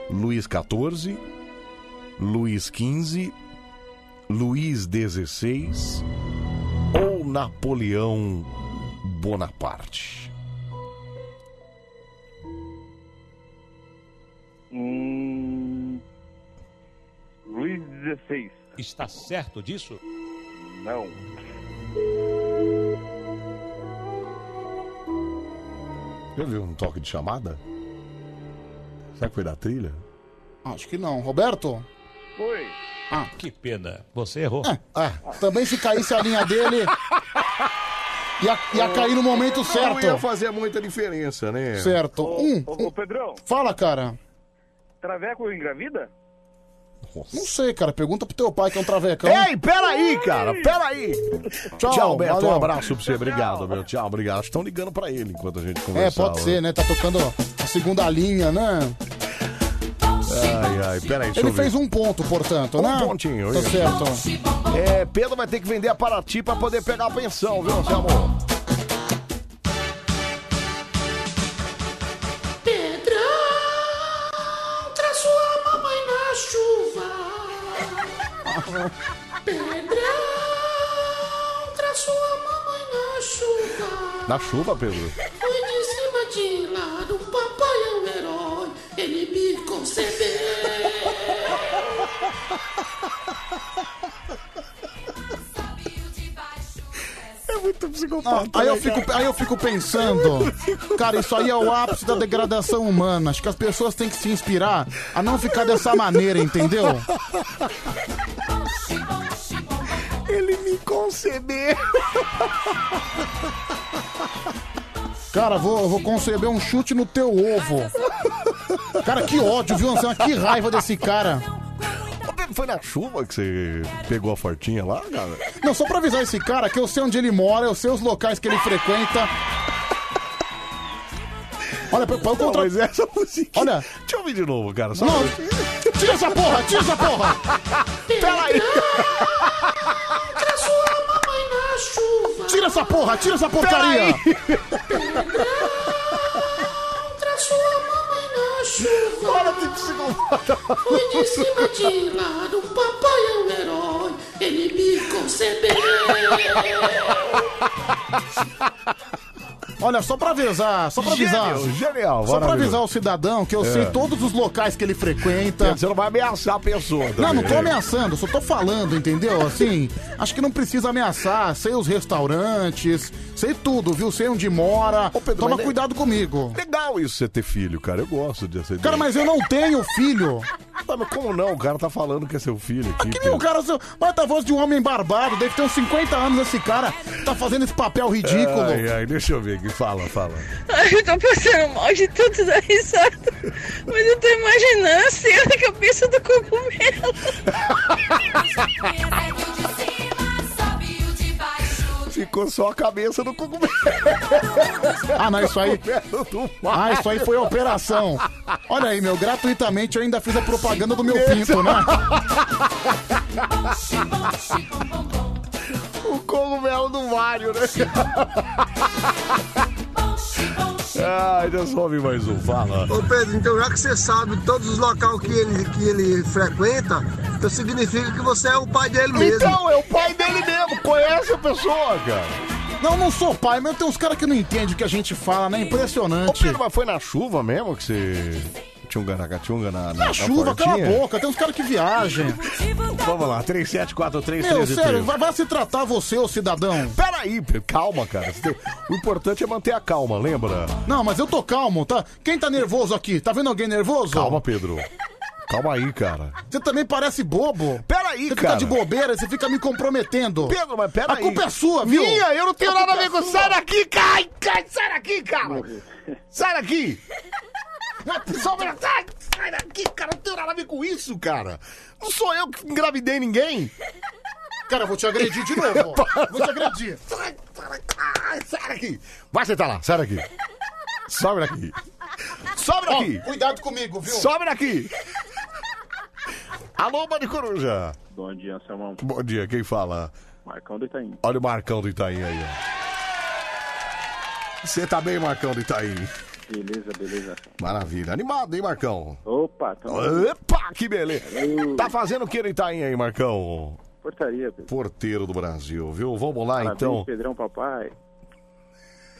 S1: Luiz XIV, Luiz XV, Luiz XVI ou Napoleão Bonaparte?
S20: Hum. Luiz XVI.
S25: Está certo disso?
S20: Não.
S1: Já viu um toque de chamada? Será que foi da trilha?
S2: Acho que não. Roberto?
S20: Oi.
S2: Ah.
S25: Que pena, você errou.
S2: É. Também se caísse a linha dele. ia, ia cair no momento certo.
S1: Não Então, ia fazer muita diferença, né? oh.
S2: Certo. Um.
S20: Ô, ô, Pedrão,
S2: Fala, cara.
S20: Traveco engravida?
S2: Não sei, cara. Pergunta pro teu pai que é um travecão.
S1: Ei, peraí, cara, peraí.
S2: Tchau,
S1: Tchau, Beto.
S2: valeu.
S1: Um abraço pra você. Obrigado, meu. Tchau, obrigado. Estão ligando pra ele enquanto a gente
S2: É,
S1: conversava.
S2: pode ser, né? Tá tocando a segunda linha, né?
S1: Ai, ai, peraí, deixa
S2: Ele
S1: eu ver.
S2: fez um ponto, portanto,
S1: Um
S2: né?
S1: pontinho,
S2: Tá
S1: isso.
S2: certo.
S1: É, Pedro vai ter que vender a Paraty pra poder pegar a pensão, viu, seu amor?
S3: Pedrão, traz sua mamãe na chuva. Pedrão, traz sua mamãe na chuva.
S1: Na chuva, Pedro.
S3: Foi de cima de lado, papai é um herói, ele me concebeu.
S1: É muito
S2: Ah,
S1: psicopata.
S2: aí, eu fico, aí eu fico pensando, cara, isso aí é o ápice da degradação humana. Acho que as pessoas têm que se inspirar a não ficar dessa maneira, entendeu?
S1: Ele me concebeu.
S2: Cara, vou, vou conceber um chute no teu ovo. Cara, que ódio, viu, Anselmo? Que raiva desse cara.
S1: Foi na chuva que você pegou a fortinha lá, cara?
S2: Não, só pra avisar esse cara que eu sei onde ele mora, eu sei os locais que ele frequenta. Olha, pra, pra eu contra...
S1: mas essa musiquinha...
S2: Olha...
S1: Deixa eu ouvir de novo, cara. Só um
S2: Não,
S1: pra-
S2: tira essa porra, tira essa porra!
S3: Peraí! Traz sua mamãe na chuva!
S2: Tira essa porra, tira essa porcaria!
S3: Traz sua mamãe na chuva! Para de psicopata! Foi de cima de lado, papai é um herói, ele me concebeu!
S2: Olha, só pra avisar, só pra avisar.
S1: Genial, genial,
S2: só pra
S1: maravilhoso.
S2: avisar o cidadão que eu
S1: É.
S2: sei todos os locais que ele frequenta.
S1: Você não vai ameaçar a pessoa.
S2: Não, não
S1: também,
S2: tô
S1: né?
S2: ameaçando, só tô falando, entendeu? Assim, acho que não precisa ameaçar. Sei os restaurantes, sei tudo, viu? Sei onde mora. Toma
S1: mas- é
S2: cuidado comigo.
S1: Legal isso, você ter filho, cara. Eu gosto de ser.
S2: Cara, mas eu não tenho filho.
S1: mas como não? O cara tá falando que é seu filho aqui.
S2: Que nem o
S1: Pedro.
S2: cara, seu. Bota a voz de um homem barbado, deve ter uns 50 anos esse cara. Tá fazendo esse papel ridículo.
S1: Ai, ai, deixa eu ver aqui. Fala, fala.
S6: Ai, eu tô passando mal de tanto dar risada. Mas eu tô imaginando a cena da cabeça do cogumelo.
S1: Ficou só a cabeça do cogumelo.
S2: Ah, não, isso aí.
S1: Cogumelo do mar.
S2: Ah, isso aí foi operação. Olha aí, meu, gratuitamente eu ainda fiz a propaganda do meu pinto, né?
S1: O cogumelo do Mário, né? Ai, deixa eu só ouvir mais um. Fala.
S14: Ô Pedro, então já que você sabe todos os locais que ele, que ele frequenta, então significa que você é o pai dele mesmo.
S1: Então, é o pai dele mesmo, conhece a pessoa,
S2: Não, não sou pai, mas tem uns caras que não entendem o que a gente fala, né? Impressionante.
S1: Mas foi na chuva mesmo que você. Tchunga-raca-tchunga na, na,
S2: Na chuva, cala a boca, tem uns caras que viajam.
S1: Vamos lá, 3743
S2: Meu, sério, vai, vai se tratar você, ô cidadão.
S1: Peraí, Pedro, calma, cara. Você tem- O importante é manter a calma, lembra?
S2: Não, mas eu tô calmo, tá? Quem tá nervoso aqui? Tá vendo alguém nervoso?
S1: Calma, Pedro. Calma aí, cara.
S2: Você também parece bobo.
S1: Peraí,
S2: você Você
S1: cara.
S2: fica de bobeira, você fica me comprometendo.
S1: Pedro, mas peraí.
S2: A culpa é sua, viu? é
S1: Minha, eu não tenho nada a ver com- Sai daqui, cai,
S3: cai, sai daqui, cara!
S1: Sai daqui! um
S3: Só pra sai, sai daqui, cara, não tem nada a ver com isso!
S1: Isso, cara. Não sou eu que engravidei ninguém.
S2: Cara, eu vou te agredir de novo. vou te agredir.
S1: Ai, sai daqui. Vai sentar lá, sai daqui. Sobe daqui. Sobe daqui.
S2: Cuidado comigo, viu?
S1: Sobe daqui. Alô, Bande Coruja.
S22: Bom dia, Anselmão.
S1: Bom dia, quem fala?
S22: Marcão do Itaim.
S1: Olha o Marcão do Itaim aí, ó. Você tá bem, Marcão do Itaim?
S22: Beleza, beleza.
S1: Maravilha. Animado, hein, Marcão?
S22: Opa, tá
S1: Opa, que beleza. Tá fazendo o que no Itaim aí, Marcão?
S22: Portaria, Pedro.
S1: Porteiro do Brasil, viu? Vamos lá,
S22: Parabéns,
S1: então.
S22: Pedrão, papai.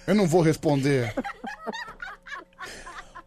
S2: Eu não vou responder.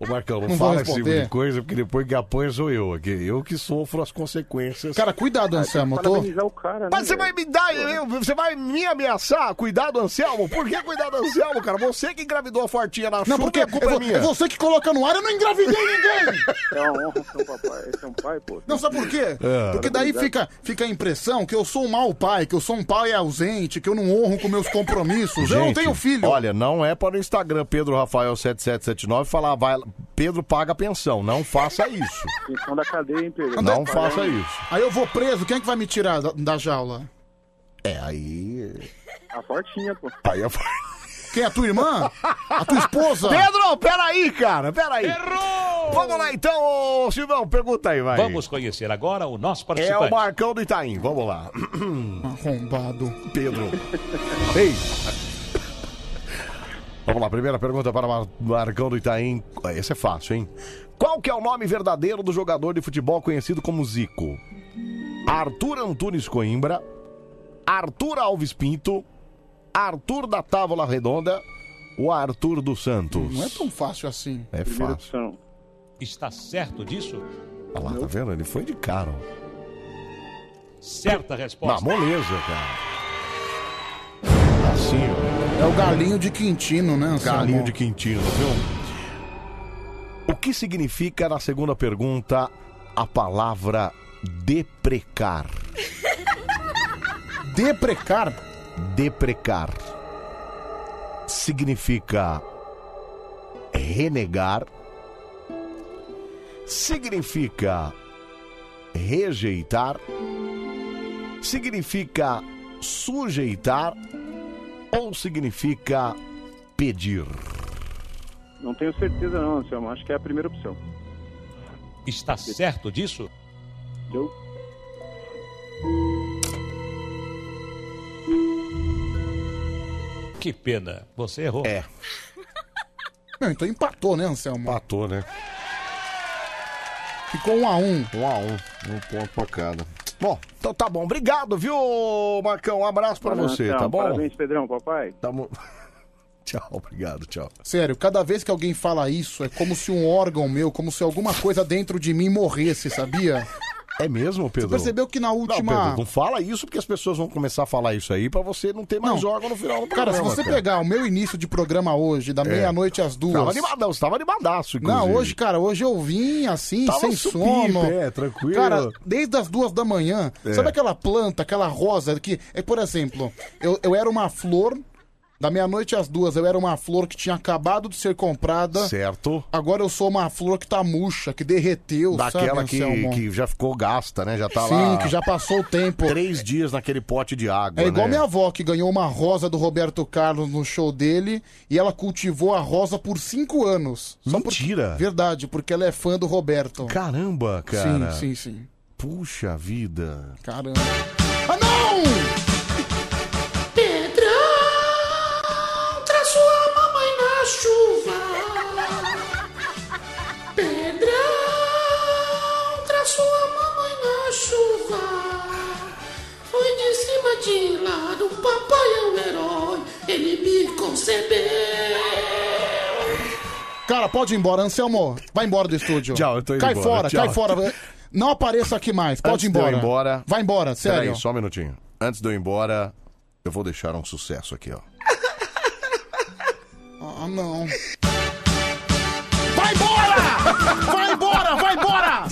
S1: Ô, Marcão, não,
S2: Não vou
S1: fala esse tipo
S2: responder.
S1: de coisa, porque depois que apanha sou eu aqui. Eu que sofro as consequências.
S2: Cara, cuidado,
S22: Ah,
S1: Tá,
S2: Anselmo. Eu tô...
S22: o cara,
S2: né,
S1: Mas você vai me dar, eu- você vai me ameaçar? Cuidado, Anselmo? Por que cuidado, Anselmo, cara? Você que engravidou a fortinha na chuva,
S2: Não, porque
S1: a culpa
S2: é
S1: é
S2: vo-
S1: minha.
S2: é você que coloca no ar, eu não engravidei ninguém!
S22: É uma honra ser um papai, ser um pai, pô.
S2: Não, sabe por quê?
S22: É.
S2: Porque daí fica, fica a impressão que eu sou um mau pai, que eu sou um pai ausente, que eu não honro com meus compromissos. eu não
S1: Gente,
S2: tenho filho.
S1: Olha, não é para o Instagram Pedro Rafael 7779 falar vai Pedro paga a pensão. Não faça isso.
S22: Pensão da cadeia, hein, Pedro?
S1: Não faça isso.
S2: Aí eu vou preso, quem é que vai me tirar da, da jaula?
S1: É, aí.
S22: A portinha, pô.
S1: Aí eu...
S2: Quem é a tua irmã? A tua esposa?
S1: Pedro, peraí, cara, peraí. Vamos lá então, ô, Silvão, pergunta aí, vai.
S25: Vamos conhecer agora o nosso
S1: É
S25: participante.
S1: o Marcão do Itaim, vamos lá.
S2: Arrombado.
S1: Pedro. Ei. Vamos lá, primeira pergunta para o Mar- Marcão do Itaim. Esse é fácil, hein? Qual que é o nome verdadeiro do jogador de futebol conhecido como Zico? Arthur Antunes Coimbra, Arthur Alves Pinto, Arthur da Távola Redonda ou Arthur dos Santos?
S2: Não é tão fácil assim.
S1: É
S25: Primeira
S1: fácil.
S25: Está certo disso?
S1: Olha lá, tá vendo? Ele foi de cara. ó.
S25: Certa
S1: Na
S25: resposta.
S1: moleza, cara. Assim, ó.
S2: É o galinho de Quintino, né? Anselmo?
S1: Galinho de Quintino, viu? O que significa, na segunda pergunta, a palavra deprecar?
S2: Deprecar?
S1: Deprecar. Significa renegar. Significa rejeitar. Significa sujeitar. Ou significa pedir.
S22: Não tenho certeza, não, Anselmo. Acho que é a primeira opção.
S25: Está certo disso?
S22: Eu.
S25: Que pena, você errou.
S1: É.
S2: Não, então empatou, né, Anselmo?
S1: Empatou, né?
S2: Ficou um a um.
S1: Um a um. Um ponto pra cada. Bom, então tá bom. Obrigado, viu, Marcão? Um abraço pra
S22: Valeu,
S1: você,
S22: Anselmo.
S1: tá bom?
S22: Parabéns, Pedrão, papai.
S1: Tamo... Tchau, obrigado, tchau.
S2: Sério, cada vez que alguém fala isso, é como se um órgão meu, como se alguma coisa dentro de mim morresse, sabia?
S1: É mesmo, Pedro?
S2: Você percebeu que na
S1: Não,
S2: última.
S1: Pedro, não fala isso porque as pessoas vão começar a falar isso aí pra você não ter mais órgão no final do
S2: Cara,
S1: programa.
S2: se você pegar o meu início de programa hoje, da
S1: É.
S2: meia-noite às duas.
S1: Tava animadão, você tava animadaço, inclusive.
S2: Não, hoje, cara, hoje eu vim assim,
S1: Tava
S2: sem
S1: subindo,
S2: sono.
S1: é, tranquilo.
S2: Cara, desde as duas da manhã,
S1: É.
S2: sabe aquela planta, aquela rosa que. É, por exemplo, eu, eu era uma flor. Da meia-noite às duas, eu era uma flor que tinha acabado de ser comprada.
S1: Certo.
S2: Agora eu sou uma flor que tá murcha, que derreteu,
S1: Daquela
S2: sabe,
S1: que,
S2: Anselmo?
S1: que já ficou gasta, né? Já tá
S2: é um Sim,
S1: lá.
S2: que já passou o tempo.
S1: Três dias naquele pote de água.
S2: É igual
S1: né?
S2: minha avó, que ganhou uma rosa do Roberto Carlos no show dele e ela cultivou a rosa por cinco anos.
S1: Mentira!
S2: Verdade, porque ela é fã do Roberto.
S1: Caramba, cara.
S2: Sim, sim, sim.
S1: Puxa vida.
S2: Caramba. Ah, não!
S3: Pedrão, traz sua mamãe na chuva. Pedrão, traz sua mamãe na chuva. Foi de cima de lado, papai é um herói, ele me concebeu.
S2: Cara, pode ir embora, Anselmo. Vai embora do estúdio.
S1: Tchau, eu tô indo
S2: Cai
S1: embora,
S2: fora,
S1: tchau.
S2: cai fora. Não apareça aqui mais. Pode ir
S1: Antes de eu
S2: embora.
S1: ir embora-
S2: Vai embora, sério.
S1: Peraí, só um minutinho. Antes de eu ir embora, eu vou deixar um sucesso aqui, ó.
S2: Ah, não. Vai embora! Vai embora, vai embora!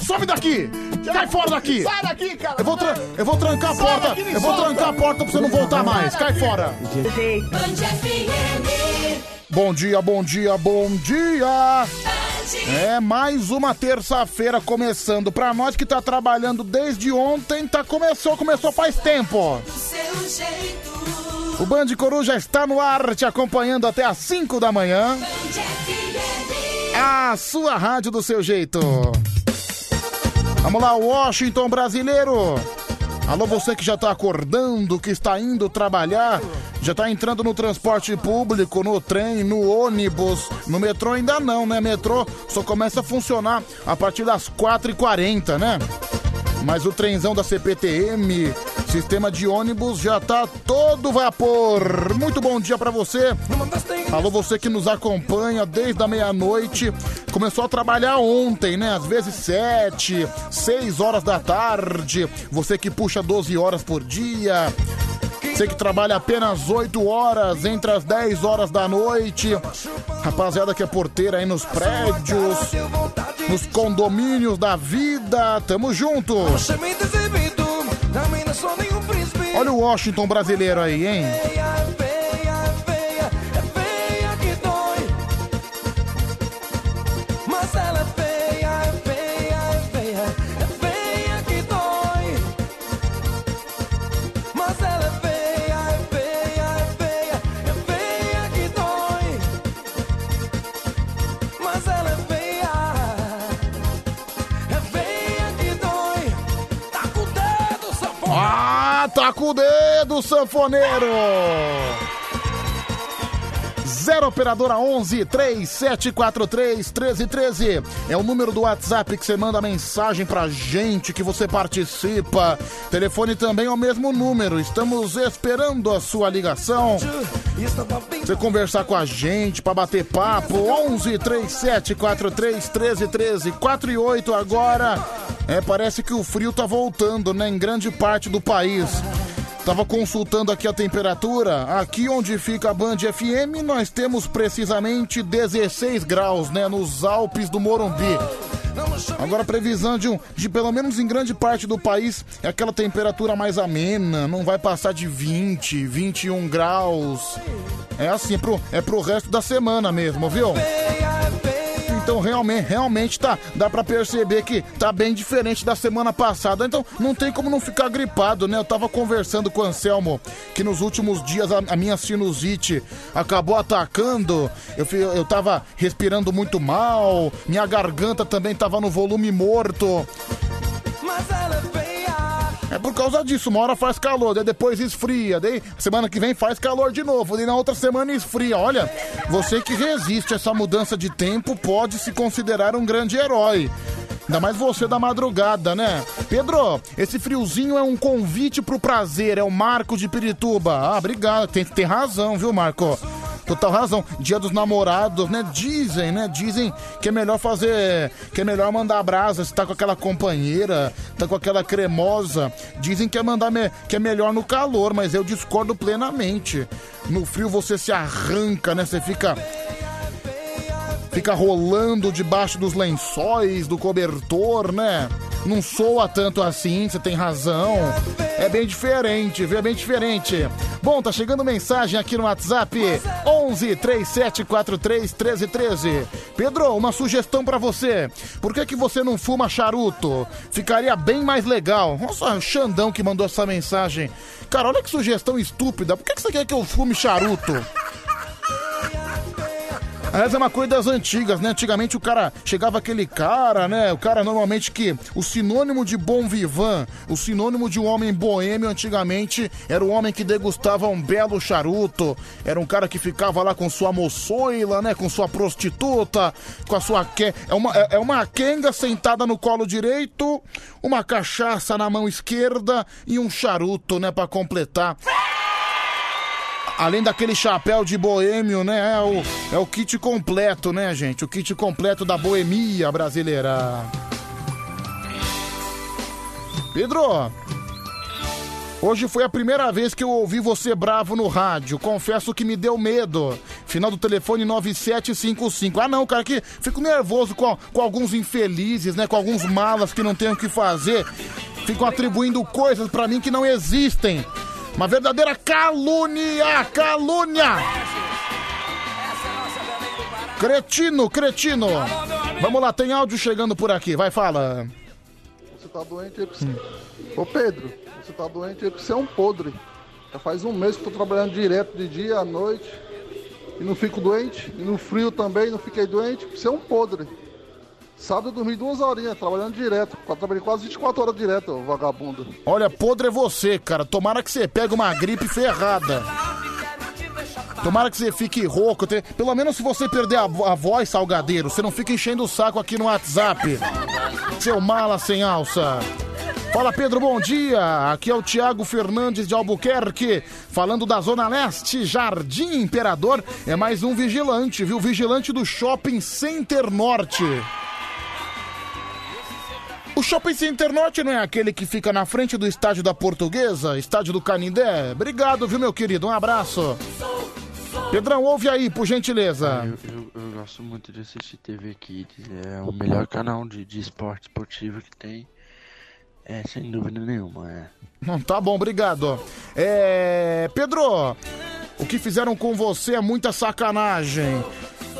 S2: Some daqui! Cai fora daqui!
S3: Sai
S1: daqui, cara!
S2: Eu vou, tra- eu vou trancar a porta!
S3: daqui, me
S2: eu vou
S3: solta!
S2: trancar a porta pra você não voltar mais! Cai fora!
S3: Band FM,
S2: Bom dia, bom dia, bom dia! É mais uma terça-feira começando. Pra nós que tá trabalhando desde ontem, tá começou, começou faz tempo.
S3: seu jeito.
S2: O Band Coruja está no ar, te acompanhando até às 5 da manhã. É A sua rádio do seu jeito. Vamos lá, Washington brasileiro. Alô, você que já tá acordando, que está indo trabalhar, já tá entrando no transporte público, no trem, no ônibus, no metrô ainda não, né? Metrô só começa a funcionar a partir das 4h40, né? Mas o trenzão da CPTM, sistema de ônibus, já tá todo vapor. Muito bom dia pra você. Alô, você que nos acompanha desde a meia-noite. Começou a trabalhar ontem, né? Às vezes sete, seis horas da tarde. Você que puxa 12 horas por dia. Você que trabalha apenas 8 horas, entre as 10 horas da noite. Rapaziada que é porteira aí nos prédios, nos condomínios da vida. Tamo junto! Olha o Washington brasileiro aí, hein?
S3: é é é é
S2: Taca o dedo, sanfoneiro! Zero operadora 11 3743 1313 é o número do WhatsApp que você manda mensagem pra gente que você participa. Telefone também é o mesmo número. Estamos esperando a sua ligação. Você conversar com a gente pra bater papo 11 3743 1313 4 e 8 agora. É, parece que o frio tá voltando, né, em grande parte do país. Tava consultando aqui a temperatura. Aqui onde fica a Band FM, nós temos precisamente 16 graus, né? Nos Alpes do Morumbi. Agora, a previsão de, um, de pelo menos em grande parte do país, é aquela temperatura mais amena, não vai passar de 20, 21 graus. É assim, pro, é pro resto da semana mesmo, viu? Então realmente, realmente tá, dá pra perceber que tá bem diferente da semana passada. Então não tem como não ficar gripado, né? Eu tava conversando com o Anselmo que nos últimos dias a, a minha sinusite acabou atacando. Eu, fi- eu tava respirando muito mal, minha garganta também tava no volume morto. É por causa disso, uma hora faz calor, daí depois esfria, daí semana que vem faz calor de novo, daí na outra semana esfria. Olha, você que resiste a essa mudança de tempo pode se considerar um grande herói. Ainda mais você da madrugada, né? Pedro, esse friozinho é um convite pro prazer, é o Marco de Pirituba. Ah, obrigado, tem, tem razão, viu, Marco? Total tá razão. Dia dos namorados, né? Dizem, né? Dizem que é melhor fazer. Que é melhor mandar brasa se tá com aquela companheira, tá com aquela cremosa. Dizem que é mandar me- que é melhor no calor, mas eu discordo plenamente. No frio você se arranca, né? Você fica fica rolando debaixo dos lençóis, do cobertor, né? Não soa tanto assim, você tem razão. É bem diferente, viu? É bem diferente. Bom, tá chegando mensagem aqui no WhatsApp: 11 3743 1313. Pedro, uma sugestão pra você. Por que, que você não fuma charuto? Ficaria bem mais legal. Nossa, o Xandão que mandou essa mensagem. Cara, olha que sugestão estúpida. Por que, que você quer que eu fume charuto? Aliás, é uma coisa das antigas, né? Antigamente o cara chegava aquele cara, né? O cara normalmente que. O sinônimo de bom vivan, o sinônimo de um homem boêmio antigamente era o homem que degustava um belo charuto. Era um cara que ficava lá com sua moçoila, né? Com sua prostituta, com a sua. Que... É, uma, é é uma quenga sentada no colo direito, uma cachaça na mão esquerda e um charuto, né? Pra completar. Além daquele chapéu de boêmio, né? É o, é o kit completo, né, gente? O kit completo da boemia brasileira. Pedro, hoje foi a primeira vez que eu ouvi você bravo no rádio. Confesso que me deu medo. Final do telefone 9755. Ah, não, cara, que fico nervoso com, com alguns infelizes, né? Com alguns malas que não tem o que fazer. Ficam atribuindo coisas pra mim que não existem. Uma verdadeira calúnia, calúnia. Cretino, cretino. Vamos lá, tem áudio chegando por aqui. Vai, fala.
S8: Você tá doente é porque você... Ô Pedro, você tá doente é porque você é um podre. Já faz um mês que eu tô trabalhando direto de dia à noite. E não fico doente. E no frio também não fiquei doente, porque você é um podre. Sábado eu dormi duas horinhas, trabalhando direto. Eu Trabalhei quase 24 horas direto, ô vagabundo.
S2: Olha, podre é você, cara. Tomara que você pegue uma gripe ferrada. Tomara que você fique rouco. Te- Pelo menos se você perder a, vo- a voz, salgadeiro, você não fica enchendo o saco aqui no WhatsApp. Seu mala sem alça. Fala Pedro, bom dia. Aqui é o Tiago Fernandes de Albuquerque, falando da Zona Leste, Jardim Imperador. É mais um vigilante, viu? Vigilante do Shopping Center Norte. O Shopping Center Norte não é aquele que fica na frente do estádio da Portuguesa, estádio do Canindé? Obrigado, viu, meu querido? Um abraço. Pedrão, ouve aí, por gentileza.
S9: Eu, eu gosto muito de assistir TV Kids, é o melhor canal de, de esporte esportivo que tem, é sem dúvida nenhuma. É.
S2: Não, tá bom, obrigado. É. Pedro, o que fizeram com você é muita sacanagem.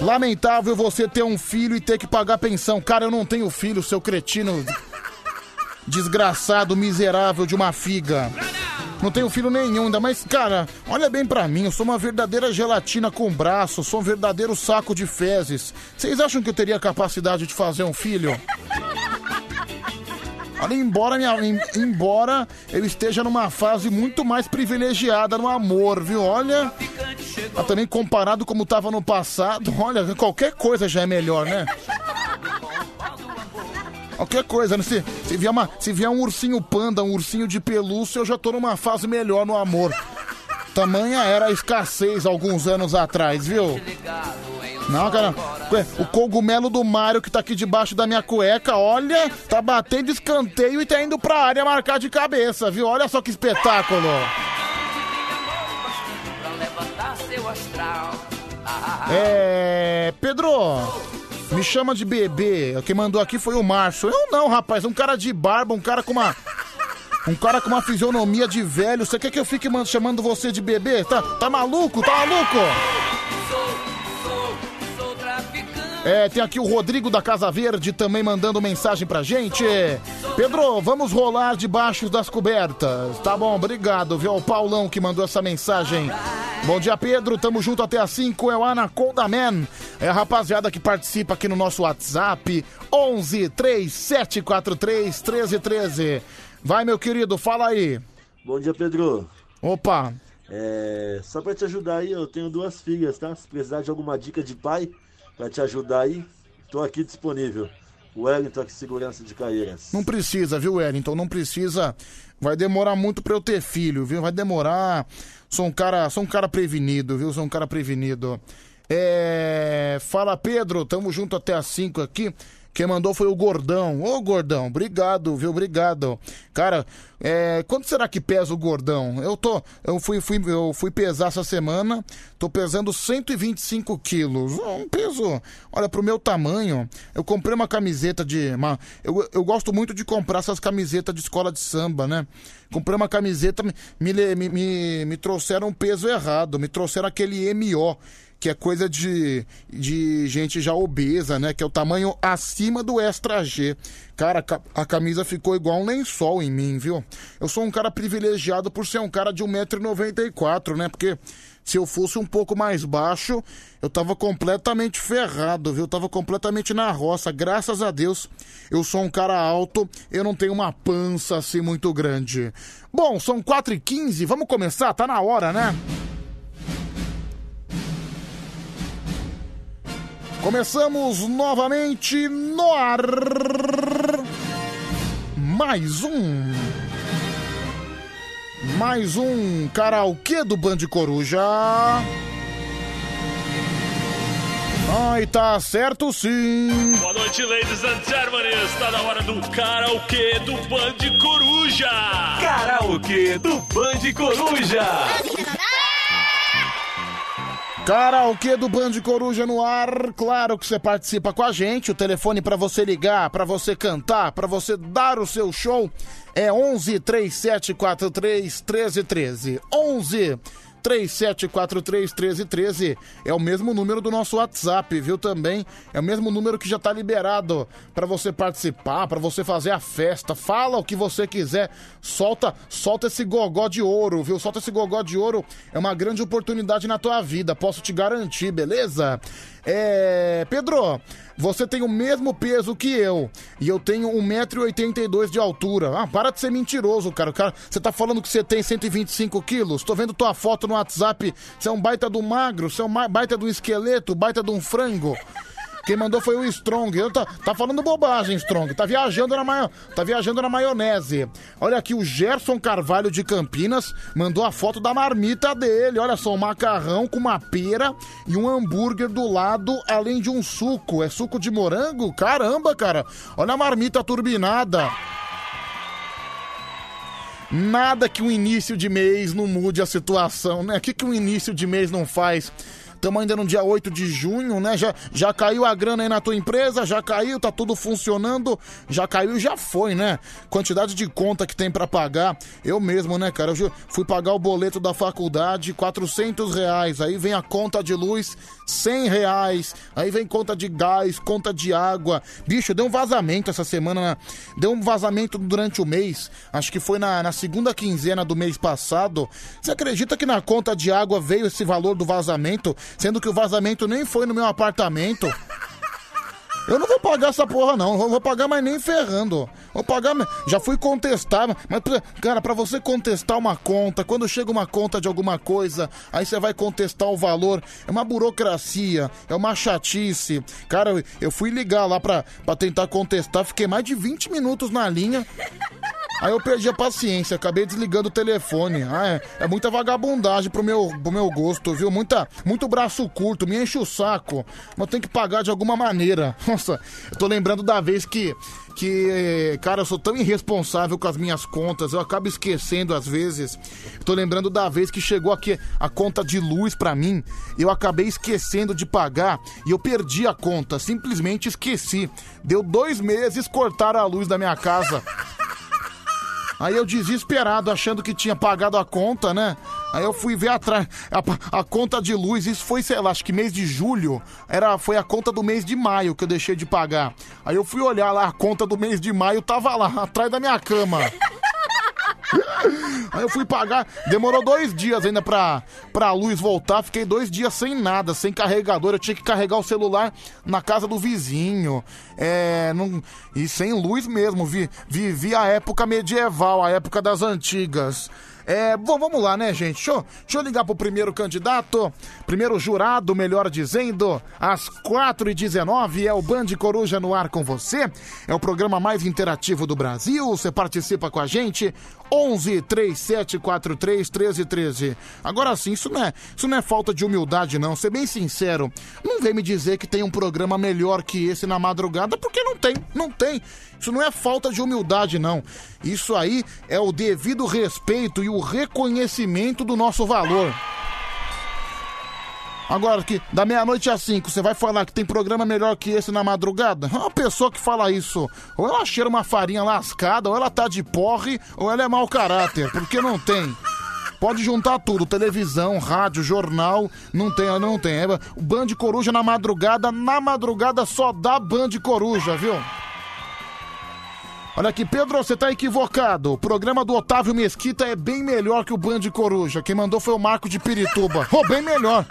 S2: Lamentável você ter um filho e ter que pagar pensão. Cara, eu não tenho filho, seu cretino. Desgraçado, miserável de uma figa. Não tenho filho nenhum ainda, mas, cara, olha bem pra mim, eu sou uma verdadeira gelatina com braço, sou um verdadeiro saco de fezes. Vocês acham que eu teria capacidade de fazer um filho? Olha, embora, minha, em- embora eu esteja numa fase muito mais privilegiada no amor, viu? Olha, mas também comparado como tava no passado, olha, qualquer coisa já é melhor, né? Qualquer coisa, né? Se, se, vier uma, se vier um ursinho panda, um ursinho de pelúcia, eu já tô numa fase melhor no amor. Tamanha era a escassez alguns anos atrás, viu? Não, cara. O cogumelo do Mario que tá aqui debaixo da minha cueca, olha, tá batendo escanteio e tá indo pra área marcar de cabeça, viu? Olha só que espetáculo. É. Pedro, me chama de bebê. Quem mandou aqui foi o Márcio. Eu não, rapaz, um cara de barba, um cara com uma. Um cara com uma fisionomia de velho. Você quer que eu fique man- chamando você de bebê? Tá, tá maluco? Tá maluco? É, tem aqui o Rodrigo da Casa Verde também mandando mensagem pra gente. Pedro, vamos rolar debaixo das cobertas. Tá bom, obrigado, viu? O Paulão que mandou essa mensagem. Bom dia, Pedro. Tamo junto até as 5. É o Anaconda Man. É a rapaziada que participa aqui no nosso WhatsApp. 11 3743 1313. Vai, meu querido, fala aí.
S4: Bom dia, Pedro.
S2: Opa.
S4: É, só pra te ajudar aí, eu tenho duas filhas, tá? Se precisar de alguma dica de pai pra te ajudar aí, tô aqui disponível. Wellington aqui, segurança de Caieiras.
S2: Não precisa, viu, Wellington? Não precisa. Vai demorar muito pra eu ter filho, viu? Vai demorar. Sou um cara, sou um cara prevenido, viu? Sou um cara prevenido. É... Fala, Pedro. Tamo junto até as 5 aqui. Quem mandou foi o Gordão. Ô, Gordão, obrigado, viu? Obrigado. Cara, é... quanto será que pesa o Gordão? Eu tô... Eu fui, fui, eu fui pesar essa semana. Tô pesando 125 quilos. Um peso... Olha, pro meu tamanho, eu comprei uma camiseta de... Uma... Eu, eu gosto muito de comprar essas camisetas de escola de samba, né? Comprei uma camiseta, me- me, le- me, me, me trouxeram um peso errado. Me trouxeram aquele MO que é coisa de, de gente já obesa, né? Que é o tamanho acima do extra G. Cara, a ca- a camisa ficou igual um lençol em mim, viu? Eu sou um cara privilegiado por ser um cara de 1,94m, né? Porque se eu fosse um pouco mais baixo, eu tava completamente ferrado, viu? Eu tava completamente na roça. Graças a Deus, eu sou um cara alto, eu não tenho uma pança assim muito grande. Bom, são 4h15, vamos começar? Tá na hora, né? Começamos novamente no ar. Mais um. Mais um karaokê do Band Coruja. Ai, tá certo sim.
S12: Boa noite, ladies and gentlemen. Está na hora do karaokê do Band Coruja.
S2: Karaokê do Band Coruja. Karaokê do Band Coruja no ar. Claro que você participa com a gente. O telefone pra você ligar, pra você cantar, pra você dar o seu show é 11 3743 1313. 11 3743 1313 é o mesmo número do nosso WhatsApp, viu também? É o mesmo número que já tá liberado pra você participar, pra você fazer a festa. Fala o que você quiser. Solta, solta esse gogó de ouro, viu? Solta esse gogó de ouro. É uma grande oportunidade na tua vida, posso te garantir, beleza? É, Pedro, você tem o mesmo peso que eu e eu tenho 1,82m de altura. Ah, para de ser mentiroso, cara. O cara, você tá falando que você tem 125 quilos? Tô vendo tua foto no WhatsApp. Você é um baita do magro, você é um ma- baita do esqueleto, baita de um frango. Quem mandou foi o Strong. Eu tá, tá falando bobagem, Strong. Tá viajando, na maio... tá viajando na maionese. Olha aqui, o Gerson Carvalho de Campinas mandou a foto da marmita dele. Olha só, um macarrão com uma pera e um hambúrguer do lado, além de um suco. É suco de morango? Caramba, cara. Olha a marmita turbinada. Nada que um início de mês não mude a situação, né? O que, que um início de mês não faz? Estamos ainda no dia 8 de junho, né? Já, já caiu a grana aí na tua empresa, já caiu, tá tudo funcionando, já caiu, já foi, né? Quantidade de conta que tem pra pagar. Eu mesmo, né, cara? Eu ju- fui pagar o boleto da faculdade, 400 reais. Aí vem a conta de luz, 100 reais. Aí vem conta de gás, conta de água. Bicho, deu um vazamento essa semana. na- Deu um vazamento durante o mês. Acho que foi na, na segunda quinzena do mês passado. Você acredita que na conta de água veio esse valor do vazamento? Sendo que o vazamento nem foi no meu apartamento. Eu não vou pagar essa porra, não. Não vou pagar mais nem ferrando. Vou pagar. me- Já fui contestar, mas, pra- cara, pra você contestar uma conta, quando chega uma conta de alguma coisa, aí você vai contestar o valor. É uma burocracia, é uma chatice. Cara, eu- eu fui ligar lá pra, pra tentar contestar, fiquei mais de 20 minutos na linha. Aí eu perdi a paciência, acabei desligando o telefone. Ah, é, é muita vagabundagem pro meu, pro meu gosto, viu? Muita, muito braço curto, me enche o saco. Mas tem que pagar de alguma maneira. Nossa, eu tô lembrando da vez que, que, eh, cara, eu sou tão irresponsável com as minhas contas, eu acabo esquecendo às vezes. Eu tô lembrando da vez que chegou aqui a conta de luz pra mim, eu acabei esquecendo de pagar e eu perdi a conta, simplesmente esqueci. Deu dois meses, cortaram a luz da minha casa. Aí eu desesperado, achando que tinha pagado a conta, né? Aí eu fui ver atrás a, pa- a conta de luz, isso foi, sei lá, acho que mês de julho, era, foi a conta do mês de maio que eu deixei de pagar. Aí eu fui olhar lá, a conta do mês de maio tava lá, atrás da minha cama. Aí eu fui pagar, demorou dois dias ainda pra, pra luz voltar, fiquei dois dias sem nada, sem carregador, eu tinha que carregar o celular na casa do vizinho, é, não- e sem luz mesmo, vi, vivi a época medieval, a época das antigas. É, bom, vamos lá, né, gente? Deixa eu, deixa eu ligar pro primeiro candidato, primeiro jurado, melhor dizendo, às 4h19 é o Band Coruja no ar com você. É o programa mais interativo do Brasil. Você participa com a gente. 11 3743 1313. Agora sim, isso não, é, isso não é falta de humildade, não. Ser bem sincero, não vem me dizer que tem um programa melhor que esse na madrugada, porque não tem, não tem. Isso não é falta de humildade, não. Isso aí é o devido respeito e o reconhecimento do nosso valor. Agora que da meia-noite às cinco, você vai falar que tem programa melhor que esse na madrugada? É Uma pessoa que fala isso, ou ela cheira uma farinha lascada, ou ela tá de porre, ou ela é mau caráter, porque não tem. Pode juntar tudo, televisão, rádio, jornal, não tem, não tem. É, O Band Coruja na madrugada, na madrugada só dá Band Coruja, viu? Olha aqui, Pedro, você tá equivocado. O programa do Otávio Mesquita é bem melhor que o Band Coruja. Quem mandou foi o Marco de Pirituba. Oh, bem melhor.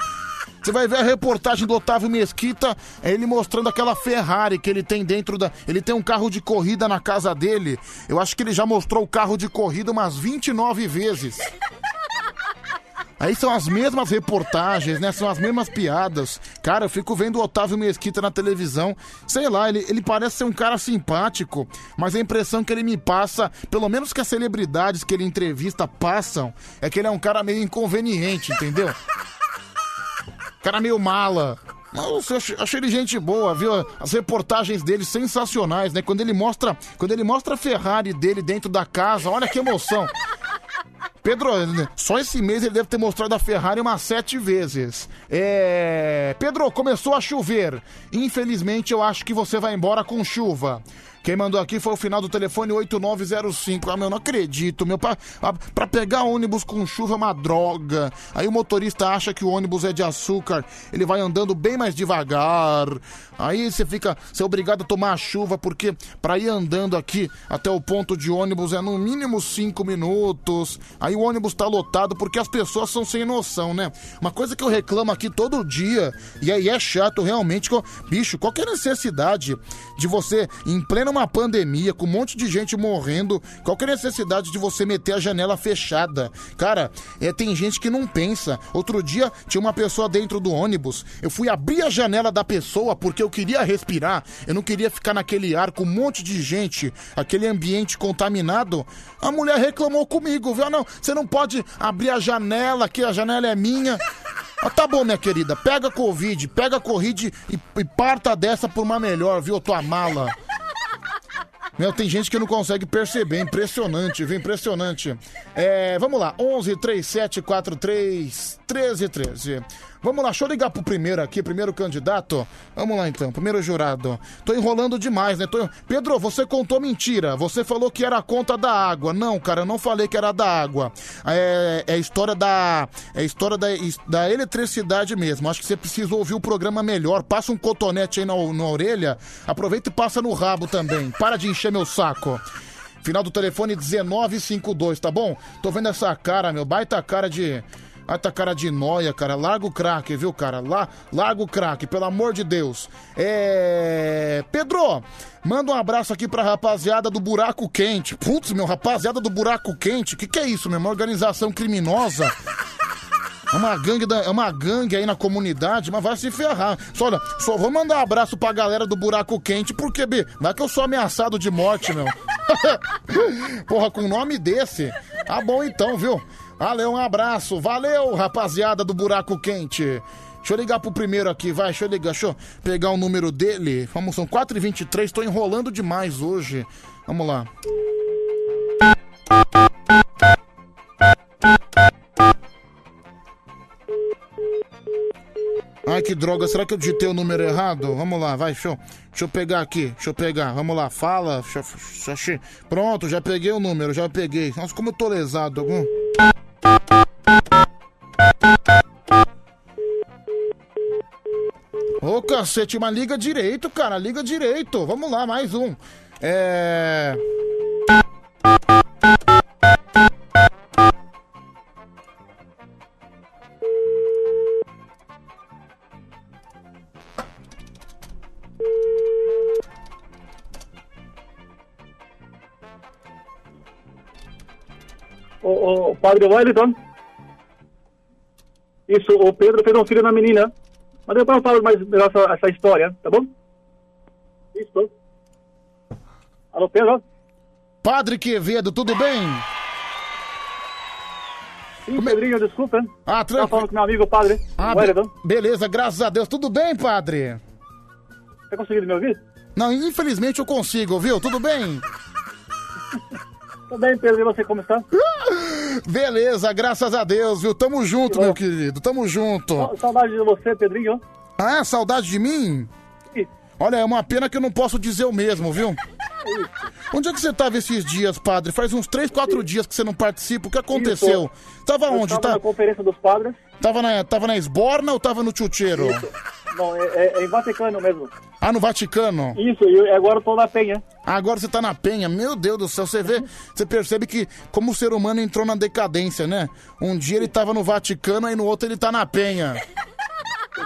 S2: Você vai ver a reportagem do Otávio Mesquita, é ele mostrando aquela Ferrari que ele tem dentro da. Ele tem um carro de corrida na casa dele. Eu acho que ele já mostrou o carro de corrida umas 29 vezes. Aí são as mesmas reportagens, né? São as mesmas piadas. Cara, eu fico vendo o Otávio Mesquita na televisão. Sei lá, ele, ele parece ser um cara simpático, mas a impressão que ele me passa, pelo menos que as celebridades que ele entrevista passam, é que ele é um cara meio inconveniente, entendeu? Cara meio mala. Nossa, eu ach- achei ele gente boa, viu? As reportagens dele sensacionais, né? Quando ele mostra, quando ele mostra a Ferrari dele dentro da casa, olha que emoção. Pedro, só esse mês ele deve ter mostrado a Ferrari umas sete vezes. É... Pedro, começou a chover. Infelizmente, eu acho que você vai embora com chuva. Quem mandou aqui foi o final do telefone 8905. Ah, meu, não acredito, meu. Pra, a- pra pegar ônibus com chuva é uma droga. Aí o motorista acha que o ônibus é de açúcar. Ele vai andando bem mais devagar. Aí você fica, você é obrigado a tomar a chuva, porque pra ir andando aqui até o ponto de ônibus é no mínimo cinco minutos. Aí o ônibus tá lotado porque as pessoas são sem noção, né? Uma coisa que eu reclamo aqui todo dia, e aí é chato realmente, que eu- bicho, qual que é a necessidade de você, em plena uma pandemia, com um monte de gente morrendo, qual que é a necessidade de você meter a janela fechada? Cara, é, tem gente que não pensa. Outro dia tinha uma pessoa dentro do ônibus, eu fui abrir a janela da pessoa porque eu queria respirar, eu não queria ficar naquele ar com um monte de gente, aquele ambiente contaminado. A mulher reclamou comigo, viu? Ah, Não, você não pode abrir a janela, que a janela é minha. Ah, tá bom, minha querida, pega a Covid, pega a Covid e, e parta dessa por uma melhor, viu, tua mala. Meu, tem gente que não consegue perceber. Impressionante, viu? Impressionante. É, vamos lá. 11 37 43 13 13. Vamos lá, deixa eu ligar pro primeiro aqui, primeiro candidato. Vamos lá então, primeiro jurado. Tô enrolando demais, né? Tô- Pedro, você contou mentira. Você falou que era a conta da água. Não, cara, eu não falei que era da água. É, é a história da. É a história da, da eletricidade mesmo. Acho que você precisa ouvir o programa melhor. Passa um cotonete aí na, na orelha. Aproveita e passa no rabo também. Para de encher meu saco. Final do telefone 1952, tá bom? Tô vendo essa cara, meu. Baita cara de. Ah, tá cara de noia, cara. Larga o craque, viu, cara? Lá, larga o craque, pelo amor de Deus. É. Pedro, manda um abraço aqui pra rapaziada do Buraco Quente. Putz, meu, rapaziada do Buraco Quente. Que que é isso, meu? Uma organização criminosa. É uma gangue, da, é uma gangue aí na comunidade, mas vai se ferrar. Só, olha, só vou mandar abraço pra galera do Buraco Quente, porque, B, vai que eu sou ameaçado de morte, meu. Porra, com um nome desse. Tá bom então, viu? Valeu, um abraço. Valeu, rapaziada do Buraco Quente. Deixa eu ligar pro primeiro aqui, vai, deixa eu ligar, deixa eu pegar o número dele. Vamos, são 4h23, tô enrolando demais hoje. Vamos lá. Ai, que droga, será que eu digitei o número errado? Vamos lá, vai, deixa eu, deixa eu pegar aqui, deixa eu pegar, vamos lá, fala. deixa eu- deixa eu- deixa eu- Pronto, já peguei o número, já peguei. Nossa, como eu tô lesado. Algum... Ô, cacete, mas liga direito, cara, liga direito. Vamos lá, mais um. É...
S7: O, padre Wellington? Isso, o Pedro fez um filho na menina. Mas depois eu falo mais melhor essa, essa história, tá bom? Isso. Alô, Pedro?
S2: Padre Quevedo, tudo bem?
S7: Sim, Pedrinho, desculpa.
S2: Ah, tranquilo.
S7: falando com meu amigo, o padre. é,
S2: Ah, be-
S7: Wellington.
S2: beleza, graças a Deus. Tudo bem, padre?
S7: Você conseguiu Tá me ouvir?
S2: Não, infelizmente eu consigo, viu? Tudo bem?
S7: Tudo bem, Pedro, e você como está?
S2: Beleza, graças a Deus, viu? Tamo junto, meu querido, tamo junto.
S7: Saudade de você, Pedrinho.
S2: Ah, saudade de mim? Olha, é uma pena que eu não posso dizer o mesmo, viu? Onde é que você tava esses dias, padre? Faz uns 3, 4 dias que você não participa. O que aconteceu? Tava
S7: Eu
S2: onde?
S7: tava
S2: tá?
S7: na Conferência dos Padres.
S2: Tava na, tava na Esborna ou tava no Tchutcheiro?
S7: Não, é, é- é em Vaticano mesmo.
S2: Ah, no Vaticano?
S7: Isso, e agora eu tô na Penha.
S2: Agora você tá na Penha, meu Deus do céu, você vê, você percebe que como o ser humano entrou na decadência, né? Um dia ele tava no Vaticano, aí no outro ele tá na Penha.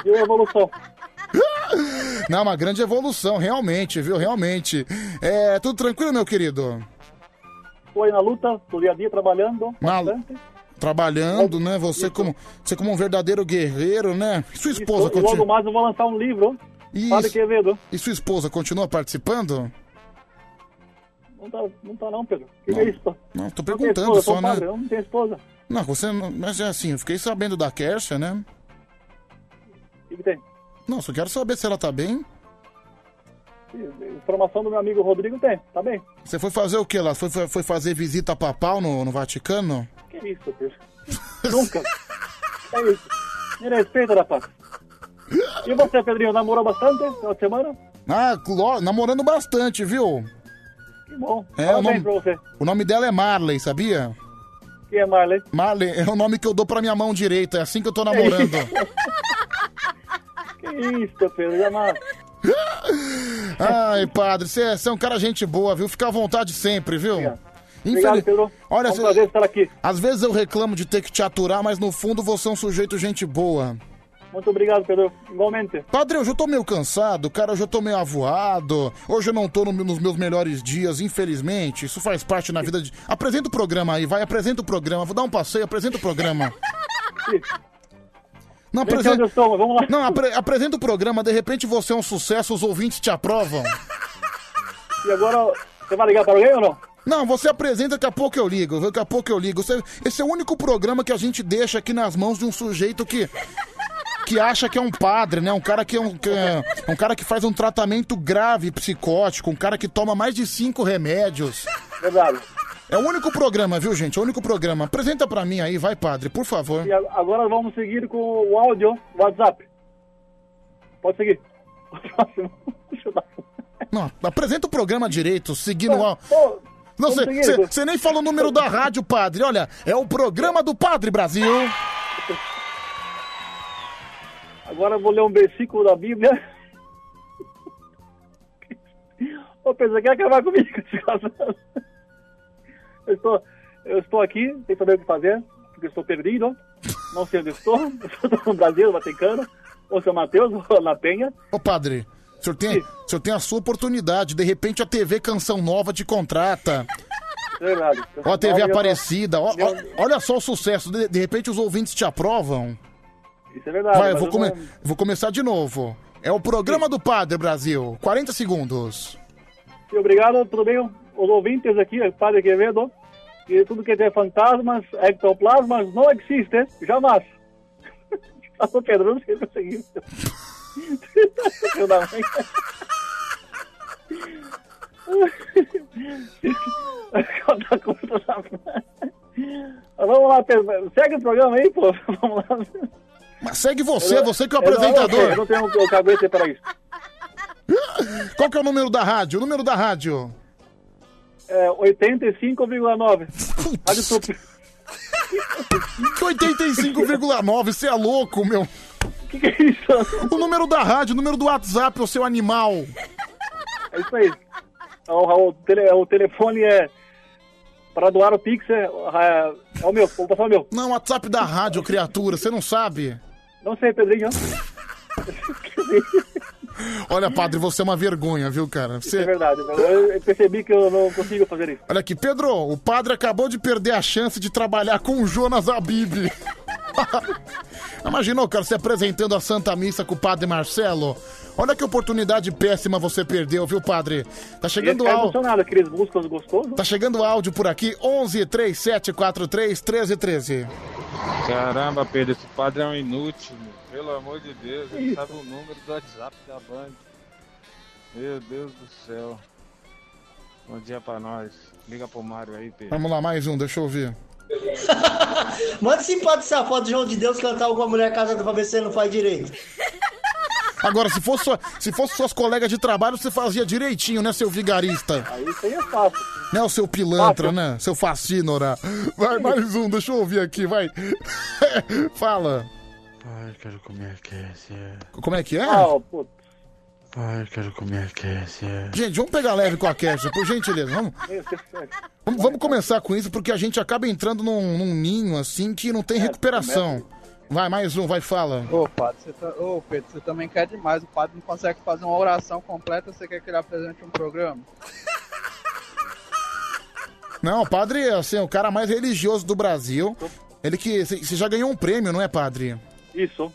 S7: Viu a evolução?
S2: Não, uma grande evolução, realmente, viu? Realmente. É, tudo tranquilo, meu querido?
S7: Tô aí na luta, tô dia a dia trabalhando.
S2: Mal-
S7: bastante.
S2: Trabalhando, né? Você como, você como um verdadeiro guerreiro, né? E sua esposa
S7: e logo
S2: continua.
S7: mais eu vou lançar um livro. é Padre Quevedo.
S2: E sua esposa continua participando?
S7: Não tá, não tá não, Pedro. O que, que é isso?
S2: Não, tô
S7: Não tem esposa,
S2: perguntando
S7: eu sou
S2: só,
S7: padre,
S2: né?
S7: Eu não tenho esposa.
S2: Não, você não. Mas é assim, eu fiquei sabendo da Kersia, né?
S7: O que, que tem?
S2: Não, só quero saber se ela tá bem.
S7: Informação do meu amigo Rodrigo tem, tá bem?
S2: Você foi fazer o que lá? Foi, foi foi fazer visita papal no, no Vaticano?
S7: Que isso, Pedro? Nunca. É isso. Me respeita, rapaz. E você, Pedrinho, namorou bastante no final de semana?
S2: Ah, lo- namorando bastante, viu?
S7: Que bom.
S2: É, o nome-
S7: Parabéns pra você.
S2: O nome dela é Marley, sabia?
S7: Quem é Marley?
S2: Marley é o nome que eu dou pra minha mão direita, é assim que eu tô namorando.
S7: Que isso, Pedro? Jamais.
S2: Ai, padre, você é um cara gente boa, viu? Fica à vontade sempre, viu?
S7: Obrigado, Pedro.
S2: Olha,
S7: É um
S2: cê-
S7: prazer estar aqui.
S2: Às vezes eu reclamo de ter que te aturar, mas no fundo você é um sujeito gente boa.
S7: Muito obrigado, Pedro. Igualmente.
S2: Padre, hoje eu tô meio cansado, cara, hoje eu tô meio avoado, hoje eu não tô no- nos meus melhores dias, infelizmente. Isso faz parte na vida de. Apresenta o programa aí, vai, apresenta o programa. Vou dar um passeio, apresenta o programa. Não,
S7: Vê
S2: apresen-
S7: onde eu estou, vamos lá.
S2: Não, apre- apresenta o programa, de repente você é um sucesso, os ouvintes te aprovam.
S7: E agora, você vai ligar para alguém ou não?
S2: Não, você apresenta, daqui a pouco eu ligo, daqui a pouco eu ligo. Você- Esse é o único programa que a gente deixa aqui nas mãos de um sujeito que. Que acha que é um padre, né? Um cara que é um, que é- um cara que faz um tratamento grave psicótico, um cara que toma mais de cinco remédios.
S7: Verdade.
S2: É o único programa, viu, gente? É o único programa. Apresenta pra mim aí, vai, padre, por favor.
S7: E a- agora vamos seguir com o áudio do WhatsApp. Pode seguir.
S2: Não, apresenta o programa direito, seguindo o. Não,
S7: vamos seguir, Igor.
S2: você nem fala o número da rádio, padre. Olha, é o programa do Padre Brasil.
S7: Agora eu vou ler um versículo da Bíblia. Ô, Pedro, quer acabar comigo? Eu estou, eu estou aqui sem saber o que fazer, porque eu estou perdido. não sei onde estou, estou no Brasil, no Vaticano, ou São Mateus, ou La Penha.
S2: Ô padre, o senhor, tem, o senhor tem a sua oportunidade. De repente a TV Canção Nova te contrata.
S7: Sei lá,
S2: Ó a TV
S7: Eu tô-
S2: Aparecida. ó- ó- olha só o sucesso. De, de repente os ouvintes te aprovam.
S7: Isso é verdade.
S2: Vai, eu
S7: mas
S2: vou,
S7: eu
S2: come-
S7: não-
S2: vou começar de novo. É o programa do Padre Brasil. 40 segundos.
S7: E obrigado, tudo bem? Os ouvintes aqui, é Padre Quevedo, e tudo que tem fantasmas, ectoplasmas, não existe, jamais. Passou Pedro, eu não sei é conseguir. Filho da mãe. Conta conta da mãe. Vamos lá, Pedro. Segue o programa aí, pô. Vamos lá.
S2: Mas segue você, você que é o
S7: Eu não-
S2: apresentador.
S7: Eu não tenho cabeça para isso.
S2: Qual que é o número da rádio? O número da rádio.
S7: É, 85,9. Rádio Tupi.
S2: 85,9, você é louco, meu. Que que é isso? O número da rádio, o número do WhatsApp, o seu animal.
S7: É isso aí. O, o tele- o telefone é. Para doar o Pix é, é, é o meu, vou passar o meu.
S2: Não, o WhatsApp da rádio, criatura, você não sabe?
S7: Não sei, Pedrinho.
S2: Olha, padre, você é uma vergonha, viu, cara?
S7: Isso
S2: Você...
S7: é verdade. Pedro. Eu eu percebi que eu não consigo fazer isso.
S2: Olha aqui, Pedro, o padre acabou de perder a chance de trabalhar com o Jonas Abib. Imaginou, cara, se apresentando a Santa Missa com o padre Marcelo? Olha que oportunidade péssima você perdeu, viu, padre? Tá chegando
S7: E ele tá
S2: ao...
S7: emocionado, aqueles músicos gostosos.
S2: Tá chegando áudio por aqui, 11 3743 1313.
S15: Caramba, Pedro, esse padre é um inútil, meu. pelo amor de Deus, ele sabe o número do WhatsApp da Band. Meu Deus do céu. Bom dia pra nós. Liga pro Mário aí, Pedro.
S2: Vamos lá, mais um, deixa eu ouvir.
S16: Manda esse pode safado do João de Deus cantar alguma mulher casada pra ver se ele não faz direito.
S2: Agora, se fosse, sua- se fosse suas colegas de trabalho, você fazia direitinho, né, seu vigarista?
S7: Isso aí é fácil.
S2: Né, o seu pilantra, né? Seu fascínora. Vai, mais um, deixa eu ouvir aqui, vai. Fala.
S9: Ai, quero comer Kessia.
S2: Como é que é?
S9: Ai, quero comer Kessia.
S2: Gente, vamos pegar leve com a Kessia, por gentileza. Vamos,
S9: é.
S2: vamos, vamos começar com isso, porque a gente acaba entrando num, num ninho, assim, que não tem recuperação. Vai, mais um, vai, fala.
S17: Ô, padre, você tá- ô, Pedro, você também quer demais. O padre não consegue fazer uma oração completa, você quer que ele apresente um programa?
S2: Não, o padre é assim, o cara mais religioso do Brasil. Ele que. Você já ganhou um prêmio, não é, padre?
S7: Isso.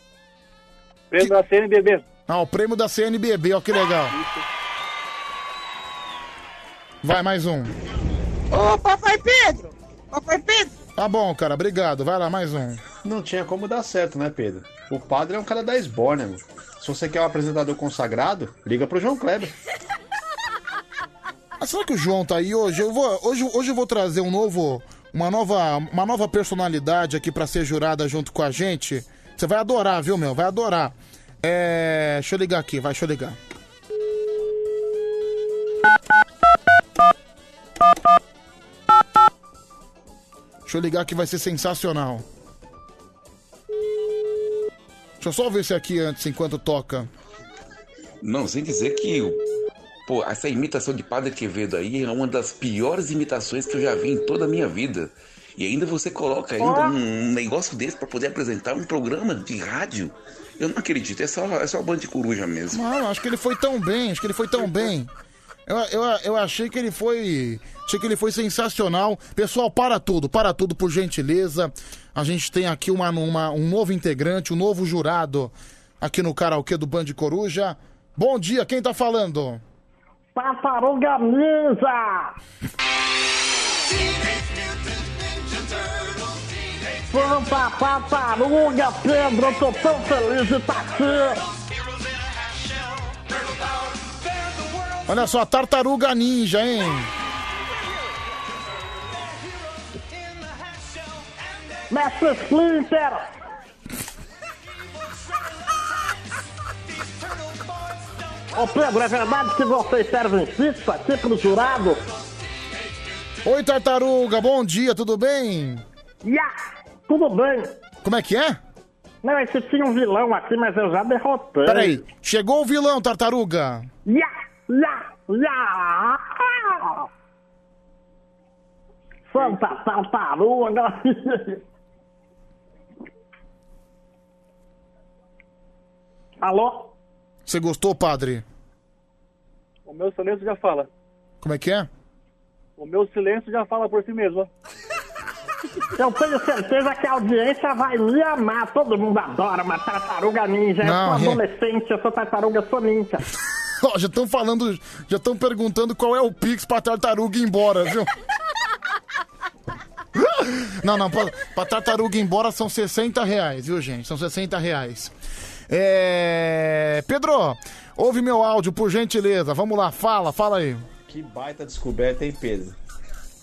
S7: Prêmio da CNBB.
S2: Ah, o prêmio da CNBB, ó que legal. Vai, mais um.
S16: Ô, papai Pedro! Papai Pedro!
S2: Tá bom, cara, obrigado. Vai lá, mais um.
S5: Não tinha como dar certo, né, Pedro? O padre é um cara da esbórnia, mano. Se você quer um apresentador consagrado, liga pro João Kleber.
S2: Ah, será que o João tá aí hoje? Eu vou, hoje, hoje eu vou trazer um novo. Uma nova, uma nova personalidade aqui pra ser jurada junto com a gente. Você vai adorar, viu, meu? Vai adorar. É. Deixa eu ligar aqui, vai, deixa eu ligar. Deixa eu ligar que vai ser sensacional. Deixa eu só ver esse aqui antes, enquanto toca.
S26: Não, sem dizer que. Pô, essa imitação de Padre Quevedo aí é uma das piores imitações que eu já vi em toda a minha vida. E ainda você coloca ainda um negócio desse pra poder apresentar um programa de rádio. Eu não acredito, é só, é só bando de coruja mesmo.
S2: Não, acho que ele foi tão bem, acho que ele foi tão bem. Eu, eu, eu achei que ele foi. Achei que ele foi sensacional. Pessoal, para tudo, para tudo, por gentileza. A gente tem aqui uma, uma- um novo integrante, um novo jurado aqui no karaokê do Band Coruja. Bom dia, quem tá falando?
S16: Tartaruga Ninja! Santa Tartaruga, Pedro, eu tô tão feliz de estar aqui!
S2: Olha só, tartaruga ninja, hein?
S16: Mestre Splinter! Ô Pedro, é verdade que vocês servem pizza aqui pro jurado?
S2: Oi, tartaruga, bom dia, tudo bem?
S16: Ya! Tudo bem!
S2: Como é que é?
S16: Não, esse tinha um vilão aqui, mas eu já derrotei.
S2: Peraí, chegou o vilão, tartaruga.
S16: Ya, ya, ya. Santa Tartaruga.
S7: Alô?
S2: Você gostou, padre?
S7: O meu silêncio já fala.
S2: Como é que é?
S7: O meu silêncio já fala por si mesmo. ó.
S3: Eu tenho certeza que a audiência vai me amar. Todo mundo adora uma tartaruga ninja.
S2: Não,
S3: eu sou
S2: é-
S3: adolescente, eu sou tartaruga, eu sou ninja.
S2: Ó, já estão falando, já estão perguntando qual é o Pix pra tartaruga ir embora, viu? Não, não, pra, pra tartaruga ir embora são 60 reais, viu, gente? São 60 reais. É... Pedro, ouve meu áudio, por gentileza. Vamos lá, fala, fala aí.
S27: Que baita descoberta, hein, Pedro?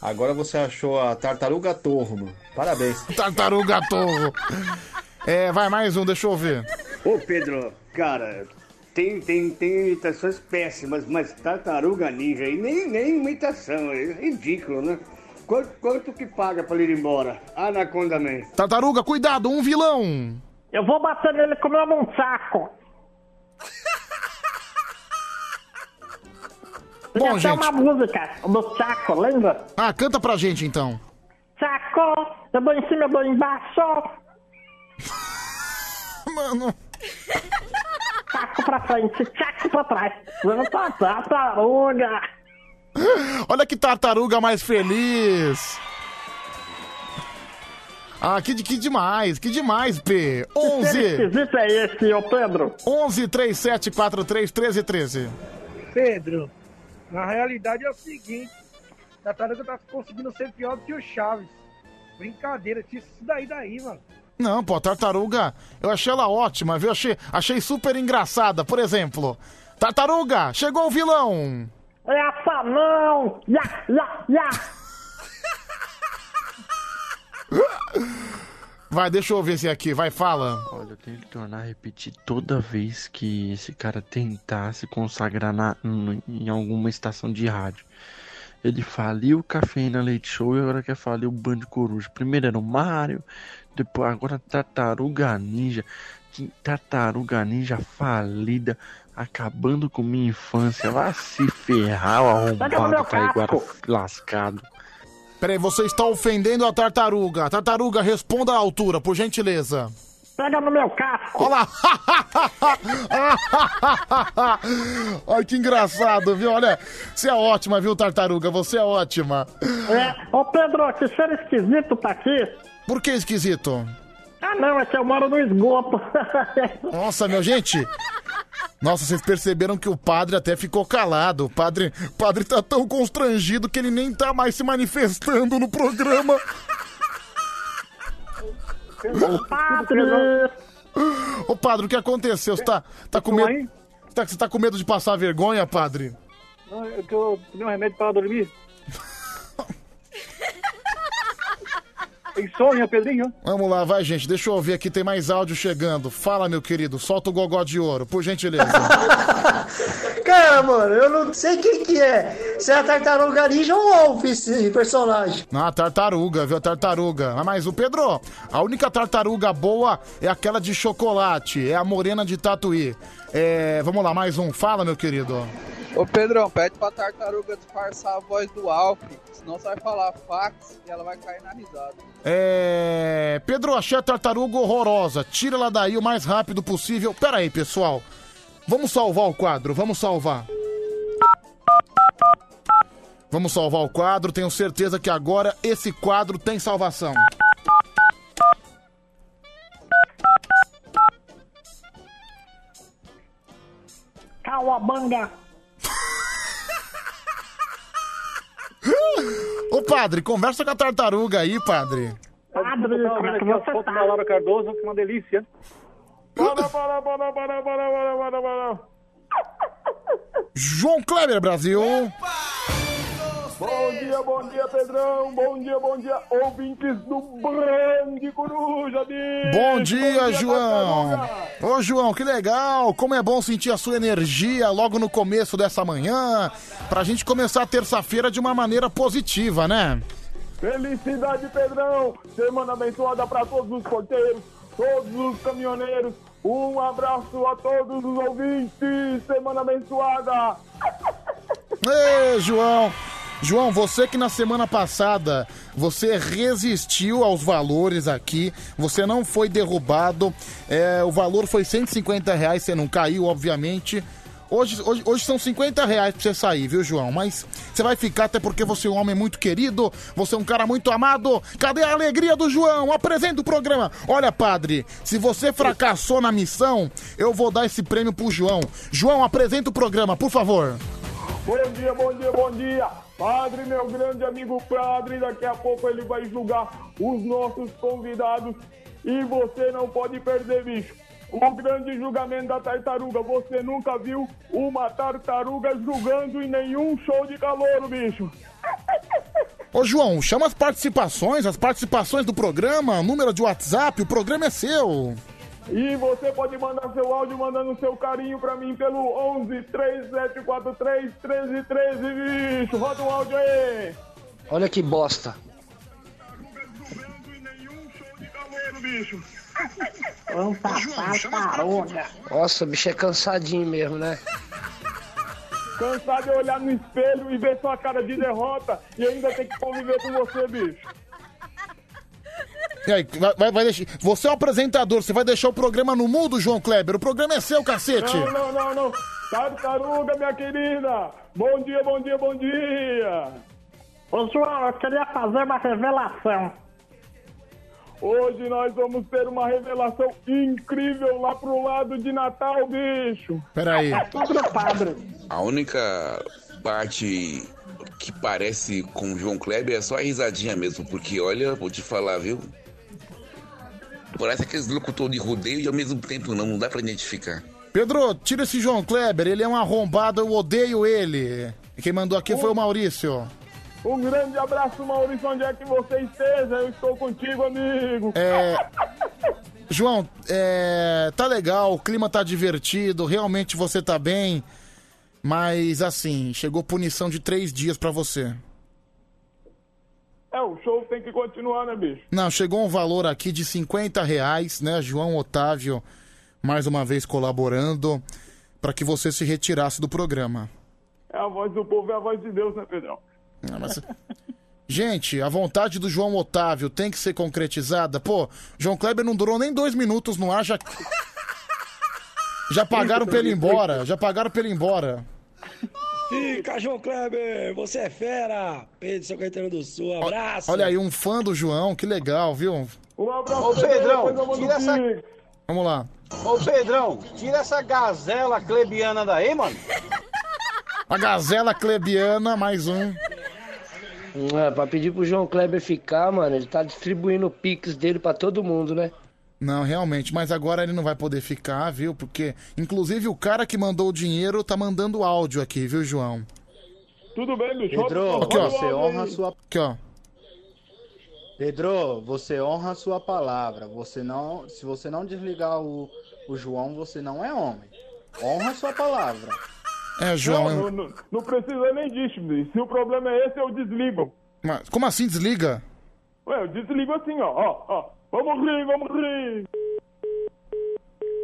S27: Agora você achou a tartaruga torro, mano. Parabéns.
S2: Tartaruga torro. É, vai mais um, deixa eu ver.
S13: Ô Pedro, cara, tem, tem, tem imitações péssimas, mas tartaruga ninja aí nem, nem imitação, é ridículo, né? Quanto, quanto que paga pra ele ir embora? Anaconda Man.
S2: Tartaruga, cuidado, um vilão.
S3: Eu vou bater nele com meu monsaco.
S2: Bom,
S3: Tem até
S2: gente.
S3: tá uma música do saco, lembra?
S2: Ah, canta pra gente então.
S3: Saco, eu vou em cima, eu vou embaixo.
S2: Mano.
S3: Saco pra frente, saco pra trás. Levanta a tartaruga.
S2: Olha que tartaruga mais feliz. Ah, que, de- que demais, que demais, P. 11.
S3: Que esquisito é esse, ô Pedro?
S2: 11 37 43 13 13.
S5: Pedro, na realidade é o seguinte: a Tartaruga tá conseguindo ser pior do que o Chaves. Brincadeira, tira isso daí daí, mano.
S2: Não, pô, a tartaruga, eu achei ela ótima, viu? Achei, achei super engraçada. Por exemplo, tartaruga, chegou o vilão.
S3: Essa não! Ya, ya, ya!
S2: Vai, deixa eu ver esse aqui, vai, fala.
S9: Olha, eu tenho que tornar a repetir toda vez que esse cara tentar se consagrar na, n- em alguma estação de rádio. Ele faliu o Cafeína Leite Show e agora quer falir o Band Coruja. Primeiro era o Mario, depois agora Tartaruga Ninja. Que Tartaruga Ninja falida, acabando com minha infância. Vai se ferrar, o
S2: Cadê o meu
S9: arrombado, caiguara
S2: casco?
S9: lascado.
S2: Peraí, você está ofendendo a tartaruga. Tartaruga, responda à altura, por gentileza.
S3: Pega no meu casco.
S2: Olha lá. Olha que engraçado, viu? Olha, você é ótima, viu, tartaruga? Você é ótima.
S3: É, ô Pedro, que ser esquisito tá aqui.
S2: Por que é esquisito?
S3: Ah não, é que eu moro no esgoto.
S2: Nossa, meu gente. Nossa, vocês perceberam que o padre até ficou calado. O padre, o padre tá tão constrangido que ele nem tá mais se manifestando no programa.
S3: Padre!
S2: Ô padre, o que aconteceu? Você tá, tá com medo? Tá, você tá com medo de passar vergonha, padre?
S7: Não, eu que eu tomei um remédio para dormir.
S2: Insônia, Pedrinho. Vamos lá, vai, gente. Deixa eu ouvir aqui, tem mais áudio chegando. Fala, meu querido, solta o gogó de ouro, por gentileza.
S3: Cara, mano, eu não sei quem que é. Se é a tartaruga ninja ou o Wolf, esse personagem.
S2: Ah, tartaruga, viu? A tartaruga. Ah, Mas o Pedro, a única tartaruga boa é aquela de chocolate, é a morena de tatuí. É, vamos lá, mais um. Fala, meu querido.
S28: Ô Pedrão, pede pra tartaruga disfarçar a voz do Alf, senão você vai falar fax e ela vai cair na risada.
S2: É, Pedro, achei a tartaruga horrorosa. Tira ela daí o mais rápido possível. Pera aí, pessoal. Vamos salvar o quadro, vamos salvar. Vamos salvar o quadro, tenho certeza que agora esse quadro tem salvação.
S3: Cauabanga.
S2: Ô padre, conversa com a tartaruga aí, padre.
S7: Padre, eu tava vendo aqui as fotos da Laura Cardoso, que é uma delícia. Bora, bora, bora, bora, bora, bora, bora, bora.
S2: João Kleber Brasil.
S20: Bom dia, bom dia, Pedrão. Bom dia, bom dia, ouvintes do Brand Coruja. bicho.
S2: Bom dia, João.
S20: tartaruga.
S2: Ô, João, que legal. Como é bom sentir a sua energia logo no começo dessa manhã, pra gente começar a terça-feira de uma maneira positiva, né?
S20: Felicidade, Pedrão. Semana abençoada para todos os porteiros, todos os caminhoneiros. Um abraço a todos os ouvintes. Semana abençoada.
S2: Ê, João. João, você que na semana passada você resistiu aos valores aqui, você não foi derrubado, é, o valor foi 150 reais, você não caiu, obviamente. Hoje, hoje, hoje são 50 reais pra você sair, viu, João? Mas você vai ficar até porque você é um homem muito querido, você é um cara muito amado. Cadê a alegria do João? Apresenta o programa. Olha, padre, se você fracassou na missão, eu vou dar esse prêmio pro João. João, apresenta o programa, por favor.
S20: Bom dia, bom dia, bom dia. Padre, meu grande amigo padre, daqui a pouco ele vai julgar os nossos convidados e você não pode perder, bicho. O grande julgamento da tartaruga. Você nunca viu uma tartaruga julgando em nenhum show de calor, bicho.
S2: Ô, João, chama as participações, as participações do programa, número de WhatsApp, o programa é seu.
S20: E você pode mandar seu áudio mandando seu carinho pra mim pelo 11 3743 1313, bicho. Roda o áudio aí.
S17: Olha que bosta.
S20: Primeiro, bicho.
S17: Nossa, o bicho é cansadinho mesmo, né?
S20: Cansado de olhar no espelho e ver sua cara de derrota e ainda ter que conviver com você, bicho.
S2: E aí, vai, vai- vai deixar. Você é o apresentador, você vai deixar o programa no mundo, João Kleber? O programa é seu, cacete!
S20: Não, não, não, não. Tartaruga, minha querida. Bom dia, bom dia, bom dia. Ô, João, eu queria fazer uma revelação. Hoje nós vamos ter uma revelação incrível lá pro lado de Natal, bicho. Tá
S2: Peraí.
S20: Sobre o padre.
S26: A única parte que parece com o João Kleber é só a risadinha mesmo, porque olha, vou te falar, viu? Parece aqueles locutor de rodeio e ao mesmo tempo não, não dá pra identificar.
S2: Pedro, tira esse João Kleber, ele é um arrombado, eu odeio ele. E Quem mandou aqui foi o Maurício.
S20: Um grande abraço, Maurício, onde é que você esteja. Eu estou contigo, amigo.
S2: É. João, é, tá legal, o clima tá divertido, realmente você tá bem. Mas assim, chegou punição de três dias pra você.
S20: É, o show tem que continuar, né, bicho?
S2: Não, chegou um valor aqui de 50 reais, né? João Otávio, mais uma vez colaborando, pra que você se retirasse do programa.
S20: É a voz do povo, é a voz de Deus, né, Pedrão?
S2: Ah, mas- Gente, a vontade do João Otávio tem que ser concretizada. Pô, João Kleber não durou nem dois minutos no ar, já. Já pagaram pra ele ir embora, já pagaram pra ele ir embora.
S29: Fica, João Kleber! Você é fera! Pedro, seu Caetano do Sul, abraço!
S2: Olha aí, um fã do João, que legal, viu?
S20: Um abraço,
S5: Ô, Pedrão, tira essa...
S2: Vamos lá.
S5: Ô, Pedrão, tira essa gazela clebiana daí, mano.
S2: A Gazela Klebiana, mais um.
S17: É, pra pedir pro João Kleber ficar, mano, ele tá distribuindo o pix dele pra todo mundo, né?
S2: Não, realmente, mas agora ele não vai poder ficar, viu? Porque, inclusive, o cara que mandou o dinheiro tá mandando áudio aqui, viu, João?
S20: Tudo bem, bicho?
S2: Pedro,
S5: Roda o áudio
S2: você
S5: aí.
S2: honra a
S5: sua-
S2: Aqui, ó.
S5: Pedro, você honra a sua palavra. Você não, se você não desligar o, o João, você não é homem. Honra a sua palavra.
S2: É, João.
S5: Não,
S2: eu-
S5: não,
S20: Não, não precisa nem disso, bicho. Se o problema é esse, eu desligo.
S2: Mas como assim desliga?
S20: Ué, eu desligo assim, ó, ó, ó. Vamos rir, vamos rir.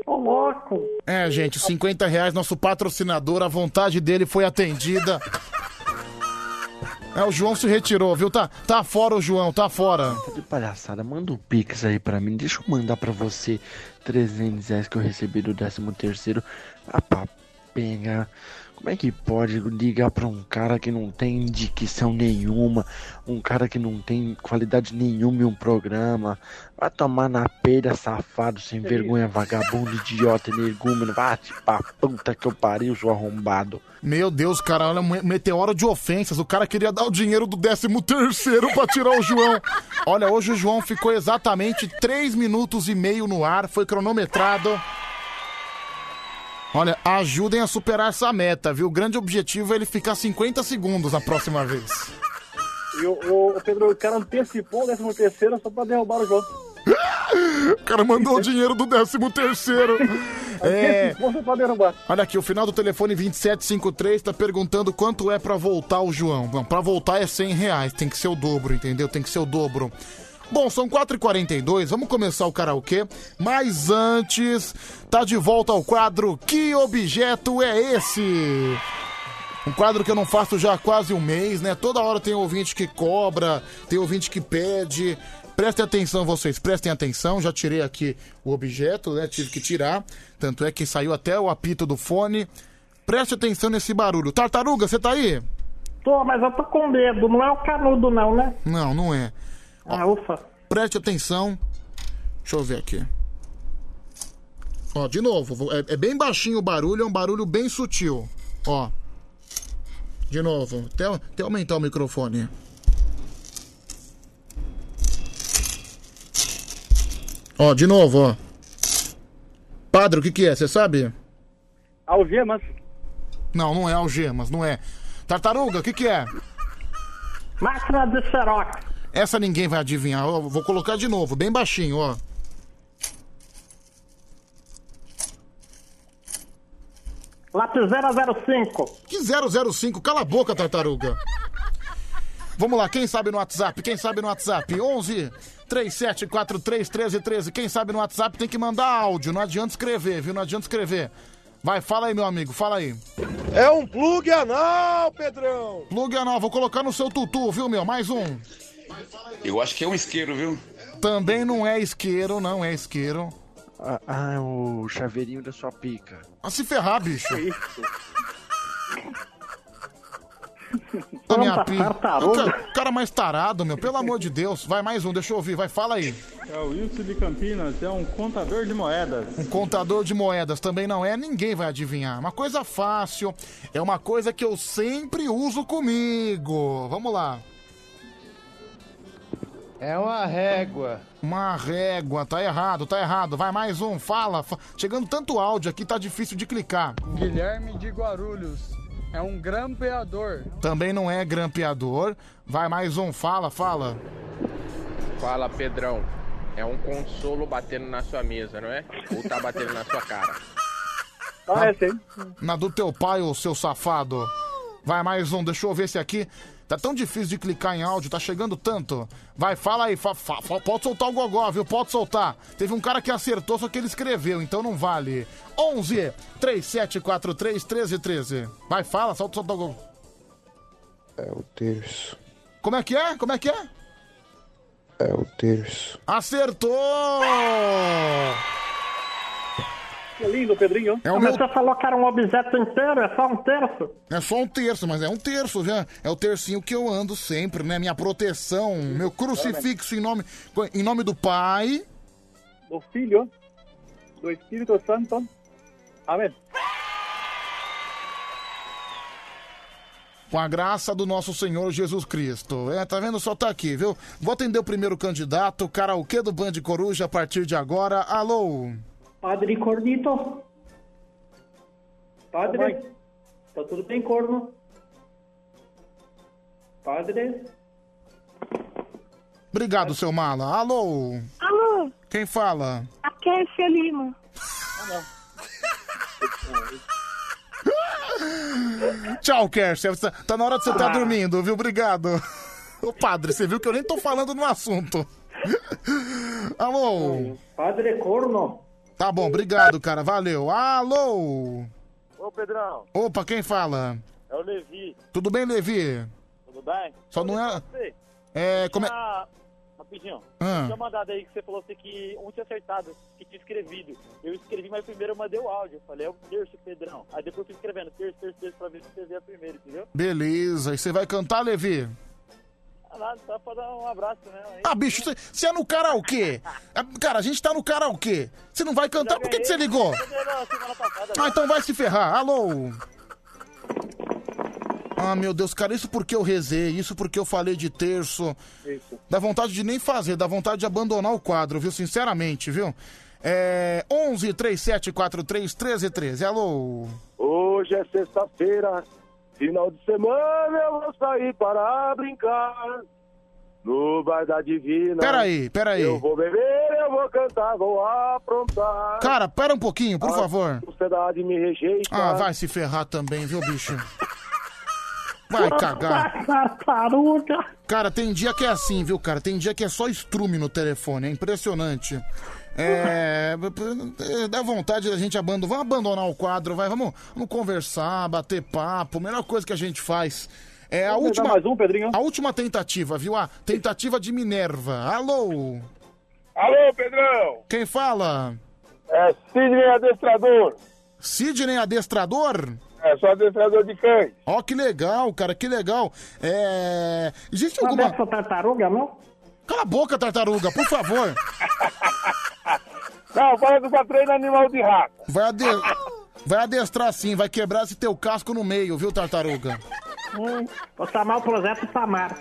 S20: Ô, louco.
S2: É, gente, 50 reais, nosso patrocinador, a vontade dele foi atendida. É, o João se retirou, viu? Tá, tá fora o João, tá fora.
S9: De palhaçada, manda um pix aí pra mim. Deixa eu mandar pra você 300 reais que eu recebi do 13 terceiro. Ah, papenga. Como é que pode ligar pra um cara que não tem dicção nenhuma, um cara que não tem qualidade nenhuma em um programa? Vai tomar na peira, safado, sem vergonha, vagabundo, idiota, energúmeno. Vai te pra puta que eu pariu, seu arrombado.
S2: Meu Deus, cara, olha, me- meteoro de ofensas. O cara queria dar o dinheiro do 13 terceiro pra tirar o João. Olha, hoje o João ficou exatamente 3 minutos e meio no ar, foi cronometrado. Olha, ajudem a superar essa meta, viu? O grande objetivo é ele ficar 50 segundos na próxima vez.
S7: E o, o- o Pedro, o cara antecipou o 13 terceiro só pra derrubar o jogo.
S2: O cara mandou o dinheiro do 13 terceiro. É...
S7: Antecipou só pra derrubar.
S2: Olha aqui, o final do telefone 2753 tá perguntando quanto é pra voltar o João. Não, pra voltar é 100 reais, tem que ser o dobro, entendeu? Tem que ser o dobro. Bom, são 4h42, vamos começar o karaokê. Mas antes, tá de volta ao quadro Que Objeto é Esse? Um quadro que eu não faço já há quase um mês, né? Toda hora tem ouvinte que cobra, tem ouvinte que pede. Prestem atenção vocês, prestem atenção. Já tirei aqui o objeto, né? Tive que tirar. Tanto é que saiu até o apito do fone. Preste atenção nesse barulho. Tartaruga, você tá aí?
S6: Tô, mas eu tô com medo. Não é o canudo, não, né?
S2: Não, não é.
S6: Ah, ufa.
S2: Preste atenção. Deixa eu ver aqui. Ó, de novo, vou- é, é bem baixinho o barulho, é um barulho bem sutil. Ó. De novo, até, até aumentar o microfone. Ó, de novo, ó. Padre, o que que é? Você sabe?
S7: Algemas.
S2: Não, não é algemas, não é. Tartaruga, o que que é?
S6: Máquina de xerox.
S2: Essa ninguém vai adivinhar. Ó, vou colocar de novo, bem baixinho, ó.
S6: Lapiseira 05.
S2: Que 005? Cala a boca, tartaruga. Vamos lá, quem sabe no WhatsApp? Quem sabe no WhatsApp? 11 3743 1313. Quem sabe no WhatsApp tem que mandar áudio. Não adianta escrever, viu? Não adianta escrever. Vai, fala aí, meu amigo, fala aí. É um plug anal, Pedrão! Plug anal, vou colocar no seu tutu, viu, meu? Mais um.
S26: Eu acho que é um isqueiro, viu?
S2: Também não é isqueiro, não é isqueiro.
S9: Ah, ah, é o chaveirinho da sua pica. É
S2: A Ah, se ferrar, bicho.
S9: Tanta
S2: Da minha pi...
S9: tartaruga.
S2: O cara, o cara mais tarado, meu. Pelo amor de Deus. Vai mais um, deixa eu ouvir. Vai, fala aí.
S14: É o Wilson de Campinas, é um contador de moedas.
S2: Um contador de moedas também não é, ninguém vai adivinhar. Uma coisa fácil, é uma coisa que eu sempre uso comigo. Vamos lá. É uma régua. Uma régua, tá errado, tá errado. Vai mais um, fala. fa- Chegando tanto áudio aqui, tá difícil de clicar.
S20: Guilherme de Guarulhos. É um grampeador.
S2: Também não é grampeador. Vai mais um, fala, fala.
S25: Fala, Pedrão. É um consolo batendo na sua mesa, não é? Ou tá batendo na sua cara?
S2: Ah, é sim. Na do teu pai, ô seu safado. Vai mais um, deixa eu ver esse aqui. Tá tão difícil de clicar em áudio, tá chegando tanto. Vai, fala aí, fa- fa- fa- pode soltar o gogó, viu? Pode soltar. Teve um cara que acertou, só que ele escreveu, então não vale. 11 3743 1313. Vai, fala, solta, solta o gogó.
S24: É o terço.
S2: Como é que é? Como é que é?
S24: É o terço.
S2: Acertou!
S6: Que lindo, Pedrinho.
S2: É
S6: É
S2: o
S6: Mas
S2: meu-
S6: você falou que era um objeto inteiro, é só um terço?
S2: É só um terço, mas é um terço já. É o tercinho que eu ando sempre, né? Minha proteção, meu crucifixo em nome, em nome do Pai.
S7: Do Filho, do Espírito Santo. Amém.
S2: Com a graça do nosso Senhor Jesus Cristo. É, tá vendo? Só tá aqui, viu? Vou atender o primeiro candidato, karaokê do Band Coruja, a partir de agora. Alô?
S6: Padre Cornito. Padre. Tá tudo bem, corno? Padre.
S2: Obrigado, seu mala. Alô?
S30: Alô,
S2: Quem fala?
S30: aqui é Cia Lima.
S2: Tchau, Kersia. Tá- Tá na hora de você estar dormindo, viu? Obrigado. Ô, padre, você viu que eu nem tô falando no assunto. Alô?
S6: Padre Corno.
S2: Tá bom, obrigado, cara. Valeu. Alô?
S31: Ô, Pedrão,
S2: Opa, quem fala?
S31: é o Levi,
S2: Tudo bem, Levi?
S31: tudo bem?
S2: Só não é-
S31: Você,
S2: É, como é...
S31: tinha- Ah, Rapidinho,
S2: Ah.
S31: tinha mandado aí que você falou assim que um tinha acertado, que tinha escrevido. Eu escrevi, mas primeiro eu mandei o áudio. Eu falei, é o terço, Pedrão. Aí depois eu fui escrevendo, terço, terço, terço, pra ver se você via primeiro, entendeu?
S2: Beleza. E você vai cantar, Levi?
S31: Ah, nada, só pra dar um abraço mesmo aí.
S2: Ah, bicho, você- você é no karaokê. Ah, Cara, a gente tá no karaokê. Você não vai cantar? Por que, que você ligou? Ah, então vai se ferrar. Alô? Ah, meu Deus, cara, isso porque eu rezei, isso porque eu falei de terço. Dá vontade de nem fazer, dá vontade de abandonar o quadro, viu? Sinceramente, viu? É 11 3743 1313. Alô?
S32: Hoje é sexta-feira, final de semana eu vou sair para brincar. No bar da Divina.
S2: Peraí, peraí.
S32: Eu vou beber, eu vou cantar, vou aprontar.
S2: Cara, pera um pouquinho,
S13: Ah,
S2: por favor.
S32: A sociedade me rejeita.
S2: Ah, vai se ferrar também, viu, bicho? Vai cagar. Cara, tem dia que é assim, viu, cara? Tem dia que é só estrume no telefone, é impressionante. É, b- b- dá vontade da gente abandonar. Vamos abandonar o quadro, vai. Vamos, vamos conversar, bater papo. A melhor coisa que a gente faz. É a
S7: Vamos
S2: última.
S7: dar mais um,
S2: A última tentativa, viu? A tentativa de Minerva. Alô?
S10: Alô, Pedrão!
S2: Quem fala?
S10: É Sidney Adestrador.
S2: Sidney Adestrador?
S10: É, sou adestrador de cães.
S2: Ó, que legal, cara, que legal. É... Existe alguma... Não tartaruga, não? Cala a boca, tartaruga, por favor.
S10: Não, fala do treino animal de rato.
S2: Vai, ade... vai adestrar sim, vai quebrar esse teu casco no meio, viu, tartaruga?
S6: Hum, vou chamar o projeto Samar.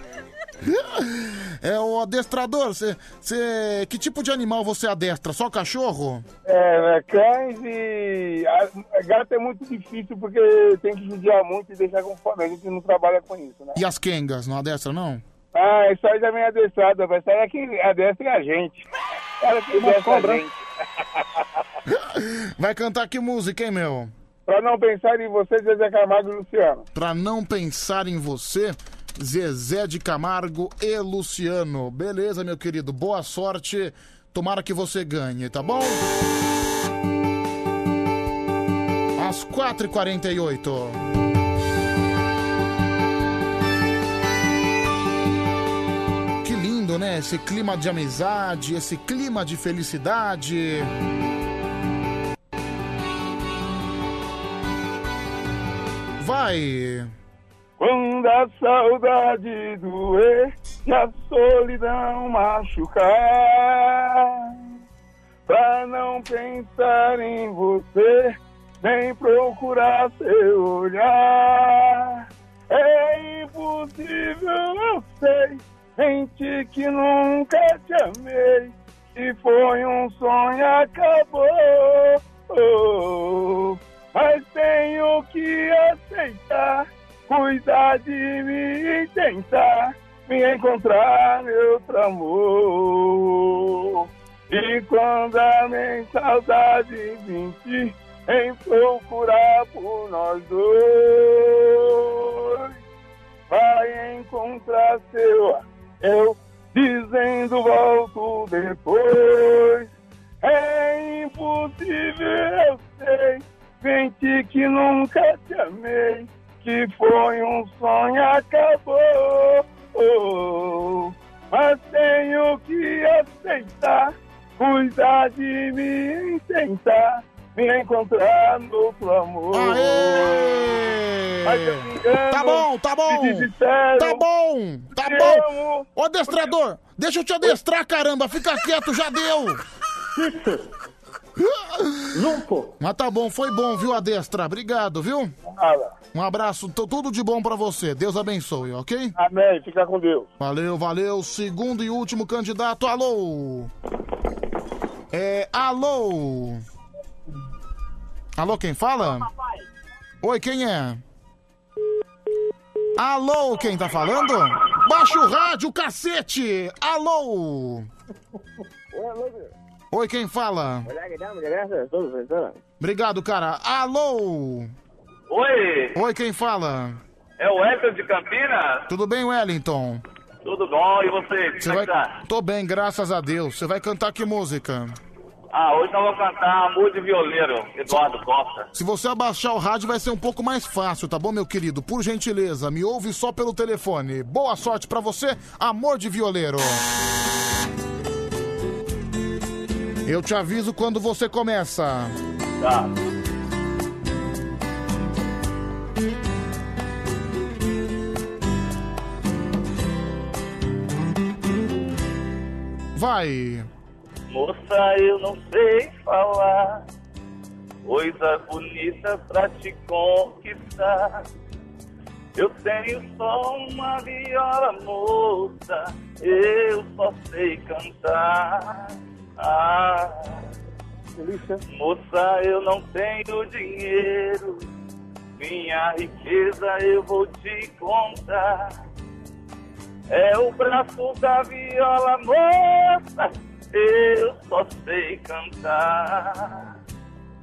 S2: É, o adestrador, você... você- Que tipo de animal você adestra? Só cachorro?
S10: É, né, cães e. a- Gato é muito difícil porque tem que judiar muito e deixar com fome. A gente não trabalha com isso, né?
S2: E as quengas, não adestra, não?
S10: Ah, isso aí também é adestrada, vai sair aqui, adestra a gente. Ela que
S2: Uma
S10: adestra
S2: cobra.
S10: a gente.
S2: Vai cantar que música, hein, meu?
S10: Pra não pensar em você, Zezé Camargo e Luciano.
S2: Pra não pensar em você, Zezé de Camargo e Luciano. Beleza, meu querido. Boa sorte. Tomara que você ganhe, tá bom? Às 4h48. Que lindo, né? Esse clima de amizade, esse clima de felicidade. Vai!
S10: Quando a saudade doer e a solidão machucar, pra não pensar em você, nem procurar seu
S2: Ah.
S10: olhar. É impossível, eu sei, senti que nunca te amei, e foi um sonho, acabou. Mas tenho que aceitar, cuidar de mim e tentar me encontrar, meu outro amor. E quando a minha saudade sentir, em procurar por nós dois, vai encontrar seu eu, dizendo volto depois. É impossível, eu sei. Senti que nunca te amei, que foi um sonho, acabou. Mas tenho que aceitar, cuidar de mim e tentar me encontrar no outro amor. Mas eu me engano,
S2: Tá bom, tá bom!
S10: me desespero.
S2: Tá bom! Tá
S10: Te
S2: bom! Ô adestrador, deixa eu te adestrar, caramba! Fica quieto, já deu! Lumpo! Mas tá bom, foi bom, viu, adestra? Obrigado, viu? Um abraço, tu- tudo de bom pra você. Deus abençoe, ok?
S10: Amém, fica com Deus.
S2: Valeu, valeu. Segundo e último candidato, alô! É, alô! Alô, quem fala? Oi, quem é? Alô, quem tá falando? Baixa o rádio, cacete! Alô! Oi, quem fala? Obrigado, cara. Alô!
S1: Oi,
S2: Oi, quem fala?
S1: é o Wellington de Campinas?
S2: Tudo bem, Wellington?
S1: Tudo bom, e você?
S2: Você
S1: Como
S2: vai...
S1: é que tá?
S2: Tô bem, graças a Deus. Você vai cantar que música?
S1: Ah, hoje nós vamos cantar Amor de Violeiro, Eduardo Costa.
S2: Se você abaixar o rádio, vai ser um pouco mais fácil, tá bom, meu querido? Por gentileza, me ouve só pelo telefone. Boa sorte pra você, amor de violeiro. Eu te aviso quando você começa.
S1: Tá.
S2: Vai.
S1: Moça, eu não sei falar coisas bonitas pra te conquistar. Eu tenho só uma viola moça, eu só sei cantar. Ah, moça, eu não tenho dinheiro, minha riqueza eu vou te contar. É o braço da viola moça, eu só sei cantar.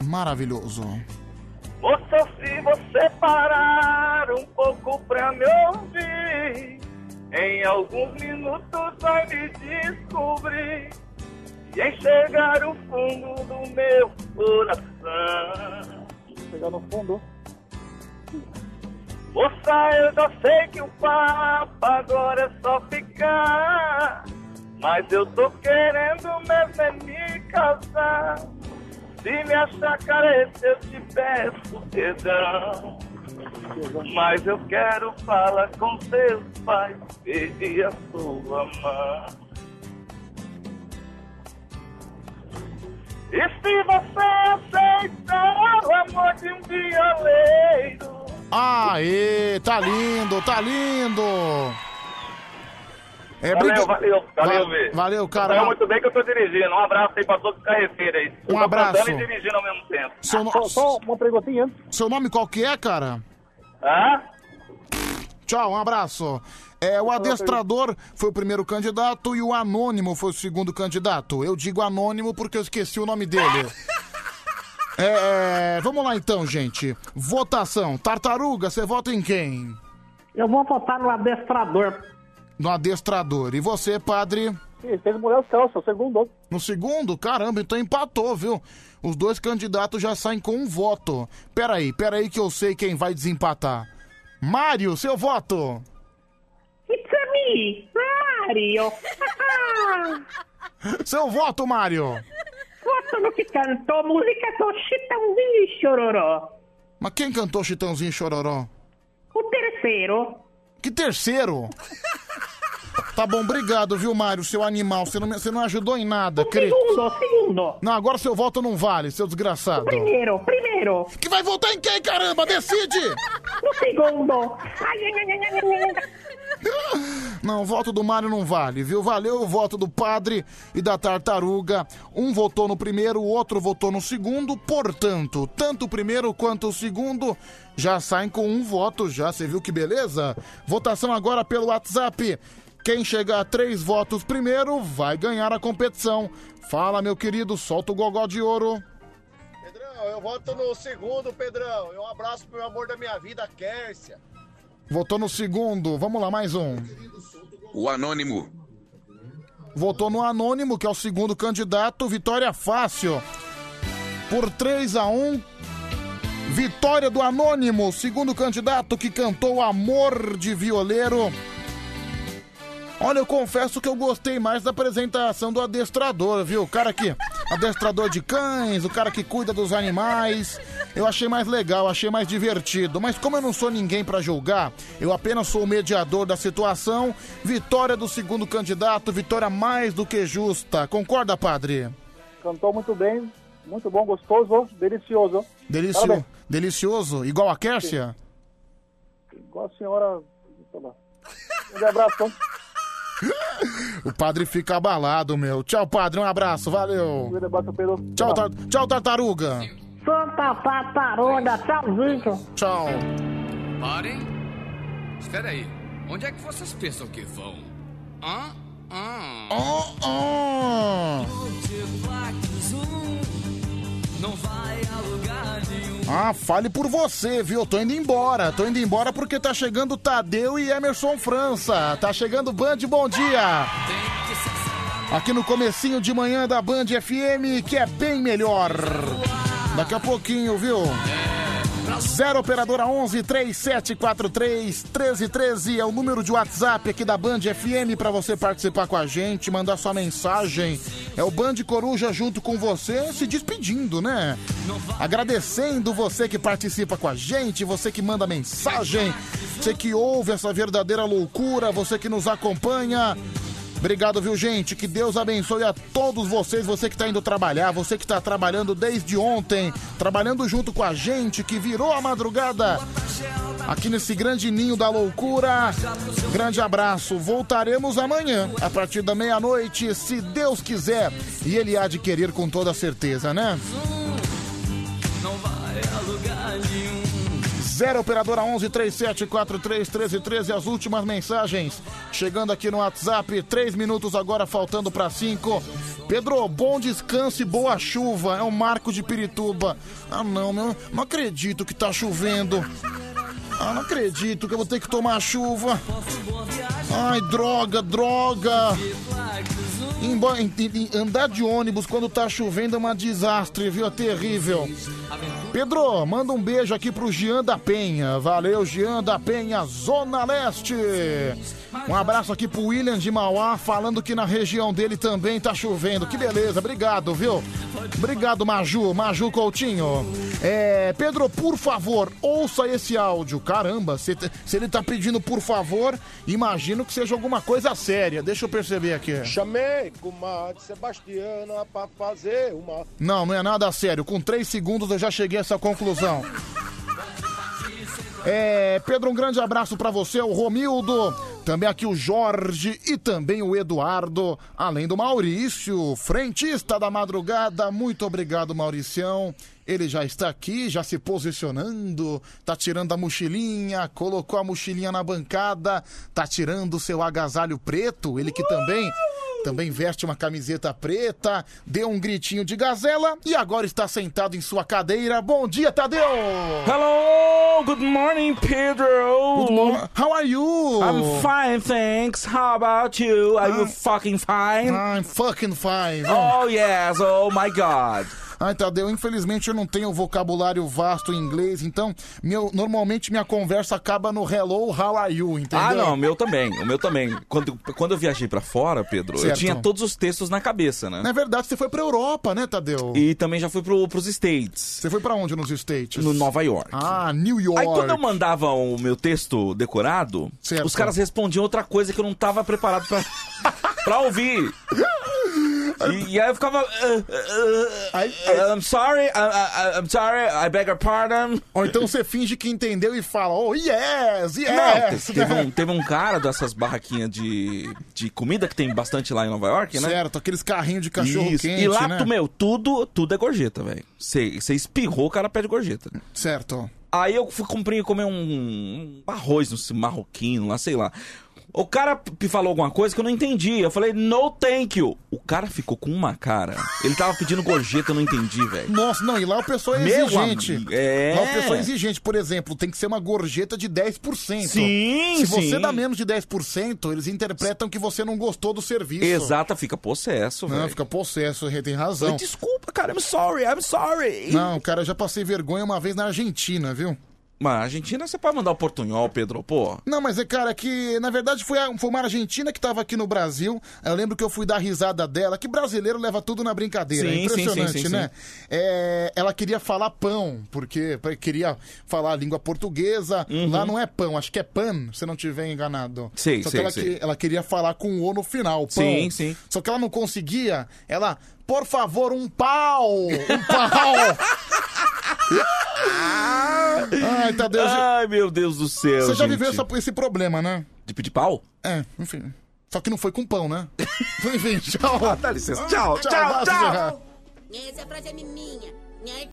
S2: Maravilhoso.
S1: Moça, se você parar um pouco pra me ouvir, em alguns minutos vai me descobrir e enxergar o fundo do meu coração.
S7: Chegar no fundo.
S1: Moça, eu já sei que o papo agora é só ficar. Mas eu tô querendo mesmo é me casar. Se me achar careta, eu te peço perdão. Mas eu quero falar com seus pais e a sua mãe. E se você aceitar o amor de um violeiro,
S2: Aê, tá lindo, tá lindo! É
S1: Valeu,
S2: brinca-
S1: valeu, valeu,
S2: Va-
S1: Vê.
S2: Valeu,
S1: Saiu
S2: cara.
S1: muito bem que eu tô dirigindo. Um abraço aí pra todos os carreteiros aí. Eu tô
S2: abraço.
S1: cantando e dirigindo ao mesmo tempo.
S2: Seu no-
S7: uma perguntinha.
S2: Seu nome qual que é, cara?
S1: Hã?
S2: Tchau, um abraço. É, o adestrador foi o primeiro candidato e o anônimo foi o segundo candidato. Eu digo anônimo porque eu esqueci o nome dele. É, vamos lá então, gente. Votação. Tartaruga, você vota em quem?
S6: Eu vou votar no adestrador.
S2: No adestrador. E você, padre?
S7: Ele fez mulher os
S6: é
S7: calças, segundo.
S2: No segundo? Caramba, então empatou, viu? Os dois candidatos já saem com um voto. Peraí, peraí que eu sei quem vai desempatar. Mário, seu voto!
S3: It's a me, Mario.
S2: Seu voto, Mário!
S3: Voto no que cantou música do Chitãozinho e Chororó.
S2: Mas quem cantou Chitãozinho e Chororó?
S3: O terceiro.
S2: Que terceiro? Tá bom, obrigado, viu, Mário, seu animal. Você não, me- você não ajudou em nada, querido.
S3: Segundo, segundo.
S2: Não, agora seu voto não vale, seu desgraçado.
S3: Primeiro, primeiro.
S2: Que vai votar em quem, caramba? Decide!
S3: No segundo. Ai, ai, ai, ai, ai, ai, ai.
S2: Não, o voto do Mário não vale, viu? Valeu o voto do padre e da tartaruga. Um votou no primeiro, o outro votou no segundo. Portanto, tanto o primeiro quanto o segundo já saem com um voto já. Você viu que beleza? Votação agora pelo WhatsApp. Quem chegar a três votos primeiro vai ganhar a competição. Fala, meu querido, solta o gogó de ouro.
S4: Pedrão, eu voto no segundo, Pedrão. E um abraço pro amor da minha vida, Kércia.
S2: Votou no segundo. Vamos lá, mais um.
S26: O anônimo.
S2: votou no Anônimo, que é o segundo candidato. Vitória fácil. Por 3 a 1 Vitória do Anônimo, segundo candidato que cantou Amor de Violeiro. Olha, eu confesso que eu gostei mais da apresentação do adestrador, viu? O cara que. Adestrador de cães, o cara que cuida dos animais. Eu achei mais legal, achei mais divertido. Mas como eu não sou ninguém pra julgar, eu apenas sou o mediador da situação. Vitória do segundo candidato, vitória mais do que justa. Concorda, padre?
S7: Cantou muito bem, muito bom, gostoso, delicioso.
S2: Delicio...
S7: Parabéns.
S2: Delicioso? Igual a Kércia?
S7: Igual a senhora. sei lá. Um abraço.
S2: O padre fica abalado, meu. Tchau, padre. Um abraço.
S7: Um
S2: Valeu. Tchau, tar- Tchau tartaruga.
S6: Santa Tartaruga, tchauzinho.
S2: Tchau.
S5: Parem! Espera aí, onde é que vocês pensam que vão? Hã? Hã?
S2: Oh,
S3: Não vai a lugar nenhum.
S2: Ah, fale por você, viu? Tô indo embora. Tô indo embora porque tá chegando Tadeu e Emerson França. Tá chegando Band, bom dia. Aqui no comecinho de manhã da Band FM, que é bem melhor. Daqui a pouquinho, viu? 0 operadora 11 3743 1313 é o número de WhatsApp aqui da Band FM pra você participar com a gente, mandar sua mensagem. É o Band Coruja junto com você se despedindo, né? Agradecendo você que participa com a gente, você que manda mensagem, você que ouve essa verdadeira loucura, você que nos acompanha. Obrigado, viu, gente? Que Deus abençoe a todos vocês, você que tá indo trabalhar, você que tá trabalhando desde ontem, trabalhando junto com a gente, que virou a madrugada aqui nesse grande ninho da loucura. Grande abraço. Voltaremos amanhã, a partir da meia-noite, se Deus quiser. E Ele há de querer com toda certeza, né?
S3: Não vai a lugar nenhum.
S2: 0 operadora 11 3743 1313 as últimas mensagens chegando aqui no WhatsApp, 3 minutos agora faltando para 5. Pedro, bom descanso e boa chuva. É o Marco de Pirituba. Ah, não, meu, não acredito que tá chovendo. Ah, não acredito que eu vou ter que tomar chuva. Ai, droga, droga. Embora- em- em- em- andar de ônibus quando tá chovendo é um desastre, viu? É terrível. Pedro, manda um beijo aqui pro Jean da Penha. Valeu, Jean da Penha, Zona Leste. Um abraço aqui pro William de Mauá, falando que na região dele também tá chovendo. Que beleza, obrigado, viu? Obrigado, Maju, Maju Coutinho. É, Pedro, por favor, ouça esse áudio. Caramba, se, te- se ele tá pedindo por favor, imagino que seja alguma coisa séria. Deixa eu perceber aqui.
S4: Chamei comadre Sebastiana pra fazer uma.
S2: Não, não é nada sério. Com três segundos eu já cheguei a essa conclusão. É, Pedro, um grande abraço pra você, o Romildo, também aqui o Jorge e também o Eduardo, além do Maurício, frentista da madrugada. Muito obrigado, Mauricião. Ele já está aqui, já se posicionando, tá tirando a mochilinha, colocou a mochilinha na bancada, tá tirando o seu agasalho preto, ele que também também veste uma camiseta preta, deu um gritinho de gazela e agora está sentado em sua cadeira. Bom dia, Tadeu!
S8: Hello, good morning, Pedro.
S2: Good mor- How are you? Ah.
S8: I'm fine, thanks. How about you? Are you fucking fine?
S2: I'm fucking fine.
S8: Oh yes, oh my god.
S2: Ai, Tadeu, infelizmente eu não tenho vocabulário vasto em inglês, então meu, normalmente minha conversa acaba no hello, how are you, entendeu?
S8: Ah, não, o meu também, o meu também. Quando, quando eu viajei pra fora, Pedro, eu
S2: Certo.
S8: tinha todos os textos na cabeça, né?
S2: Na verdade, você foi pra Europa, né, Tadeu?
S8: E também já fui pro, pros States,
S2: Você foi pra onde nos States?
S8: no Nova York.
S2: Ah, New York.
S8: Aí quando eu mandava o meu texto decorado, os caras respondiam outra coisa que eu não tava preparado pra, pra ouvir. E, e aí eu ficava. "Uh, uh, uh, I'm sorry, I- I- I'm sorry, I beg your pardon.
S2: Ou então você "É." finge que entendeu e fala, oh, yes,
S8: Não,
S2: yes!
S8: te- teve, um, teve um cara dessas barraquinhas de, de comida que tem bastante lá em Nova York, né?
S2: Certo, aqueles carrinhos de cachorro
S8: Isso.
S2: quente,
S8: E lá,
S2: né?
S8: tu, meu, tudo, tudo é gorjeta, velho. Você espirrou, o cara pede gorjeta.
S2: Certo.
S8: Aí eu fui comprar, comer um, um arroz um marroquino lá, sei lá. O cara p- falou alguma coisa que eu não entendi. Eu falei, no thank you. O cara ficou com uma cara. Ele tava pedindo gorjeta, eu não entendi, velho.
S2: Nossa, não, e lá o pessoal é
S8: Meu
S2: exigente.
S8: amigo, é.
S2: Lá o pessoal é exigente, por exemplo, tem que ser uma gorjeta de 10%.
S8: Sim,
S2: Se você
S8: sim.
S2: dá menos de 10%, eles interpretam que você não gostou do serviço.
S8: Exata, fica possesso,
S2: Não,
S8: velho.
S2: fica possesso, tem razão.
S8: Desculpa, cara, I'm sorry, I'm sorry.
S2: Não, cara, eu já passei vergonha uma vez na Argentina, viu?
S8: Mas a Argentina você pode mandar o portunhol, Pedro, pô.
S2: Não, mas é, cara, que na verdade foi, a- foi uma argentina que tava aqui no Brasil. Eu lembro que eu fui dar risada dela, que brasileiro leva tudo na brincadeira. é
S8: Sim, sim, sim,
S2: impressionante,
S8: sim, sim.
S2: né? É, ela queria falar pão, porque porque queria falar a língua portuguesa. Lá não é pão, acho que é pan, se não tiver enganado.
S8: Uhum. Sei,
S2: Só
S8: sei,
S2: que ela,
S8: sei.
S2: que- ela queria falar com o O no final, pão.
S8: Sim, sim.
S2: Só que ela não conseguia. Ela, por favor, um pau! Um pau! Ai, Tadeu,
S8: Ai, meu Deus do céu.
S2: você já
S8: gente.
S2: viveu essa- esse problema, né?
S8: De pedir pau?
S2: É, enfim. Só que não foi com pão, né? Enfim, tchau.
S8: Ah,
S2: um-
S8: Dá licença. Tchau,
S2: vai
S8: tchau,
S2: se
S8: tchau.
S2: ferrar.
S11: Essa frase é minha.